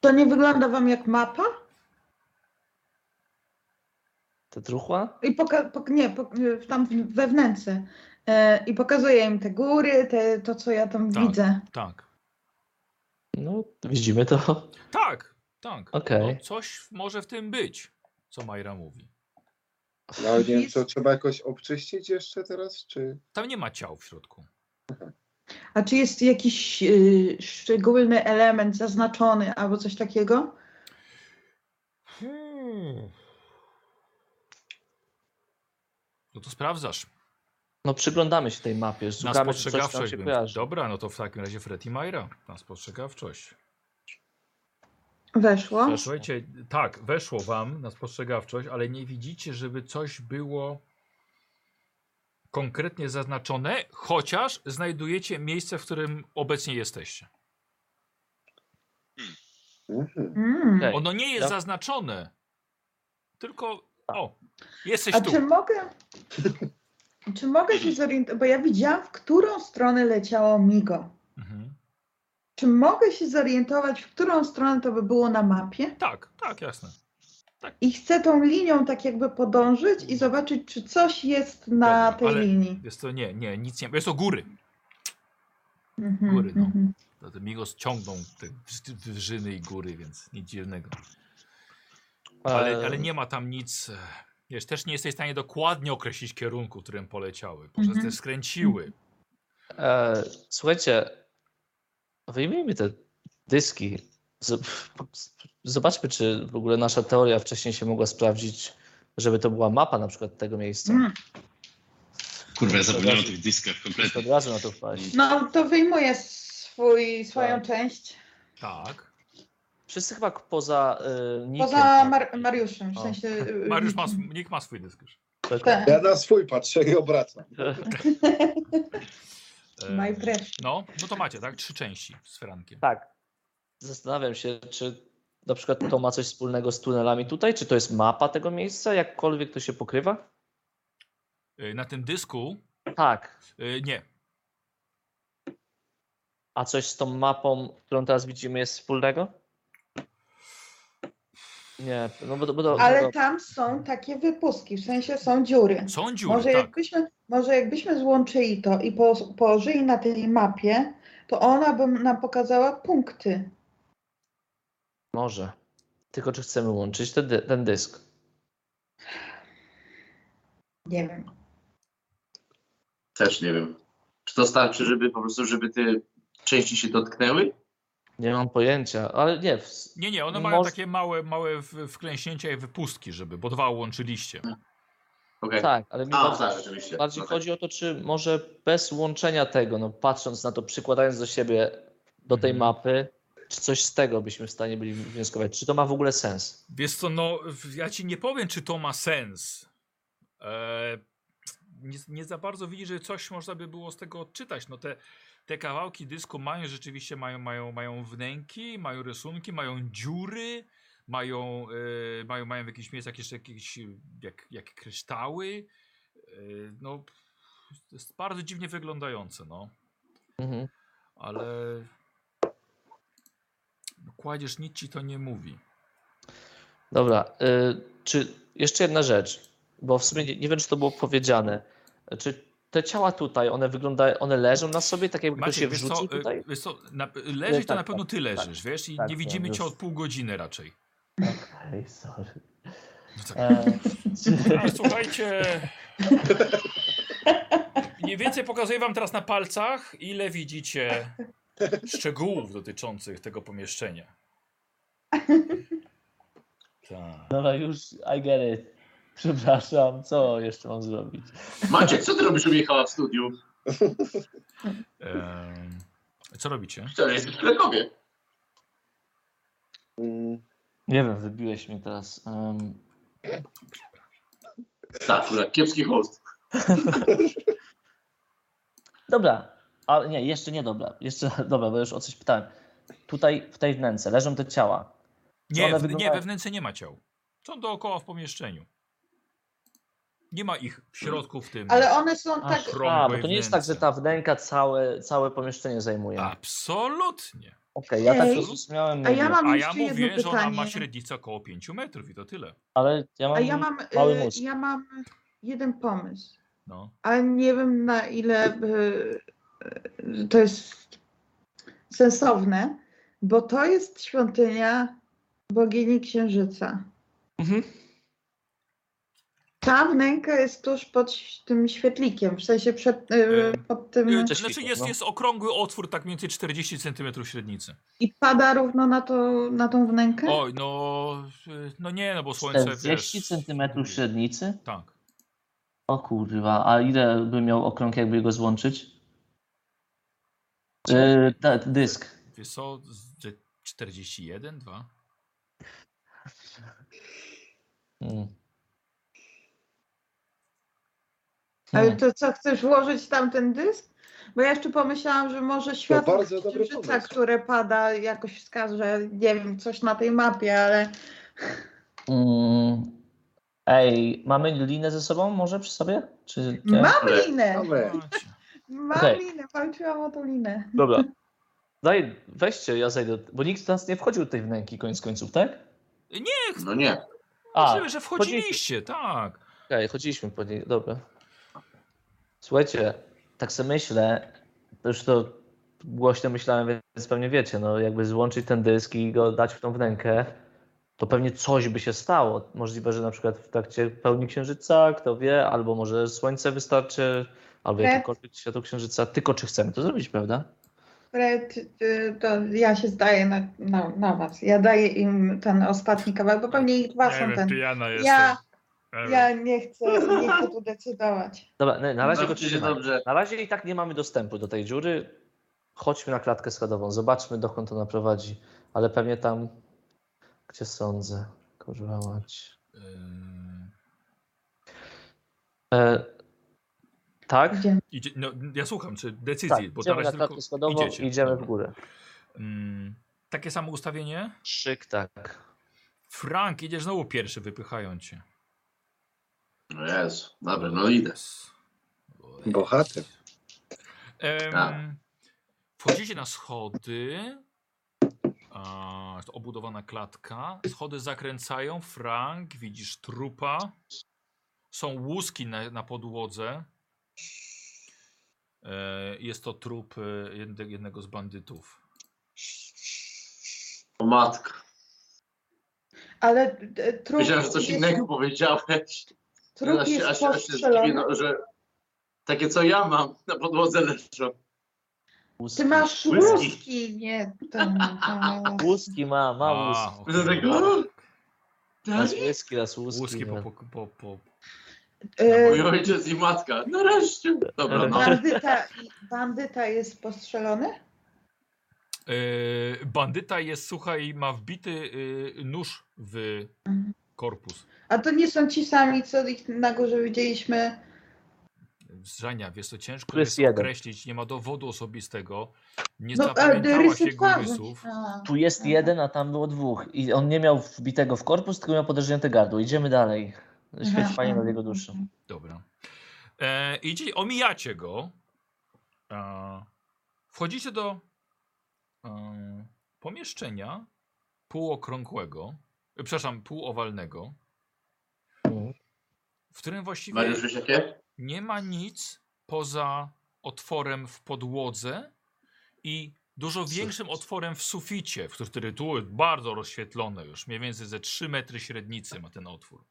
[SPEAKER 3] To nie wygląda wam jak mapa?
[SPEAKER 5] Te truchła?
[SPEAKER 3] I poka- pok- nie, pok- w- tam w- we wnętrze. E, I pokazuję im te góry, te, to co ja tam
[SPEAKER 1] Tak.
[SPEAKER 3] widzę.
[SPEAKER 1] Tak.
[SPEAKER 5] No, widzimy to.
[SPEAKER 1] Tak, tak.
[SPEAKER 5] Okej.
[SPEAKER 1] No, coś może w tym być, co Majra mówi.
[SPEAKER 4] No ale nie wiem, co trzeba jakoś obczyścić jeszcze teraz, czy...
[SPEAKER 1] Tam nie ma ciał w środku.
[SPEAKER 3] A czy jest jakiś y, szczególny element zaznaczony albo coś takiego?
[SPEAKER 1] No to sprawdzasz.
[SPEAKER 5] No przyglądamy się tej mapie,
[SPEAKER 1] Na
[SPEAKER 5] szukamy, czy coś nam
[SPEAKER 1] spostrzegawczość.
[SPEAKER 5] się
[SPEAKER 1] bym-
[SPEAKER 5] kojarzy.
[SPEAKER 1] Dobra, no to w takim razie Fred i Majra. Na spostrzegawczość.
[SPEAKER 3] Weszło.
[SPEAKER 5] Weszło.
[SPEAKER 1] Słuchajcie, tak, weszło wam na spostrzegawczość, ale nie widzicie, żeby coś było konkretnie zaznaczone, chociaż znajdujecie miejsce, w którym obecnie jesteście.
[SPEAKER 4] Mhm.
[SPEAKER 3] Mm.
[SPEAKER 5] Okej.
[SPEAKER 1] Ono nie jest
[SPEAKER 5] Ja-
[SPEAKER 1] zaznaczone, tylko o, jesteś
[SPEAKER 3] A
[SPEAKER 1] tu.
[SPEAKER 3] czy mogę? Czy mogę się zorientować? Bo ja widziałam, w którą stronę leciało Migo.
[SPEAKER 1] Mhm.
[SPEAKER 3] Czy mogę się zorientować, w którą stronę to by było na mapie?
[SPEAKER 1] Tak, tak, jasne.
[SPEAKER 3] I chcę tą linią tak jakby podążyć i zobaczyć, czy coś jest na
[SPEAKER 1] Dobra,
[SPEAKER 3] tej
[SPEAKER 1] ale-
[SPEAKER 3] linii.
[SPEAKER 1] Jest to, nie, nie, nic nie ma. Jest to góry.
[SPEAKER 3] Mhm,
[SPEAKER 1] góry, no.
[SPEAKER 3] mhm.
[SPEAKER 1] To te Migos ciągną te wyż- wyżyny i góry, więc nic dziwnego. Ale, ale nie ma tam nic. e, Wiesz, też nie jesteś w stanie dokładnie określić kierunku, którym poleciały. Może
[SPEAKER 3] Mhm.
[SPEAKER 1] też skręciły.
[SPEAKER 5] E, słuchajcie, wyjmijmy te dyski. Z, zobaczmy, czy w ogóle nasza teoria wcześniej się mogła sprawdzić, żeby to była mapa na przykład tego miejsca.
[SPEAKER 3] Mm.
[SPEAKER 6] Kurwa, ja zapomniałem o
[SPEAKER 5] Dobra.
[SPEAKER 6] tych dyskach
[SPEAKER 5] Już
[SPEAKER 6] kompletnie.
[SPEAKER 5] Od razu na to wpaść.
[SPEAKER 3] No to wyjmuję swój, swoją
[SPEAKER 5] Tak.
[SPEAKER 3] część.
[SPEAKER 1] Tak.
[SPEAKER 5] Wszyscy chyba k- poza y, Nikiem.
[SPEAKER 3] Poza Mar- Mariuszem, w
[SPEAKER 5] O.
[SPEAKER 3] sensie. y,
[SPEAKER 1] Mariusz ma, sw- nikt ma swój dysk. już.
[SPEAKER 5] Tak.
[SPEAKER 3] Tak.
[SPEAKER 4] Ja na swój patrzę i obracam.
[SPEAKER 1] E,
[SPEAKER 3] My precious.
[SPEAKER 1] No, no to macie, tak? Trzy części z Ferankiem.
[SPEAKER 5] tak. Zastanawiam się, czy na przykład to ma coś wspólnego z tunelami tutaj, czy to jest mapa tego miejsca, jakkolwiek to się pokrywa?
[SPEAKER 1] E, Na tym dysku
[SPEAKER 5] Tak.
[SPEAKER 1] e, nie.
[SPEAKER 5] A coś z tą mapą, którą teraz widzimy, jest wspólnego? Nie, no bo, to- bo, to- bo,
[SPEAKER 3] Ale
[SPEAKER 5] to-
[SPEAKER 3] tam są takie wypustki, w sensie są dziury.
[SPEAKER 1] Są dziury,
[SPEAKER 3] Może
[SPEAKER 1] tak.
[SPEAKER 3] jakbyśmy, może jakbyśmy złączyli to i po, położyli na tej mapie, to ona by nam pokazała punkty.
[SPEAKER 5] Może. Tylko czy chcemy łączyć ten, dy- ten dysk?
[SPEAKER 3] Nie wiem.
[SPEAKER 2] Też nie wiem. Czy to starczy, żeby po prostu, żeby te części się dotknęły?
[SPEAKER 5] Nie mam pojęcia, ale nie. W...
[SPEAKER 1] Nie, nie,
[SPEAKER 3] No
[SPEAKER 1] one mają
[SPEAKER 5] Moż-
[SPEAKER 1] takie małe, małe w- wklęśnięcia i wypustki, żeby, bo dwa łączyliście.
[SPEAKER 2] Okej.
[SPEAKER 5] Tak, ale mi
[SPEAKER 2] A,
[SPEAKER 5] bardziej,
[SPEAKER 2] tak, oczywiście.
[SPEAKER 5] bardziej
[SPEAKER 2] No tak.
[SPEAKER 5] chodzi o to, czy może bez łączenia tego, no patrząc na to, przykładając do siebie, do tej
[SPEAKER 1] Mhm.
[SPEAKER 5] mapy, czy coś z tego byśmy w stanie byli wnioskować? Czy to ma w ogóle sens?
[SPEAKER 1] Wiesz co, no w- ja ci nie powiem, czy to ma sens. Eee, nie, nie za bardzo widzisz, że coś można by było z tego odczytać. No te, te kawałki dysku mają rzeczywiście, mają, mają, mają wnęki, mają rysunki, mają dziury, mają, e, mają, mają w jakichś miejscach jeszcze jakieś, e, jak, jak kryształy. E, no, pff, to jest bardzo dziwnie wyglądające, no
[SPEAKER 5] Mhm.
[SPEAKER 1] ale no, kładziesz nic ci to nie mówi.
[SPEAKER 5] Dobra, y, czy jeszcze jedna rzecz, bo w sumie nie, nie wiem, czy to było powiedziane. Czy te ciała tutaj, one wyglądają, one leżą na sobie, tak jakby ktoś
[SPEAKER 1] Macie,
[SPEAKER 5] je
[SPEAKER 1] wiesz co,
[SPEAKER 5] wrzucił
[SPEAKER 1] y,
[SPEAKER 5] tutaj?
[SPEAKER 1] wiesz co na, leżysz to
[SPEAKER 5] tak,
[SPEAKER 1] na pewno
[SPEAKER 5] tak,
[SPEAKER 1] ty
[SPEAKER 5] tak,
[SPEAKER 1] leżysz, wiesz, i
[SPEAKER 5] tak,
[SPEAKER 1] nie
[SPEAKER 5] wiem,
[SPEAKER 1] widzimy cię
[SPEAKER 5] już.
[SPEAKER 1] od pół godziny raczej.
[SPEAKER 5] Ej, sorry.
[SPEAKER 1] No tak.
[SPEAKER 5] E, *laughs* czy-
[SPEAKER 1] A, *laughs* słuchajcie. Mniej więcej pokazuję wam teraz na palcach, ile widzicie szczegółów dotyczących tego pomieszczenia. Tak.
[SPEAKER 5] Dobra, już I get it. Przepraszam, co jeszcze mam zrobić?
[SPEAKER 2] Maciek, co ty robisz u Michała w studiu?
[SPEAKER 1] Em, Co robicie?
[SPEAKER 2] Wcale jesteś w Krakowie.
[SPEAKER 4] Mm,
[SPEAKER 5] Nie wiem, wybiłeś mnie teraz. Em,
[SPEAKER 2] Tak, kurwa, kiepski host.
[SPEAKER 5] Dobra, ale nie, jeszcze nie dobra. Jeszcze *laughs* dobra, bo już o coś pytałem. Tutaj w tej wnęce leżą te ciała. Co
[SPEAKER 1] Nie,
[SPEAKER 5] one
[SPEAKER 1] w, nie,
[SPEAKER 5] wyglądają?
[SPEAKER 1] we wnęce nie ma ciał. Są dookoła w pomieszczeniu. Nie ma ich w środku w tym.
[SPEAKER 3] Ale one są
[SPEAKER 5] A,
[SPEAKER 3] tak.
[SPEAKER 5] A,
[SPEAKER 1] krągłej
[SPEAKER 5] bo to nie jest tak,
[SPEAKER 1] wnęce.
[SPEAKER 5] że ta wnęka całe, całe pomieszczenie
[SPEAKER 1] Tak.
[SPEAKER 5] zajmuje. Okej,
[SPEAKER 1] Absolutnie.
[SPEAKER 5] ja tak
[SPEAKER 3] Ej,
[SPEAKER 5] to zrozumiałem.
[SPEAKER 3] A
[SPEAKER 5] nie
[SPEAKER 3] ja
[SPEAKER 5] wiem.
[SPEAKER 3] mam
[SPEAKER 1] A ja
[SPEAKER 3] jeszcze jedno
[SPEAKER 1] mówię, że ona
[SPEAKER 3] pytanie.
[SPEAKER 1] ma średnicę około 5 metrów i to tyle.
[SPEAKER 5] Ale ja mam,
[SPEAKER 3] A ja mam,
[SPEAKER 5] mały
[SPEAKER 3] y,
[SPEAKER 5] mózg.
[SPEAKER 3] ja mam jeden pomysł,
[SPEAKER 1] No.
[SPEAKER 3] ale nie wiem na ile y, y, to jest sensowne, bo to jest świątynia bogini Księżyca.
[SPEAKER 5] Mhm.
[SPEAKER 3] Ta wnęka jest tuż pod ś- tym świetlikiem, w sensie przed, y,
[SPEAKER 1] Y,
[SPEAKER 3] pod tym
[SPEAKER 1] Y,
[SPEAKER 5] Coś
[SPEAKER 1] Znaczy
[SPEAKER 5] takiego,
[SPEAKER 1] jest,
[SPEAKER 5] no.
[SPEAKER 1] jest okrągły otwór, tak mniej więcej 40 cm średnicy.
[SPEAKER 3] i pada równo na, to, na tą wnękę.
[SPEAKER 1] Oj, no, y, no nie, no bo słońce
[SPEAKER 5] 40
[SPEAKER 1] wiesz,
[SPEAKER 5] centymetrów średnicy?
[SPEAKER 1] Tak.
[SPEAKER 5] O kurwa, a ile by miał okrąg, jakby go złączyć? Yy, ta, dysk.
[SPEAKER 1] Wiesz co, z- że 41, 2?
[SPEAKER 5] Mm. Hmm. no.
[SPEAKER 3] Ale E, to co, chcesz włożyć tam ten dysk? Bo ja jeszcze pomyślałam, że może światło
[SPEAKER 4] bardzo dobry
[SPEAKER 3] księżyca,
[SPEAKER 4] pomysł.
[SPEAKER 3] które pada, jakoś wskaże, nie wiem, coś na tej mapie, ale
[SPEAKER 5] Mm. Ej, mamy linę ze sobą może przy sobie? Czy nie?
[SPEAKER 3] mam
[SPEAKER 2] Ale-
[SPEAKER 3] linę,
[SPEAKER 4] ale
[SPEAKER 1] No,
[SPEAKER 3] mam
[SPEAKER 5] Okej.
[SPEAKER 3] linę, walczyłam o tą linę.
[SPEAKER 5] Dobra. Daj, weźcie, ja zajdę, bo nikt z nas nie wchodził do tej wnęki koniec końców, tak?
[SPEAKER 2] No nie.
[SPEAKER 5] A,
[SPEAKER 1] Możliwe, że wchodziliście, tak.
[SPEAKER 5] Okej, chodziliśmy po niej, dobra. Słuchajcie, tak sobie myślę, to już to głośno myślałem, więc pewnie wiecie, no jakby złączyć ten dysk i go dać w tą wnękę, to pewnie coś by się stało. Możliwe, że na przykład w trakcie pełni księżyca, kto wie, albo może słońce wystarczy, albo
[SPEAKER 3] Tak.
[SPEAKER 5] jakiekolwiek światło księżyca, tylko czy chcemy to zrobić, prawda?
[SPEAKER 3] Fred, y, to ja się zdaję na, na, na was, ja daję im ten ostatni kawałek, bo pewnie ich dwa są ten.
[SPEAKER 1] pijana
[SPEAKER 3] Ja, ja nie chcę, nie chcę tu decydować.
[SPEAKER 5] Dobra, na, na razie go
[SPEAKER 2] Bawcie się
[SPEAKER 5] trzymaj.
[SPEAKER 2] dobrze.
[SPEAKER 5] Na razie i tak nie mamy dostępu do tej dziury. Chodźmy na klatkę schodową, zobaczmy dokąd ona prowadzi. Ale pewnie tam, gdzie sądzę. Kurwa mać. E, tak?
[SPEAKER 3] Gdzie?
[SPEAKER 1] Idzie, no, ja słucham, czy decyzji,
[SPEAKER 5] tak,
[SPEAKER 1] bo na
[SPEAKER 5] idziemy na
[SPEAKER 1] razie
[SPEAKER 5] klatkę
[SPEAKER 1] tylko
[SPEAKER 5] schodową
[SPEAKER 1] idziecie. Mhm.
[SPEAKER 5] i idziemy w
[SPEAKER 1] Dobra.
[SPEAKER 5] górę.
[SPEAKER 1] Mm, takie samo ustawienie?
[SPEAKER 5] Szyk, tak.
[SPEAKER 1] Frank, idziesz znowu pierwszy, wypychają cię.
[SPEAKER 2] No Jezu, dobra, no idę.
[SPEAKER 4] Bohater.
[SPEAKER 1] Em, wchodzicie na schody. A, jest to obudowana klatka. Schody zakręcają. Frank, widzisz trupa. Są łuski na, na podłodze. E, jest to trup e, jedne, jednego z bandytów.
[SPEAKER 2] O matko.
[SPEAKER 3] Ale y, trup
[SPEAKER 2] Myślałem, że coś
[SPEAKER 3] jest-
[SPEAKER 2] innego powiedziałeś.
[SPEAKER 3] Trup
[SPEAKER 2] Aż się- aż
[SPEAKER 3] jest
[SPEAKER 2] się- aż się zdziwię,
[SPEAKER 3] postrzelony.
[SPEAKER 2] no, że takie co ja mam na podłodze leżą.
[SPEAKER 5] Łuski.
[SPEAKER 3] Ty masz
[SPEAKER 2] Łyski.
[SPEAKER 3] łuski, nie ten. e,
[SPEAKER 5] Łuski ma, ma łuski.
[SPEAKER 1] okej.
[SPEAKER 2] Do tego.
[SPEAKER 5] Raz
[SPEAKER 2] Tak?
[SPEAKER 5] łyski, raz łuski.
[SPEAKER 1] Łuski po,
[SPEAKER 5] no.
[SPEAKER 1] po, po, po.
[SPEAKER 3] e,
[SPEAKER 2] Mój ojciec i matka. Nareszcie. Dobra, no.
[SPEAKER 3] Bandyta, bandyta jest postrzelony?
[SPEAKER 1] E, bandyta jest, słuchaj, ma wbity e, nóż w
[SPEAKER 3] Mhm.
[SPEAKER 1] korpus.
[SPEAKER 3] A to nie są ci sami, co ich na górze widzieliśmy.
[SPEAKER 1] Wzrania, wiesz to ciężko
[SPEAKER 5] Plus
[SPEAKER 1] jest
[SPEAKER 5] jeden.
[SPEAKER 1] określić, nie ma dowodu osobistego, nie
[SPEAKER 3] No, ale
[SPEAKER 1] zapamiętała się
[SPEAKER 3] twarzy.
[SPEAKER 1] górysów.
[SPEAKER 3] A,
[SPEAKER 5] Tu jest jeden, a tam było dwóch. I on nie miał wbitego w korpus, tylko miał podejrzenie gardło. Idziemy dalej. Świeć
[SPEAKER 3] aha.
[SPEAKER 5] Panie nad jego duszą.
[SPEAKER 1] Dobra. E, idzie, omijacie go. E, wchodzicie do e, pomieszczenia półokrągłego, e, przepraszam, półowalnego,
[SPEAKER 5] Mhm.
[SPEAKER 1] w którym właściwie
[SPEAKER 2] Mariusz Wysiakie?
[SPEAKER 1] nie ma nic poza otworem w podłodze i dużo większym otworem w suficie, w którym który tu jest bardzo rozświetlone już, mniej więcej ze 3 metry średnicy ma ten otwór.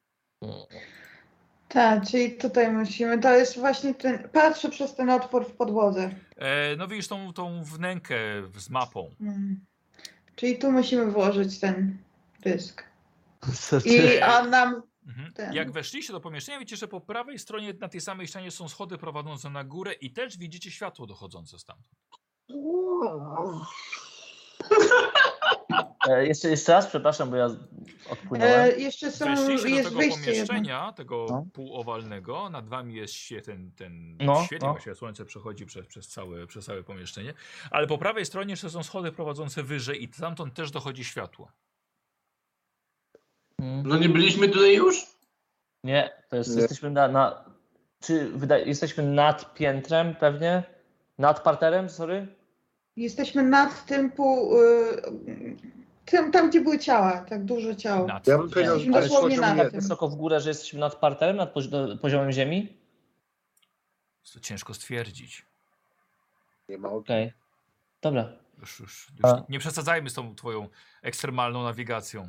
[SPEAKER 3] Tak, czyli tutaj musimy. To jest właśnie ten. Patrzę przez ten otwór w podłodze.
[SPEAKER 1] E, no widzisz tą, tą wnękę z mapą.
[SPEAKER 3] Mm. Czyli tu musimy włożyć ten dysk.
[SPEAKER 5] Co ty?
[SPEAKER 3] I on nam. e,
[SPEAKER 1] Mhm.
[SPEAKER 3] Ten.
[SPEAKER 1] Jak weszliście do pomieszczenia, widzicie, że po prawej stronie na tej samej ścianie są schody prowadzące na górę i też widzicie światło dochodzące stamtąd.
[SPEAKER 2] No.
[SPEAKER 5] E, jeszcze, jeszcze raz, przepraszam, bo ja odpłynąłem.
[SPEAKER 3] E, jeszcze są,
[SPEAKER 1] Weszliście do
[SPEAKER 3] jest
[SPEAKER 1] tego
[SPEAKER 3] wyjście jedno.
[SPEAKER 1] pomieszczenia, tego
[SPEAKER 5] No.
[SPEAKER 1] półowalnego, nad wami jest się ten, ten
[SPEAKER 5] No,
[SPEAKER 1] świetnie,
[SPEAKER 5] no.
[SPEAKER 1] właściwie słońce przechodzi przez, przez, całe, przez całe pomieszczenie, ale po prawej stronie jeszcze są schody prowadzące wyżej i stamtąd też dochodzi światło.
[SPEAKER 5] Mm.
[SPEAKER 3] E,
[SPEAKER 2] No nie byliśmy tutaj już?
[SPEAKER 5] Nie, to jest,
[SPEAKER 4] Nie.
[SPEAKER 5] jesteśmy na, na czy wydaje, jesteśmy nad piętrem pewnie? Nad parterem, sorry?
[SPEAKER 3] Jesteśmy nad tym pół... Y, tym, tam, gdzie były ciała, tak dużo ciał.
[SPEAKER 1] Nad
[SPEAKER 4] Ja bym powiedział,
[SPEAKER 3] Jesteśmy
[SPEAKER 4] że
[SPEAKER 3] dosłownie
[SPEAKER 4] poziom
[SPEAKER 3] na
[SPEAKER 4] jeden.
[SPEAKER 3] tym.
[SPEAKER 5] Wysoko w górę, że jesteśmy nad parterem, nad pozi do- poziomem ziemi?
[SPEAKER 1] To ciężko stwierdzić.
[SPEAKER 4] nie ma ognia.
[SPEAKER 5] Okej. Dobra,
[SPEAKER 1] Już, już, już
[SPEAKER 5] A.
[SPEAKER 1] nie przesadzajmy z tą twoją ekstremalną nawigacją.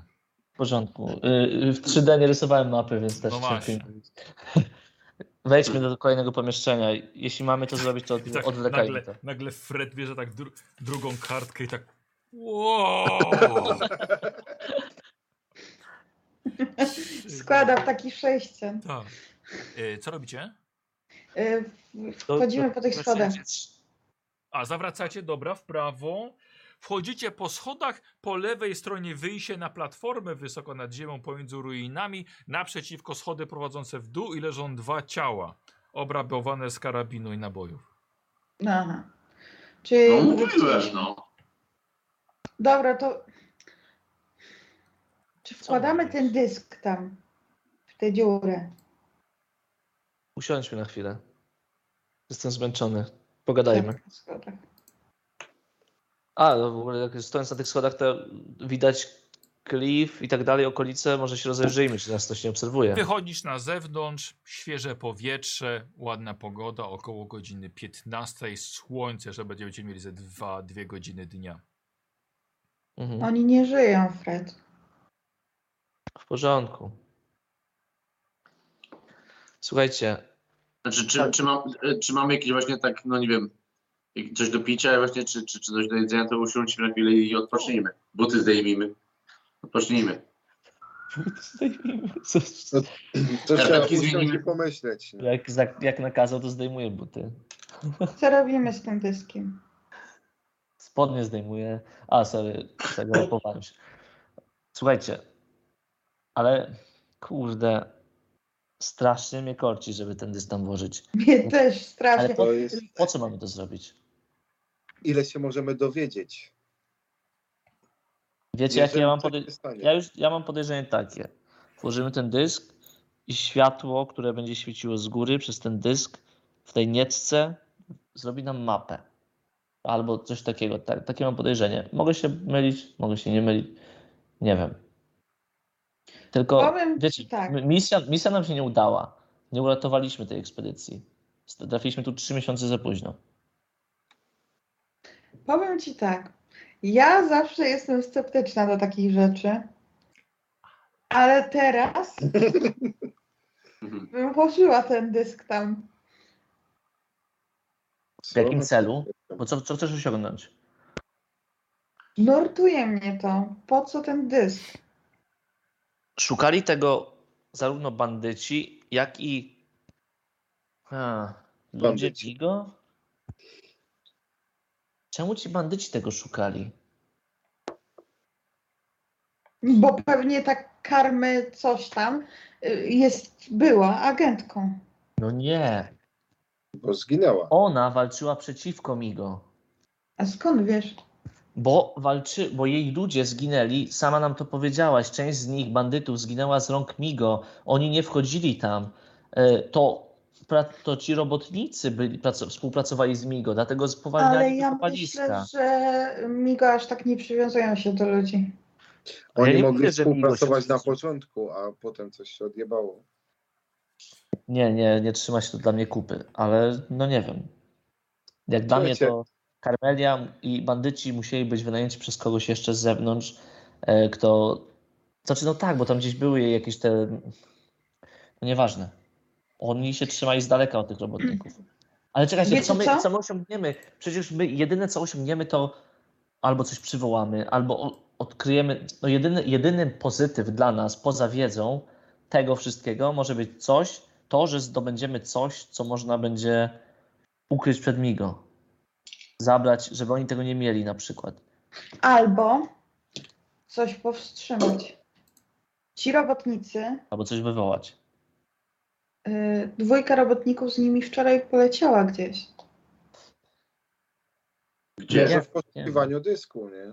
[SPEAKER 5] w porządku. Y, y, W 3D nie rysowałem mapy, więc też
[SPEAKER 1] No
[SPEAKER 5] cierpię.
[SPEAKER 1] właśnie.
[SPEAKER 5] *laughs* Wejdźmy do kolejnego pomieszczenia. Jeśli mamy to zrobić, to
[SPEAKER 1] I tak
[SPEAKER 5] odwlekajmy
[SPEAKER 1] nagle,
[SPEAKER 5] to.
[SPEAKER 1] nagle Fred bierze tak dru drugą kartkę i tak wow!
[SPEAKER 3] *laughs*
[SPEAKER 1] *laughs*
[SPEAKER 3] Składa w taki sześcian.
[SPEAKER 1] Tak. Y, Co robicie?
[SPEAKER 3] Y, w- Wchodzimy po tych schodach.
[SPEAKER 1] A zawracacie, dobra, w prawo. Wchodzicie po schodach, po lewej stronie wyjście na platformę wysoko nad ziemią pomiędzy ruinami, naprzeciwko schody prowadzące w dół i leżą dwa ciała, obrabowane z karabinu i nabojów.
[SPEAKER 3] No, Aha. Czyli...
[SPEAKER 2] No mówiłem, no.
[SPEAKER 3] Dobra, to... Czy wkładamy ten dysk tam, w tę dziurę?
[SPEAKER 5] Usiądźmy na chwilę. Jestem zmęczony. Pogadajmy.
[SPEAKER 3] Tak, na schodach.
[SPEAKER 5] A, no w ogóle jak stojąc na tych schodach, to widać klif i tak dalej, okolice. Może się rozejrzyjmy, czy nas ktoś nie obserwuje.
[SPEAKER 1] Wychodzisz na zewnątrz, świeże powietrze, ładna pogoda, około godziny 15, słońce, że będziecie mieli ze dwa, dwie godziny dnia.
[SPEAKER 5] Mhm.
[SPEAKER 3] Oni nie żyją, Fred.
[SPEAKER 5] W porządku. Słuchajcie,
[SPEAKER 2] Znaczy, czy, czy, mam, czy mamy jakieś właśnie tak, no nie wiem, jak- coś do picia właśnie, czy, czy, czy coś do jedzenia, to usiądźmy na chwilę i odpocznijmy. Buty zdejmijmy. Odpocznijmy.
[SPEAKER 5] Co-
[SPEAKER 4] To trzeba
[SPEAKER 2] Kartki
[SPEAKER 4] usiąść i
[SPEAKER 2] zmienimy.
[SPEAKER 4] pomyśleć. no. nie?
[SPEAKER 5] jak, za- jak nakazał, to zdejmuję buty.
[SPEAKER 3] Co robimy z tym dyskiem?
[SPEAKER 5] Spodnie zdejmuję. A, sorry, zagalopowałem się. Słuchajcie, ale kurde, strasznie mnie korci, żeby ten dys tam włożyć.
[SPEAKER 3] Mnie też
[SPEAKER 5] No. Ale
[SPEAKER 3] strasznie.
[SPEAKER 5] po,
[SPEAKER 4] To jest,
[SPEAKER 5] po co mamy to zrobić?
[SPEAKER 4] ile się możemy dowiedzieć.
[SPEAKER 5] Wiecie, jakie
[SPEAKER 4] Jeżeli
[SPEAKER 5] ja mam
[SPEAKER 4] coś
[SPEAKER 5] podejście?
[SPEAKER 4] się stanie.
[SPEAKER 5] Ja, już, ja mam podejrzenie takie. Włożymy ten dysk i światło, które będzie świeciło z góry przez ten dysk w tej niecce zrobi nam mapę. Albo coś takiego. Tak, takie mam podejrzenie. Mogę się mylić, mogę się nie mylić. Nie wiem. Tylko
[SPEAKER 3] Powiem ci
[SPEAKER 5] wiecie,
[SPEAKER 3] tak.
[SPEAKER 5] mi- misja, misja nam się nie udała. Nie uratowaliśmy tej ekspedycji. St- Trafiliśmy tu trzy miesiące za późno.
[SPEAKER 3] Powiem ci tak. Ja zawsze jestem sceptyczna do takich rzeczy. Ale teraz
[SPEAKER 2] Mhm.
[SPEAKER 3] bym włożyła ten dysk tam.
[SPEAKER 5] W jakim celu? Bo co, co chcesz osiągnąć?
[SPEAKER 3] Nurtuje mnie to. Po co ten dysk?
[SPEAKER 5] szukali tego zarówno bandyci, jak i a, ludzie
[SPEAKER 4] Bandyci.
[SPEAKER 5] Bigo. Czemu ci bandyci tego szukali?
[SPEAKER 3] Bo pewnie ta karmy coś tam y, jest, była agentką.
[SPEAKER 5] No nie,
[SPEAKER 4] Bo zginęła.
[SPEAKER 5] ona walczyła przeciwko Migo,
[SPEAKER 3] A skąd wiesz?
[SPEAKER 5] bo walczy, bo jej ludzie zginęli, sama nam to powiedziałaś, część z nich, bandytów, zginęła z rąk Migo, oni nie wchodzili tam. E, To, pra- to ci robotnicy byli, praco- współpracowali z Migo, dlatego spowalniali
[SPEAKER 3] Ale ja
[SPEAKER 5] wykopaliska.
[SPEAKER 3] myślę, że migo aż tak nie przywiązują się do ludzi.
[SPEAKER 5] Ale ja
[SPEAKER 4] Oni
[SPEAKER 5] nie
[SPEAKER 4] mogli
[SPEAKER 5] mówię, że miło się
[SPEAKER 4] współpracować na
[SPEAKER 5] wszystko-
[SPEAKER 4] początku, a potem coś się odjebało.
[SPEAKER 5] Nie, nie, nie trzyma się to dla mnie kupy, ale no nie wiem. Jak dla mnie
[SPEAKER 4] Słuchajcie.
[SPEAKER 5] to Karmelia i bandyci musieli być wynajęci przez kogoś jeszcze z zewnątrz, e, kto. Znaczy, no tak, bo tam gdzieś były jakieś te. No nieważne. Oni się trzymali z daleka od tych robotników. *clears throat* Ale czekajcie,
[SPEAKER 3] Wiecie
[SPEAKER 5] co my,
[SPEAKER 3] co?
[SPEAKER 5] co my osiągniemy? Przecież my jedyne co osiągniemy to albo coś przywołamy, albo o- odkryjemy. No jedyny, jedyny pozytyw dla nas poza wiedzą tego wszystkiego może być coś, to, że zdobędziemy coś, co można będzie ukryć przed Migo. zabrać, żeby oni tego nie mieli na przykład.
[SPEAKER 3] Albo coś powstrzymać. Ci robotnicy,
[SPEAKER 5] Albo coś wywołać.
[SPEAKER 3] y, dwójka robotników z nimi wczoraj poleciała gdzieś.
[SPEAKER 7] Gdzie?
[SPEAKER 5] Nie.
[SPEAKER 4] Może w poszukiwaniu dysku, nie?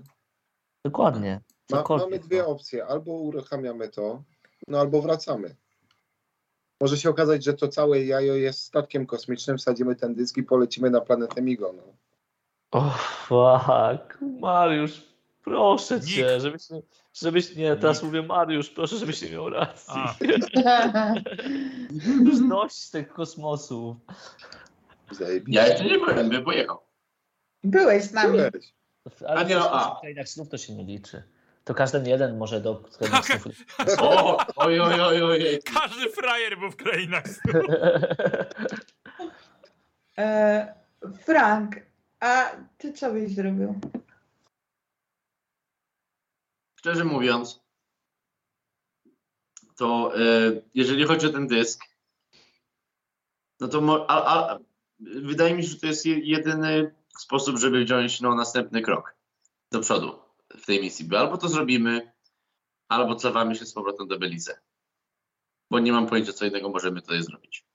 [SPEAKER 5] Dokładnie.
[SPEAKER 4] Ma,
[SPEAKER 5] Cokolwiek,
[SPEAKER 4] mamy
[SPEAKER 5] no.
[SPEAKER 4] dwie opcje. Albo uruchamiamy to, no albo wracamy. Może się okazać, że to całe jajo jest statkiem kosmicznym, wsadzimy ten dysk i polecimy na planetę Migo. No.
[SPEAKER 5] O, fuck. Mariusz, proszę cię,
[SPEAKER 8] Nikt.
[SPEAKER 5] żebyś nie, żebyś nie, teraz
[SPEAKER 8] Nikt.
[SPEAKER 5] mówię Mariusz, proszę, żebyś nie miał racji.
[SPEAKER 8] A.
[SPEAKER 5] Już dość tych kosmosów.
[SPEAKER 4] Zajebiście.
[SPEAKER 7] Ja jeszcze nie byłem, bym pojechał.
[SPEAKER 3] Byłeś z nami.
[SPEAKER 4] Byłeś.
[SPEAKER 5] Ale
[SPEAKER 7] A nie,
[SPEAKER 5] w
[SPEAKER 7] no, a.
[SPEAKER 5] krainach snów to się nie liczy. To każdy jeden może do
[SPEAKER 8] *laughs*
[SPEAKER 5] krainy snów. *laughs*
[SPEAKER 7] O, oj, oj, oj, oj.
[SPEAKER 8] Każdy frajer był w krainach.
[SPEAKER 3] E, Frank, a ty co byś zrobił?
[SPEAKER 7] Szczerze mówiąc, to e, jeżeli chodzi o ten dysk, no to mo- a, a, wydaje mi się, że to jest je- jedyny sposób, żeby wziąć no, następny krok do przodu w tej misji. Bo albo to zrobimy, albo cofamy się z powrotem do Belize. Bo nie mam pojęcia, co innego możemy tutaj zrobić.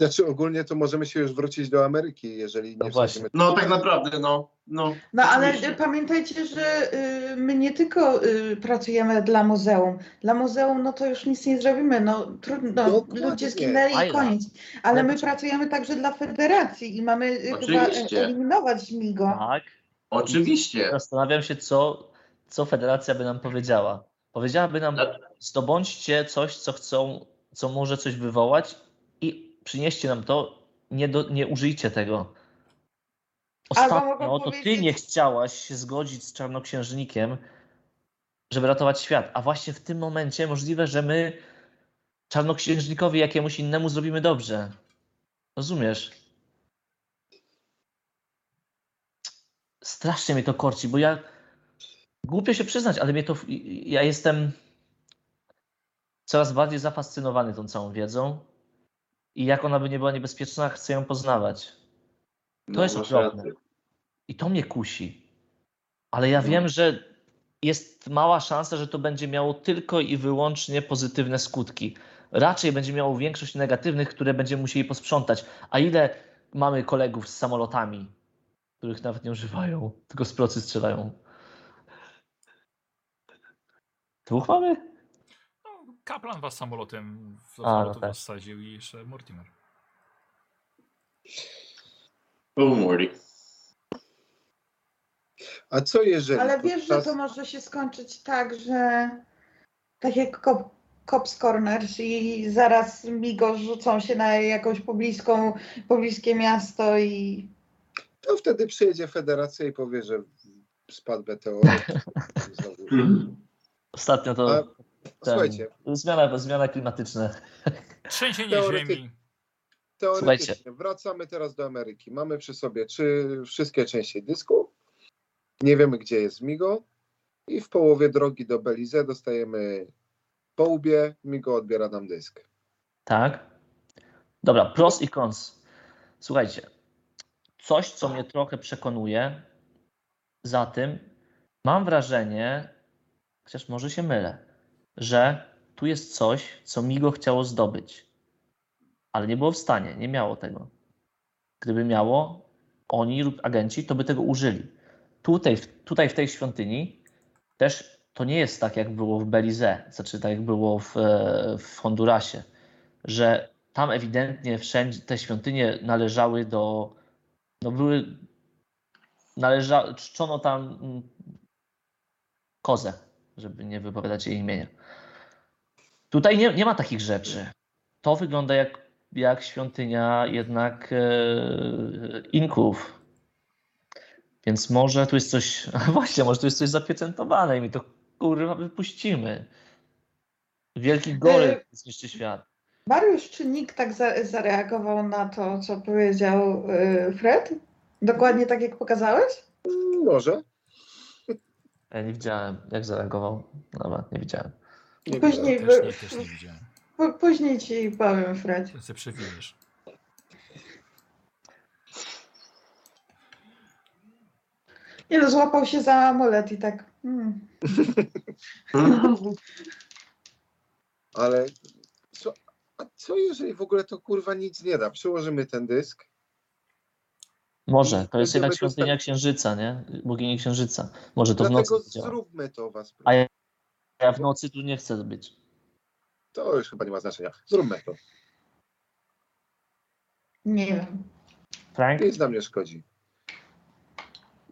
[SPEAKER 4] Znaczy ogólnie to możemy się już wrócić do Ameryki, jeżeli
[SPEAKER 5] No
[SPEAKER 4] nie
[SPEAKER 5] właśnie.
[SPEAKER 4] wsadzimy.
[SPEAKER 7] No tak naprawdę, no. No,
[SPEAKER 3] No ale
[SPEAKER 7] oczywiście.
[SPEAKER 3] pamiętajcie, że y, my nie tylko y, pracujemy dla muzeum. Dla muzeum no to już nic nie zrobimy, no trudno,
[SPEAKER 4] Dokładnie.
[SPEAKER 3] ludzie zginęli i
[SPEAKER 5] Fajna.
[SPEAKER 3] koniec. Ale
[SPEAKER 5] Ale
[SPEAKER 3] my
[SPEAKER 5] poczekaj.
[SPEAKER 3] pracujemy także dla federacji i mamy y, chyba
[SPEAKER 7] Oczywiście.
[SPEAKER 3] e- eliminować MIGO.
[SPEAKER 5] tak.
[SPEAKER 7] Oczywiście.
[SPEAKER 5] Zastanawiam się, co, co federacja by nam powiedziała. Powiedziałaby nam,
[SPEAKER 7] Dla-
[SPEAKER 5] zdobądźcie coś, co chcą, co może coś wywołać i przynieście nam to, nie, do, nie użyjcie tego.
[SPEAKER 3] Albo
[SPEAKER 5] Ostatnio
[SPEAKER 3] mogą
[SPEAKER 5] to ty
[SPEAKER 3] powiedzieć-
[SPEAKER 5] nie chciałaś się zgodzić z czarnoksiężnikiem, żeby ratować świat, a właśnie w tym momencie możliwe, że my czarnoksiężnikowi jakiemuś innemu zrobimy dobrze. Rozumiesz? Strasznie mnie to korci, bo ja głupio się przyznać, ale mnie to. w- Ja jestem coraz bardziej zafascynowany tą całą wiedzą. I jak ona by nie była niebezpieczna, chcę ją poznawać.
[SPEAKER 7] No,
[SPEAKER 5] To jest
[SPEAKER 7] masz
[SPEAKER 5] okropne.
[SPEAKER 7] rację.
[SPEAKER 5] I to mnie kusi. Ale ja wiem, że jest mała szansa, że to będzie miało tylko i wyłącznie pozytywne skutki. Raczej będzie miało większość negatywnych, które będziemy musieli posprzątać. A ile mamy kolegów z samolotami, których nawet nie używają, tylko z procy strzelają? Dwóch mamy?
[SPEAKER 8] No, kaplan was samolotem w
[SPEAKER 5] A, no
[SPEAKER 8] samolotu
[SPEAKER 5] tak.
[SPEAKER 8] was sadził i jeszcze Mortimer.
[SPEAKER 7] Oh, Morty.
[SPEAKER 4] A co jeżeli...
[SPEAKER 3] Ale wiesz, że
[SPEAKER 4] podczas-
[SPEAKER 3] to może się skończyć tak, że tak jak Cop, Cops Corners i zaraz MIGO rzucą się na jakąś pobliską, pobliskie miasto i
[SPEAKER 4] To wtedy przyjedzie federacja i powie, że spadł meteor. Znowu.
[SPEAKER 5] Ostatnio to.
[SPEAKER 4] A, Słuchajcie,
[SPEAKER 5] Zmiana, zmiana klimatyczna.
[SPEAKER 8] Trzęsienie
[SPEAKER 4] Teorety-
[SPEAKER 8] ziemi.
[SPEAKER 4] teoretycznie wracamy teraz do Ameryki. Mamy przy sobie trzy, wszystkie części dysku. Nie wiemy, gdzie jest Migo. I w połowie drogi do Belize dostajemy po łbie. Migo odbiera nam dysk.
[SPEAKER 5] Tak. Dobra, pros i cons. Słuchajcie, coś, co mnie trochę przekonuje za tym, mam wrażenie, chociaż może się mylę, że tu jest coś, co Migo chciało zdobyć, ale nie było w stanie, nie miało tego. Gdyby miało, oni lub agenci to by tego użyli. Tutaj, w- tutaj w tej świątyni też to nie jest tak, jak było w Belize, znaczy tak jak było w, e, w Hondurasie że tam ewidentnie wszędzie te świątynie należały do. No były. Należa, czczono tam mm, kozę, żeby nie wypowiadać jej imienia. Tutaj nie, nie ma takich rzeczy. To wygląda jak, jak świątynia jednak e, Inków. Więc może tu jest coś. *laughs* Właśnie, może tu jest coś zapieczętowane i my to kurwa wypuścimy. Wielki goryl
[SPEAKER 3] E,
[SPEAKER 5] zniszczy świat.
[SPEAKER 3] Mariusz, czy nikt tak za- zareagował na to, co powiedział y, Fred? Dokładnie tak, jak pokazałeś?
[SPEAKER 4] Mm, Może.
[SPEAKER 5] Ja nie widziałem, jak zareagował. Nawet nie widziałem.
[SPEAKER 4] Nie
[SPEAKER 3] Później,
[SPEAKER 8] Też nie,
[SPEAKER 3] wy-
[SPEAKER 8] też nie widziałem.
[SPEAKER 3] p- później ci powiem, Fred.
[SPEAKER 8] Ty się przewijesz.
[SPEAKER 3] Nie no, złapał się za amulet i tak. Mm.
[SPEAKER 4] Ale co, a co jeżeli w ogóle to kurwa nic nie da? Przełożymy ten dysk.
[SPEAKER 5] Może, to jest
[SPEAKER 4] Będziemy
[SPEAKER 5] jednak świątynia księżyca, nie? Bogini księżyca. Może to w nocy
[SPEAKER 4] Dlatego
[SPEAKER 5] działa.
[SPEAKER 4] zróbmy to was.
[SPEAKER 5] A ja, ja w nocy tu nie chcę być.
[SPEAKER 4] To już chyba nie ma znaczenia. Zróbmy to.
[SPEAKER 3] Nie wiem.
[SPEAKER 5] Frank?
[SPEAKER 4] Nic nam nie szkodzi.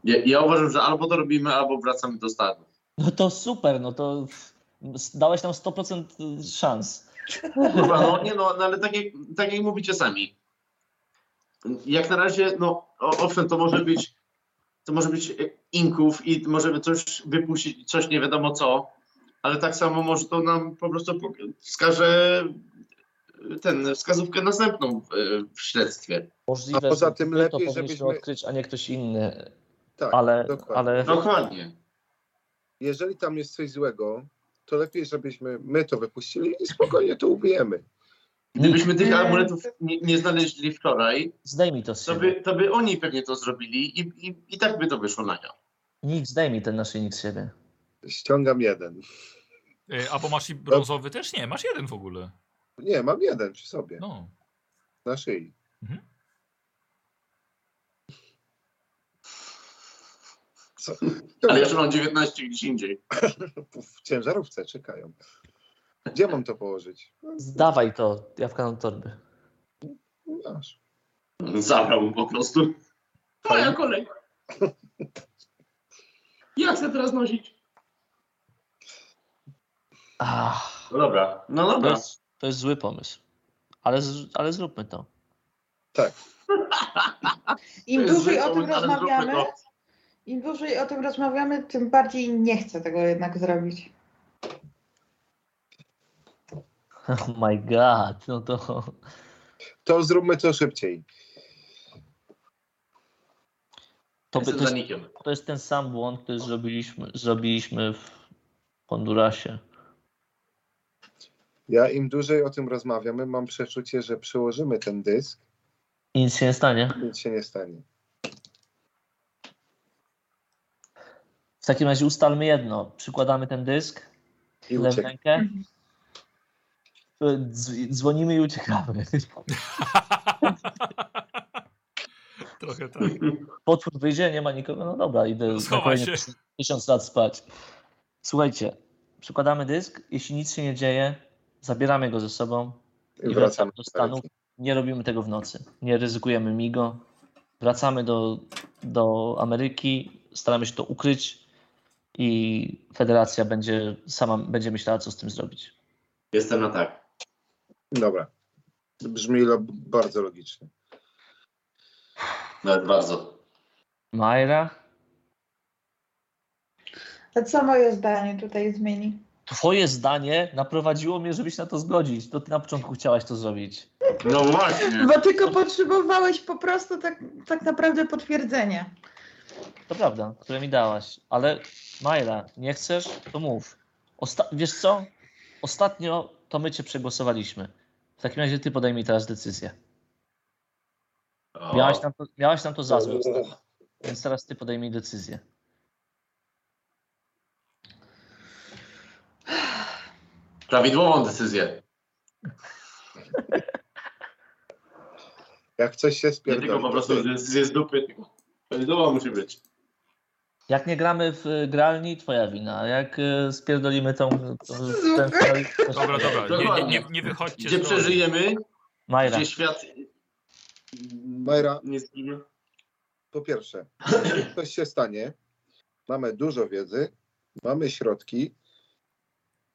[SPEAKER 2] Ja, ja uważam, że albo to robimy, albo wracamy do stanu.
[SPEAKER 5] No to super, no to dałeś nam 100% szans.
[SPEAKER 2] Kurwa, no nie no, no ale tak jak, tak jak mówicie sami. Jak na razie, no o- owszem, to może być to może być e, inków i możemy coś wypuścić, coś nie wiadomo co, ale tak samo może to nam po prostu pok- wskaże e, ten, wskazówkę następną e, w śledztwie.
[SPEAKER 5] Możliwe,
[SPEAKER 4] A poza
[SPEAKER 5] że
[SPEAKER 4] tym
[SPEAKER 5] my
[SPEAKER 4] lepiej,
[SPEAKER 5] to powinniśmy
[SPEAKER 4] żebyśmy-
[SPEAKER 5] odkryć, a nie ktoś inny.
[SPEAKER 4] Tak,
[SPEAKER 5] ale,
[SPEAKER 4] dokładnie.
[SPEAKER 5] ale
[SPEAKER 2] No, Dokładnie.
[SPEAKER 4] Jeżeli tam jest coś złego, to lepiej, żebyśmy my to wypuścili i spokojnie to ubijemy.
[SPEAKER 2] Gdybyśmy tych amuletów nie, nie znaleźli wczoraj,
[SPEAKER 5] zdejmij to z
[SPEAKER 2] to
[SPEAKER 5] siebie.
[SPEAKER 2] by, to by oni pewnie to zrobili i, i, i tak by to wyszło na nią.
[SPEAKER 5] Nikt zdejmij ten naszyjnik z siebie.
[SPEAKER 4] Ściągam jeden.
[SPEAKER 1] Y, Albo masz i brązowy też nie, masz jeden w ogóle.
[SPEAKER 4] Nie, mam jeden przy sobie,
[SPEAKER 1] No.
[SPEAKER 4] na szyi.
[SPEAKER 1] Mhm.
[SPEAKER 4] Co?
[SPEAKER 2] Ale jeszcze mam 19 gdzieś indziej.
[SPEAKER 4] W ciężarówce czekają. Gdzie mam to położyć? No,
[SPEAKER 5] Zdawaj to, ja wkładam torby.
[SPEAKER 4] Masz.
[SPEAKER 2] Zabrał mu po prostu. Moja kolej. Ja chcę teraz nosić.
[SPEAKER 5] Ach,
[SPEAKER 2] No dobra. No
[SPEAKER 5] Ah, to,
[SPEAKER 2] dobra.
[SPEAKER 5] jest, to jest zły pomysł. Ale, z, ale zróbmy to. *laughs*
[SPEAKER 2] To
[SPEAKER 3] Im
[SPEAKER 2] jest
[SPEAKER 3] dłużej
[SPEAKER 2] rzecz,
[SPEAKER 3] o tym
[SPEAKER 2] ale zróbmy
[SPEAKER 3] rozmawiamy,
[SPEAKER 2] to.
[SPEAKER 3] im dłużej o tym rozmawiamy, tym bardziej nie chcę tego jednak zrobić.
[SPEAKER 5] Oh my god, no to...
[SPEAKER 4] To zróbmy to szybciej.
[SPEAKER 5] To, by,
[SPEAKER 2] Jestem
[SPEAKER 5] to,
[SPEAKER 2] za
[SPEAKER 5] jest,
[SPEAKER 2] nikiem.
[SPEAKER 5] to jest ten sam błąd, który zrobiliśmy, zrobiliśmy w Hondurasie.
[SPEAKER 4] Ja im dłużej o tym rozmawiamy, mam przeczucie, że przyłożymy ten dysk,
[SPEAKER 5] I nic się nie stanie.
[SPEAKER 4] nic się nie stanie.
[SPEAKER 5] W takim razie ustalmy jedno. Przykładamy ten dysk,
[SPEAKER 4] I
[SPEAKER 5] lewą
[SPEAKER 4] uciekamy.
[SPEAKER 5] rękę. Dz- Dzwonimy i uciekamy. *laughs*
[SPEAKER 1] Trochę tak.
[SPEAKER 5] Potwór wyjdzie, nie ma nikogo. No dobra, idę na
[SPEAKER 1] Schowa
[SPEAKER 5] kolejne
[SPEAKER 1] się.
[SPEAKER 5] tysiąc lat spać. Słuchajcie, przykładamy dysk. Jeśli nic się nie dzieje, zabieramy go ze sobą i wracamy do Stanów. Nie robimy tego w nocy. Nie ryzykujemy migo. Wracamy do, do Ameryki, staramy się to ukryć i federacja będzie sama będzie myślała, co z tym zrobić.
[SPEAKER 2] Jestem na tak.
[SPEAKER 4] Dobra. Brzmi lo- bardzo logicznie.
[SPEAKER 2] Nawet bardzo.
[SPEAKER 5] Majra,
[SPEAKER 3] A co moje zdanie tutaj zmieni?
[SPEAKER 5] twoje zdanie naprowadziło mnie, żeby się na to zgodzić. To ty na początku chciałaś to zrobić.
[SPEAKER 2] No właśnie.
[SPEAKER 3] Bo tylko potrzebowałeś po prostu tak, tak naprawdę potwierdzenia.
[SPEAKER 5] To prawda, które mi dałaś. Ale Majra, nie chcesz? To mów. Osta- wiesz co? Ostatnio to my cię przegłosowaliśmy. W takim razie ty podejmij teraz decyzję.
[SPEAKER 2] O.
[SPEAKER 5] Miałaś nam to, miałaś nam to za złe, ostatnio, więc teraz ty podejmij decyzję.
[SPEAKER 2] Prawidłową decyzję.
[SPEAKER 4] Jak coś się
[SPEAKER 2] Nie tylko
[SPEAKER 4] spierdoli,
[SPEAKER 2] po
[SPEAKER 4] to
[SPEAKER 2] prostu decyzję z dupy. tylko Prawidłowa musi być.
[SPEAKER 5] Jak nie gramy w y, gralni, twoja wina. A Jak y, spierdolimy tą... tą ten,
[SPEAKER 1] Dobra, dobra. Nie, nie, nie,
[SPEAKER 2] Dokładnie.
[SPEAKER 1] nie wychodźcie
[SPEAKER 2] Gdzie
[SPEAKER 1] z roli.
[SPEAKER 2] przeżyjemy,
[SPEAKER 5] Majra,
[SPEAKER 2] gdzie świat...
[SPEAKER 4] Majra.
[SPEAKER 2] Nie zginie.
[SPEAKER 4] po pierwsze, jak coś się stanie, mamy dużo wiedzy, mamy środki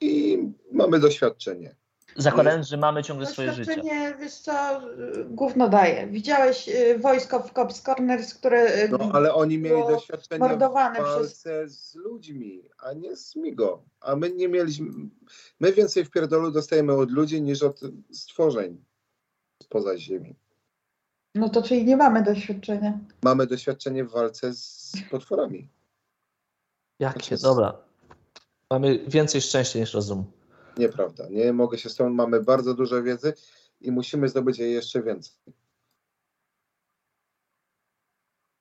[SPEAKER 4] i mamy doświadczenie.
[SPEAKER 5] zakładając, że mamy ciągle swoje życie.
[SPEAKER 3] Doświadczenie, wiesz co, y, gówno daje. Widziałeś y, wojsko w Cops Corners, które y,
[SPEAKER 4] No, ale oni mieli
[SPEAKER 3] Było
[SPEAKER 4] doświadczenie w
[SPEAKER 3] mordowane przez...
[SPEAKER 4] walce z ludźmi, a nie z migo. A my nie mieliśmy... My więcej w pierdolu dostajemy od ludzi niż od stworzeń spoza ziemi.
[SPEAKER 3] No to czyli nie mamy doświadczenia.
[SPEAKER 4] Mamy doświadczenie w walce z potworami.
[SPEAKER 5] Jakie? Dobra. Mamy więcej szczęścia niż rozumu.
[SPEAKER 4] Nieprawda. Nie mogę się z tą. Mamy bardzo dużo wiedzy i musimy zdobyć jej jeszcze więcej.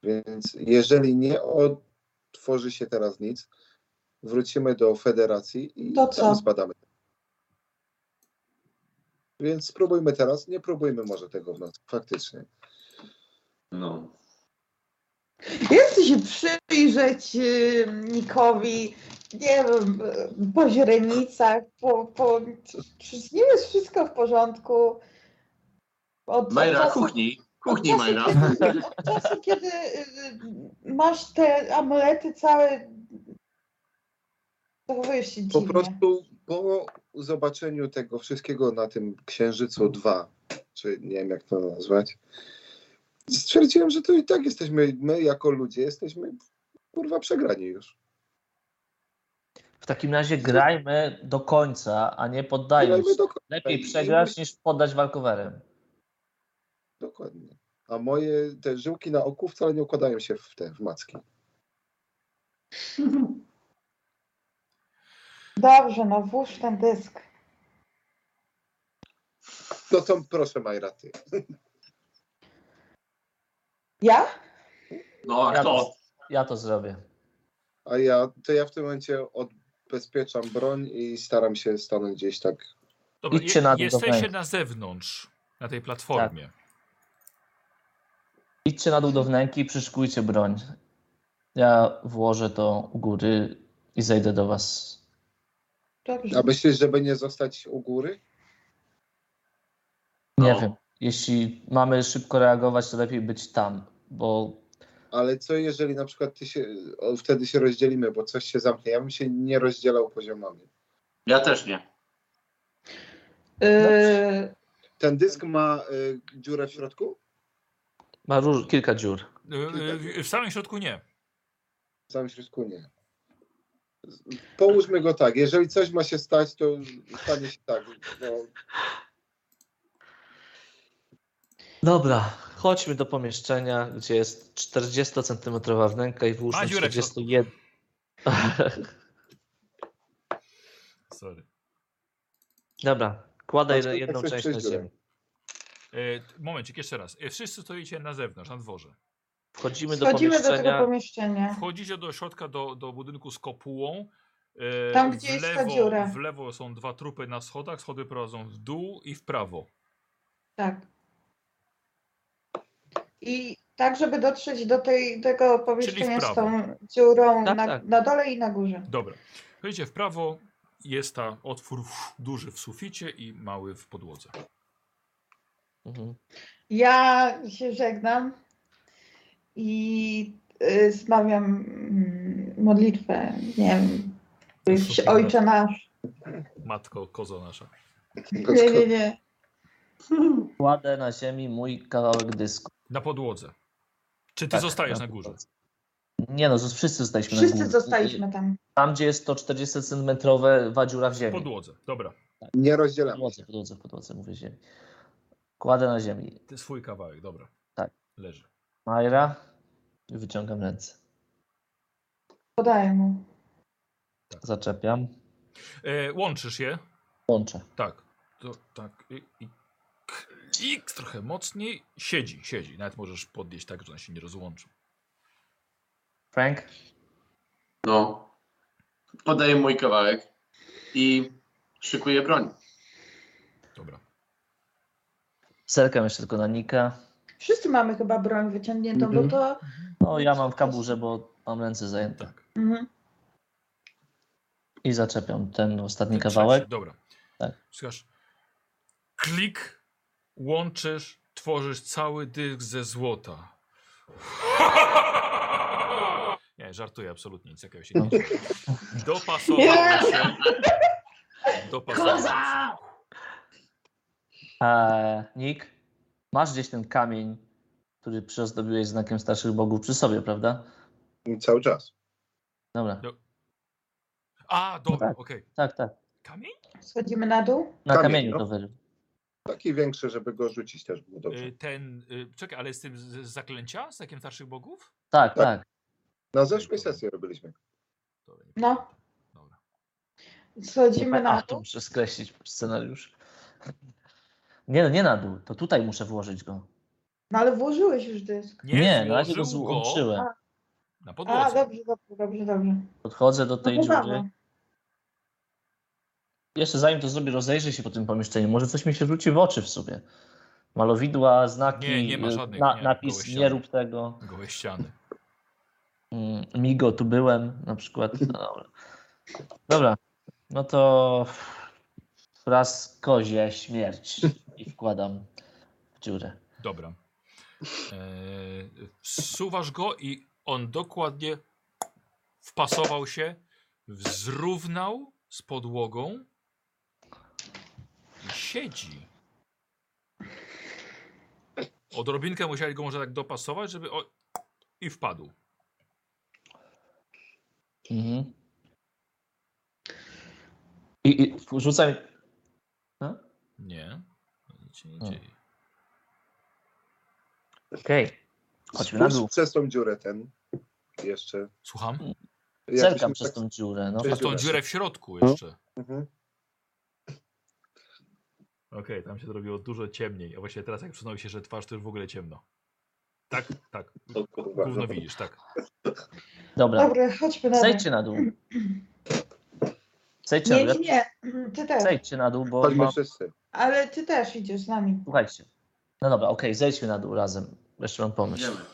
[SPEAKER 4] Więc jeżeli nie, od, tworzy się teraz nic. Wrócimy do federacji i
[SPEAKER 3] To co?
[SPEAKER 4] tam zbadamy. Więc spróbujmy teraz, nie próbujmy może tego w nocy, faktycznie.
[SPEAKER 2] No.
[SPEAKER 3] Ja chcę się przyjrzeć y, Nikowi, nie wiem, y, po źrenicach, po, po, czy, czy z nim jest wszystko w porządku? Od, od
[SPEAKER 2] Majra,
[SPEAKER 3] czasu-
[SPEAKER 2] kuchni.
[SPEAKER 3] od
[SPEAKER 2] Kuchni,
[SPEAKER 3] czasu,
[SPEAKER 2] Majra.
[SPEAKER 3] Kiedy, od czasu, kiedy y, masz te amulety całe, zachowujesz się
[SPEAKER 4] Po
[SPEAKER 3] dziwnie.
[SPEAKER 4] prostu po zobaczeniu tego wszystkiego na tym księżycu 2, czy nie wiem jak to nazwać, stwierdziłem, że to i tak jesteśmy, my jako ludzie jesteśmy kurwa przegrani już.
[SPEAKER 5] W takim razie grajmy do końca, a nie poddając.
[SPEAKER 4] Grajmy do końca.
[SPEAKER 5] Lepiej przegrać niż poddać walkowerem.
[SPEAKER 4] Dokładnie. A moje te żyłki na oku wcale nie układają się w te w macki.
[SPEAKER 3] Dobrze, no włóż ten dysk.
[SPEAKER 4] No to proszę Majra, ty.
[SPEAKER 3] Ja?
[SPEAKER 2] No, a
[SPEAKER 5] Ja
[SPEAKER 2] kto?
[SPEAKER 5] to, ja to zrobię.
[SPEAKER 4] A ja, to ja w tym momencie odbezpieczam broń i staram się stanąć gdzieś tak.
[SPEAKER 1] Dobra,
[SPEAKER 5] Idźcie na dół do
[SPEAKER 1] jesteście
[SPEAKER 5] wnętrz.
[SPEAKER 1] na zewnątrz, na tej platformie.
[SPEAKER 5] Idźcie na dół do wnęki i przyszykujcie broń. Ja włożę to u góry i zejdę do was.
[SPEAKER 3] Dobrze.
[SPEAKER 4] A myślisz, żeby nie zostać u góry?
[SPEAKER 5] Nie
[SPEAKER 2] No.
[SPEAKER 5] wiem. Jeśli mamy szybko reagować, to lepiej być tam, bo
[SPEAKER 4] Ale co jeżeli na przykład ty się, o, wtedy się rozdzielimy, bo coś się zamknie. Ja bym się nie rozdzielał poziomami.
[SPEAKER 2] Ja też nie.
[SPEAKER 3] Y,
[SPEAKER 4] Ten dysk
[SPEAKER 5] Tak.
[SPEAKER 4] ma y, dziurę w środku?
[SPEAKER 5] ma róż, kilka dziur.
[SPEAKER 1] Y, y, W samym środku nie.
[SPEAKER 4] W samym środku nie. Z- Połóżmy go tak. Jeżeli coś ma się stać, to stanie się tak. No,
[SPEAKER 5] Dobra, chodźmy do pomieszczenia, gdzie jest 40-centymetrowa wnęka i
[SPEAKER 1] Ma
[SPEAKER 5] włóżmy
[SPEAKER 1] dziurę w
[SPEAKER 5] 41.
[SPEAKER 1] Sorry.
[SPEAKER 5] Dobra, kładaj
[SPEAKER 4] Patrz,
[SPEAKER 5] jedną
[SPEAKER 4] jak coś
[SPEAKER 5] część na
[SPEAKER 4] przeździłem.
[SPEAKER 5] ziemię.
[SPEAKER 1] Y, Momencik, jeszcze raz. Y, Wszyscy stoicie na zewnątrz, na dworze.
[SPEAKER 5] Wchodzimy do
[SPEAKER 3] Schodzimy do tego
[SPEAKER 5] pomieszczenia.
[SPEAKER 3] pomieszczenia.
[SPEAKER 1] Wchodzicie do środka, do, do budynku z kopułą. Y,
[SPEAKER 3] Tam, gdzie jest ta dziura.
[SPEAKER 1] W lewo są dwa trupy na schodach, schody prowadzą w dół i w prawo.
[SPEAKER 3] Tak. I tak, żeby dotrzeć do tej, tego pomieszczenia z
[SPEAKER 1] prawo.
[SPEAKER 3] tą dziurą
[SPEAKER 5] Tak,
[SPEAKER 3] na,
[SPEAKER 5] tak.
[SPEAKER 3] na dole i na górze.
[SPEAKER 1] Dobra. Wejdziecie w prawo, jest ta otwór w- duży w suficie i mały w podłodze.
[SPEAKER 5] Mhm.
[SPEAKER 3] Ja się żegnam i y, zmawiam mm, modlitwę, nie wiem, jakiś ojcze nasz.
[SPEAKER 1] Matko, kozo nasza.
[SPEAKER 3] Nie, nie, nie.
[SPEAKER 5] Kładę na ziemi mój kawałek dysku.
[SPEAKER 1] Na podłodze. Czy ty
[SPEAKER 5] Tak,
[SPEAKER 1] zostajesz na górze?
[SPEAKER 5] Nie no, z- wszyscy zostaliśmy na
[SPEAKER 3] Wszyscy
[SPEAKER 5] górze.
[SPEAKER 3] zostaliśmy tam.
[SPEAKER 5] Tam, gdzie jest to 40-centymetrowe wadziura w
[SPEAKER 1] W
[SPEAKER 5] ziemi.
[SPEAKER 1] podłodze, dobra.
[SPEAKER 4] nie
[SPEAKER 5] W
[SPEAKER 4] rozdzielamy
[SPEAKER 5] podłodze,
[SPEAKER 4] się.
[SPEAKER 5] w podłodze, w podłodze, mówię ziemi. Kładę na ziemi.
[SPEAKER 1] Ty swój kawałek, dobra.
[SPEAKER 5] Tak.
[SPEAKER 1] Leży.
[SPEAKER 5] Majra. i Wyciągam ręce.
[SPEAKER 3] Podaję mu.
[SPEAKER 5] Zaczepiam.
[SPEAKER 1] E, łączysz je?
[SPEAKER 5] Łączę.
[SPEAKER 1] Tak. To, tak. I, i, k- i k- trochę mocniej. Siedzi, siedzi. Nawet możesz podnieść tak, że on się nie rozłączył.
[SPEAKER 5] Frank?
[SPEAKER 2] No. Podaję mój kawałek i szykuję broń.
[SPEAKER 1] Dobra.
[SPEAKER 5] Serkam jeszcze tylko na Nika.
[SPEAKER 3] Wszyscy mamy chyba broń wyciągniętą, bo
[SPEAKER 9] Mhm.
[SPEAKER 3] to...
[SPEAKER 5] No ja mam w kaburze, bo mam ręce zajęte.
[SPEAKER 1] Tak.
[SPEAKER 3] Mhm.
[SPEAKER 5] I zaczepiam ten ostatni
[SPEAKER 1] Ten
[SPEAKER 5] kawałek.
[SPEAKER 1] trzeci, Dobra.
[SPEAKER 5] Tak.
[SPEAKER 1] Słuchasz. Klik, łączysz, tworzysz cały dysk ze złota. *laughs* Nie, żartuję absolutnie, nic takiego się nie dzieje. Dopasowało się. Dopasowało się.
[SPEAKER 2] Koza!
[SPEAKER 5] Eee, Nick, masz gdzieś ten kamień, który przyozdobiłeś znakiem starszych bogów przy sobie, prawda?
[SPEAKER 4] Cały czas.
[SPEAKER 5] Dobra,
[SPEAKER 1] No. A, dobra,
[SPEAKER 5] tak.
[SPEAKER 1] okej.
[SPEAKER 5] tak, tak.
[SPEAKER 1] Kamień? Y,
[SPEAKER 3] Schodzimy na dół?
[SPEAKER 5] Na
[SPEAKER 4] Kamień,
[SPEAKER 5] kamieniu
[SPEAKER 4] no.
[SPEAKER 5] to wyrył.
[SPEAKER 4] Taki większy, żeby go rzucić też było dobrze.
[SPEAKER 1] Y, Ten, y, czekaj, ale z tym z, z zaklęcia? Z takim starszych bogów?
[SPEAKER 5] Tak, tak.
[SPEAKER 4] Na zeszłej sesji robiliśmy.
[SPEAKER 1] Dobra, nie
[SPEAKER 3] No.
[SPEAKER 1] pamiętam. Dobra.
[SPEAKER 3] Schodzimy na
[SPEAKER 5] A, to
[SPEAKER 3] dół?
[SPEAKER 5] muszę skreślić scenariusz. *laughs* Nie, no nie na dół, to tutaj muszę włożyć go.
[SPEAKER 3] No ale włożyłeś już dysk.
[SPEAKER 5] Nie, na razie go
[SPEAKER 1] złożył go,
[SPEAKER 5] złączyłem.
[SPEAKER 10] Na
[SPEAKER 3] A,
[SPEAKER 10] podłodze.
[SPEAKER 3] dobrze, dobrze, dobrze, dobrze.
[SPEAKER 5] Podchodzę do tej
[SPEAKER 3] No to
[SPEAKER 5] dziury.
[SPEAKER 3] dawaj.
[SPEAKER 5] Jeszcze zanim to zrobię, rozejrzę się po tym pomieszczeniu. Może coś mi się rzuci w oczy w sobie. Malowidła, znaki,
[SPEAKER 1] Nie, nie ma
[SPEAKER 5] y,
[SPEAKER 1] żadnych, nie,
[SPEAKER 5] napis,
[SPEAKER 1] koło
[SPEAKER 5] nie
[SPEAKER 1] ściany.
[SPEAKER 5] rób tego.
[SPEAKER 1] Gołe ściany.
[SPEAKER 5] Mm, Migo, tu byłem na przykład. No, dobra. dobra, no to wraz kozie śmierć i wkładam w dziurę.
[SPEAKER 1] Dobra. E, wsuwasz go i on dokładnie wpasował się, zrównał z podłogą i siedzi. Odrobinkę musieli go może tak dopasować, żeby o... i wpadł.
[SPEAKER 5] Mhm. I, I rzucam. No?
[SPEAKER 1] Nie. Nic się nie
[SPEAKER 5] Hmm.
[SPEAKER 1] dzieje.
[SPEAKER 5] Okej. Chodźmy na
[SPEAKER 4] Spójrz
[SPEAKER 5] dół.
[SPEAKER 4] przez tą dziurę ten. Jeszcze.
[SPEAKER 1] Słucham?
[SPEAKER 5] Zerkam
[SPEAKER 4] Jakbyśmy
[SPEAKER 5] przez
[SPEAKER 4] tak-
[SPEAKER 5] tą dziurę. No,
[SPEAKER 4] Przez
[SPEAKER 1] Przez tą
[SPEAKER 4] dziurę.
[SPEAKER 1] dziurę w środku jeszcze.
[SPEAKER 4] Mhm.
[SPEAKER 1] Okej, tam się zrobiło dużo ciemniej. A właśnie teraz jak przyznał się, że twarz to już w ogóle ciemno. Tak, tak.
[SPEAKER 4] O kurwa,
[SPEAKER 1] Gówno
[SPEAKER 4] no.
[SPEAKER 1] widzisz, tak.
[SPEAKER 5] dobra.
[SPEAKER 3] Dobra, chodźmy dalej.
[SPEAKER 5] Zejdźcie na dół. Zejdźcie
[SPEAKER 3] Nie,
[SPEAKER 5] na
[SPEAKER 3] nie,
[SPEAKER 5] dół.
[SPEAKER 3] nie. Ty też.
[SPEAKER 5] Zejdźcie na dół, bo
[SPEAKER 4] Chodźmy
[SPEAKER 5] mam...
[SPEAKER 4] wszyscy.
[SPEAKER 3] Ale ty też idziesz z nami.
[SPEAKER 5] Słuchajcie. No dobra, okej, zejdźmy na dół razem. Jeszcze mam pomysł.
[SPEAKER 2] Idziemy.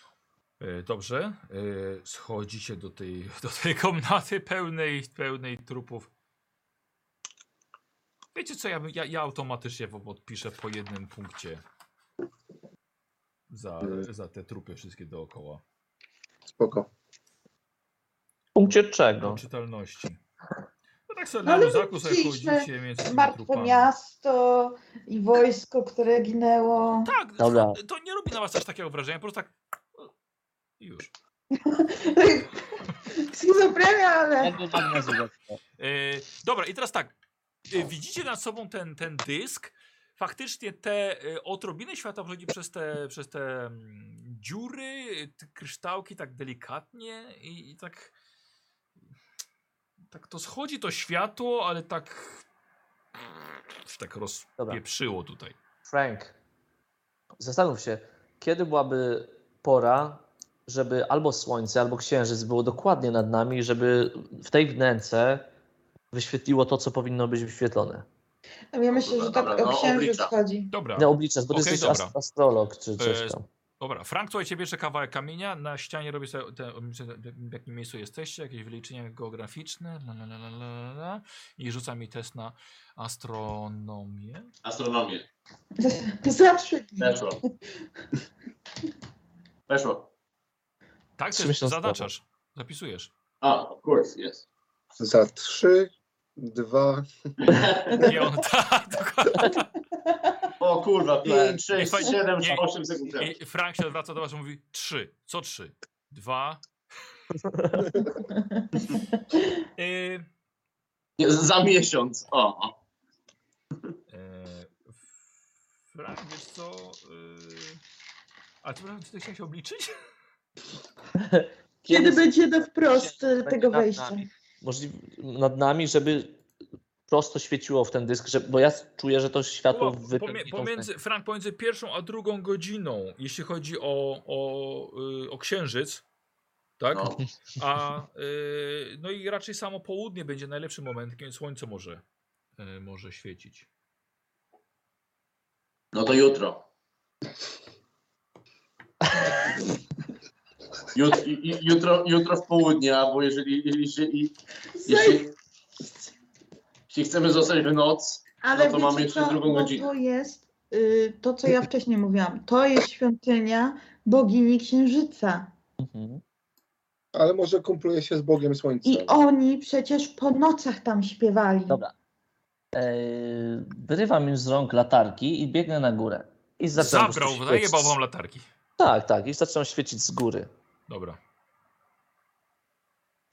[SPEAKER 1] E, Dobrze. E, Schodzicie do tej, do tej komnaty pełnej, pełnej trupów. Wiecie co, ja, bym- ja, ja automatycznie wam odpiszę po jednym punkcie za, za te trupy wszystkie dookoła.
[SPEAKER 4] Spoko.
[SPEAKER 5] W punkcie
[SPEAKER 1] Do
[SPEAKER 5] czego?
[SPEAKER 1] czytalności. No tak sobie
[SPEAKER 3] No
[SPEAKER 1] na
[SPEAKER 3] ale
[SPEAKER 1] luzaku sobie
[SPEAKER 3] widzieliśmy
[SPEAKER 1] chodzicie między tymi
[SPEAKER 3] Martwe
[SPEAKER 1] trupami.
[SPEAKER 3] miasto i wojsko, które ginęło.
[SPEAKER 1] Tak,
[SPEAKER 5] Dobra.
[SPEAKER 1] to nie robi na was aż takiego wrażenia, po prostu tak i już.
[SPEAKER 3] *laughs* Schizofrenia, ale...
[SPEAKER 5] Jakby wam nie złudzę.
[SPEAKER 1] E, dobra, i teraz tak. E, widzicie nad sobą ten, ten dysk. Faktycznie te e, odrobiny światła wchodzi przez te, przez te mm, dziury, te kryształki tak delikatnie i, i tak. Tak to schodzi to światło, ale tak. Tak rozpieprzyło tutaj.
[SPEAKER 5] Frank, zastanów się, kiedy byłaby pora, żeby albo słońce, albo księżyc było dokładnie nad nami, żeby w tej wnęce wyświetliło to, co powinno być wyświetlone.
[SPEAKER 3] Ja myślę, że tak
[SPEAKER 2] Dobra,
[SPEAKER 3] o
[SPEAKER 2] no,
[SPEAKER 3] księżyc
[SPEAKER 2] oblicza.
[SPEAKER 3] chodzi.
[SPEAKER 1] Dobra.
[SPEAKER 5] Nie obliczasz, bo ty
[SPEAKER 1] Tak. Okej,
[SPEAKER 5] jesteś
[SPEAKER 1] dobra.
[SPEAKER 5] ast- astrolog czy
[SPEAKER 1] E,
[SPEAKER 5] coś tam.
[SPEAKER 1] Dobra, Frank, słuchajcie, bierze kawałek kamienia, na ścianie robię sobie, te, w jakim miejscu jesteście, jakieś wyliczenia geograficzne, la, la, la, la, la, la, la, i rzuca mi test na astronomię.
[SPEAKER 2] Astronomię.
[SPEAKER 3] *laughs* Zawsze
[SPEAKER 2] Weszło. *laughs* Weszło.
[SPEAKER 1] Tak,
[SPEAKER 5] Trzy
[SPEAKER 1] też
[SPEAKER 5] miesiące
[SPEAKER 1] zaznaczasz, zapisujesz.
[SPEAKER 2] A, of course, yes.
[SPEAKER 4] Za trzy, dwa,
[SPEAKER 1] I on, *laughs* tak, dokładnie.
[SPEAKER 2] O kurwa, 5,
[SPEAKER 1] Nie,
[SPEAKER 2] 6,
[SPEAKER 1] fajnie.
[SPEAKER 2] 7,
[SPEAKER 1] Nie.
[SPEAKER 2] 8 sekund. temu.
[SPEAKER 1] I Frank się odwraca do was i mówi, trzy, co trzy? Dwa. Y,
[SPEAKER 2] Za miesiąc. O.
[SPEAKER 1] E, Frank, wiesz co? y, A ty, przepraszam, czy ty chciałeś obliczyć?
[SPEAKER 3] Kiedy
[SPEAKER 5] Księżyc
[SPEAKER 3] będzie do wprost
[SPEAKER 5] będzie
[SPEAKER 3] tego
[SPEAKER 5] nad
[SPEAKER 3] wejścia?
[SPEAKER 5] nami. Możliwe, nad nami, żeby prosto świeciło w ten dysk, że, bo ja czuję, że to światło
[SPEAKER 1] Była pomie-
[SPEAKER 5] wypełni tą
[SPEAKER 1] pomiędzy, Frank, pomiędzy pierwszą a drugą godziną, jeśli chodzi o, o, y, o księżyc, tak?
[SPEAKER 2] No.
[SPEAKER 1] A, y, no i raczej samo południe będzie najlepszym momentem, kiedy słońce może, y, może świecić.
[SPEAKER 2] no to jutro. Jut, i- i- jutro, jutro w południe, albo jeżeli, jeżeli,
[SPEAKER 3] Zejdź,
[SPEAKER 2] jeśli, jeśli chcemy zostać w noc,
[SPEAKER 3] ale
[SPEAKER 2] no to mamy
[SPEAKER 3] wiecie
[SPEAKER 2] jeszcze
[SPEAKER 3] co?
[SPEAKER 2] drugą
[SPEAKER 3] No
[SPEAKER 2] godzinę.
[SPEAKER 3] To jest y, to, co ja wcześniej mówiłam. To jest świątynia bogini księżyca.
[SPEAKER 5] Mhm.
[SPEAKER 4] ale może kumpluje się z Bogiem Słońca.
[SPEAKER 3] I oni przecież po nocach tam śpiewali.
[SPEAKER 5] Dobra. Eee, wyrywam im z rąk latarki i biegnę na górę. I zaczynam po
[SPEAKER 1] Zabrał,
[SPEAKER 5] prostu świecić.
[SPEAKER 1] zajebał wam latarki.
[SPEAKER 5] Tak, tak. I zaczynam świecić z góry.
[SPEAKER 1] Dobra.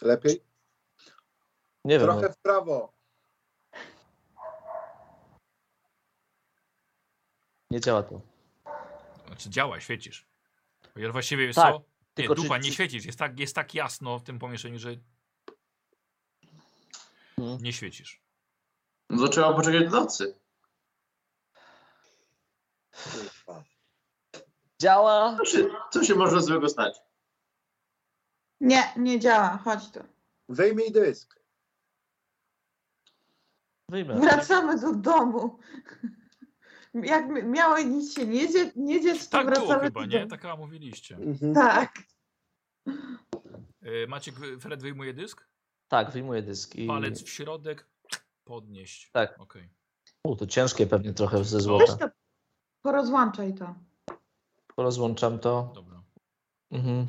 [SPEAKER 4] Lepiej?
[SPEAKER 5] Nie wiem.
[SPEAKER 4] Trochę w prawo.
[SPEAKER 5] Nie działa to.
[SPEAKER 1] Znaczy działa, świecisz. Chociaż właściwie jest
[SPEAKER 5] Tak,
[SPEAKER 1] co? Nie,
[SPEAKER 5] tylko czy-
[SPEAKER 1] dupa, nie
[SPEAKER 5] czy-
[SPEAKER 1] świecisz. Jest tak, jest tak jasno w tym pomieszczeniu, że
[SPEAKER 5] Mhm.
[SPEAKER 1] nie świecisz.
[SPEAKER 2] no to trzeba poczekać do nocy.
[SPEAKER 5] Działa.
[SPEAKER 2] Co się, co się może złego stać?
[SPEAKER 3] Nie, nie działa, chodź tu.
[SPEAKER 4] Wyjmij dysk.
[SPEAKER 5] Wyjmę.
[SPEAKER 3] Wracamy do domu. Jak mi- miało nic się nie dzieć, nie dzieć to
[SPEAKER 1] Tak było
[SPEAKER 3] wracamy
[SPEAKER 1] chyba,
[SPEAKER 3] do
[SPEAKER 1] nie?
[SPEAKER 3] domu.
[SPEAKER 1] Taka mówiliście.
[SPEAKER 3] Tak.
[SPEAKER 1] E, Maciek, wy- Fred wyjmuje dysk,
[SPEAKER 5] Tak, wyjmuję dysk. I...
[SPEAKER 1] palec w środek, podnieść.
[SPEAKER 5] Tak.
[SPEAKER 1] Okej.
[SPEAKER 5] U, to ciężkie pewnie trochę ze
[SPEAKER 3] Weź
[SPEAKER 5] złota.
[SPEAKER 3] to, porozłączaj to.
[SPEAKER 5] Rozłączam to.
[SPEAKER 1] Dobra.
[SPEAKER 5] Mhm.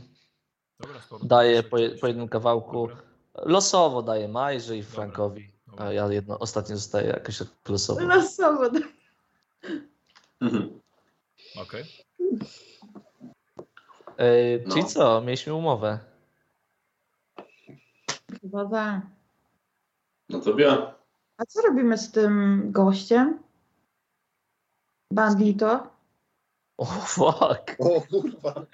[SPEAKER 1] Dobra, sporo.
[SPEAKER 5] Daję
[SPEAKER 1] Proszę,
[SPEAKER 5] po, je,
[SPEAKER 1] cześć.
[SPEAKER 5] po jednym kawałku.
[SPEAKER 1] Dobra,
[SPEAKER 5] Losowo daję Majże i
[SPEAKER 1] Dobra.
[SPEAKER 5] Frankowi.
[SPEAKER 1] dobra.
[SPEAKER 5] A ja jedno ostatnie zostaję jakoś tak losowo.
[SPEAKER 3] No, Losowo.
[SPEAKER 2] Mhm.
[SPEAKER 1] Okej.
[SPEAKER 5] Yy,
[SPEAKER 2] No.
[SPEAKER 5] Czyli co, mieliśmy umowę.
[SPEAKER 3] Chyba tak.
[SPEAKER 2] No to biorę.
[SPEAKER 3] A co robimy z tym gościem? Bandito?
[SPEAKER 5] O oh, fuck.
[SPEAKER 4] O kurwa,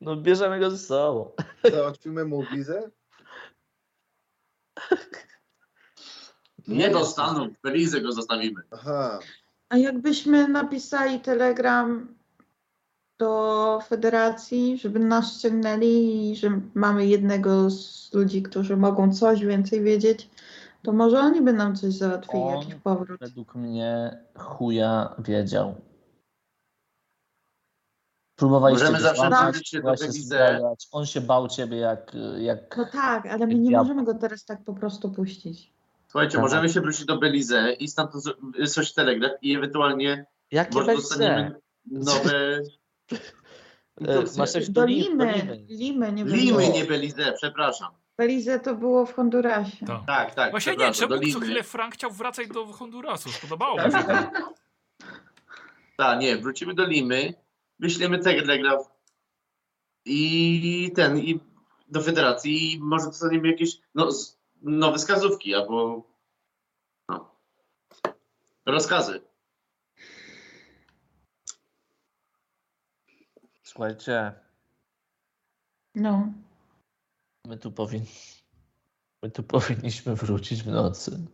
[SPEAKER 5] No bierzemy go ze sobą.
[SPEAKER 4] załatwimy mu wizę?
[SPEAKER 2] Nie do Stanów, w Belize go zostawimy.
[SPEAKER 4] Aha,
[SPEAKER 3] A jakbyśmy napisali telegram do federacji, żeby nas ściągnęli i że mamy jednego z ludzi, którzy mogą coś więcej wiedzieć, to może oni by nam coś załatwili,
[SPEAKER 5] On-
[SPEAKER 3] jakiś powrót.
[SPEAKER 5] Według mnie chuja wiedział. Próbowaliście
[SPEAKER 2] Możemy
[SPEAKER 5] go
[SPEAKER 2] zawsze
[SPEAKER 5] złapać,
[SPEAKER 2] wrócić się do
[SPEAKER 5] próbowaliście
[SPEAKER 2] Belize.
[SPEAKER 5] zdradzać. On się bał ciebie jak... jak...
[SPEAKER 3] No tak, ale my nie
[SPEAKER 5] Ja-
[SPEAKER 3] możemy go teraz tak po prostu puścić.
[SPEAKER 2] Słuchajcie,
[SPEAKER 5] Aha.
[SPEAKER 2] możemy się wrócić do Belize i stamtąd z- coś telegraf i ewentualnie
[SPEAKER 5] Jakie
[SPEAKER 2] może
[SPEAKER 5] Belize?
[SPEAKER 2] dostaniemy nowe
[SPEAKER 5] E, Masz coś
[SPEAKER 3] Do
[SPEAKER 5] Lim-
[SPEAKER 3] Limy, Limy, nie
[SPEAKER 2] Limy,
[SPEAKER 3] Limy.
[SPEAKER 2] nie Belize, przepraszam.
[SPEAKER 3] Belize to było w Hondurasie.
[SPEAKER 1] Tak.
[SPEAKER 2] Tak, tak,
[SPEAKER 1] Właśnie nie,
[SPEAKER 2] przepraszam,
[SPEAKER 1] czemu
[SPEAKER 2] do
[SPEAKER 1] co
[SPEAKER 2] Limy.
[SPEAKER 1] chwilę Frank chciał wracać do Hondurasu? Spodobało mi się. to.
[SPEAKER 2] Tak, nie, wrócimy do Limy, wyślemy telegraf i ten, i do federacji i może dostaniemy jakieś no, z- nowe wskazówki albo no, rozkazy.
[SPEAKER 5] Słuchajcie,
[SPEAKER 3] No.
[SPEAKER 5] my tu powin... My tu powinniśmy wrócić w nocy.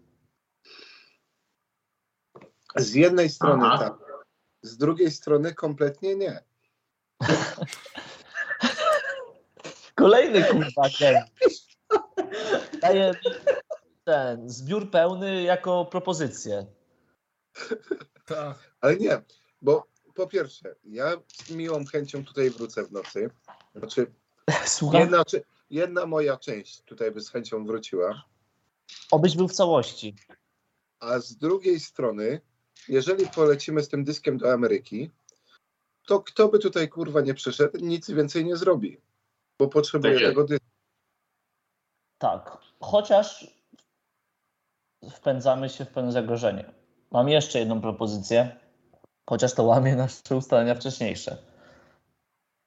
[SPEAKER 4] z jednej strony
[SPEAKER 2] Aha.
[SPEAKER 4] tak, z drugiej strony kompletnie nie.
[SPEAKER 5] Kolejny kurwa *laughs* geniusz. Daję ten zbiór pełny jako propozycję.
[SPEAKER 1] Tak.
[SPEAKER 4] Ale nie, bo po pierwsze, ja z miłą chęcią tutaj wrócę w nocy. Znaczy,
[SPEAKER 5] Słuchaj,
[SPEAKER 4] jedna, czy- jedna moja część tutaj by z chęcią wróciła,
[SPEAKER 5] obyś był w całości.
[SPEAKER 4] a z drugiej strony, jeżeli polecimy z tym dyskiem do Ameryki, to kto by tutaj kurwa nie przyszedł, nic więcej nie zrobi, bo potrzebuje
[SPEAKER 2] Tak jest.
[SPEAKER 4] tego dysku.
[SPEAKER 5] Tak. Chociaż wpędzamy się w pewne zagrożenie. Mam jeszcze jedną propozycję, chociaż to łamie nasze ustalenia wcześniejsze.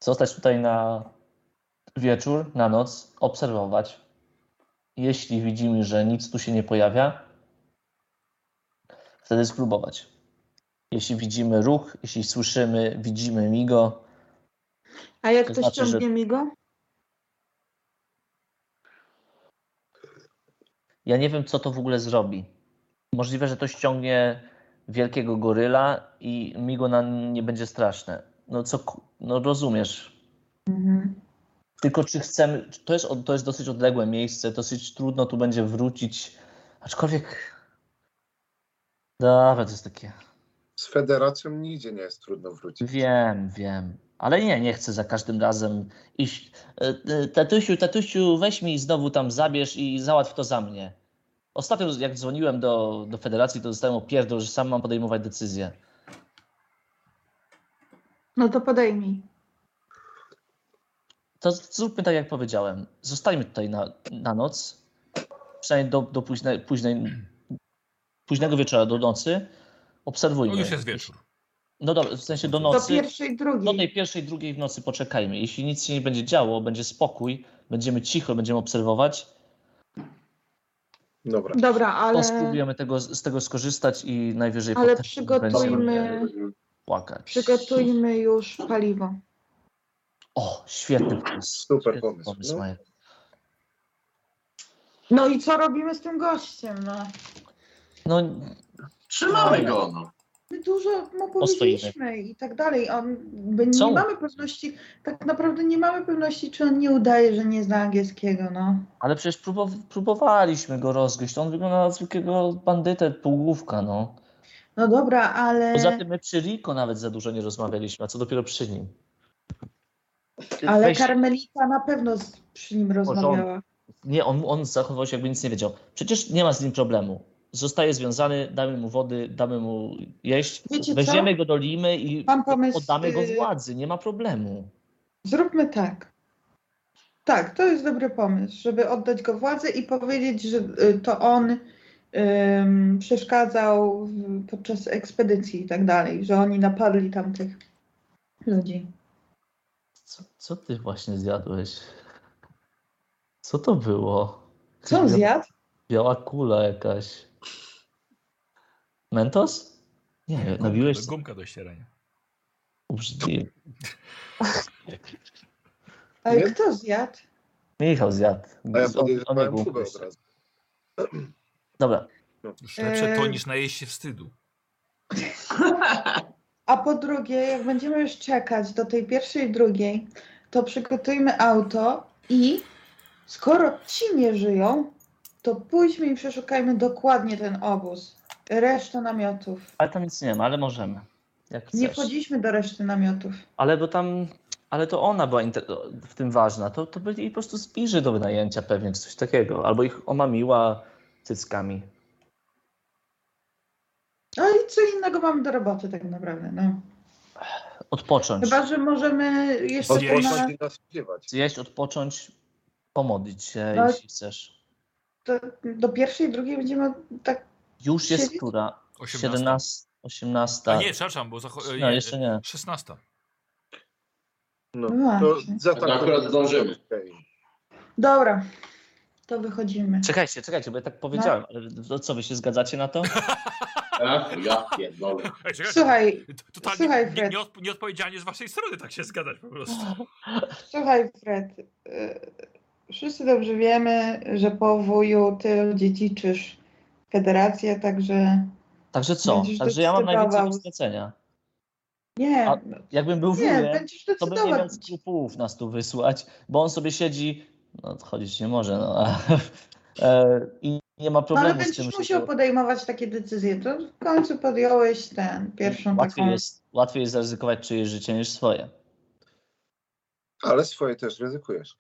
[SPEAKER 5] Zostać tutaj na wieczór, na noc, obserwować. Jeśli widzimy, że nic tu się nie pojawia, wtedy spróbować. Jeśli widzimy ruch, jeśli słyszymy, widzimy migo,
[SPEAKER 3] A jak
[SPEAKER 5] To
[SPEAKER 3] ktoś
[SPEAKER 5] znaczy, że-
[SPEAKER 3] ciągnie mi go?
[SPEAKER 5] Ja nie wiem, co to w ogóle zrobi. Możliwe, że to ściągnie wielkiego goryla i mi go na nie będzie straszne. No co, ku- no rozumiesz.
[SPEAKER 3] Mhm.
[SPEAKER 5] Tylko czy chcemy, czy to jest, od- to jest dosyć odległe miejsce, dosyć trudno tu będzie wrócić. Aczkolwiek, dobra, to jest takie,
[SPEAKER 4] Z federacją nigdzie nie jest trudno wrócić.
[SPEAKER 5] wiem, wiem. Ale nie, nie chcę za każdym razem iść. E, e, Tatusiu, tatusiu, weź mi znowu tam zabierz i załatw to za mnie. Ostatnio jak dzwoniłem do, do federacji, to dostałem opierdol, że sam mam podejmować decyzję.
[SPEAKER 3] No to podejmij.
[SPEAKER 5] To zróbmy tak, jak powiedziałem. Zostańmy tutaj na, na noc, przynajmniej do, do późne, późnej, późnego wieczora, do nocy. Obserwujmy.
[SPEAKER 1] No już jest wieczór.
[SPEAKER 5] No dobra, w sensie do
[SPEAKER 3] Do
[SPEAKER 5] nocy.
[SPEAKER 3] pierwszej, drugiej.
[SPEAKER 5] Do tej pierwszej, drugiej w nocy poczekajmy. Jeśli nic się nie będzie działo, będzie spokój, będziemy cicho, będziemy obserwować,
[SPEAKER 4] Dobra.
[SPEAKER 3] Dobra, ale,
[SPEAKER 5] to spróbujemy tego, z tego skorzystać i najwyżej
[SPEAKER 3] ale
[SPEAKER 5] potem będziemy
[SPEAKER 3] przygotujmy,
[SPEAKER 5] płakać.
[SPEAKER 3] przygotujmy już paliwo.
[SPEAKER 5] O, świetny pomysł.
[SPEAKER 4] Super
[SPEAKER 5] Świetny
[SPEAKER 4] pomysł, no.
[SPEAKER 5] Majer.
[SPEAKER 3] No i co robimy z tym gościem? No,
[SPEAKER 5] No,
[SPEAKER 2] Trzymamy go, no.
[SPEAKER 3] My dużo mu
[SPEAKER 5] Postoimy.
[SPEAKER 3] powiedzieliśmy i tak dalej. On, my nie
[SPEAKER 5] Co?
[SPEAKER 3] mamy pewności, tak naprawdę nie mamy pewności, czy on nie udaje, że nie zna angielskiego, no.
[SPEAKER 5] Ale przecież próbow- próbowaliśmy go rozgryźć. To on wygląda na zwykłego bandytę, półgłówka, no.
[SPEAKER 3] No dobra, ale,
[SPEAKER 5] Poza tym my przy Rico nawet za dużo nie rozmawialiśmy, a co dopiero przy nim.
[SPEAKER 3] ale
[SPEAKER 5] Weź-
[SPEAKER 3] Karmelita na pewno z, przy nim
[SPEAKER 5] Porządku.
[SPEAKER 3] rozmawiała.
[SPEAKER 5] Nie, on, on zachowywał się jakby nic nie wiedział. Przecież nie ma z nim problemu. Zostaje związany, damy mu wody, damy mu jeść,
[SPEAKER 3] Wiecie
[SPEAKER 5] weźmiemy go do Limy i
[SPEAKER 3] Mam pomysł,
[SPEAKER 5] oddamy go
[SPEAKER 3] y-
[SPEAKER 5] władzy, nie ma problemu.
[SPEAKER 3] Zróbmy tak. Tak, to jest dobry pomysł, żeby oddać go władzy i powiedzieć, że y, to on ym, przeszkadzał w, podczas ekspedycji i tak dalej, że oni napadli tamtych ludzi.
[SPEAKER 5] Co, co ty właśnie zjadłeś? Co to było?
[SPEAKER 3] Co on
[SPEAKER 5] Bia-
[SPEAKER 3] zjadł?
[SPEAKER 5] Biała kula jakaś. Mentos? Nie, nabiłeś
[SPEAKER 1] Gumka, gumka do ścierania.
[SPEAKER 5] obrzydliwy.
[SPEAKER 3] Ale
[SPEAKER 4] Nie?
[SPEAKER 3] kto zjadł?
[SPEAKER 5] Michał zjadł.
[SPEAKER 4] A ja
[SPEAKER 5] Z- on- on
[SPEAKER 4] podejrzewałem
[SPEAKER 5] jadł
[SPEAKER 4] Kubę
[SPEAKER 5] gumkę.
[SPEAKER 4] od razu.
[SPEAKER 5] Dobra,
[SPEAKER 1] Już lepsze
[SPEAKER 5] Eee,
[SPEAKER 1] to niż najeść się wstydu.
[SPEAKER 3] A po drugie, jak będziemy już czekać do tej pierwszej i drugiej, to przygotujmy auto i skoro ci nie żyją, to pójdźmy i przeszukajmy dokładnie ten obóz. Reszta namiotów.
[SPEAKER 5] ale tam nic nie ma, ale możemy. Jak
[SPEAKER 3] Nie
[SPEAKER 5] chcesz.
[SPEAKER 3] wchodziliśmy do reszty namiotów.
[SPEAKER 5] Ale bo tam, ale to ona była inter- w tym ważna. To, to byli jej po prostu zbliży do wynajęcia pewnie, czy coś takiego. Albo ich omamiła cyckami.
[SPEAKER 3] No i co innego mamy do roboty tak naprawdę, no.
[SPEAKER 5] Odpocząć.
[SPEAKER 3] Chyba, że możemy jeszcze
[SPEAKER 1] Odjeść.
[SPEAKER 3] ponad...
[SPEAKER 4] Można nas spodziewać.
[SPEAKER 5] Zjeść, odpocząć, pomodlić się,
[SPEAKER 3] No.
[SPEAKER 5] jeśli chcesz.
[SPEAKER 3] do, do pierwszej, drugiej będziemy tak...
[SPEAKER 5] Już jest
[SPEAKER 3] Siedzieć?
[SPEAKER 5] która?
[SPEAKER 1] 18.
[SPEAKER 5] 17, 18.
[SPEAKER 1] A nie, przepraszam, bo zacho-
[SPEAKER 5] no,
[SPEAKER 1] e,
[SPEAKER 5] jeszcze nie.
[SPEAKER 1] 16.
[SPEAKER 4] No,
[SPEAKER 3] No
[SPEAKER 4] to
[SPEAKER 3] właśnie.
[SPEAKER 4] za taką-
[SPEAKER 2] Akurat zdążymy.
[SPEAKER 4] Okej.
[SPEAKER 3] Dobra, to wychodzimy.
[SPEAKER 5] Czekajcie, czekajcie, bo ja tak
[SPEAKER 3] No.
[SPEAKER 5] powiedziałem. Ale to co, wy się zgadzacie na to?
[SPEAKER 2] E? Ja pierdolę.
[SPEAKER 1] Ej, czekaj,
[SPEAKER 3] Słuchaj,
[SPEAKER 1] to- Totalnie
[SPEAKER 3] słuchaj,
[SPEAKER 1] nie,
[SPEAKER 3] Fred.
[SPEAKER 1] nie, odp- nieodpowiedzialnie z waszej strony tak się zgadać po prostu.
[SPEAKER 3] Słuchaj, Fred, y, wszyscy dobrze wiemy, że po wuju ty dziedziczysz federację, także
[SPEAKER 5] Także co?
[SPEAKER 3] Będziesz
[SPEAKER 5] Także ja mam
[SPEAKER 3] decydował.
[SPEAKER 5] najwięcej do stracenia.
[SPEAKER 3] nie,
[SPEAKER 5] A Jakbym był
[SPEAKER 3] nie,
[SPEAKER 5] wujem,
[SPEAKER 3] będziesz
[SPEAKER 5] to bym nie
[SPEAKER 3] decydował.
[SPEAKER 5] miał skrupułów nas tu wysłać, bo on sobie siedzi, no chodzić nie może, no a, e, i nie ma
[SPEAKER 3] No, ale
[SPEAKER 5] problemu z tym,
[SPEAKER 3] będziesz
[SPEAKER 5] że
[SPEAKER 3] musiał
[SPEAKER 5] to-
[SPEAKER 3] podejmować takie decyzje. To w końcu podjąłeś ten pierwszą
[SPEAKER 5] łatwiej
[SPEAKER 3] taką.
[SPEAKER 5] jest, łatwiej jest zaryzykować czyjeś życie niż swoje.
[SPEAKER 4] Ale swoje też ryzykujesz.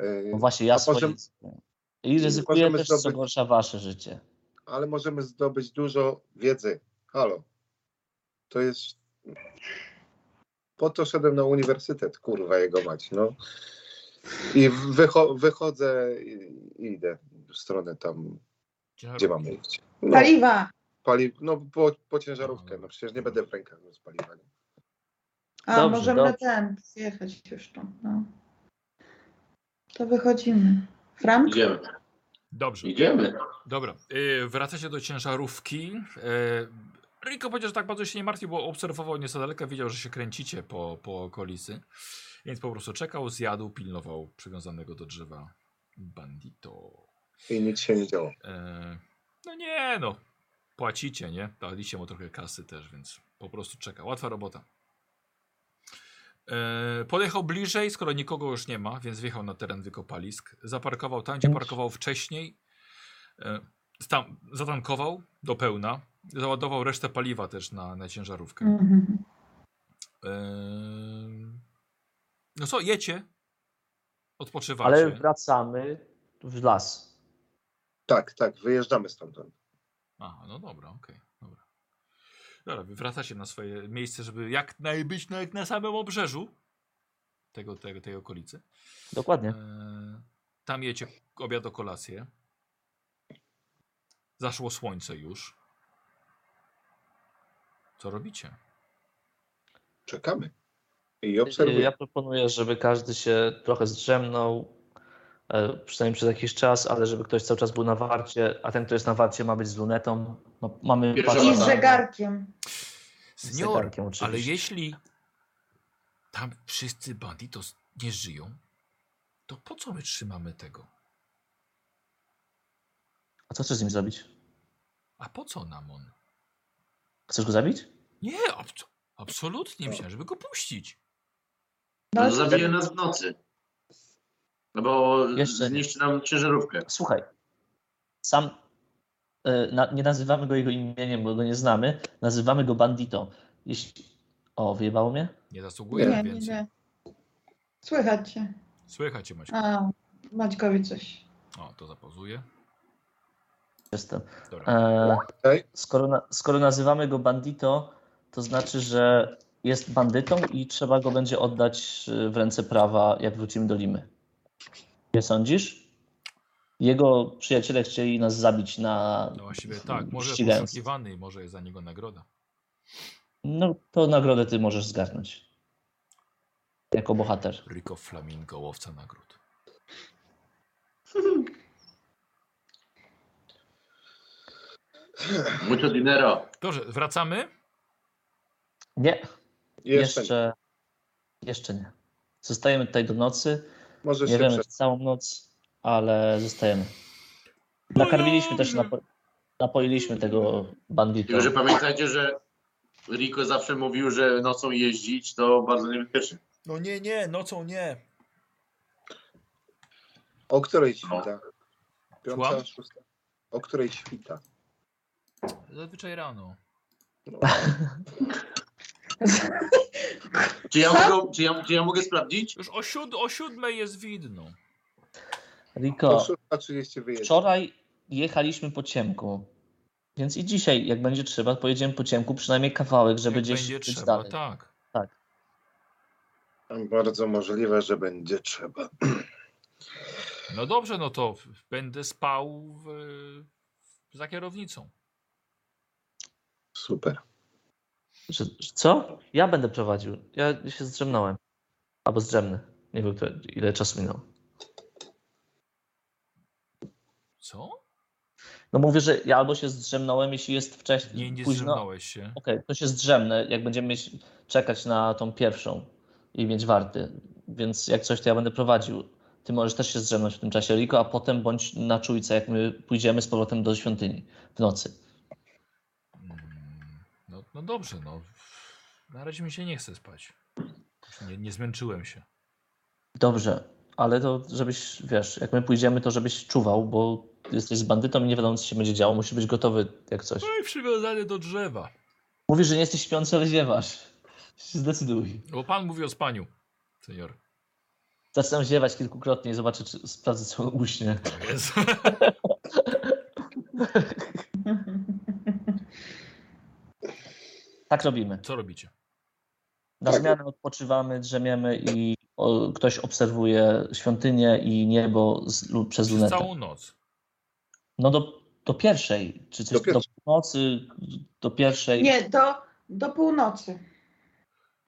[SPEAKER 4] Yy,
[SPEAKER 5] No właśnie, ja
[SPEAKER 4] A
[SPEAKER 5] swoje
[SPEAKER 4] możemy-
[SPEAKER 5] ryzykuję. i ryzykuję
[SPEAKER 4] możemy
[SPEAKER 5] też, co
[SPEAKER 4] zdobyć-
[SPEAKER 5] gorsza wasze życie.
[SPEAKER 4] ale możemy zdobyć dużo wiedzy. Halo. To jest. Po to szedłem na uniwersytet, kurwa jego mać, no. I wycho- wychodzę i i idę w stronę tam, gdzie mamy iść. No,
[SPEAKER 3] Paliwa!
[SPEAKER 4] pali- no po, po ciężarówkę, no przecież nie będę w rękach z paliwem.
[SPEAKER 3] A
[SPEAKER 5] Dobrze,
[SPEAKER 3] możemy
[SPEAKER 5] dobrze.
[SPEAKER 3] ten zjechać już tu. No. To wychodzimy. Frank?
[SPEAKER 2] Idziemy.
[SPEAKER 1] Dobrze.
[SPEAKER 2] Idziemy.
[SPEAKER 1] Dobra, yy, wracacie do ciężarówki. Yy, Rico powiedział, że tak bardzo się nie martwił, bo obserwował nieco daleka, wiedział, że się kręcicie po, po okolicy. Więc po prostu czekał, zjadł, pilnował przywiązanego do drzewa bandito.
[SPEAKER 4] I nic się nie działo.
[SPEAKER 1] Yy, no nie no, płacicie, nie? Daliście mu trochę kasy też, więc po prostu czeka. Łatwa robota. Yy, podjechał bliżej, skoro nikogo już nie ma, więc wjechał na teren wykopalisk. Zaparkował tam, gdzie parkował wcześniej. E, Tam, zatankował do pełna. Załadował resztę paliwa też na, na ciężarówkę.
[SPEAKER 3] Mhm.
[SPEAKER 1] Ehm, No co, jecie? Odpoczywacie.
[SPEAKER 5] Ale wracamy w las.
[SPEAKER 4] Tak, tak, wyjeżdżamy stamtąd.
[SPEAKER 1] Aha, no dobra, okej. dobra. Dobra, wy wracacie na swoje miejsce, żeby jak naj być na, jak na samym obrzeżu tego, tego, tej okolicy.
[SPEAKER 5] Dokładnie.
[SPEAKER 1] E, Tam jecie obiad o kolację. Zaszło słońce już. Co robicie?
[SPEAKER 4] Czekamy. I
[SPEAKER 5] Ja
[SPEAKER 4] obserwujemy.
[SPEAKER 5] proponuję, żeby każdy się trochę zdrzemnął, e, przynajmniej przez jakiś czas, ale żeby ktoś cały czas był na warcie, a ten, kto jest na warcie, ma być z lunetą. No, mamy
[SPEAKER 2] Pierwsza
[SPEAKER 5] patrzeć
[SPEAKER 3] I
[SPEAKER 2] Dobra.
[SPEAKER 3] z
[SPEAKER 5] na-
[SPEAKER 3] zegarkiem.
[SPEAKER 5] z
[SPEAKER 1] Senior,
[SPEAKER 5] zegarkiem oczywiście.
[SPEAKER 1] ale jeśli tam wszyscy banditos nie żyją, to po co my trzymamy tego?
[SPEAKER 5] A co chcesz z nim zrobić?
[SPEAKER 1] A po co nam on?
[SPEAKER 5] Chcesz go zabić?
[SPEAKER 1] Nie, ab
[SPEAKER 5] No.
[SPEAKER 1] absolutnie. Myślałem, żeby go puścić.
[SPEAKER 2] No, to zabije nas w nocy. No bo
[SPEAKER 5] Jeszcze nie.
[SPEAKER 2] zniszczy nam ciężarówkę.
[SPEAKER 5] Słuchaj, sam y, na, nie nazywamy go jego imieniem, bo go nie znamy. Nazywamy go banditą. Jeśli... O, wyjebało mnie?
[SPEAKER 1] Nie
[SPEAKER 3] Nie,
[SPEAKER 1] zasługuje na
[SPEAKER 3] nie, nie,
[SPEAKER 1] więcej.
[SPEAKER 3] nie. Słychać cię.
[SPEAKER 1] Słychać cię, Maćku.
[SPEAKER 3] A, Maćkowi coś.
[SPEAKER 1] O, to zapauzuję.
[SPEAKER 5] Jestem.
[SPEAKER 1] Dobra.
[SPEAKER 5] E,
[SPEAKER 4] Ej.
[SPEAKER 5] skoro, na, skoro nazywamy go bandito, to znaczy, że jest bandytą i trzeba go będzie oddać y, w ręce prawa, jak wrócimy do Limy. Nie sądzisz? Jego przyjaciele chcieli nas zabić na.
[SPEAKER 1] No właściwie tak, może
[SPEAKER 5] ścigając.
[SPEAKER 1] poszukiwany, może jest za niego nagroda.
[SPEAKER 5] No to nagrodę ty możesz zgarnąć. Jako bohater.
[SPEAKER 1] Rico Flamingo, łowca nagród.
[SPEAKER 2] Mucho dinero.
[SPEAKER 1] Dobrze, wracamy.
[SPEAKER 5] Nie,
[SPEAKER 4] Jeszcze, nie.
[SPEAKER 5] jeszcze. Jeszcze nie. Zostajemy tutaj do nocy.
[SPEAKER 4] może
[SPEAKER 5] Nie
[SPEAKER 4] się
[SPEAKER 5] wiemy
[SPEAKER 4] przed...
[SPEAKER 5] czy całą noc, ale zostajemy. Nakarmiliśmy też, napo napoiliśmy tego bandita.
[SPEAKER 2] Tylko, że pamiętajcie, że Rico zawsze mówił, że nocą jeździć to bardzo niebezpieczne.
[SPEAKER 1] No nie, nie, nocą nie.
[SPEAKER 4] O której świta? Piąta,
[SPEAKER 1] Słucham?
[SPEAKER 4] szósta. O której świta?
[SPEAKER 1] Zazwyczaj rano.
[SPEAKER 2] Czy ja, mogę, czy, ja, czy ja mogę sprawdzić?
[SPEAKER 1] Już o, siód o siódmej jest widno.
[SPEAKER 4] O
[SPEAKER 5] Riko,
[SPEAKER 4] 6.30 wyjeżdża.
[SPEAKER 5] wczoraj jechaliśmy po ciemku, więc i dzisiaj, jak będzie trzeba, pojedziemy po ciemku przynajmniej kawałek, żeby
[SPEAKER 1] Jak
[SPEAKER 5] gdzieś
[SPEAKER 1] będzie
[SPEAKER 5] być
[SPEAKER 1] trzeba,
[SPEAKER 5] dalej.
[SPEAKER 1] tak.
[SPEAKER 4] Bardzo możliwe, że będzie trzeba.
[SPEAKER 1] No dobrze, no to będę spał w, za kierownicą.
[SPEAKER 4] Super.
[SPEAKER 5] Że, że co? Ja będę prowadził. Ja się zdrzemnąłem. Albo zdrzemny. Nie wiem, kto- ile czasu minął.
[SPEAKER 1] Co?
[SPEAKER 5] No mówię, że ja albo się zdrzemnąłem, jeśli jest wcześniej.
[SPEAKER 1] Nie, nie
[SPEAKER 5] późno,
[SPEAKER 1] zdrzemnąłeś się.
[SPEAKER 5] Okej, to się zdrzemnę, jak będziemy mieć, czekać na tą pierwszą i mieć warty. Więc jak coś, to ja będę prowadził. Ty możesz też się zdrzemnąć w tym czasie, Riko, a potem bądź na czujce, jak my pójdziemy z powrotem do świątyni w nocy.
[SPEAKER 1] Mm, No, no dobrze, no. Na razie mi się nie chce spać. Już Nie, nie zmęczyłem się.
[SPEAKER 5] Dobrze, ale to żebyś, wiesz, jak my pójdziemy, to żebyś czuwał, bo jesteś z bandytą i nie wiadomo, co się będzie działo. Musisz być gotowy jak coś.
[SPEAKER 1] No i przywiązany do drzewa.
[SPEAKER 5] Mówisz, że nie jesteś śpiący, ale ziewasz. Zdecyduj.
[SPEAKER 1] No Bo pan mówi o spaniu, senior.
[SPEAKER 5] Zaczynam ziewać kilkukrotnie i zobaczę, czy sprawdzę, co uśnie.
[SPEAKER 1] Więc... *laughs*
[SPEAKER 5] Tak robimy.
[SPEAKER 1] Co robicie?
[SPEAKER 5] Na
[SPEAKER 4] Tak.
[SPEAKER 5] zmianę odpoczywamy, drzemiemy i o, ktoś obserwuje świątynię i niebo z, lu, przez
[SPEAKER 1] Przez
[SPEAKER 5] lunetę.
[SPEAKER 1] całą noc.
[SPEAKER 5] No do, do pierwszej, czy coś
[SPEAKER 4] Do
[SPEAKER 5] do,
[SPEAKER 4] pierwszej.
[SPEAKER 5] północy, do pierwszej.
[SPEAKER 3] Nie, do, do północy.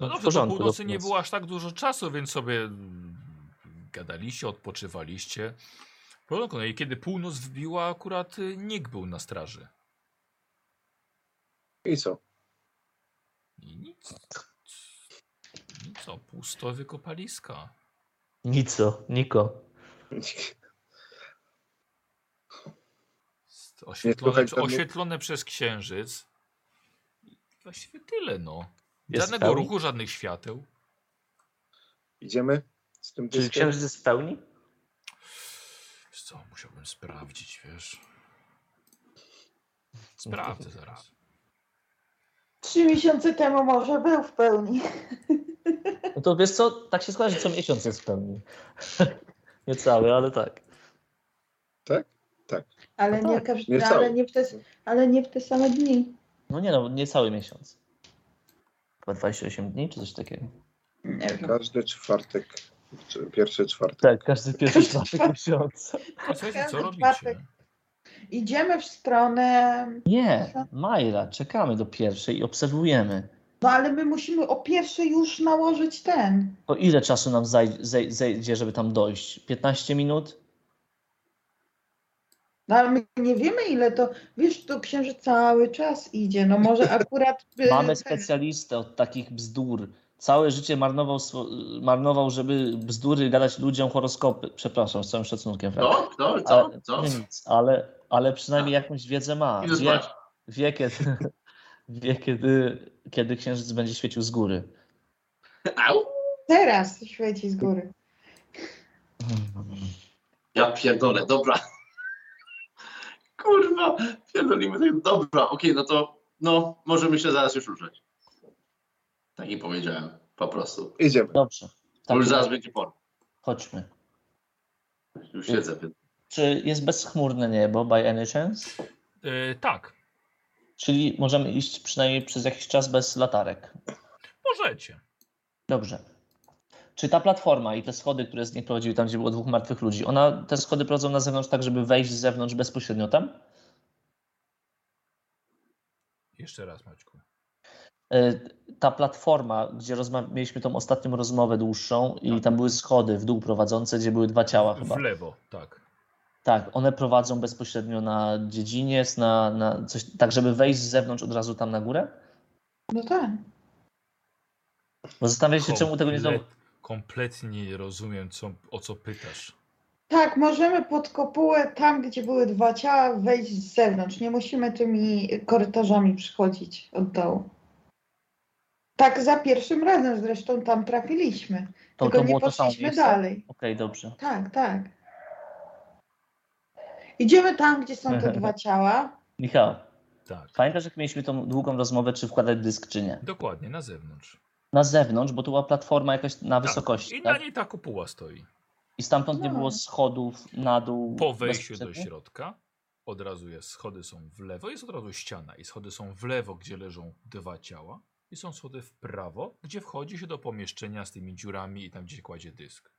[SPEAKER 1] No
[SPEAKER 5] w
[SPEAKER 1] dobrze,
[SPEAKER 5] porządku,
[SPEAKER 1] do północy
[SPEAKER 5] do
[SPEAKER 1] nie
[SPEAKER 5] północy.
[SPEAKER 1] było aż tak dużo czasu, więc sobie mm, gadaliście, odpoczywaliście. W porządku, no i kiedy północ wbiła, akurat y, nikt był na straży.
[SPEAKER 4] I co?
[SPEAKER 1] I nic. Nic, o, pusto wykopaliska.
[SPEAKER 5] Nico, Niko.
[SPEAKER 1] Jest Oświetlone,
[SPEAKER 4] słuchaj, to nie-
[SPEAKER 1] oświetlone przez księżyc. I Właściwie tyle, no.
[SPEAKER 5] Jest
[SPEAKER 1] Żadnego
[SPEAKER 5] w pełni?
[SPEAKER 1] ruchu, żadnych świateł.
[SPEAKER 4] Idziemy z tym
[SPEAKER 5] Czy
[SPEAKER 4] dyskiem?
[SPEAKER 5] księżyc jest w pełni?
[SPEAKER 1] Wiesz co, musiałbym sprawdzić, wiesz. *laughs* Sprawdzę zaraz.
[SPEAKER 3] Trzy miesiące temu może był w pełni.
[SPEAKER 5] No to wiesz co, tak się składa, że co miesiąc jest w pełni. *laughs* nie cały, ale tak.
[SPEAKER 3] Ale
[SPEAKER 5] No
[SPEAKER 3] nie,
[SPEAKER 5] tak,
[SPEAKER 3] każdy,
[SPEAKER 4] nie
[SPEAKER 3] ale,
[SPEAKER 4] cały.
[SPEAKER 3] nie w te, ale nie w te same dni.
[SPEAKER 5] No nie no, nie cały miesiąc. Chyba 28 dni, czy coś takiego.
[SPEAKER 3] Nie wiem.
[SPEAKER 4] Każdy czwartek, czy pierwszy czwartek.
[SPEAKER 5] Tak, każdy pierwszy czwartek miesiąca.
[SPEAKER 1] A No słuchajcie, co
[SPEAKER 3] Każdy
[SPEAKER 1] robicie?
[SPEAKER 3] czwartek. Idziemy w stronę.
[SPEAKER 5] Nie, Majra, czekamy do pierwszej i obserwujemy.
[SPEAKER 3] No ale my musimy o pierwszej już nałożyć ten.
[SPEAKER 5] To ile czasu nam zaj- zej- zejdzie, żeby tam dojść? 15 minut?
[SPEAKER 3] No ale my nie wiemy ile to. Wiesz, to księżyc cały czas idzie. No może akurat. y,
[SPEAKER 5] Mamy
[SPEAKER 3] ten-
[SPEAKER 5] specjalistę od takich bzdur. Całe życie marnował, swo- marnował żeby bzdury gadać ludziom horoskopy. Przepraszam, z całym szacunkiem. Frank.
[SPEAKER 2] Kto? Kto? Co?
[SPEAKER 5] Ale-
[SPEAKER 2] Co?
[SPEAKER 5] Nic, ale, ale przynajmniej jakąś wiedzę ma.
[SPEAKER 2] Idę
[SPEAKER 5] Wie,
[SPEAKER 2] spać.
[SPEAKER 5] wie, kiedy, *laughs* wie, kiedy, kiedy księżyc będzie świecił z góry.
[SPEAKER 2] Au!
[SPEAKER 3] Teraz świeci z góry.
[SPEAKER 2] Ja pierdolę, dobra. *laughs* Kurwa, pierdolimy tak. Dobra, okej, no to no, możemy się zaraz już ruszać. Tak im powiedziałem, po prostu.
[SPEAKER 4] Idziemy.
[SPEAKER 5] Dobrze. W
[SPEAKER 2] Bo
[SPEAKER 5] takim
[SPEAKER 2] już zaraz
[SPEAKER 5] razie
[SPEAKER 2] będzie pora.
[SPEAKER 5] Chodźmy.
[SPEAKER 2] Już siedzę. więc-
[SPEAKER 5] Czy jest bezchmurne niebo by any chance?
[SPEAKER 1] E, tak,
[SPEAKER 5] Czyli możemy iść przynajmniej przez jakiś czas bez latarek.
[SPEAKER 1] możecie.
[SPEAKER 5] Dobrze. Czy ta platforma i te schody, które z niej prowadziły tam, gdzie było dwóch martwych ludzi, ona te schody prowadzą na zewnątrz tak, żeby wejść z zewnątrz bezpośrednio tam?
[SPEAKER 1] Jeszcze raz, Maćku.
[SPEAKER 5] Y, Ta platforma, gdzie rozma- mieliśmy tą ostatnią rozmowę dłuższą i tam były schody w dół prowadzące, gdzie były dwa ciała chyba.
[SPEAKER 1] Tak. W lewo, tak.
[SPEAKER 5] Tak, one prowadzą bezpośrednio na dziedziniec, na, na coś, tak żeby wejść z zewnątrz od razu tam na górę?
[SPEAKER 3] No tak.
[SPEAKER 5] Bo zastanawiam się, czemu tego nie
[SPEAKER 1] Komple-
[SPEAKER 5] zrobił.
[SPEAKER 1] Kompletnie nie rozumiem, co, o co pytasz.
[SPEAKER 3] Tak, możemy pod kopułę, tam gdzie były dwa ciała, wejść z zewnątrz. Nie musimy tymi korytarzami przychodzić od dołu. Tak za pierwszym razem zresztą tam trafiliśmy.
[SPEAKER 5] To,
[SPEAKER 3] tylko
[SPEAKER 5] to
[SPEAKER 3] nie
[SPEAKER 5] było to samo
[SPEAKER 3] poszliśmy
[SPEAKER 5] miejsce? Okej,
[SPEAKER 3] dalej.
[SPEAKER 5] dobrze.
[SPEAKER 3] Tak, tak. Idziemy tam, gdzie są te dwa ciała.
[SPEAKER 5] Michał,
[SPEAKER 1] Tak.
[SPEAKER 5] pamiętasz jak mieliśmy tą długą rozmowę, czy wkładać dysk, czy nie?
[SPEAKER 1] Dokładnie, na zewnątrz.
[SPEAKER 5] Na zewnątrz, bo tu była platforma jakaś na wysokości,
[SPEAKER 1] I
[SPEAKER 5] tak?
[SPEAKER 1] na niej ta kopuła stoi.
[SPEAKER 5] I stamtąd nie
[SPEAKER 3] No.
[SPEAKER 5] było schodów na dół.
[SPEAKER 1] Po wejściu do
[SPEAKER 5] bezpośrednio?
[SPEAKER 1] środka od razu jest, schody są w lewo, jest od razu ściana i schody są w lewo, gdzie leżą dwa ciała i są schody w prawo, gdzie wchodzi się do pomieszczenia z tymi dziurami i tam gdzie się kładzie dysk.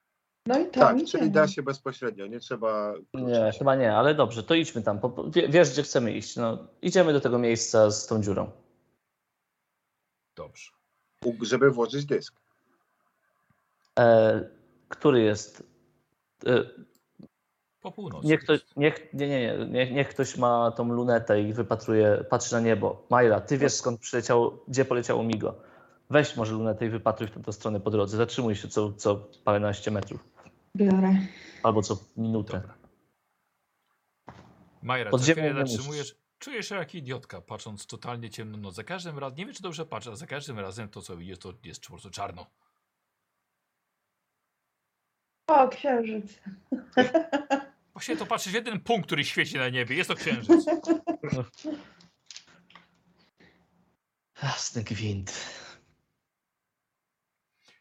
[SPEAKER 3] No i tam
[SPEAKER 4] Tak,
[SPEAKER 3] idziemy.
[SPEAKER 4] czyli da się bezpośrednio, nie trzeba
[SPEAKER 5] Nie,
[SPEAKER 4] kluczyć.
[SPEAKER 5] chyba nie, ale dobrze, to idźmy tam. Po- po- wie- Wiesz, gdzie chcemy iść. No, idziemy do tego miejsca z tą dziurą.
[SPEAKER 1] Dobrze.
[SPEAKER 4] U- żeby włożyć dysk.
[SPEAKER 5] E, który jest. E,
[SPEAKER 1] Po północy.
[SPEAKER 5] niech, to, niech, nie, nie, nie, niech, niech ktoś ma tą lunetę i wypatruje, patrzy na niebo. Majla, ty wiesz skąd przyleciał, gdzie poleciało Migo. Weź może lunetę i wypatruj w tamtą stronę po drodze. Zatrzymuj się co, co paręnaście metrów
[SPEAKER 3] Biorę.
[SPEAKER 5] albo co minutę.
[SPEAKER 1] Dobra. Majra, co
[SPEAKER 5] Podziemnie
[SPEAKER 1] chwilę
[SPEAKER 5] nie
[SPEAKER 1] zatrzymujesz. Czuję się jak idiotka, patrząc totalnie ciemno. No, za każdym razem, nie wiem czy dobrze patrzę, ale za każdym razem to co widzisz to jest po prostu czarno.
[SPEAKER 3] O, księżyc.
[SPEAKER 1] Właśnie to patrzysz w jeden punkt, który świeci na niebie, jest to księżyc.
[SPEAKER 5] Jasny gwint.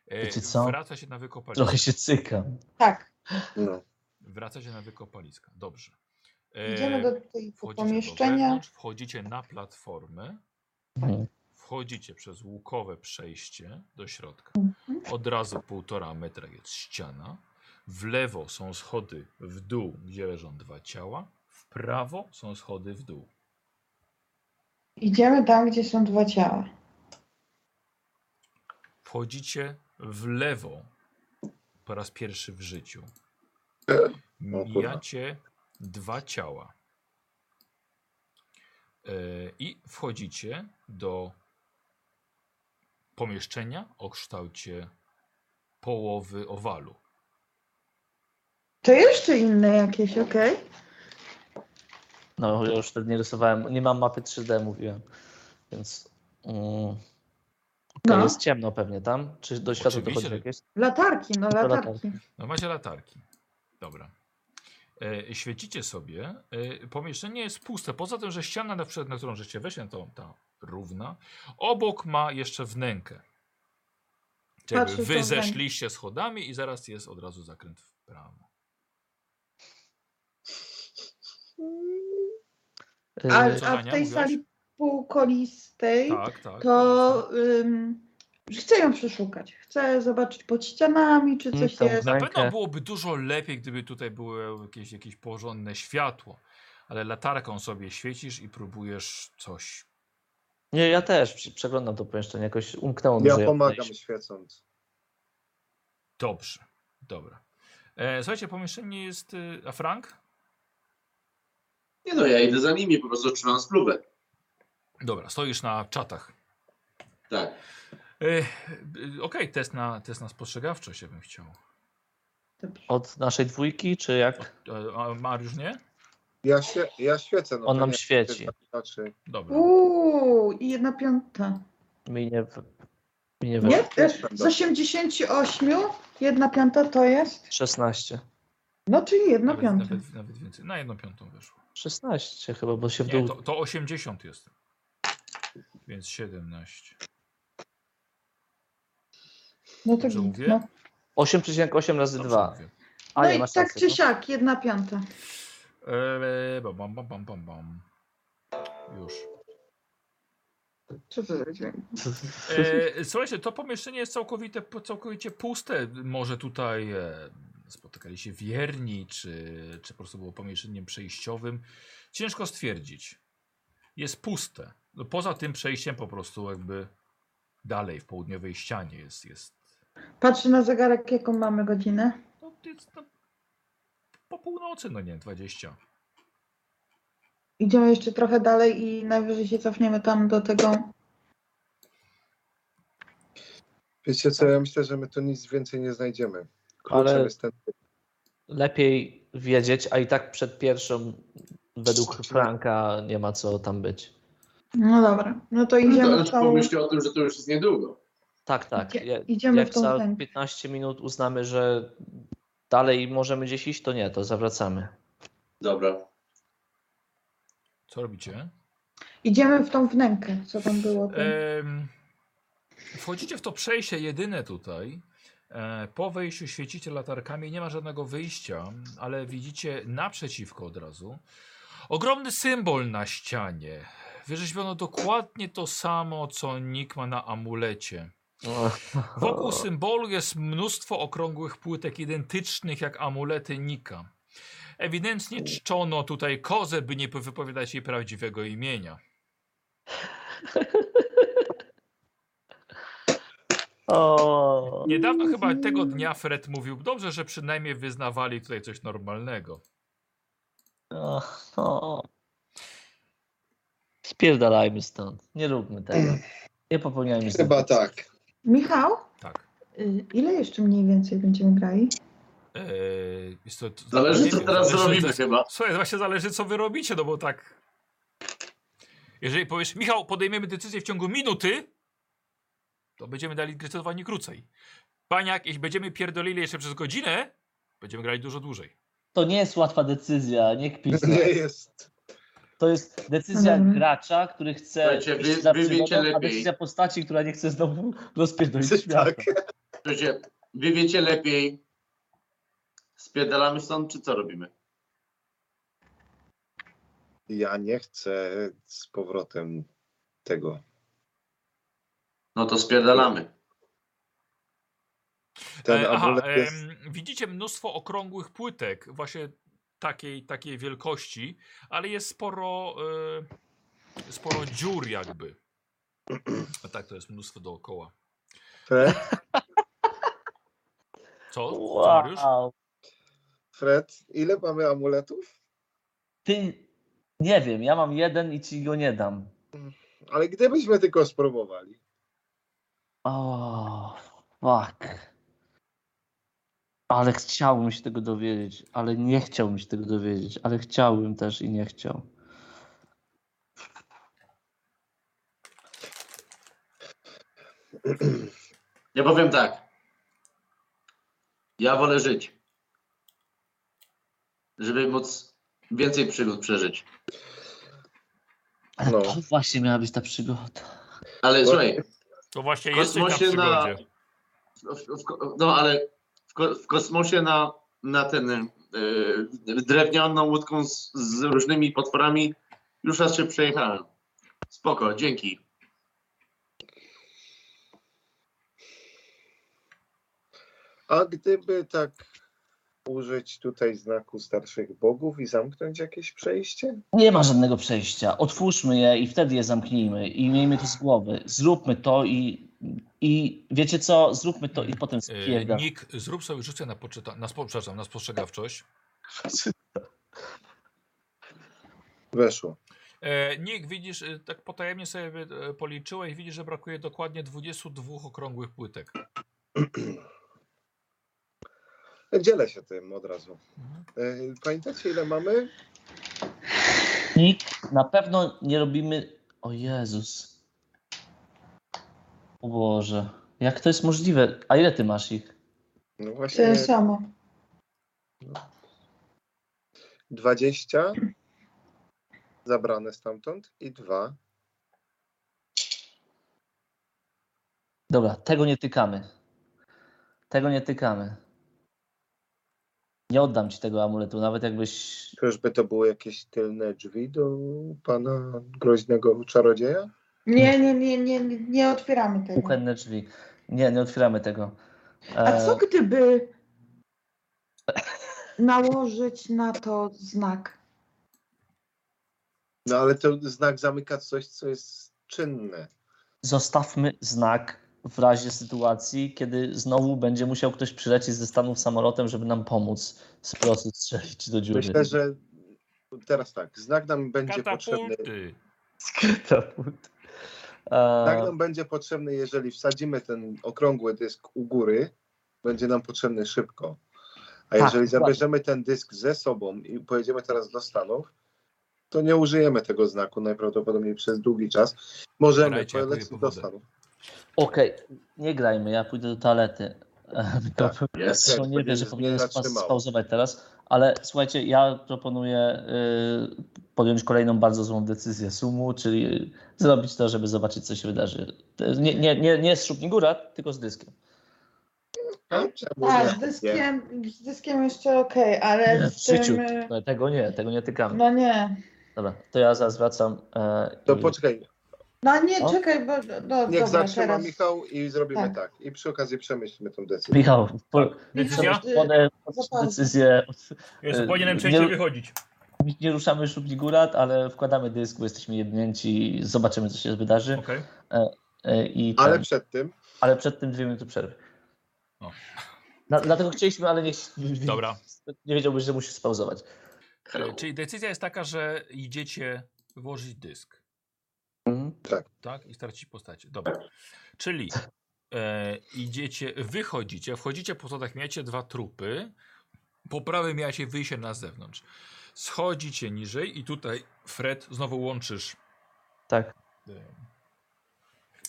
[SPEAKER 1] E,
[SPEAKER 5] *laughs* Wiecie co?
[SPEAKER 1] Wraca się na wykopalisko.
[SPEAKER 5] Trochę się cykam.
[SPEAKER 3] Tak,
[SPEAKER 4] No.
[SPEAKER 1] Wraca się na wykopaliska. Dobrze. E,
[SPEAKER 3] idziemy do
[SPEAKER 5] Eee,
[SPEAKER 3] tej
[SPEAKER 1] wchodzicie
[SPEAKER 3] pomieszczenia.
[SPEAKER 1] wewnątrz, wchodzicie na platformę,
[SPEAKER 5] Mhm.
[SPEAKER 1] wchodzicie przez łukowe przejście do środka. Od razu półtora metra jest ściana. W lewo są schody w dół, gdzie leżą dwa ciała. W prawo są schody w dół.
[SPEAKER 3] Idziemy tam, gdzie są dwa ciała.
[SPEAKER 1] Wchodzicie w lewo po raz pierwszy w życiu.
[SPEAKER 4] kurwa.
[SPEAKER 1] Mijacie dwa ciała. E, I wchodzicie do pomieszczenia o kształcie połowy owalu.
[SPEAKER 3] To jeszcze inne jakieś, okej?
[SPEAKER 5] No, ja już wtedy nie rysowałem. Nie mam mapy 3D, mówiłem. Więc. Mm, okej,
[SPEAKER 3] No.
[SPEAKER 5] Jest ciemno pewnie tam. Czy do światła
[SPEAKER 1] Oczywiście,
[SPEAKER 5] dochodzi
[SPEAKER 1] że-
[SPEAKER 5] jakieś?
[SPEAKER 3] Latarki, no
[SPEAKER 5] To
[SPEAKER 3] latarki.
[SPEAKER 1] No macie latarki. Dobra. E, świecicie sobie. E, pomieszczenie jest puste. Poza tym, że ściana, na, przykład, na którą żeście weszli, no to ta równa. Obok ma jeszcze wnękę. Czyli jakby
[SPEAKER 3] Patrzę w
[SPEAKER 1] wy
[SPEAKER 3] tą wnękę.
[SPEAKER 1] zeszliście schodami i zaraz jest od razu zakręt w prawo.
[SPEAKER 5] Yy,
[SPEAKER 3] A,
[SPEAKER 1] Co,
[SPEAKER 3] a w
[SPEAKER 1] Ania,
[SPEAKER 3] tej
[SPEAKER 1] mówiłaś?
[SPEAKER 3] sali półkolistej
[SPEAKER 1] Tak, tak.
[SPEAKER 3] to ym, chcę ją przeszukać. Chcę zobaczyć pod ścianami, czy
[SPEAKER 5] Mm,
[SPEAKER 3] coś
[SPEAKER 5] tą
[SPEAKER 3] jest.
[SPEAKER 1] Na
[SPEAKER 5] rękę.
[SPEAKER 1] pewno byłoby dużo lepiej, gdyby tutaj było jakieś, jakieś porządne światło. Ale latarką sobie świecisz i próbujesz coś.
[SPEAKER 5] Nie, ja też przy- przeglądam to pomieszczenie. Jakoś umknęło mi
[SPEAKER 4] Ja
[SPEAKER 5] że
[SPEAKER 4] pomagam
[SPEAKER 5] wejść.
[SPEAKER 4] świecąc.
[SPEAKER 1] Dobrze. Dobra. E, słuchajcie, pomieszczenie jest. y, A Frank?
[SPEAKER 2] Nie no, ja idę za nimi, po prostu trzymam spluwę.
[SPEAKER 1] Dobra, stoisz na czatach.
[SPEAKER 2] Tak.
[SPEAKER 1] E, e, Okej, test, na, test na spostrzegawczość, ja bym chciał.
[SPEAKER 3] Dobrze.
[SPEAKER 5] Od naszej dwójki, czy jak?
[SPEAKER 1] E, a Mariusz nie?
[SPEAKER 4] Ja, świe, ja świecę. No
[SPEAKER 5] On
[SPEAKER 4] to
[SPEAKER 5] nam
[SPEAKER 4] nie-
[SPEAKER 5] świeci.
[SPEAKER 4] Znaczy,
[SPEAKER 1] Dobra.
[SPEAKER 3] Uuu, i jedna piąta.
[SPEAKER 5] Mi nie, mi nie
[SPEAKER 3] Nie?
[SPEAKER 5] weszło.
[SPEAKER 4] też będą.
[SPEAKER 3] Z 88, jedna piąta to jest?
[SPEAKER 5] 16.
[SPEAKER 3] No, czyli jedna
[SPEAKER 1] Nawet,
[SPEAKER 3] piąta.
[SPEAKER 1] nawet, nawet więcej. Na jedną piątą wyszło.
[SPEAKER 5] 16 chyba, bo się w
[SPEAKER 1] Nie,
[SPEAKER 5] dół...
[SPEAKER 1] to, to 80 jest. Więc 17.
[SPEAKER 3] No to
[SPEAKER 1] Dobrze
[SPEAKER 3] git,
[SPEAKER 1] mówię?
[SPEAKER 3] no.
[SPEAKER 5] 8,8 razy
[SPEAKER 1] Dobrze
[SPEAKER 5] 2.
[SPEAKER 1] mówię.
[SPEAKER 5] A
[SPEAKER 3] No
[SPEAKER 5] ja
[SPEAKER 3] i
[SPEAKER 5] masz
[SPEAKER 3] tak
[SPEAKER 5] rację,
[SPEAKER 3] czy
[SPEAKER 5] no.
[SPEAKER 3] siak, jedna piąta.
[SPEAKER 1] Eee, bam, bam, bam, bam, bam, bam. Już.
[SPEAKER 3] Co to za dźwięk?
[SPEAKER 5] no.
[SPEAKER 1] E, słuchajcie, to pomieszczenie jest całkowite, po- całkowicie puste. Może tutaj e, spotykali się wierni, czy, czy po prostu było pomieszczeniem przejściowym. Ciężko stwierdzić. Jest puste. No, poza tym przejściem po prostu jakby dalej w południowej ścianie jest. jest
[SPEAKER 3] Patrzę na zegarek, jaką mamy godzinę.
[SPEAKER 1] no, jest no, po północy, no nie, 20.
[SPEAKER 3] Idziemy jeszcze trochę dalej i najwyżej się cofniemy tam do tego.
[SPEAKER 4] Wiecie co, ja myślę, że my tu nic więcej nie znajdziemy. Kluczem
[SPEAKER 5] Ale-
[SPEAKER 4] jest ten...
[SPEAKER 5] Lepiej wiedzieć, a i tak przed pierwszą według Franka nie ma co tam być.
[SPEAKER 3] No dobra, no to
[SPEAKER 2] To
[SPEAKER 3] idziemy w
[SPEAKER 2] znaczy
[SPEAKER 3] tą...
[SPEAKER 2] pomyślcie o tym, że to już jest niedługo.
[SPEAKER 5] Tak, tak.
[SPEAKER 3] Idzie-
[SPEAKER 5] Je-
[SPEAKER 3] idziemy
[SPEAKER 5] Jak
[SPEAKER 3] w tą
[SPEAKER 5] za
[SPEAKER 3] stronę.
[SPEAKER 5] 15 minut uznamy, że dalej możemy gdzieś iść, to nie, to zawracamy.
[SPEAKER 2] Dobra.
[SPEAKER 1] Co robicie?
[SPEAKER 3] Idziemy w tą wnękę, co tam było. Tam.
[SPEAKER 1] Em, Wchodzicie w to przejście jedyne tutaj. E, Po wejściu świecicie latarkami, nie ma żadnego wyjścia, ale widzicie naprzeciwko od razu ogromny symbol na ścianie. Wyrzeźbiono dokładnie to samo, co Nick ma na amulecie. Wokół symbolu jest mnóstwo okrągłych płytek identycznych jak amulety Nika. Ewidentnie czczono tutaj kozę, by nie wypowiadać jej prawdziwego imienia.
[SPEAKER 5] O,
[SPEAKER 1] Niedawno chyba tego dnia Fred mówił, dobrze, że przynajmniej wyznawali tutaj coś normalnego.
[SPEAKER 5] o, o. Spierdalajmy stąd. Nie róbmy tego. Nie popełniajmy
[SPEAKER 4] Chyba
[SPEAKER 5] zbrodni.
[SPEAKER 4] tak.
[SPEAKER 5] *laughs*
[SPEAKER 3] Michał,
[SPEAKER 1] Tak.
[SPEAKER 3] y, ile jeszcze mniej więcej będziemy grali?
[SPEAKER 1] Eee, jest to, to,
[SPEAKER 2] Zależy,
[SPEAKER 1] nie
[SPEAKER 2] co
[SPEAKER 1] wiem,
[SPEAKER 2] teraz
[SPEAKER 1] zależy-
[SPEAKER 2] robimy
[SPEAKER 1] zależy-
[SPEAKER 2] chyba.
[SPEAKER 1] Słuchaj, właśnie zależy, co wy robicie, no bo tak... Jeżeli powiesz, Michał, podejmiemy decyzję w ciągu minuty, to będziemy dali zdecydowanie krócej. Paniak, jeśli będziemy pierdolili jeszcze przez godzinę, będziemy grali dużo dłużej.
[SPEAKER 5] To nie jest łatwa decyzja, nie kpij.
[SPEAKER 4] Nie jest.
[SPEAKER 5] To jest decyzja
[SPEAKER 3] Mhm.
[SPEAKER 5] gracza, który chce
[SPEAKER 2] Słuchajcie,
[SPEAKER 5] iść
[SPEAKER 2] wy-
[SPEAKER 5] za
[SPEAKER 2] wy wiecie
[SPEAKER 5] przygodą, a
[SPEAKER 2] lepiej.
[SPEAKER 5] decyzja postaci, która nie chce znowu *laughs* rozpierdolić świata.
[SPEAKER 4] Tak.
[SPEAKER 2] Słuchajcie, wy wiecie lepiej. Spierdalamy stąd, czy co robimy?
[SPEAKER 4] Ja nie chcę z powrotem tego.
[SPEAKER 2] No to spierdalamy.
[SPEAKER 4] Ten
[SPEAKER 1] E,
[SPEAKER 4] amulet jest...
[SPEAKER 1] em, widzicie mnóstwo okrągłych płytek, właśnie takiej, takiej wielkości, ale jest sporo, e, sporo dziur jakby. A tak, to jest mnóstwo dookoła.
[SPEAKER 4] Fred,
[SPEAKER 1] Co? Co Mariusz?
[SPEAKER 5] Wow.
[SPEAKER 4] Fred, ile mamy amuletów?
[SPEAKER 5] Ty, nie wiem, ja mam jeden i ci go nie dam.
[SPEAKER 4] Ale gdybyśmy tylko spróbowali.
[SPEAKER 5] O, fuck. Ale chciałbym się tego dowiedzieć, ale nie chciałbym się tego dowiedzieć, ale chciałbym też i nie chciał.
[SPEAKER 2] Ja powiem tak. Ja wolę żyć. Żeby móc więcej przygód przeżyć.
[SPEAKER 5] Ale
[SPEAKER 4] No.
[SPEAKER 5] to właśnie miała być ta przygoda.
[SPEAKER 2] Ale słuchaj,
[SPEAKER 1] To właśnie
[SPEAKER 2] W
[SPEAKER 1] jesteś na
[SPEAKER 2] kosmosie na,
[SPEAKER 1] przygodzie.
[SPEAKER 2] w, w, ko- no ale w, ko, w kosmosie na, na ten y, drewnianą łódką z, z różnymi potworami już raz się przejechałem. Spoko, dzięki.
[SPEAKER 4] A gdyby tak użyć tutaj znaku starszych bogów i zamknąć jakieś przejście?
[SPEAKER 5] Nie ma żadnego przejścia. Otwórzmy je i wtedy je zamknijmy i miejmy to z głowy. Zróbmy to i, i wiecie co? Zróbmy to i potem
[SPEAKER 1] E,
[SPEAKER 5] spierdam.
[SPEAKER 1] Nick, zrób sobie rzucę na, poczyta, na, spo, przepraszam, na spostrzegawczość.
[SPEAKER 4] Weszło.
[SPEAKER 1] E, Nick, widzisz, e, tak potajemnie sobie e, policzyłeś, widzisz, że brakuje dokładnie 22 okrągłych płytek.
[SPEAKER 4] Dzielę się tym od razu. E, Pamiętacie, ile mamy?
[SPEAKER 5] Nikt, na pewno nie robimy. O Jezus. O Boże. Jak to jest możliwe? A ile ty masz ich?
[SPEAKER 4] No
[SPEAKER 3] Tyle
[SPEAKER 5] E,
[SPEAKER 4] właśnie
[SPEAKER 3] samo.
[SPEAKER 4] 20 zabrane stamtąd i dwa.
[SPEAKER 5] Dobra, tego nie tykamy. Tego nie tykamy. Nie oddam ci tego amuletu, nawet jakbyś.
[SPEAKER 4] Czyżby to były jakieś tylne drzwi do pana groźnego czarodzieja?
[SPEAKER 3] Nie, nie, nie, nie, nie, nie otwieramy tego.
[SPEAKER 5] Ukłenne drzwi. Nie, nie otwieramy tego.
[SPEAKER 3] A
[SPEAKER 5] E,
[SPEAKER 3] co gdyby nałożyć na to znak?
[SPEAKER 4] No ale to znak zamyka coś, co jest czynne.
[SPEAKER 5] Zostawmy znak w razie sytuacji, kiedy znowu będzie musiał ktoś przylecieć ze Stanów samolotem, żeby nam pomóc z prosu strzelić do dziury.
[SPEAKER 4] Myślę, że teraz tak, znak nam będzie potrzebny.
[SPEAKER 1] Katapulty.
[SPEAKER 5] Katapult. E,
[SPEAKER 3] Tak,
[SPEAKER 4] Znak
[SPEAKER 3] no-
[SPEAKER 4] nam będzie potrzebny, jeżeli wsadzimy ten okrągły dysk u góry, będzie nam potrzebny szybko. A
[SPEAKER 5] Tak,
[SPEAKER 4] jeżeli
[SPEAKER 5] dokładnie.
[SPEAKER 4] zabierzemy ten dysk ze sobą i pojedziemy teraz do Stanów, to nie użyjemy tego znaku najprawdopodobniej przez długi czas. Możemy
[SPEAKER 1] Dajcie, ja
[SPEAKER 4] pojechać
[SPEAKER 1] piję po
[SPEAKER 4] do
[SPEAKER 1] wodę.
[SPEAKER 4] Stanów.
[SPEAKER 5] Okej, nie grajmy, ja pójdę do toalety. E, To
[SPEAKER 4] Tak.
[SPEAKER 2] Jest.
[SPEAKER 5] Zresztą nie
[SPEAKER 4] będzie
[SPEAKER 5] wiem, że
[SPEAKER 4] się
[SPEAKER 5] powinienem
[SPEAKER 4] nie
[SPEAKER 5] spa-
[SPEAKER 4] zatrzymało.
[SPEAKER 5] spauzować teraz, ale słuchajcie, ja proponuję y, podjąć kolejną bardzo złą decyzję sumu, czyli y, zrobić to, żeby zobaczyć, co się wydarzy. Y, Nie, nie, nie, nie z szubni góra, tylko z dyskiem.
[SPEAKER 4] A, czemu
[SPEAKER 3] A,
[SPEAKER 4] nie?
[SPEAKER 3] Tak, z dyskiem, z dyskiem jeszcze okej, ale
[SPEAKER 5] Nie,
[SPEAKER 3] z
[SPEAKER 5] w
[SPEAKER 3] tym...
[SPEAKER 5] życiu.
[SPEAKER 3] y,
[SPEAKER 5] No, Tego nie, tego nie tykamy.
[SPEAKER 3] No nie.
[SPEAKER 5] Dobra, to ja zaraz wracam. e,
[SPEAKER 4] To
[SPEAKER 5] i-
[SPEAKER 4] poczekaj,
[SPEAKER 3] No nie,
[SPEAKER 5] O.
[SPEAKER 3] czekaj, bo... No,
[SPEAKER 4] niech
[SPEAKER 3] dobra,
[SPEAKER 4] zatrzyma
[SPEAKER 3] teraz.
[SPEAKER 4] Michał i zrobimy
[SPEAKER 3] Tak.
[SPEAKER 4] tak. I przy okazji przemyślimy tą decyzję.
[SPEAKER 5] Michał, po,
[SPEAKER 4] Tak.
[SPEAKER 1] Decyzja?
[SPEAKER 3] Michał, y,
[SPEAKER 5] podaj
[SPEAKER 3] zapal-
[SPEAKER 5] decyzję.
[SPEAKER 1] Jest,
[SPEAKER 5] E,
[SPEAKER 1] powinienem
[SPEAKER 5] nie-
[SPEAKER 1] częściej wychodzić.
[SPEAKER 5] Nie ruszamy szubni góra, ale wkładamy dysk, bo jesteśmy jednięci i zobaczymy, co się wydarzy.
[SPEAKER 1] Okej.
[SPEAKER 5] E, I
[SPEAKER 4] Ale
[SPEAKER 5] ten-
[SPEAKER 4] przed tym
[SPEAKER 5] Ale przed tym dwie minuty przerwy.
[SPEAKER 1] O.
[SPEAKER 5] Dla- dlatego chcieliśmy, ale nie,
[SPEAKER 1] No. Dobra.
[SPEAKER 5] nie wiedziałbyś, że musisz spauzować.
[SPEAKER 2] Hello.
[SPEAKER 1] E, Czyli decyzja jest taka, że idziecie włożyć dysk,
[SPEAKER 5] Mhm,
[SPEAKER 1] tak? I stracić postacie. Dobra. Czyli e, idziecie, wychodzicie, wchodzicie po schodach, mijacie dwa trupy, po prawej mijacie wyjście na zewnątrz. Schodzicie niżej i tutaj Fred znowu łączysz
[SPEAKER 5] Tak.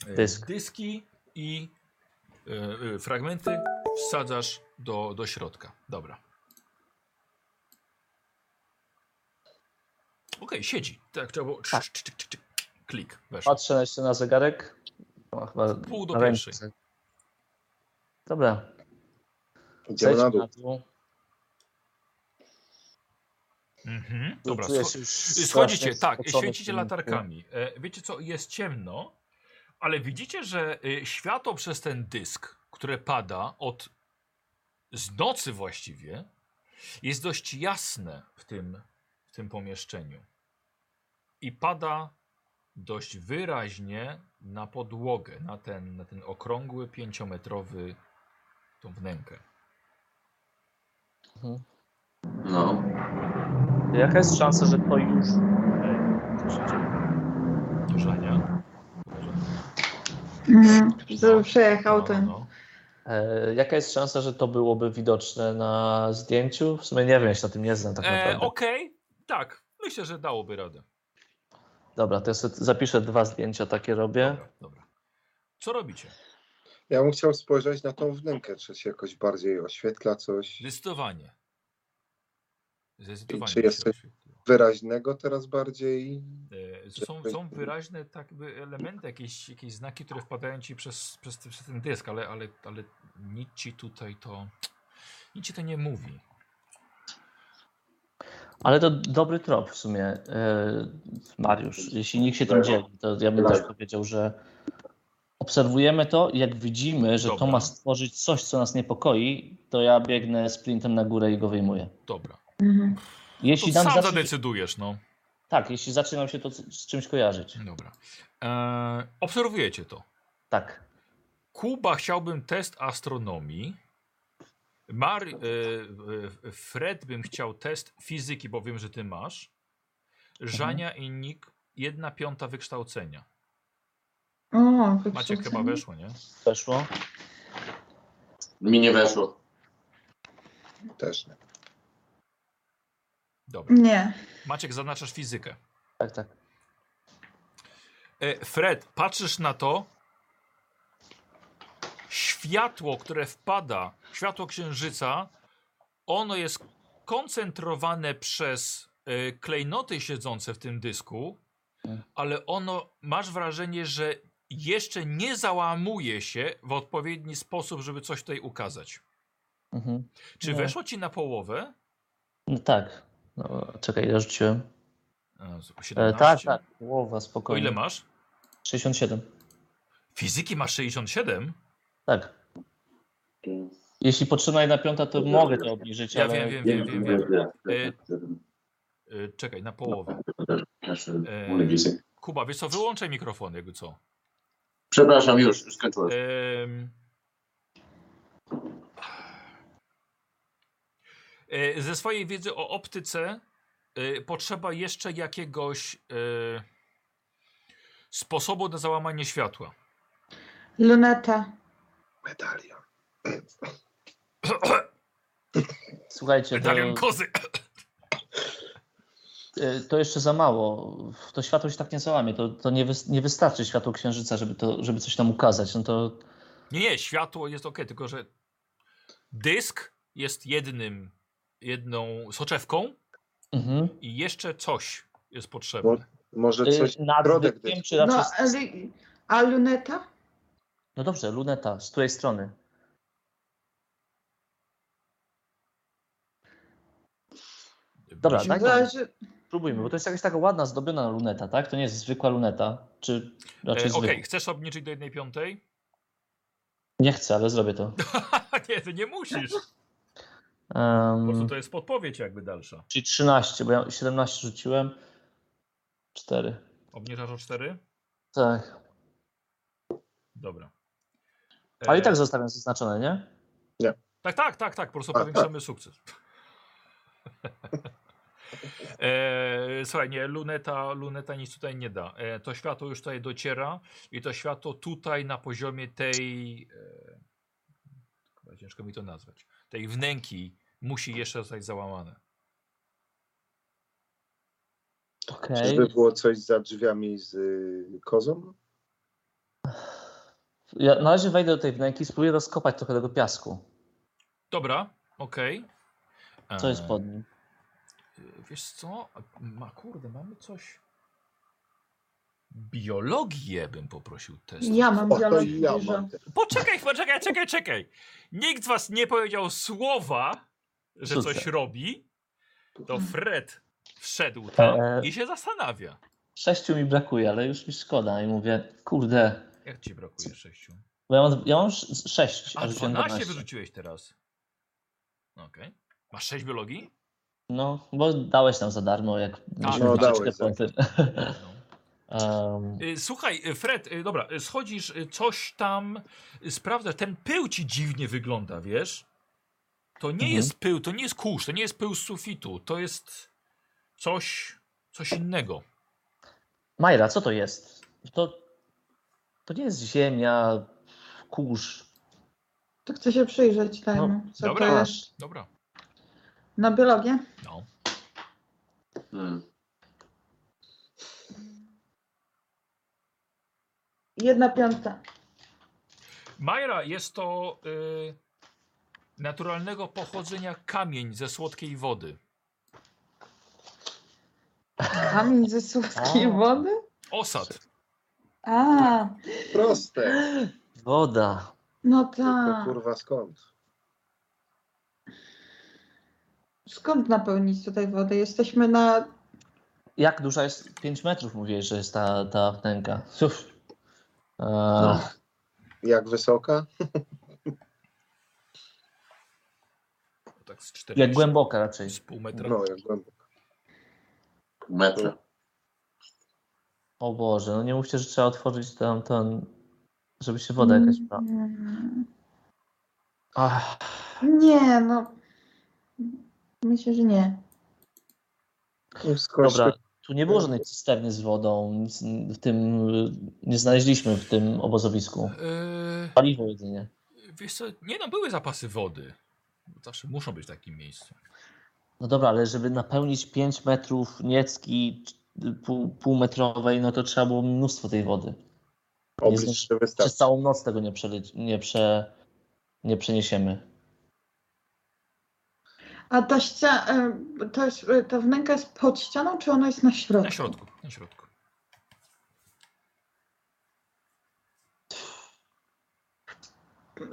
[SPEAKER 1] e,
[SPEAKER 5] Dysk.
[SPEAKER 1] dyski i e, e, fragmenty wsadzasz do, do środka. Dobra. Okej, siedzi. Tak, trzeba było.
[SPEAKER 5] Tak.
[SPEAKER 1] Cz, cz, cz, cz, Klik, weszło.
[SPEAKER 5] Patrzę jeszcze na zegarek. No, chyba
[SPEAKER 1] Pół do
[SPEAKER 5] na
[SPEAKER 1] pierwszej.
[SPEAKER 5] ręce. Dobra.
[SPEAKER 4] idziemy
[SPEAKER 5] zejdźmy
[SPEAKER 4] na dół.
[SPEAKER 1] Mhm. Dobra,
[SPEAKER 5] Czuję
[SPEAKER 1] scho-
[SPEAKER 5] się już
[SPEAKER 1] schodzicie,
[SPEAKER 5] strasznie
[SPEAKER 1] tak,
[SPEAKER 5] spocony
[SPEAKER 1] świecicie
[SPEAKER 5] w tym-
[SPEAKER 1] latarkami. E, Wiecie co, jest ciemno, ale widzicie, że y, światło przez ten dysk, które pada od z nocy właściwie, jest dość jasne w tym, w tym pomieszczeniu. I pada dość wyraźnie na podłogę, na ten, na ten okrągły, pięciometrowy tą wnękę.
[SPEAKER 2] No.
[SPEAKER 5] Jaka jest szansa, że to już... Ej, co się dzieje?
[SPEAKER 1] Żania.
[SPEAKER 3] Mm, że
[SPEAKER 1] No,
[SPEAKER 3] przejechał ten.
[SPEAKER 5] E, Jaka jest szansa, że to byłoby widoczne na zdjęciu? W sumie nie wiem, ja się na tym nie znam tak
[SPEAKER 1] E,
[SPEAKER 5] naprawdę.
[SPEAKER 1] Okej, tak. Myślę, że dałoby radę.
[SPEAKER 5] Dobra, to ja sobie zapiszę dwa zdjęcia, takie robię.
[SPEAKER 1] Dobra, dobra. Co robicie?
[SPEAKER 4] Ja bym chciał spojrzeć na tą wnękę, czy się jakoś bardziej oświetla coś
[SPEAKER 1] Zdecydowanie. Zdecydowanie.
[SPEAKER 4] Czy
[SPEAKER 1] się
[SPEAKER 4] jesteś-
[SPEAKER 1] oświetliło.
[SPEAKER 4] wyraźnego teraz bardziej.
[SPEAKER 1] E, Są, są wyraźne tak by elementy, jakieś, jakieś znaki, które wpadają ci przez, przez, ty- przez ten dysk, ale, ale, ale nic ci tutaj to. Nic ci to nie mówi.
[SPEAKER 5] Ale to dobry trop w sumie, yy, Mariusz. Jeśli nikt się tym dzieli, to ja bym też powiedział, że obserwujemy to i jak widzimy, że
[SPEAKER 1] Dobra.
[SPEAKER 5] to ma stworzyć coś, co nas niepokoi, to ja biegnę sprintem na górę i go wyjmuję.
[SPEAKER 1] Dobra.
[SPEAKER 3] Mhm.
[SPEAKER 1] To
[SPEAKER 5] Jeśli
[SPEAKER 1] sam
[SPEAKER 5] nam zacznie,
[SPEAKER 1] zadecydujesz, no.
[SPEAKER 5] tak, jeśli zaczynam się to z z czymś kojarzyć.
[SPEAKER 1] Dobra. E, obserwujecie to.
[SPEAKER 5] Tak.
[SPEAKER 1] Kuba chciałbym test astronomii. Mar, e, e, Fred bym chciał test fizyki, bo wiem, że ty masz. Żania i Nick, jedna piąta wykształcenia.
[SPEAKER 3] O,
[SPEAKER 1] Macie
[SPEAKER 3] wykształcenie.
[SPEAKER 1] chyba weszło, nie?
[SPEAKER 5] Weszło.
[SPEAKER 2] Mi nie weszło.
[SPEAKER 4] Też nie.
[SPEAKER 1] Dobra.
[SPEAKER 3] Nie.
[SPEAKER 1] Maciek, zaznaczasz fizykę.
[SPEAKER 5] Tak, tak.
[SPEAKER 1] E, Fred, patrzysz na to. Światło, które wpada, światło księżyca, ono jest koncentrowane przez e, klejnoty siedzące w tym dysku,
[SPEAKER 5] Mhm.
[SPEAKER 1] ale ono, masz wrażenie, że jeszcze nie załamuje się w odpowiedni sposób, żeby coś tutaj ukazać.
[SPEAKER 5] Mhm.
[SPEAKER 1] Czy
[SPEAKER 5] Nie.
[SPEAKER 1] weszło ci na połowę?
[SPEAKER 5] No tak. No, czekaj, ja rzuciłem.
[SPEAKER 1] E, z-
[SPEAKER 5] E,
[SPEAKER 1] 17.
[SPEAKER 5] tak, tak. Głowa,
[SPEAKER 1] O
[SPEAKER 5] spokojnie.
[SPEAKER 1] ile masz?
[SPEAKER 5] 67.
[SPEAKER 1] Fizyki masz 67?
[SPEAKER 5] Tak. Jeśli potrzebna jedna piąta, to mogę to obniżyć,
[SPEAKER 1] No, Ja
[SPEAKER 5] ale...
[SPEAKER 1] wiem, wiem, wiem, wiem. wiem.
[SPEAKER 2] wiem.
[SPEAKER 1] E, czekaj, na połowę. E, Kuba, wiesz co, wyłączaj mikrofon, jakby co.
[SPEAKER 2] Przepraszam, już, już skończyłem.
[SPEAKER 1] Em. E, Ze swojej wiedzy o optyce e, potrzeba jeszcze jakiegoś e, sposobu na załamanie światła.
[SPEAKER 3] Luneta.
[SPEAKER 4] Medalion.
[SPEAKER 5] Słuchajcie, to,
[SPEAKER 1] Medalion kozy.
[SPEAKER 5] e, to jeszcze za mało. To światło się tak nie załamie. To, to nie, wys- nie wystarczy światło księżyca, żeby, to, żeby coś tam ukazać. No to
[SPEAKER 1] Nie, nie, światło jest ok, tylko że dysk jest jednym, jedną soczewką
[SPEAKER 5] mhm.
[SPEAKER 1] i jeszcze coś jest potrzebne.
[SPEAKER 4] Bo- Może
[SPEAKER 5] Y,
[SPEAKER 4] coś
[SPEAKER 5] nad
[SPEAKER 4] środek
[SPEAKER 5] dyskiem,
[SPEAKER 4] dysku.
[SPEAKER 5] czy raczej...
[SPEAKER 3] No,
[SPEAKER 5] No,
[SPEAKER 3] a, li- a luneta?
[SPEAKER 5] no dobrze, luneta, z której strony? Dobra,
[SPEAKER 1] Bliźni-
[SPEAKER 5] daj nam.
[SPEAKER 3] Zależy,
[SPEAKER 5] Spróbujmy, bo to jest jakaś taka ładna, zdobiona luneta, tak? To nie jest zwykła luneta, czy
[SPEAKER 1] E,
[SPEAKER 5] raczej
[SPEAKER 1] Okej,
[SPEAKER 5] zwykła.
[SPEAKER 1] chcesz obniżyć do jednej piątej? *laughs*
[SPEAKER 5] Nie chcę, ale zrobię to.
[SPEAKER 1] nie, ty nie musisz. Po prostu
[SPEAKER 5] Um,
[SPEAKER 1] to jest podpowiedź jakby dalsza.
[SPEAKER 5] czyli 13, bo ja 17 rzuciłem. 4.
[SPEAKER 1] Obniżasz o 4?
[SPEAKER 5] Tak.
[SPEAKER 1] Dobra.
[SPEAKER 5] Ale i
[SPEAKER 1] E,
[SPEAKER 5] tak zostawiam zaznaczone, nie?
[SPEAKER 1] tak, tak, tak, tak, po prostu powiększamy sukces. *laughs* E, słuchaj, nie, luneta, luneta nic tutaj nie da. E, to światło już tutaj dociera i to światło tutaj na poziomie tej, e, chyba ciężko mi to nazwać, tej wnęki musi jeszcze zostać załamane.
[SPEAKER 5] Okej.
[SPEAKER 4] Czyżby było coś za drzwiami z y, kozą?
[SPEAKER 5] Ja na razie wejdę do tej wnęki i spróbuję rozkopać trochę tego piasku.
[SPEAKER 1] Dobra, okej.
[SPEAKER 5] Co jest
[SPEAKER 1] E,
[SPEAKER 5] pod nim?
[SPEAKER 1] Wiesz co? Ma kurde, mamy coś. Biologię bym poprosił test.
[SPEAKER 3] ja mam
[SPEAKER 4] O, to
[SPEAKER 3] biologię
[SPEAKER 4] ja
[SPEAKER 3] dużo.
[SPEAKER 4] mam.
[SPEAKER 1] Poczekaj, poczekaj, czekaj, czekaj. Nikt z was nie powiedział słowa, że
[SPEAKER 5] Super.
[SPEAKER 1] coś robi. To
[SPEAKER 3] Mhm.
[SPEAKER 1] Fred wszedł tam
[SPEAKER 5] Eee.
[SPEAKER 1] i się zastanawia.
[SPEAKER 5] Sześciu mi brakuje, ale już mi szkoda. I mówię, kurde,
[SPEAKER 1] Jak ci brakuje sześciu?
[SPEAKER 5] bo ja mam, ja mam sz- sześć,
[SPEAKER 1] A
[SPEAKER 5] a rzuciłem
[SPEAKER 1] 12
[SPEAKER 5] 12.
[SPEAKER 1] wyrzuciłeś teraz. Okej. Masz 6 biologii?
[SPEAKER 5] No, bo dałeś nam za darmo, jak mieliśmy
[SPEAKER 4] no,
[SPEAKER 5] troszeczkę
[SPEAKER 4] dałeś za
[SPEAKER 5] poty.
[SPEAKER 1] No.
[SPEAKER 5] *laughs* Em,
[SPEAKER 1] Y, Słuchaj, y, Fred, y, dobra, y, schodzisz, y, coś tam y, sprawdzasz. Ten pył ci dziwnie wygląda, wiesz? To nie
[SPEAKER 5] Mhm.
[SPEAKER 1] jest pył, to nie jest kurz, to nie jest pył z sufitu, to jest coś, coś innego.
[SPEAKER 5] Majra, co to jest? To, to nie jest ziemia, kurz.
[SPEAKER 3] To chcę się przyjrzeć temu.
[SPEAKER 5] No,
[SPEAKER 3] co
[SPEAKER 1] dobra.
[SPEAKER 3] to jest.
[SPEAKER 1] Dobra.
[SPEAKER 3] Na biologię?
[SPEAKER 1] No.
[SPEAKER 2] Hmm.
[SPEAKER 3] Jedna piąta.
[SPEAKER 1] Majra, jest to y, naturalnego pochodzenia kamień ze słodkiej wody.
[SPEAKER 3] Kamień ze słodkiej
[SPEAKER 5] O.
[SPEAKER 3] wody?
[SPEAKER 1] Osad.
[SPEAKER 3] A,
[SPEAKER 4] Proste.
[SPEAKER 5] Woda.
[SPEAKER 3] no
[SPEAKER 4] Tylko
[SPEAKER 3] tak.
[SPEAKER 4] kurwa skąd?
[SPEAKER 3] Skąd napełnić tutaj wodę? Jesteśmy na...
[SPEAKER 5] Jak duża jest? 5 metrów mówiłeś, że jest ta, ta wnęka. Uf. E,
[SPEAKER 4] Jak wysoka?
[SPEAKER 1] Tak z
[SPEAKER 5] jak
[SPEAKER 1] 40
[SPEAKER 5] głęboka raczej.
[SPEAKER 1] z pół metra.
[SPEAKER 4] No, jak głęboko.
[SPEAKER 2] Metra.
[SPEAKER 5] O Boże, no nie mówcie, że trzeba otworzyć tam ten, żeby się woda jakaś brała.
[SPEAKER 3] Mm,
[SPEAKER 5] Ach,
[SPEAKER 3] Nie, no... Myślę, że nie.
[SPEAKER 4] Skądś
[SPEAKER 5] Dobra, tu nie było żadnej cysterny z wodą, nic w tym y, nie znaleźliśmy w tym obozowisku.
[SPEAKER 1] Y,
[SPEAKER 5] Paliwo jedynie.
[SPEAKER 1] wiesz co, nie no, były zapasy wody. Zawsze muszą być w takim miejscu.
[SPEAKER 5] No dobra, ale żeby napełnić 5 metrów niecki y, pół, półmetrowej, no to trzeba było mnóstwo tej wody.
[SPEAKER 4] Oblicz, że
[SPEAKER 5] Przez
[SPEAKER 4] wystarczy.
[SPEAKER 5] całą noc tego nie, przeleci, nie, prze, nie przeniesiemy.
[SPEAKER 3] A ta ściana, to jest, e, ta wnęka jest pod ścianą, czy ona jest na środku?
[SPEAKER 1] Na środku, na środku.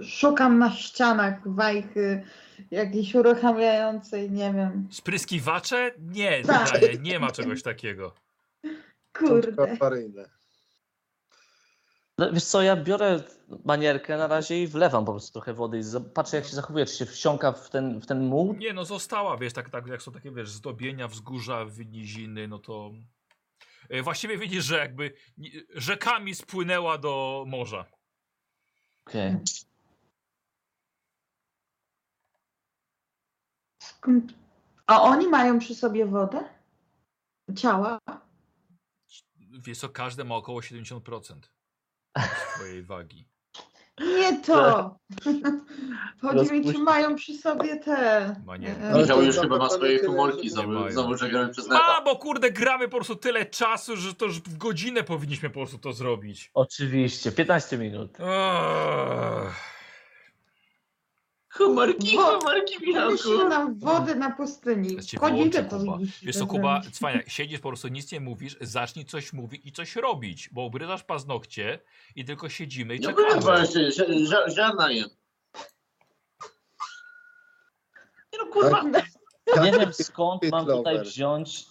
[SPEAKER 3] Szukam na ścianach wajchy jakiejś uruchamiającej, nie wiem.
[SPEAKER 1] Spryskiwacze? Nie,
[SPEAKER 3] Tak.
[SPEAKER 1] nie, nie ma czegoś takiego.
[SPEAKER 3] Kurde.
[SPEAKER 4] awaryjne.
[SPEAKER 5] No, wiesz co, ja biorę manierkę na razie i wlewam po prostu trochę wody i zob- patrzę jak się zachowuje, czy się wsiąka w ten, w ten muł.
[SPEAKER 1] Nie, no została, wiesz, tak, tak jak są takie, wiesz, zdobienia, wzgórza, niziny, no to... E, Właściwie widzisz, że jakby ni- rzekami spłynęła do morza.
[SPEAKER 5] Okej.
[SPEAKER 3] Skąd- A oni mają przy sobie wodę? Ciała?
[SPEAKER 1] Wiesz co, każde ma około 70% swojej wagi.
[SPEAKER 3] Nie to! *laughs* Chodzi mi, czy
[SPEAKER 11] Rozpuść-
[SPEAKER 3] mają przy sobie te...
[SPEAKER 1] Manierki.
[SPEAKER 3] e,
[SPEAKER 4] Ale
[SPEAKER 2] Michał
[SPEAKER 4] to
[SPEAKER 2] już
[SPEAKER 1] tak
[SPEAKER 4] tam
[SPEAKER 2] chyba ma
[SPEAKER 4] dokładnie
[SPEAKER 2] swoje
[SPEAKER 4] tyle,
[SPEAKER 2] komórki
[SPEAKER 4] że-
[SPEAKER 1] Nie
[SPEAKER 2] znowu,
[SPEAKER 1] mają.
[SPEAKER 2] znowu że grałem przez
[SPEAKER 1] A,
[SPEAKER 2] neta.
[SPEAKER 1] bo kurde, gramy po prostu tyle czasu, że to już w godzinę powinniśmy po prostu to zrobić.
[SPEAKER 5] Oczywiście, 15 minut.
[SPEAKER 1] Eee.
[SPEAKER 2] Komórki,
[SPEAKER 3] Bo-
[SPEAKER 2] komórki,
[SPEAKER 3] Wymyślili
[SPEAKER 2] Michałku.
[SPEAKER 3] nam wodę na pustyni.
[SPEAKER 1] Ja cię
[SPEAKER 3] Godzinę
[SPEAKER 1] wyłączę, Kuba.
[SPEAKER 3] powinniśmy
[SPEAKER 1] Wiesz co,
[SPEAKER 3] to
[SPEAKER 1] Kuba,
[SPEAKER 3] zrobić.
[SPEAKER 1] cwania, siedzisz po prostu, nic nie mówisz, zacznij coś mówić i coś robić, bo obryzasz paznokcie i tylko siedzimy i
[SPEAKER 2] No kurwa,
[SPEAKER 1] czekamy.
[SPEAKER 2] jeszcze zi- zi- ziarna jem. Nie No kurwa,
[SPEAKER 5] Nie
[SPEAKER 4] Tak?
[SPEAKER 5] wiem skąd mam tutaj
[SPEAKER 4] Pitlover.
[SPEAKER 5] wziąć,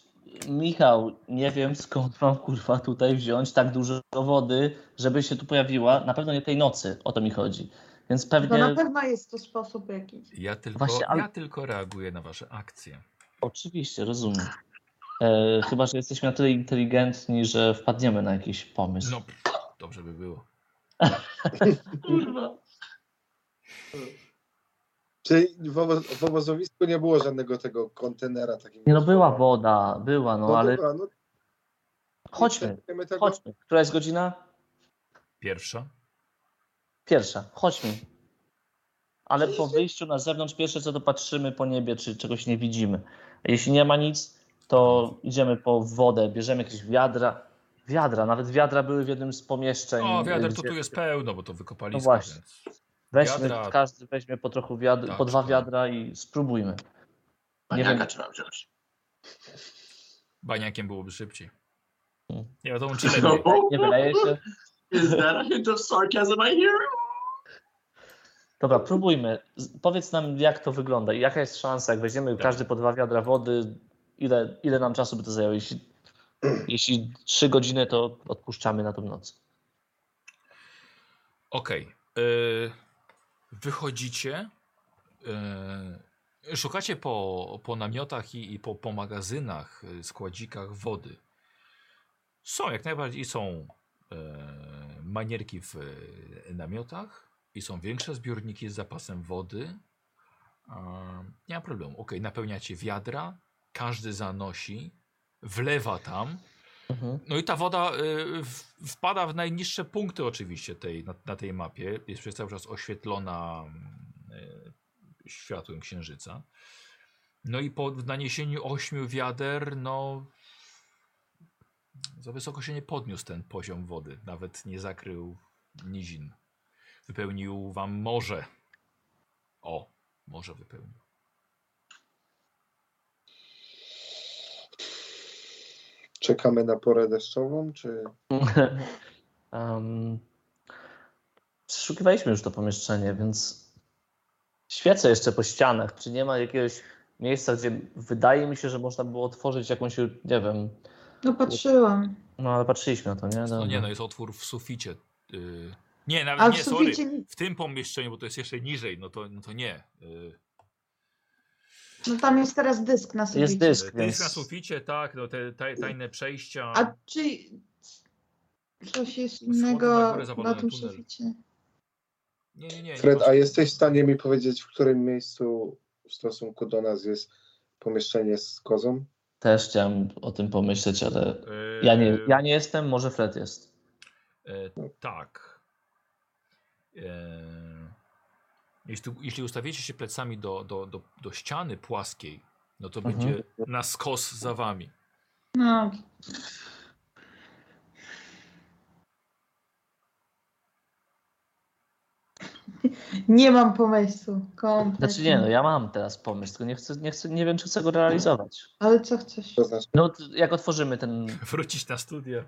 [SPEAKER 5] Michał, nie wiem skąd mam kurwa tutaj wziąć tak dużo wody, żeby się tu pojawiła. Na pewno nie tej nocy, o to mi chodzi. Więc
[SPEAKER 3] To No na
[SPEAKER 5] pewnie,
[SPEAKER 3] pewno jest to sposób jakiś.
[SPEAKER 1] Ja tylko,
[SPEAKER 5] Właśnie, ale-
[SPEAKER 1] ja tylko reaguję na wasze akcje.
[SPEAKER 5] oczywiście, rozumiem. E, chyba, że jesteśmy na tyle inteligentni, że wpadniemy na jakiś pomysł.
[SPEAKER 1] No, pff, dobrze by było.
[SPEAKER 2] kurwa.
[SPEAKER 4] Czyli w, obo w obozowisku nie było żadnego tego kontenera takiego.
[SPEAKER 5] Nie no, była woda, była, no,
[SPEAKER 4] No
[SPEAKER 5] ale
[SPEAKER 4] dobra, no,
[SPEAKER 5] chodźmy,
[SPEAKER 4] czekajmy tego.
[SPEAKER 5] chodźmy. Która jest godzina?
[SPEAKER 1] Pierwsza?
[SPEAKER 5] Pierwsza, chodźmy. Ale po wyjściu na zewnątrz, pierwsze co to patrzymy po niebie, czy czegoś nie widzimy. A jeśli nie ma nic, to idziemy po wodę, bierzemy jakieś wiadra. Wiadra, nawet wiadra były w jednym z pomieszczeń.
[SPEAKER 1] O, wiader to
[SPEAKER 5] gdzie-
[SPEAKER 1] tu jest pełno, bo to wykopaliśmy.
[SPEAKER 5] No właśnie.
[SPEAKER 1] Więc...
[SPEAKER 5] Weźmy,
[SPEAKER 1] wiadra.
[SPEAKER 5] każdy weźmie po trochu wiadr,
[SPEAKER 1] Tak,
[SPEAKER 5] po dwa
[SPEAKER 1] tak.
[SPEAKER 5] wiadra i spróbujmy.
[SPEAKER 2] Paniaka
[SPEAKER 5] Tak? wiem.
[SPEAKER 2] trzeba wziąć.
[SPEAKER 1] Baniakiem byłoby szybciej.
[SPEAKER 5] Hmm.
[SPEAKER 1] Nie wiadomo, czy
[SPEAKER 2] No,
[SPEAKER 1] lepiej.
[SPEAKER 5] Nie wydaje się.
[SPEAKER 2] Is that a hint of sarcasm I hear?
[SPEAKER 5] Dobra, próbujmy. Z- Powiedz nam, jak to wygląda i jaka jest szansa, jak weźmiemy
[SPEAKER 1] Tak.
[SPEAKER 5] każdy po dwa wiadra wody, ile, ile nam czasu by to zajęło? Jeśli, jeśli trzy godziny, to odpuszczamy na tą noc.
[SPEAKER 1] Okej. y, Wychodzicie. y, Szukacie po, po namiotach i, i po, po magazynach, y, składzikach wody. Są, jak najbardziej są y, manierki w y, namiotach i są większe zbiorniki z zapasem wody. A, nie ma problemu. Okej, napełniacie wiadra, każdy zanosi, wlewa tam.
[SPEAKER 5] Mhm.
[SPEAKER 1] No i ta woda y, w- wpada w najniższe punkty oczywiście tej, na, na tej mapie. Jest przez cały czas oświetlona y, światłem księżyca. No i po naniesieniu ośmiu wiader, no za wysoko się nie podniósł ten poziom wody. Nawet nie zakrył nizin. Wypełnił wam morze. O, morze wypełnił.
[SPEAKER 4] Czekamy na porę deszczową, czy...
[SPEAKER 5] um, przeszukiwaliśmy już to pomieszczenie, więc świecę jeszcze po ścianach. Czy nie ma jakiegoś miejsca, gdzie wydaje mi się, że można było otworzyć jakąś, nie wiem,
[SPEAKER 3] No patrzyłam.
[SPEAKER 5] no ale patrzyliśmy na to, nie?
[SPEAKER 1] No nie,
[SPEAKER 5] Dobra.
[SPEAKER 1] no jest otwór w suficie. y, Nie,
[SPEAKER 3] A
[SPEAKER 1] nawet
[SPEAKER 3] w
[SPEAKER 1] nie, sorry.
[SPEAKER 3] suficie nic.
[SPEAKER 1] w tym pomieszczeniu, bo to jest jeszcze niżej, no to, no to nie. Y,
[SPEAKER 3] No tam jest teraz dysk na
[SPEAKER 1] no,
[SPEAKER 3] suficie.
[SPEAKER 5] Jest dysk,
[SPEAKER 1] Dysk na
[SPEAKER 5] więc...
[SPEAKER 1] suficie, tak, no te taj, tajne przejścia.
[SPEAKER 3] A czy coś jest
[SPEAKER 1] Schodem na
[SPEAKER 3] innego
[SPEAKER 1] górę
[SPEAKER 3] na
[SPEAKER 1] zawalony
[SPEAKER 3] tym
[SPEAKER 1] tunel.
[SPEAKER 3] suficie?
[SPEAKER 1] Nie, nie, nie. nie
[SPEAKER 4] Fred,
[SPEAKER 1] po-
[SPEAKER 4] a jesteś w stanie mi powiedzieć, w którym miejscu w stosunku do nas jest pomieszczenie z kozą?
[SPEAKER 5] Też chciałem o tym pomyśleć, ale
[SPEAKER 1] Y,
[SPEAKER 5] ja nie, ja nie jestem, może Fred jest.
[SPEAKER 1] y, tak. Y, Jeśli, jeśli ustawiecie się plecami do, do, do, do ściany płaskiej, no to
[SPEAKER 5] Mhm.
[SPEAKER 1] będzie na skos za wami. *laughs*
[SPEAKER 3] No, nie mam pomysłu. Kompletnie.
[SPEAKER 5] Znaczy nie, no ja mam teraz pomysł, tylko nie, chcę, nie, chcę, nie wiem, czy chcę go realizować.
[SPEAKER 3] Ale co chcesz?
[SPEAKER 4] To znaczy,
[SPEAKER 5] No t- jak otworzymy ten...
[SPEAKER 1] Wrócić na studia.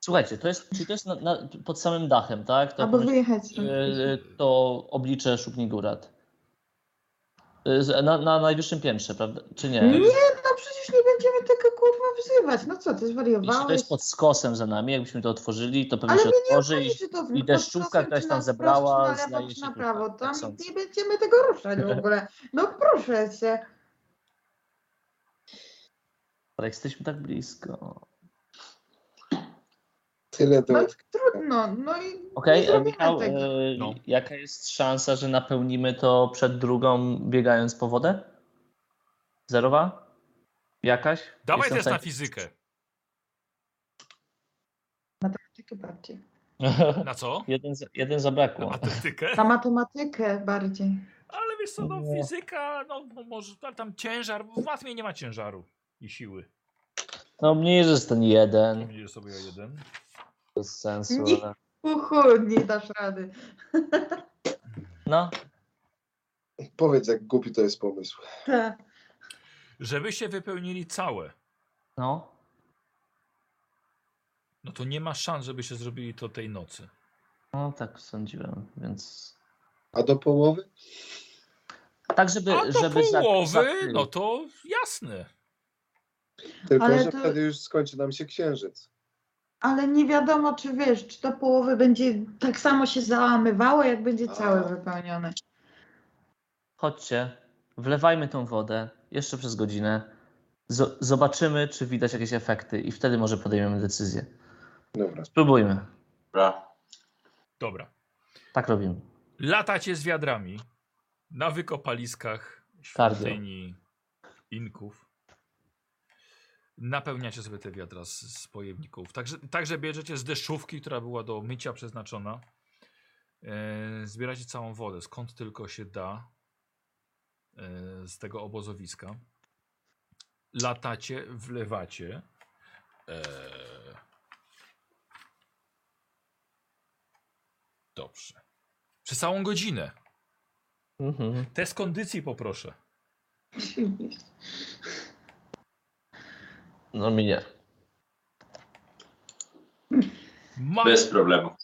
[SPEAKER 5] Słuchajcie, to jest, czyli to jest na, na, pod samym dachem, tak? To
[SPEAKER 3] Albo
[SPEAKER 5] pomyśl-
[SPEAKER 3] wyjechać. stąd.
[SPEAKER 5] E, to oblicze Szupni Górat. E, z- Na, na najwyższym piętrze, prawda? Czy nie?
[SPEAKER 3] Nie, no przecież nie będziemy tego kurwa wzywać. No co, ty
[SPEAKER 5] Jeśli to
[SPEAKER 3] zwariowałeś?
[SPEAKER 5] jest pod skosem za nami, jakbyśmy to otworzyli, to pewnie
[SPEAKER 3] Ale
[SPEAKER 5] się
[SPEAKER 3] my nie
[SPEAKER 5] otworzy i,
[SPEAKER 3] obchodzi, czy No to w-
[SPEAKER 5] i
[SPEAKER 3] pod
[SPEAKER 5] deszczówka
[SPEAKER 3] nosem, czy
[SPEAKER 5] jakaś tam
[SPEAKER 3] na
[SPEAKER 5] zebrała,
[SPEAKER 3] wprost, czy na
[SPEAKER 5] znaje
[SPEAKER 3] lewo, czy
[SPEAKER 5] się
[SPEAKER 3] na
[SPEAKER 5] tu,
[SPEAKER 3] prawo.
[SPEAKER 5] tak
[SPEAKER 3] Tam
[SPEAKER 5] sądzę.
[SPEAKER 3] nie będziemy tego ruszać w ogóle. No proszę cię.
[SPEAKER 5] ale jesteśmy tak blisko.
[SPEAKER 4] tyle
[SPEAKER 3] No
[SPEAKER 4] do...
[SPEAKER 3] i trudno. No i nie
[SPEAKER 5] Okej, e,
[SPEAKER 3] zrobimy
[SPEAKER 5] Michał,
[SPEAKER 3] tego.
[SPEAKER 5] e,
[SPEAKER 1] No.
[SPEAKER 5] jaka jest szansa, że napełnimy to przed drugą, biegając po wodę? Zerowa? Jakaś?
[SPEAKER 1] Dawaj
[SPEAKER 5] Jestem w
[SPEAKER 1] test na
[SPEAKER 5] stanie-
[SPEAKER 1] fizykę.
[SPEAKER 3] Matematykę bardziej.
[SPEAKER 1] Na co?
[SPEAKER 5] *laughs* jeden, z- jeden
[SPEAKER 1] Na
[SPEAKER 5] zabrakło. *laughs*
[SPEAKER 1] atletykę?
[SPEAKER 3] Na matematykę bardziej.
[SPEAKER 1] Ale wiesz co, no fizyka, no no może ale tam ciężar, w matmie nie ma ciężaru i siły.
[SPEAKER 5] No mniej, że jest ten jeden.
[SPEAKER 1] Pomniesz sobie o jeden.
[SPEAKER 5] Bez sensu.
[SPEAKER 3] Nie.
[SPEAKER 5] ale-
[SPEAKER 3] Uchu, nie dasz rady.
[SPEAKER 5] No,
[SPEAKER 4] Powiedz, jak głupi to jest pomysł.
[SPEAKER 3] Tak.
[SPEAKER 1] Żeby się wypełnili całe,
[SPEAKER 5] no.
[SPEAKER 1] no to nie ma szans, żeby się zrobili to tej nocy.
[SPEAKER 5] No tak sądziłem, więc.
[SPEAKER 4] A do połowy?
[SPEAKER 5] Tak, żeby.
[SPEAKER 1] A do
[SPEAKER 5] żeby za-
[SPEAKER 1] połowy,
[SPEAKER 5] za-
[SPEAKER 1] no to jasne.
[SPEAKER 4] Tylko,
[SPEAKER 3] Ale
[SPEAKER 4] że
[SPEAKER 3] to-
[SPEAKER 4] wtedy już skończy nam się księżyc.
[SPEAKER 3] Ale nie wiadomo, czy wiesz, czy do połowy będzie tak samo się załamywało, jak będzie całe
[SPEAKER 4] A.
[SPEAKER 3] wypełnione.
[SPEAKER 5] Chodźcie, wlewajmy tą wodę jeszcze przez godzinę. Z- zobaczymy, czy widać jakieś efekty, i wtedy może podejmiemy decyzję.
[SPEAKER 4] Dobra.
[SPEAKER 5] Spróbujmy.
[SPEAKER 2] Dobra.
[SPEAKER 1] Dobra.
[SPEAKER 5] Tak robimy.
[SPEAKER 1] Latacie z wiadrami na wykopaliskach
[SPEAKER 5] Kardio.
[SPEAKER 1] świątyni Inków. Napełniacie sobie te wiadra z, z pojemników. Także, także bierzecie z deszczówki, która była do mycia przeznaczona. E, zbieracie całą wodę, skąd tylko się da e, z tego obozowiska. Latacie, wlewacie. E, dobrze. Przez całą godzinę.
[SPEAKER 5] Mhm.
[SPEAKER 1] Test kondycji poproszę.
[SPEAKER 5] No mi nie.
[SPEAKER 1] Ma...
[SPEAKER 2] Bez problemu.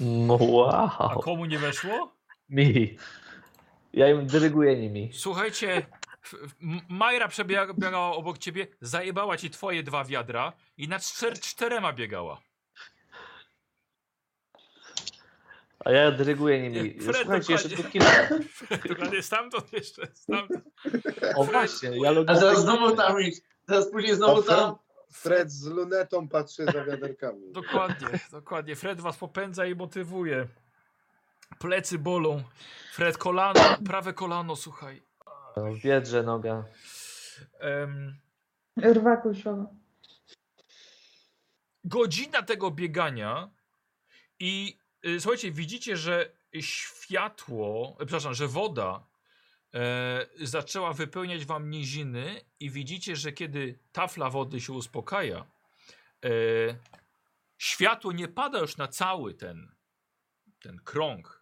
[SPEAKER 5] No,
[SPEAKER 1] A
[SPEAKER 5] wow.
[SPEAKER 1] komu nie weszło?
[SPEAKER 5] Mi. Ja im dyryguję nimi.
[SPEAKER 1] Słuchajcie, f- f- M- Majra przebiegała obok ciebie, zajebała ci twoje dwa wiadra i nad czter czterema biegała. *laughs*
[SPEAKER 5] A ja dyryguję nimi.
[SPEAKER 1] Nie, Fred,
[SPEAKER 5] Słuchajcie, jeszcze
[SPEAKER 1] dokładnie.
[SPEAKER 5] tu kilka.
[SPEAKER 1] Dokładnie stamtąd jeszcze, stamtąd.
[SPEAKER 5] O właśnie, ja
[SPEAKER 2] A teraz
[SPEAKER 5] logistycznie-
[SPEAKER 2] znowu tam ich, teraz później znowu
[SPEAKER 4] A Fred-
[SPEAKER 2] tam.
[SPEAKER 4] Fred z lunetą patrzy za wiaderkami.
[SPEAKER 1] Dokładnie, dokładnie. Fred was popędza i motywuje. Plecy bolą. Fred kolano, prawe kolano, słuchaj.
[SPEAKER 5] No, W biedrze noga.
[SPEAKER 1] Em,
[SPEAKER 3] Rwaku słowa.
[SPEAKER 1] godzina tego biegania i y, słuchajcie, widzicie, że światło, e, przepraszam, że woda e, zaczęła wypełniać wam niziny i widzicie, że kiedy tafla wody się uspokaja, e, światło nie pada już na cały ten, ten krąg,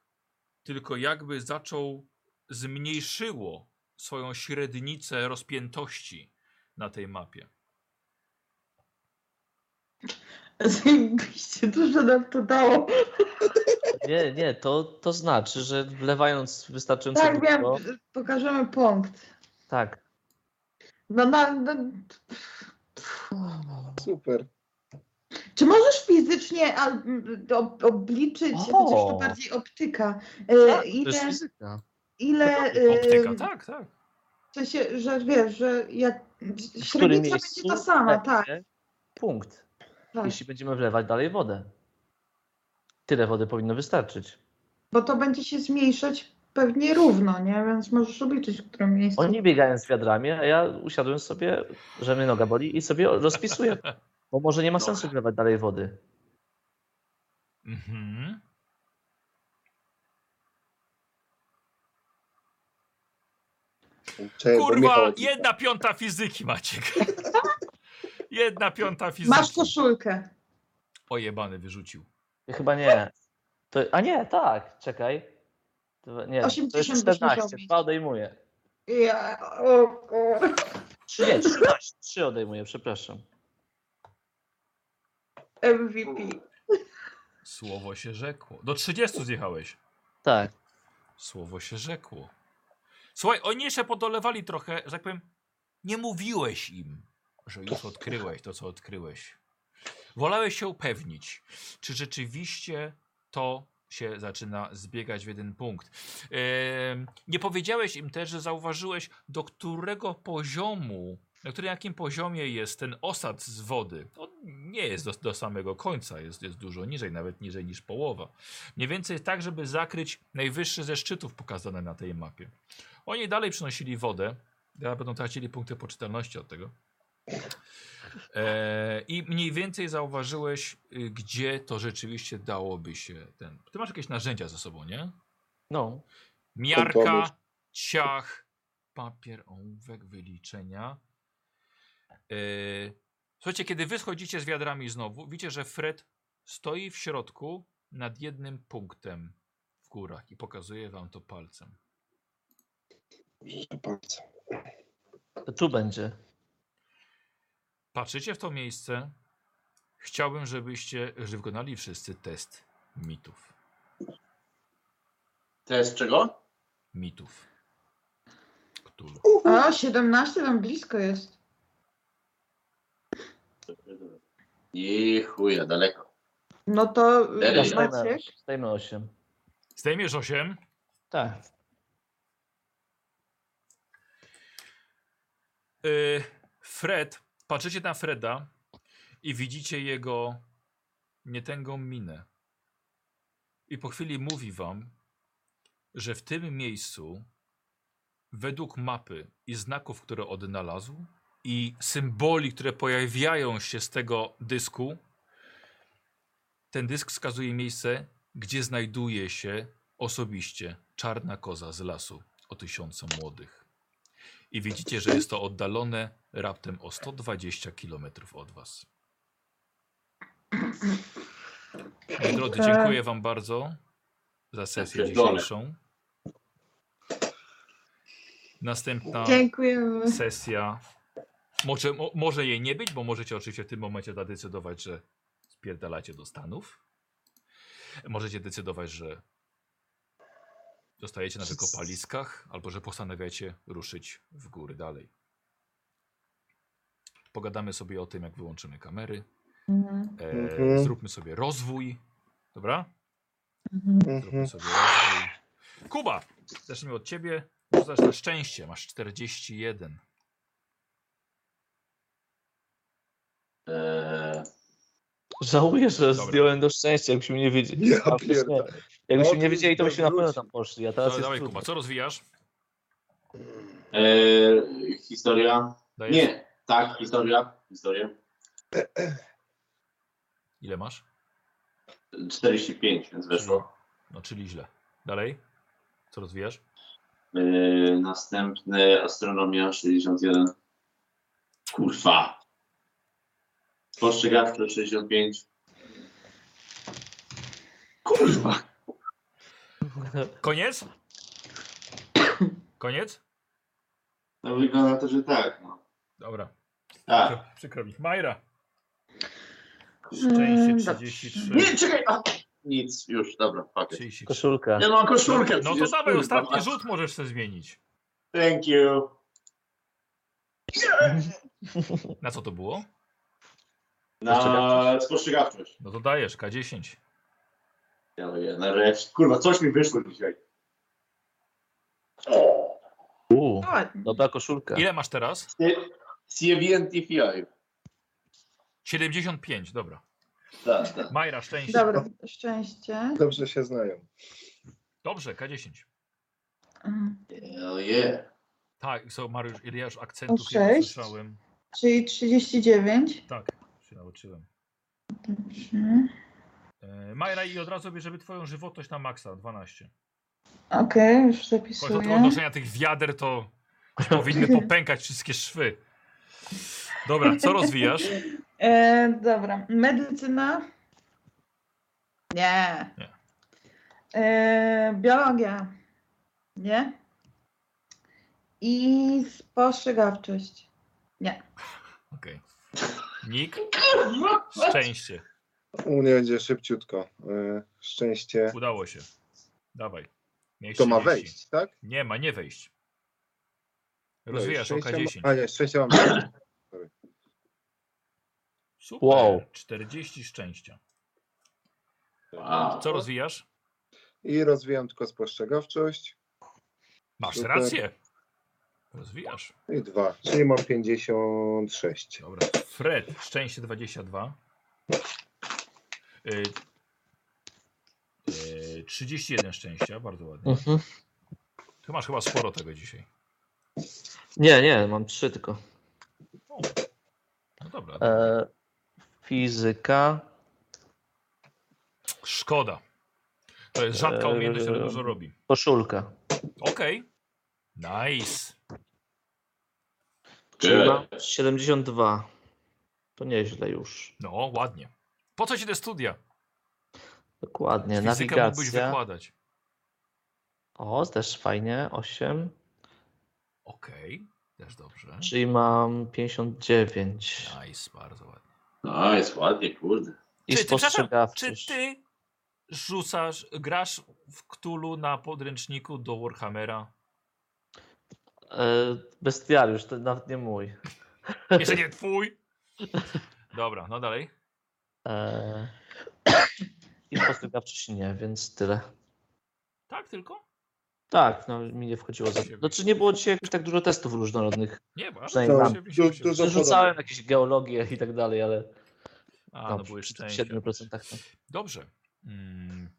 [SPEAKER 1] tylko jakby zaczął, zmniejszyło swoją średnicę rozpiętości na tej mapie.
[SPEAKER 3] Zajebiście, dużo nam to dało. Tak,
[SPEAKER 5] Nie, nie, to, to znaczy, że wlewając wystarczająco
[SPEAKER 3] Tak, wiem,
[SPEAKER 5] dużo,
[SPEAKER 3] pokażemy punkt.
[SPEAKER 5] tak,
[SPEAKER 3] No, na, na,
[SPEAKER 4] Super.
[SPEAKER 3] czy możesz fizycznie a, m, ob, obliczyć,
[SPEAKER 5] O!
[SPEAKER 3] chociaż to bardziej optyka, e,
[SPEAKER 5] Tak, to jest
[SPEAKER 3] ile,
[SPEAKER 5] fizyka.
[SPEAKER 3] ile
[SPEAKER 1] Optyka,
[SPEAKER 3] e,
[SPEAKER 1] tak, tak.
[SPEAKER 3] w sensie, że wiesz, że jak
[SPEAKER 5] W którym
[SPEAKER 3] średnica
[SPEAKER 5] miejscu
[SPEAKER 3] będzie ta sama, tak,
[SPEAKER 5] będzie Punkt.
[SPEAKER 3] tak.
[SPEAKER 5] Jeśli będziemy wlewać dalej wodę. Tyle wody powinno wystarczyć.
[SPEAKER 3] Bo to będzie się zmniejszać pewnie równo, nie? Więc możesz obliczyć, w którym miejscu.
[SPEAKER 5] Oni biegają z wiadrami, a ja usiadłem sobie, że mnie noga boli i sobie rozpisuję. Bo może nie ma sensu wlewać dalej wody.
[SPEAKER 1] Mhm.
[SPEAKER 4] Cześć, bo Michał
[SPEAKER 1] Kurwa,
[SPEAKER 4] odzywa.
[SPEAKER 1] jedna piąta fizyki, Maciek. Jedna piąta
[SPEAKER 3] Masz
[SPEAKER 1] fizyki.
[SPEAKER 3] koszulkę.
[SPEAKER 1] Ojebany wyrzucił.
[SPEAKER 5] Chyba nie. To, a nie, tak, czekaj. Dwa- Nie, to
[SPEAKER 3] 80
[SPEAKER 5] jest
[SPEAKER 3] byś
[SPEAKER 5] 14,
[SPEAKER 3] musiał mieć.
[SPEAKER 5] dwa odejmuję.
[SPEAKER 3] Ja, o, o.
[SPEAKER 5] 3, nie, 13, 3 odejmuję, przepraszam.
[SPEAKER 3] MVP.
[SPEAKER 1] Słowo się rzekło. Do 30 zjechałeś.
[SPEAKER 5] Tak.
[SPEAKER 1] Słowo się rzekło. Słuchaj, oni jeszcze podolewali trochę, że tak powiem, nie mówiłeś im, że już odkryłeś to, co odkryłeś. Wolałeś się upewnić, czy rzeczywiście to się zaczyna zbiegać w jeden punkt. Em, nie powiedziałeś im też, że zauważyłeś, do którego poziomu, na którym jakim poziomie jest ten osad z wody. On nie jest do, do samego końca, jest, jest dużo niżej, nawet niżej niż połowa. Mniej więcej tak, żeby zakryć najwyższy ze szczytów pokazane na tej mapie. Oni dalej przynosili wodę. Teraz będą tracili punkty poczytalności od tego. E, I mniej więcej zauważyłeś, y, gdzie to rzeczywiście dałoby się ten. Ty masz jakieś narzędzia ze sobą, nie?
[SPEAKER 5] No.
[SPEAKER 4] pomysł.
[SPEAKER 1] Miarka, ciach, papier, ołówek, wyliczenia. Yy, Słuchajcie, kiedy wy schodzicie z wiadrami znowu, widzicie, że Fred stoi w środku nad jednym punktem w górach i pokazuje wam to palcem.
[SPEAKER 4] Proszę bardzo.
[SPEAKER 5] To tu będzie.
[SPEAKER 1] Patrzycie w to miejsce. Chciałbym, żebyście żeby wykonali wszyscy test mitów.
[SPEAKER 2] To jest czego?
[SPEAKER 1] Mitów. Cthulhu.
[SPEAKER 3] O, 17 tam blisko jest.
[SPEAKER 2] I chuja, daleko.
[SPEAKER 3] No to
[SPEAKER 2] Teraz
[SPEAKER 3] y,
[SPEAKER 2] Maciek?
[SPEAKER 5] Zdejmę- Zdejmę 8.
[SPEAKER 1] Zdejmiesz 8.
[SPEAKER 5] Tak.
[SPEAKER 1] Y, Fred, patrzycie na Freda i widzicie jego nietęgą minę. I po chwili mówi wam, że w tym miejscu, według mapy i znaków, które odnalazł, i symboli, które pojawiają się z tego dysku, ten dysk wskazuje miejsce, gdzie znajduje się osobiście czarna koza z lasu o tysiącu młodych i widzicie, że jest to oddalone raptem o 120 km od was. Moi drodzy, dziękuję wam bardzo za sesję
[SPEAKER 2] Pierdolę.
[SPEAKER 1] dzisiejszą. Następna
[SPEAKER 3] Dziękujemy.
[SPEAKER 1] sesja. Może, mo, może jej nie być, bo możecie oczywiście w tym momencie zadecydować, że spierdalacie do Stanów. Możecie decydować, że zostajecie na wykopaliskach, albo że postanawiacie ruszyć w góry dalej. Pogadamy sobie o tym, jak wyłączymy kamery.
[SPEAKER 3] Mhm.
[SPEAKER 1] E,
[SPEAKER 4] Mhm.
[SPEAKER 1] Zróbmy sobie rozwój. Dobra?
[SPEAKER 3] Mhm.
[SPEAKER 1] Zróbmy sobie rozwój. Kuba, zacznijmy od ciebie. Rzucasz na szczęście, masz 41.
[SPEAKER 2] Eee,
[SPEAKER 5] Żałuję, że
[SPEAKER 1] Dobra.
[SPEAKER 5] zdjąłem do szczęścia, jakbyśmy nie wiedzieli.
[SPEAKER 4] Ja
[SPEAKER 5] A przecież nie.
[SPEAKER 4] pierdolę.
[SPEAKER 5] Jakbyśmy
[SPEAKER 4] O,
[SPEAKER 5] nie wiedzieli, to byśmy na pewno
[SPEAKER 4] wróci.
[SPEAKER 5] tam poszli, a teraz
[SPEAKER 1] No, Dawaj,
[SPEAKER 5] jest
[SPEAKER 1] dawaj
[SPEAKER 5] trudno.
[SPEAKER 1] Kuba, co rozwijasz?
[SPEAKER 2] eee, e, historia?
[SPEAKER 1] Dajesz?
[SPEAKER 2] Nie, tak, historia. Historia.
[SPEAKER 1] Ile masz?
[SPEAKER 2] 45, więc weszło.
[SPEAKER 1] No, czyli źle. Dalej? Co rozwijasz?
[SPEAKER 2] Eee, następny astronomia 61. Kurwa. Spostrzegawcze 65. Kurwa.
[SPEAKER 1] Koniec? Koniec?
[SPEAKER 2] No wygląda na to, że tak. No.
[SPEAKER 1] Dobra.
[SPEAKER 2] Tak.
[SPEAKER 1] Przykro- Przykro mi. Majra.
[SPEAKER 3] Mm,
[SPEAKER 1] Szczęście
[SPEAKER 3] dobrze.
[SPEAKER 1] 33.
[SPEAKER 2] Nie, czekaj. A, nic, już, dobra, pakiet.
[SPEAKER 1] 33.
[SPEAKER 5] Koszulka.
[SPEAKER 2] Ja mam koszulkę.
[SPEAKER 1] No to
[SPEAKER 2] przecież,
[SPEAKER 1] dawaj
[SPEAKER 2] kurwa,
[SPEAKER 1] ostatni
[SPEAKER 2] masz.
[SPEAKER 1] rzut możesz sobie zmienić.
[SPEAKER 2] Thank you.
[SPEAKER 1] Na co to było?
[SPEAKER 2] Na spostrzegawczość.
[SPEAKER 1] No to dajesz K10.
[SPEAKER 2] Ja mówię, nareszcie. Kurwa, coś mi wyszło dzisiaj.
[SPEAKER 5] Uuu,
[SPEAKER 3] Ładnie.
[SPEAKER 5] dobra koszulka.
[SPEAKER 1] Ile masz teraz?
[SPEAKER 2] Sie- Sieventifive.
[SPEAKER 1] 75, dobra.
[SPEAKER 2] Tak, tak.
[SPEAKER 1] Majra, szczęście.
[SPEAKER 3] Dobra, szczęście.
[SPEAKER 4] Dobrze się znają.
[SPEAKER 1] Dobrze, K10.
[SPEAKER 3] Mm.
[SPEAKER 2] Oh yeah.
[SPEAKER 1] Tak, so, Mariusz, ile ja już akcentów
[SPEAKER 3] O,
[SPEAKER 1] nie
[SPEAKER 3] sześć.
[SPEAKER 1] słyszałem.
[SPEAKER 3] Czyli 39.
[SPEAKER 1] Tak, się nauczyłem.
[SPEAKER 3] Dobrze.
[SPEAKER 1] E, Majra i od razu bierzemy twoją żywotność na maksa, 12.
[SPEAKER 3] Okej, już
[SPEAKER 1] Chodź od
[SPEAKER 3] zapisuję.
[SPEAKER 1] odnoszenia tych wiader to Powinny popękać wszystkie szwy. Dobra, co rozwijasz?
[SPEAKER 3] E, dobra, medycyna. Nie.
[SPEAKER 1] Nie.
[SPEAKER 3] E, biologia. Nie. I spostrzegawczość.
[SPEAKER 1] Okej. Nik, szczęście.
[SPEAKER 4] U mnie będzie szybciutko. E, Szczęście.
[SPEAKER 1] Udało się. Dawaj. Miej
[SPEAKER 4] To ma
[SPEAKER 1] 40.
[SPEAKER 4] wejść, tak?
[SPEAKER 1] Nie ma, nie wejść.
[SPEAKER 4] To
[SPEAKER 1] Rozwijasz
[SPEAKER 4] jest
[SPEAKER 1] oka
[SPEAKER 4] szczęście ma-
[SPEAKER 1] 10.
[SPEAKER 4] A nie, szczęście mam.
[SPEAKER 1] Super.
[SPEAKER 5] Wow.
[SPEAKER 1] 40 szczęścia.
[SPEAKER 2] Wow.
[SPEAKER 1] Co rozwijasz?
[SPEAKER 4] I rozwijam tylko spostrzegawczość.
[SPEAKER 1] Masz
[SPEAKER 4] Super.
[SPEAKER 1] rację. Rozwijasz.
[SPEAKER 4] I dwa. Czyli mam 56.
[SPEAKER 1] Dobra. Fred, szczęście 22. Y, y, 31 szczęścia, bardzo ładnie.
[SPEAKER 5] Mhm.
[SPEAKER 1] Ty masz chyba sporo tego dzisiaj.
[SPEAKER 5] Nie, nie, mam trzy tylko.
[SPEAKER 1] O. No dobra.
[SPEAKER 5] E, fizyka.
[SPEAKER 1] Szkoda. To jest rzadka
[SPEAKER 5] Eee.
[SPEAKER 1] umiejętność, ale dużo robi.
[SPEAKER 5] Koszulka.
[SPEAKER 1] Okej. Nice.
[SPEAKER 5] Czyli mam 72. To nieźle już.
[SPEAKER 1] No, ładnie. Po co ci te studia?
[SPEAKER 5] Dokładnie.
[SPEAKER 1] Fizykę mógłbyś
[SPEAKER 5] Nawigacja.
[SPEAKER 1] wykładać.
[SPEAKER 5] O, też fajnie. 8.
[SPEAKER 1] Okej, też dobrze.
[SPEAKER 5] Czyli mam 59.
[SPEAKER 1] Nice, bardzo ładnie.
[SPEAKER 2] No, jest ładnie, kurde.
[SPEAKER 5] I
[SPEAKER 1] Czy ty, przepraszam, Czy
[SPEAKER 5] spostrzegawczość.
[SPEAKER 1] ty rzucasz, grasz w Cthulhu na podręczniku do Warhammera?
[SPEAKER 5] E, Bestiariusz, to nawet nie mój.
[SPEAKER 1] Jeszcze nie twój? Dobra, no dalej.
[SPEAKER 5] E, I spostrzegawczość nie, więc tyle.
[SPEAKER 1] Tak tylko?
[SPEAKER 5] Tak, no mi nie wchodziło za... Znaczy nie było dzisiaj jakoś tak dużo testów różnorodnych.
[SPEAKER 1] Nie, bo
[SPEAKER 5] Przynajmniej
[SPEAKER 4] mam. Du- dużo-
[SPEAKER 1] dużo.
[SPEAKER 5] Rzucałem jakieś geologię i tak dalej, ale
[SPEAKER 1] A, no
[SPEAKER 5] tam
[SPEAKER 1] były
[SPEAKER 5] przy
[SPEAKER 1] szczęście.
[SPEAKER 5] 7% tak.
[SPEAKER 1] Dobrze. Mm.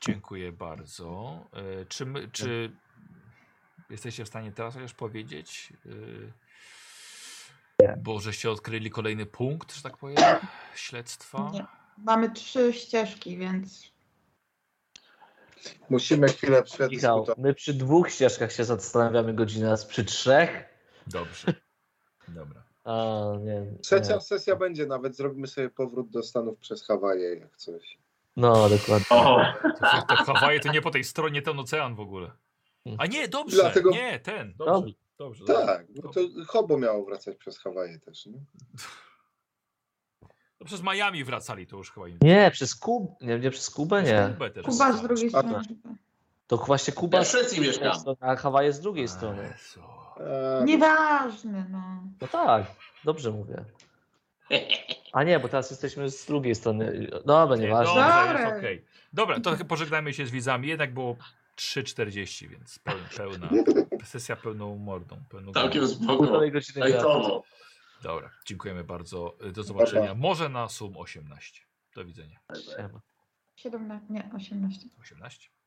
[SPEAKER 1] Dziękuję bardzo. E, Czy, my, czy
[SPEAKER 5] Tak.
[SPEAKER 1] jesteście w stanie teraz chociaż powiedzieć? e, Bo żeście odkryli kolejny punkt, że tak powiem, śledztwa.
[SPEAKER 3] Nie. Mamy trzy ścieżki, więc
[SPEAKER 4] Musimy chwilę
[SPEAKER 5] Michał,
[SPEAKER 4] przedyskutować.
[SPEAKER 5] my przy dwóch ścieżkach się zastanawiamy godzinę, a przy trzech?
[SPEAKER 1] Dobrze. Dobra.
[SPEAKER 5] A, nie, nie.
[SPEAKER 4] Trzecia sesja będzie nawet. Zrobimy sobie powrót do Stanów przez Hawaje, jak coś.
[SPEAKER 5] No, dokładnie.
[SPEAKER 2] O,
[SPEAKER 1] To, to Hawaje to nie po tej stronie ten ocean w ogóle. A nie, dobrze.
[SPEAKER 4] Dlatego-
[SPEAKER 1] Nie, ten. Dobrze.
[SPEAKER 5] No.
[SPEAKER 1] Dobrze.
[SPEAKER 4] Tak,
[SPEAKER 1] dobrze.
[SPEAKER 4] bo to Hobo miało wracać przez Hawaje też, nie?
[SPEAKER 1] To No przez Miami wracali, to już chyba im.
[SPEAKER 5] Nie, przez Kubę, nie, nie przez Kubę,
[SPEAKER 1] Przez
[SPEAKER 5] nie.
[SPEAKER 1] Kubę też.
[SPEAKER 3] Kuba z drugiej
[SPEAKER 4] A,
[SPEAKER 3] strony.
[SPEAKER 5] To właśnie
[SPEAKER 2] ja
[SPEAKER 5] Kuba
[SPEAKER 2] w Szwecji mieszkam.
[SPEAKER 5] a Hawaje z drugiej strony.
[SPEAKER 1] Jezu.
[SPEAKER 4] A,
[SPEAKER 3] Nieważne, no.
[SPEAKER 5] No tak, dobrze mówię. A nie, bo teraz jesteśmy z drugiej strony. Dobra,
[SPEAKER 1] Nie,
[SPEAKER 5] nieważne.
[SPEAKER 1] Dobrze, jest
[SPEAKER 3] Dobra.
[SPEAKER 1] okej. Dobra, to *laughs* chyba pożegnajmy się z widzami. Jednak było 3.40, więc pełna,
[SPEAKER 4] *laughs*
[SPEAKER 1] pełna sesja pełną mordą. Pełną
[SPEAKER 4] Tak
[SPEAKER 2] Całkiem
[SPEAKER 1] gębą.
[SPEAKER 2] spoko.
[SPEAKER 5] Półtorej godziny gadamy.
[SPEAKER 2] Lajtowo.
[SPEAKER 1] Dobra, dziękujemy bardzo. Do zobaczenia. Może na sum 18. Do widzenia.
[SPEAKER 5] Siema.
[SPEAKER 3] 17, nie, 18.
[SPEAKER 1] 18?